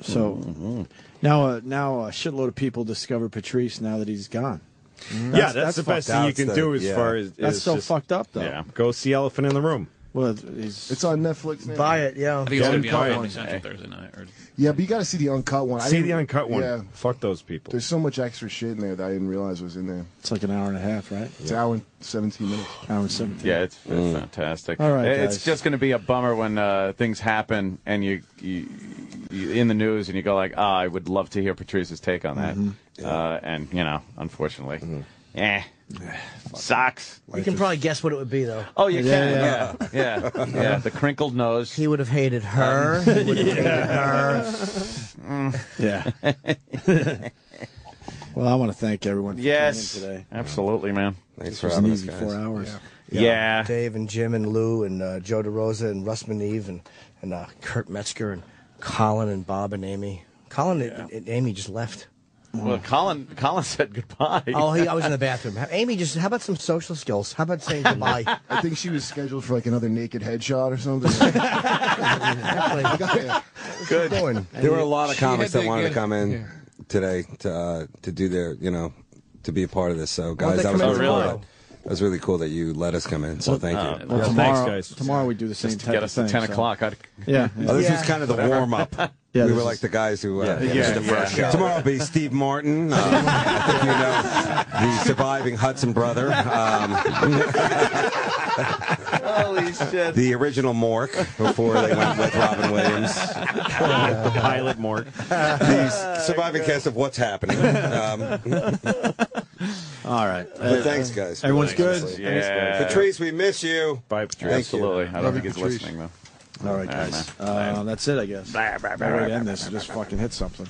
so now, uh, now a shitload of people discover Patrice now that he's gone. Yeah, that's, the best thing you can do as far as that's is so just- fucked up though. Yeah, go see Elephant in the Room. Well, It's on Netflix. Now. Buy it, yeah. I think it's Don't gonna be on buy Comedy it. Central Thursday night. Or... Yeah, but you got to see the uncut one. I See didn't- the uncut one. Yeah, Fuck those people. there's so much extra shit in there that I didn't realize was in there. It's like an hour and a half, right? It's an hour and seventeen minutes. Hour and seventeen. Yeah, it's, it's fantastic. All right, It- it's guys. just going to be a bummer when uh, things happen and you, you, you in the news and you go like, ah, I would love to hear Patrice's take on that. Mhm. Uh, and you know, unfortunately, eh, sucks. You can probably guess what it would be, though. Oh, you can. Yeah, yeah, yeah. The crinkled nose. Um, He would have hated her. He would have hated Yeah. well, I want to thank everyone. For yes. tuning in today. Absolutely, man. Thanks for having us, guys. Four hours. Yeah. Yeah. Dave and Jim and Lou and uh, Joe DeRosa and Russ Maneve and, and uh, Kurt Metzger and Colin and Bob and Amy. Colin and, and Amy just left. Well, Colin, Colin said goodbye. Oh, he, I was in the bathroom. Ha- Amy, just how about some social skills? How about saying goodbye? I think she was scheduled for like another naked headshot or something. Good. Going. There were a lot of She had comics that to wanted to get- come in today to uh, to do their you know to be a part of this. So, don't guys, they that was come in really tomorrow? cool. That was really cool that you let us come in. So, Well, thank you. Oh, uh, well, Yeah. tomorrow- Thanks, guys. tomorrow we do the same Just type of thing, so- Yeah. Oh, this Yeah. was kind of the Whatever. warm up. Yeah, we this were is- like the guys who. Uh, Yeah. this Yeah, is the yeah. first Yeah. show. Tomorrow will be Steve Martin, uh, if you know, the surviving Hudson brother. Um, Holy shit. the original Mork before they went with Robin Williams. The pilot Mork. The s- surviving cast of What's Happening. Um, All right. but thanks, guys. Everyone's Thanks, good? guys. Patrice, we miss you. Bye, Patrice. Absolutely. I don't Love think you, he's Patrice. listening, though. All right, All right, guys. man. Uh, that's it, I guess. Blah, blah, blah, All right, blah, end this. Just fucking hit something.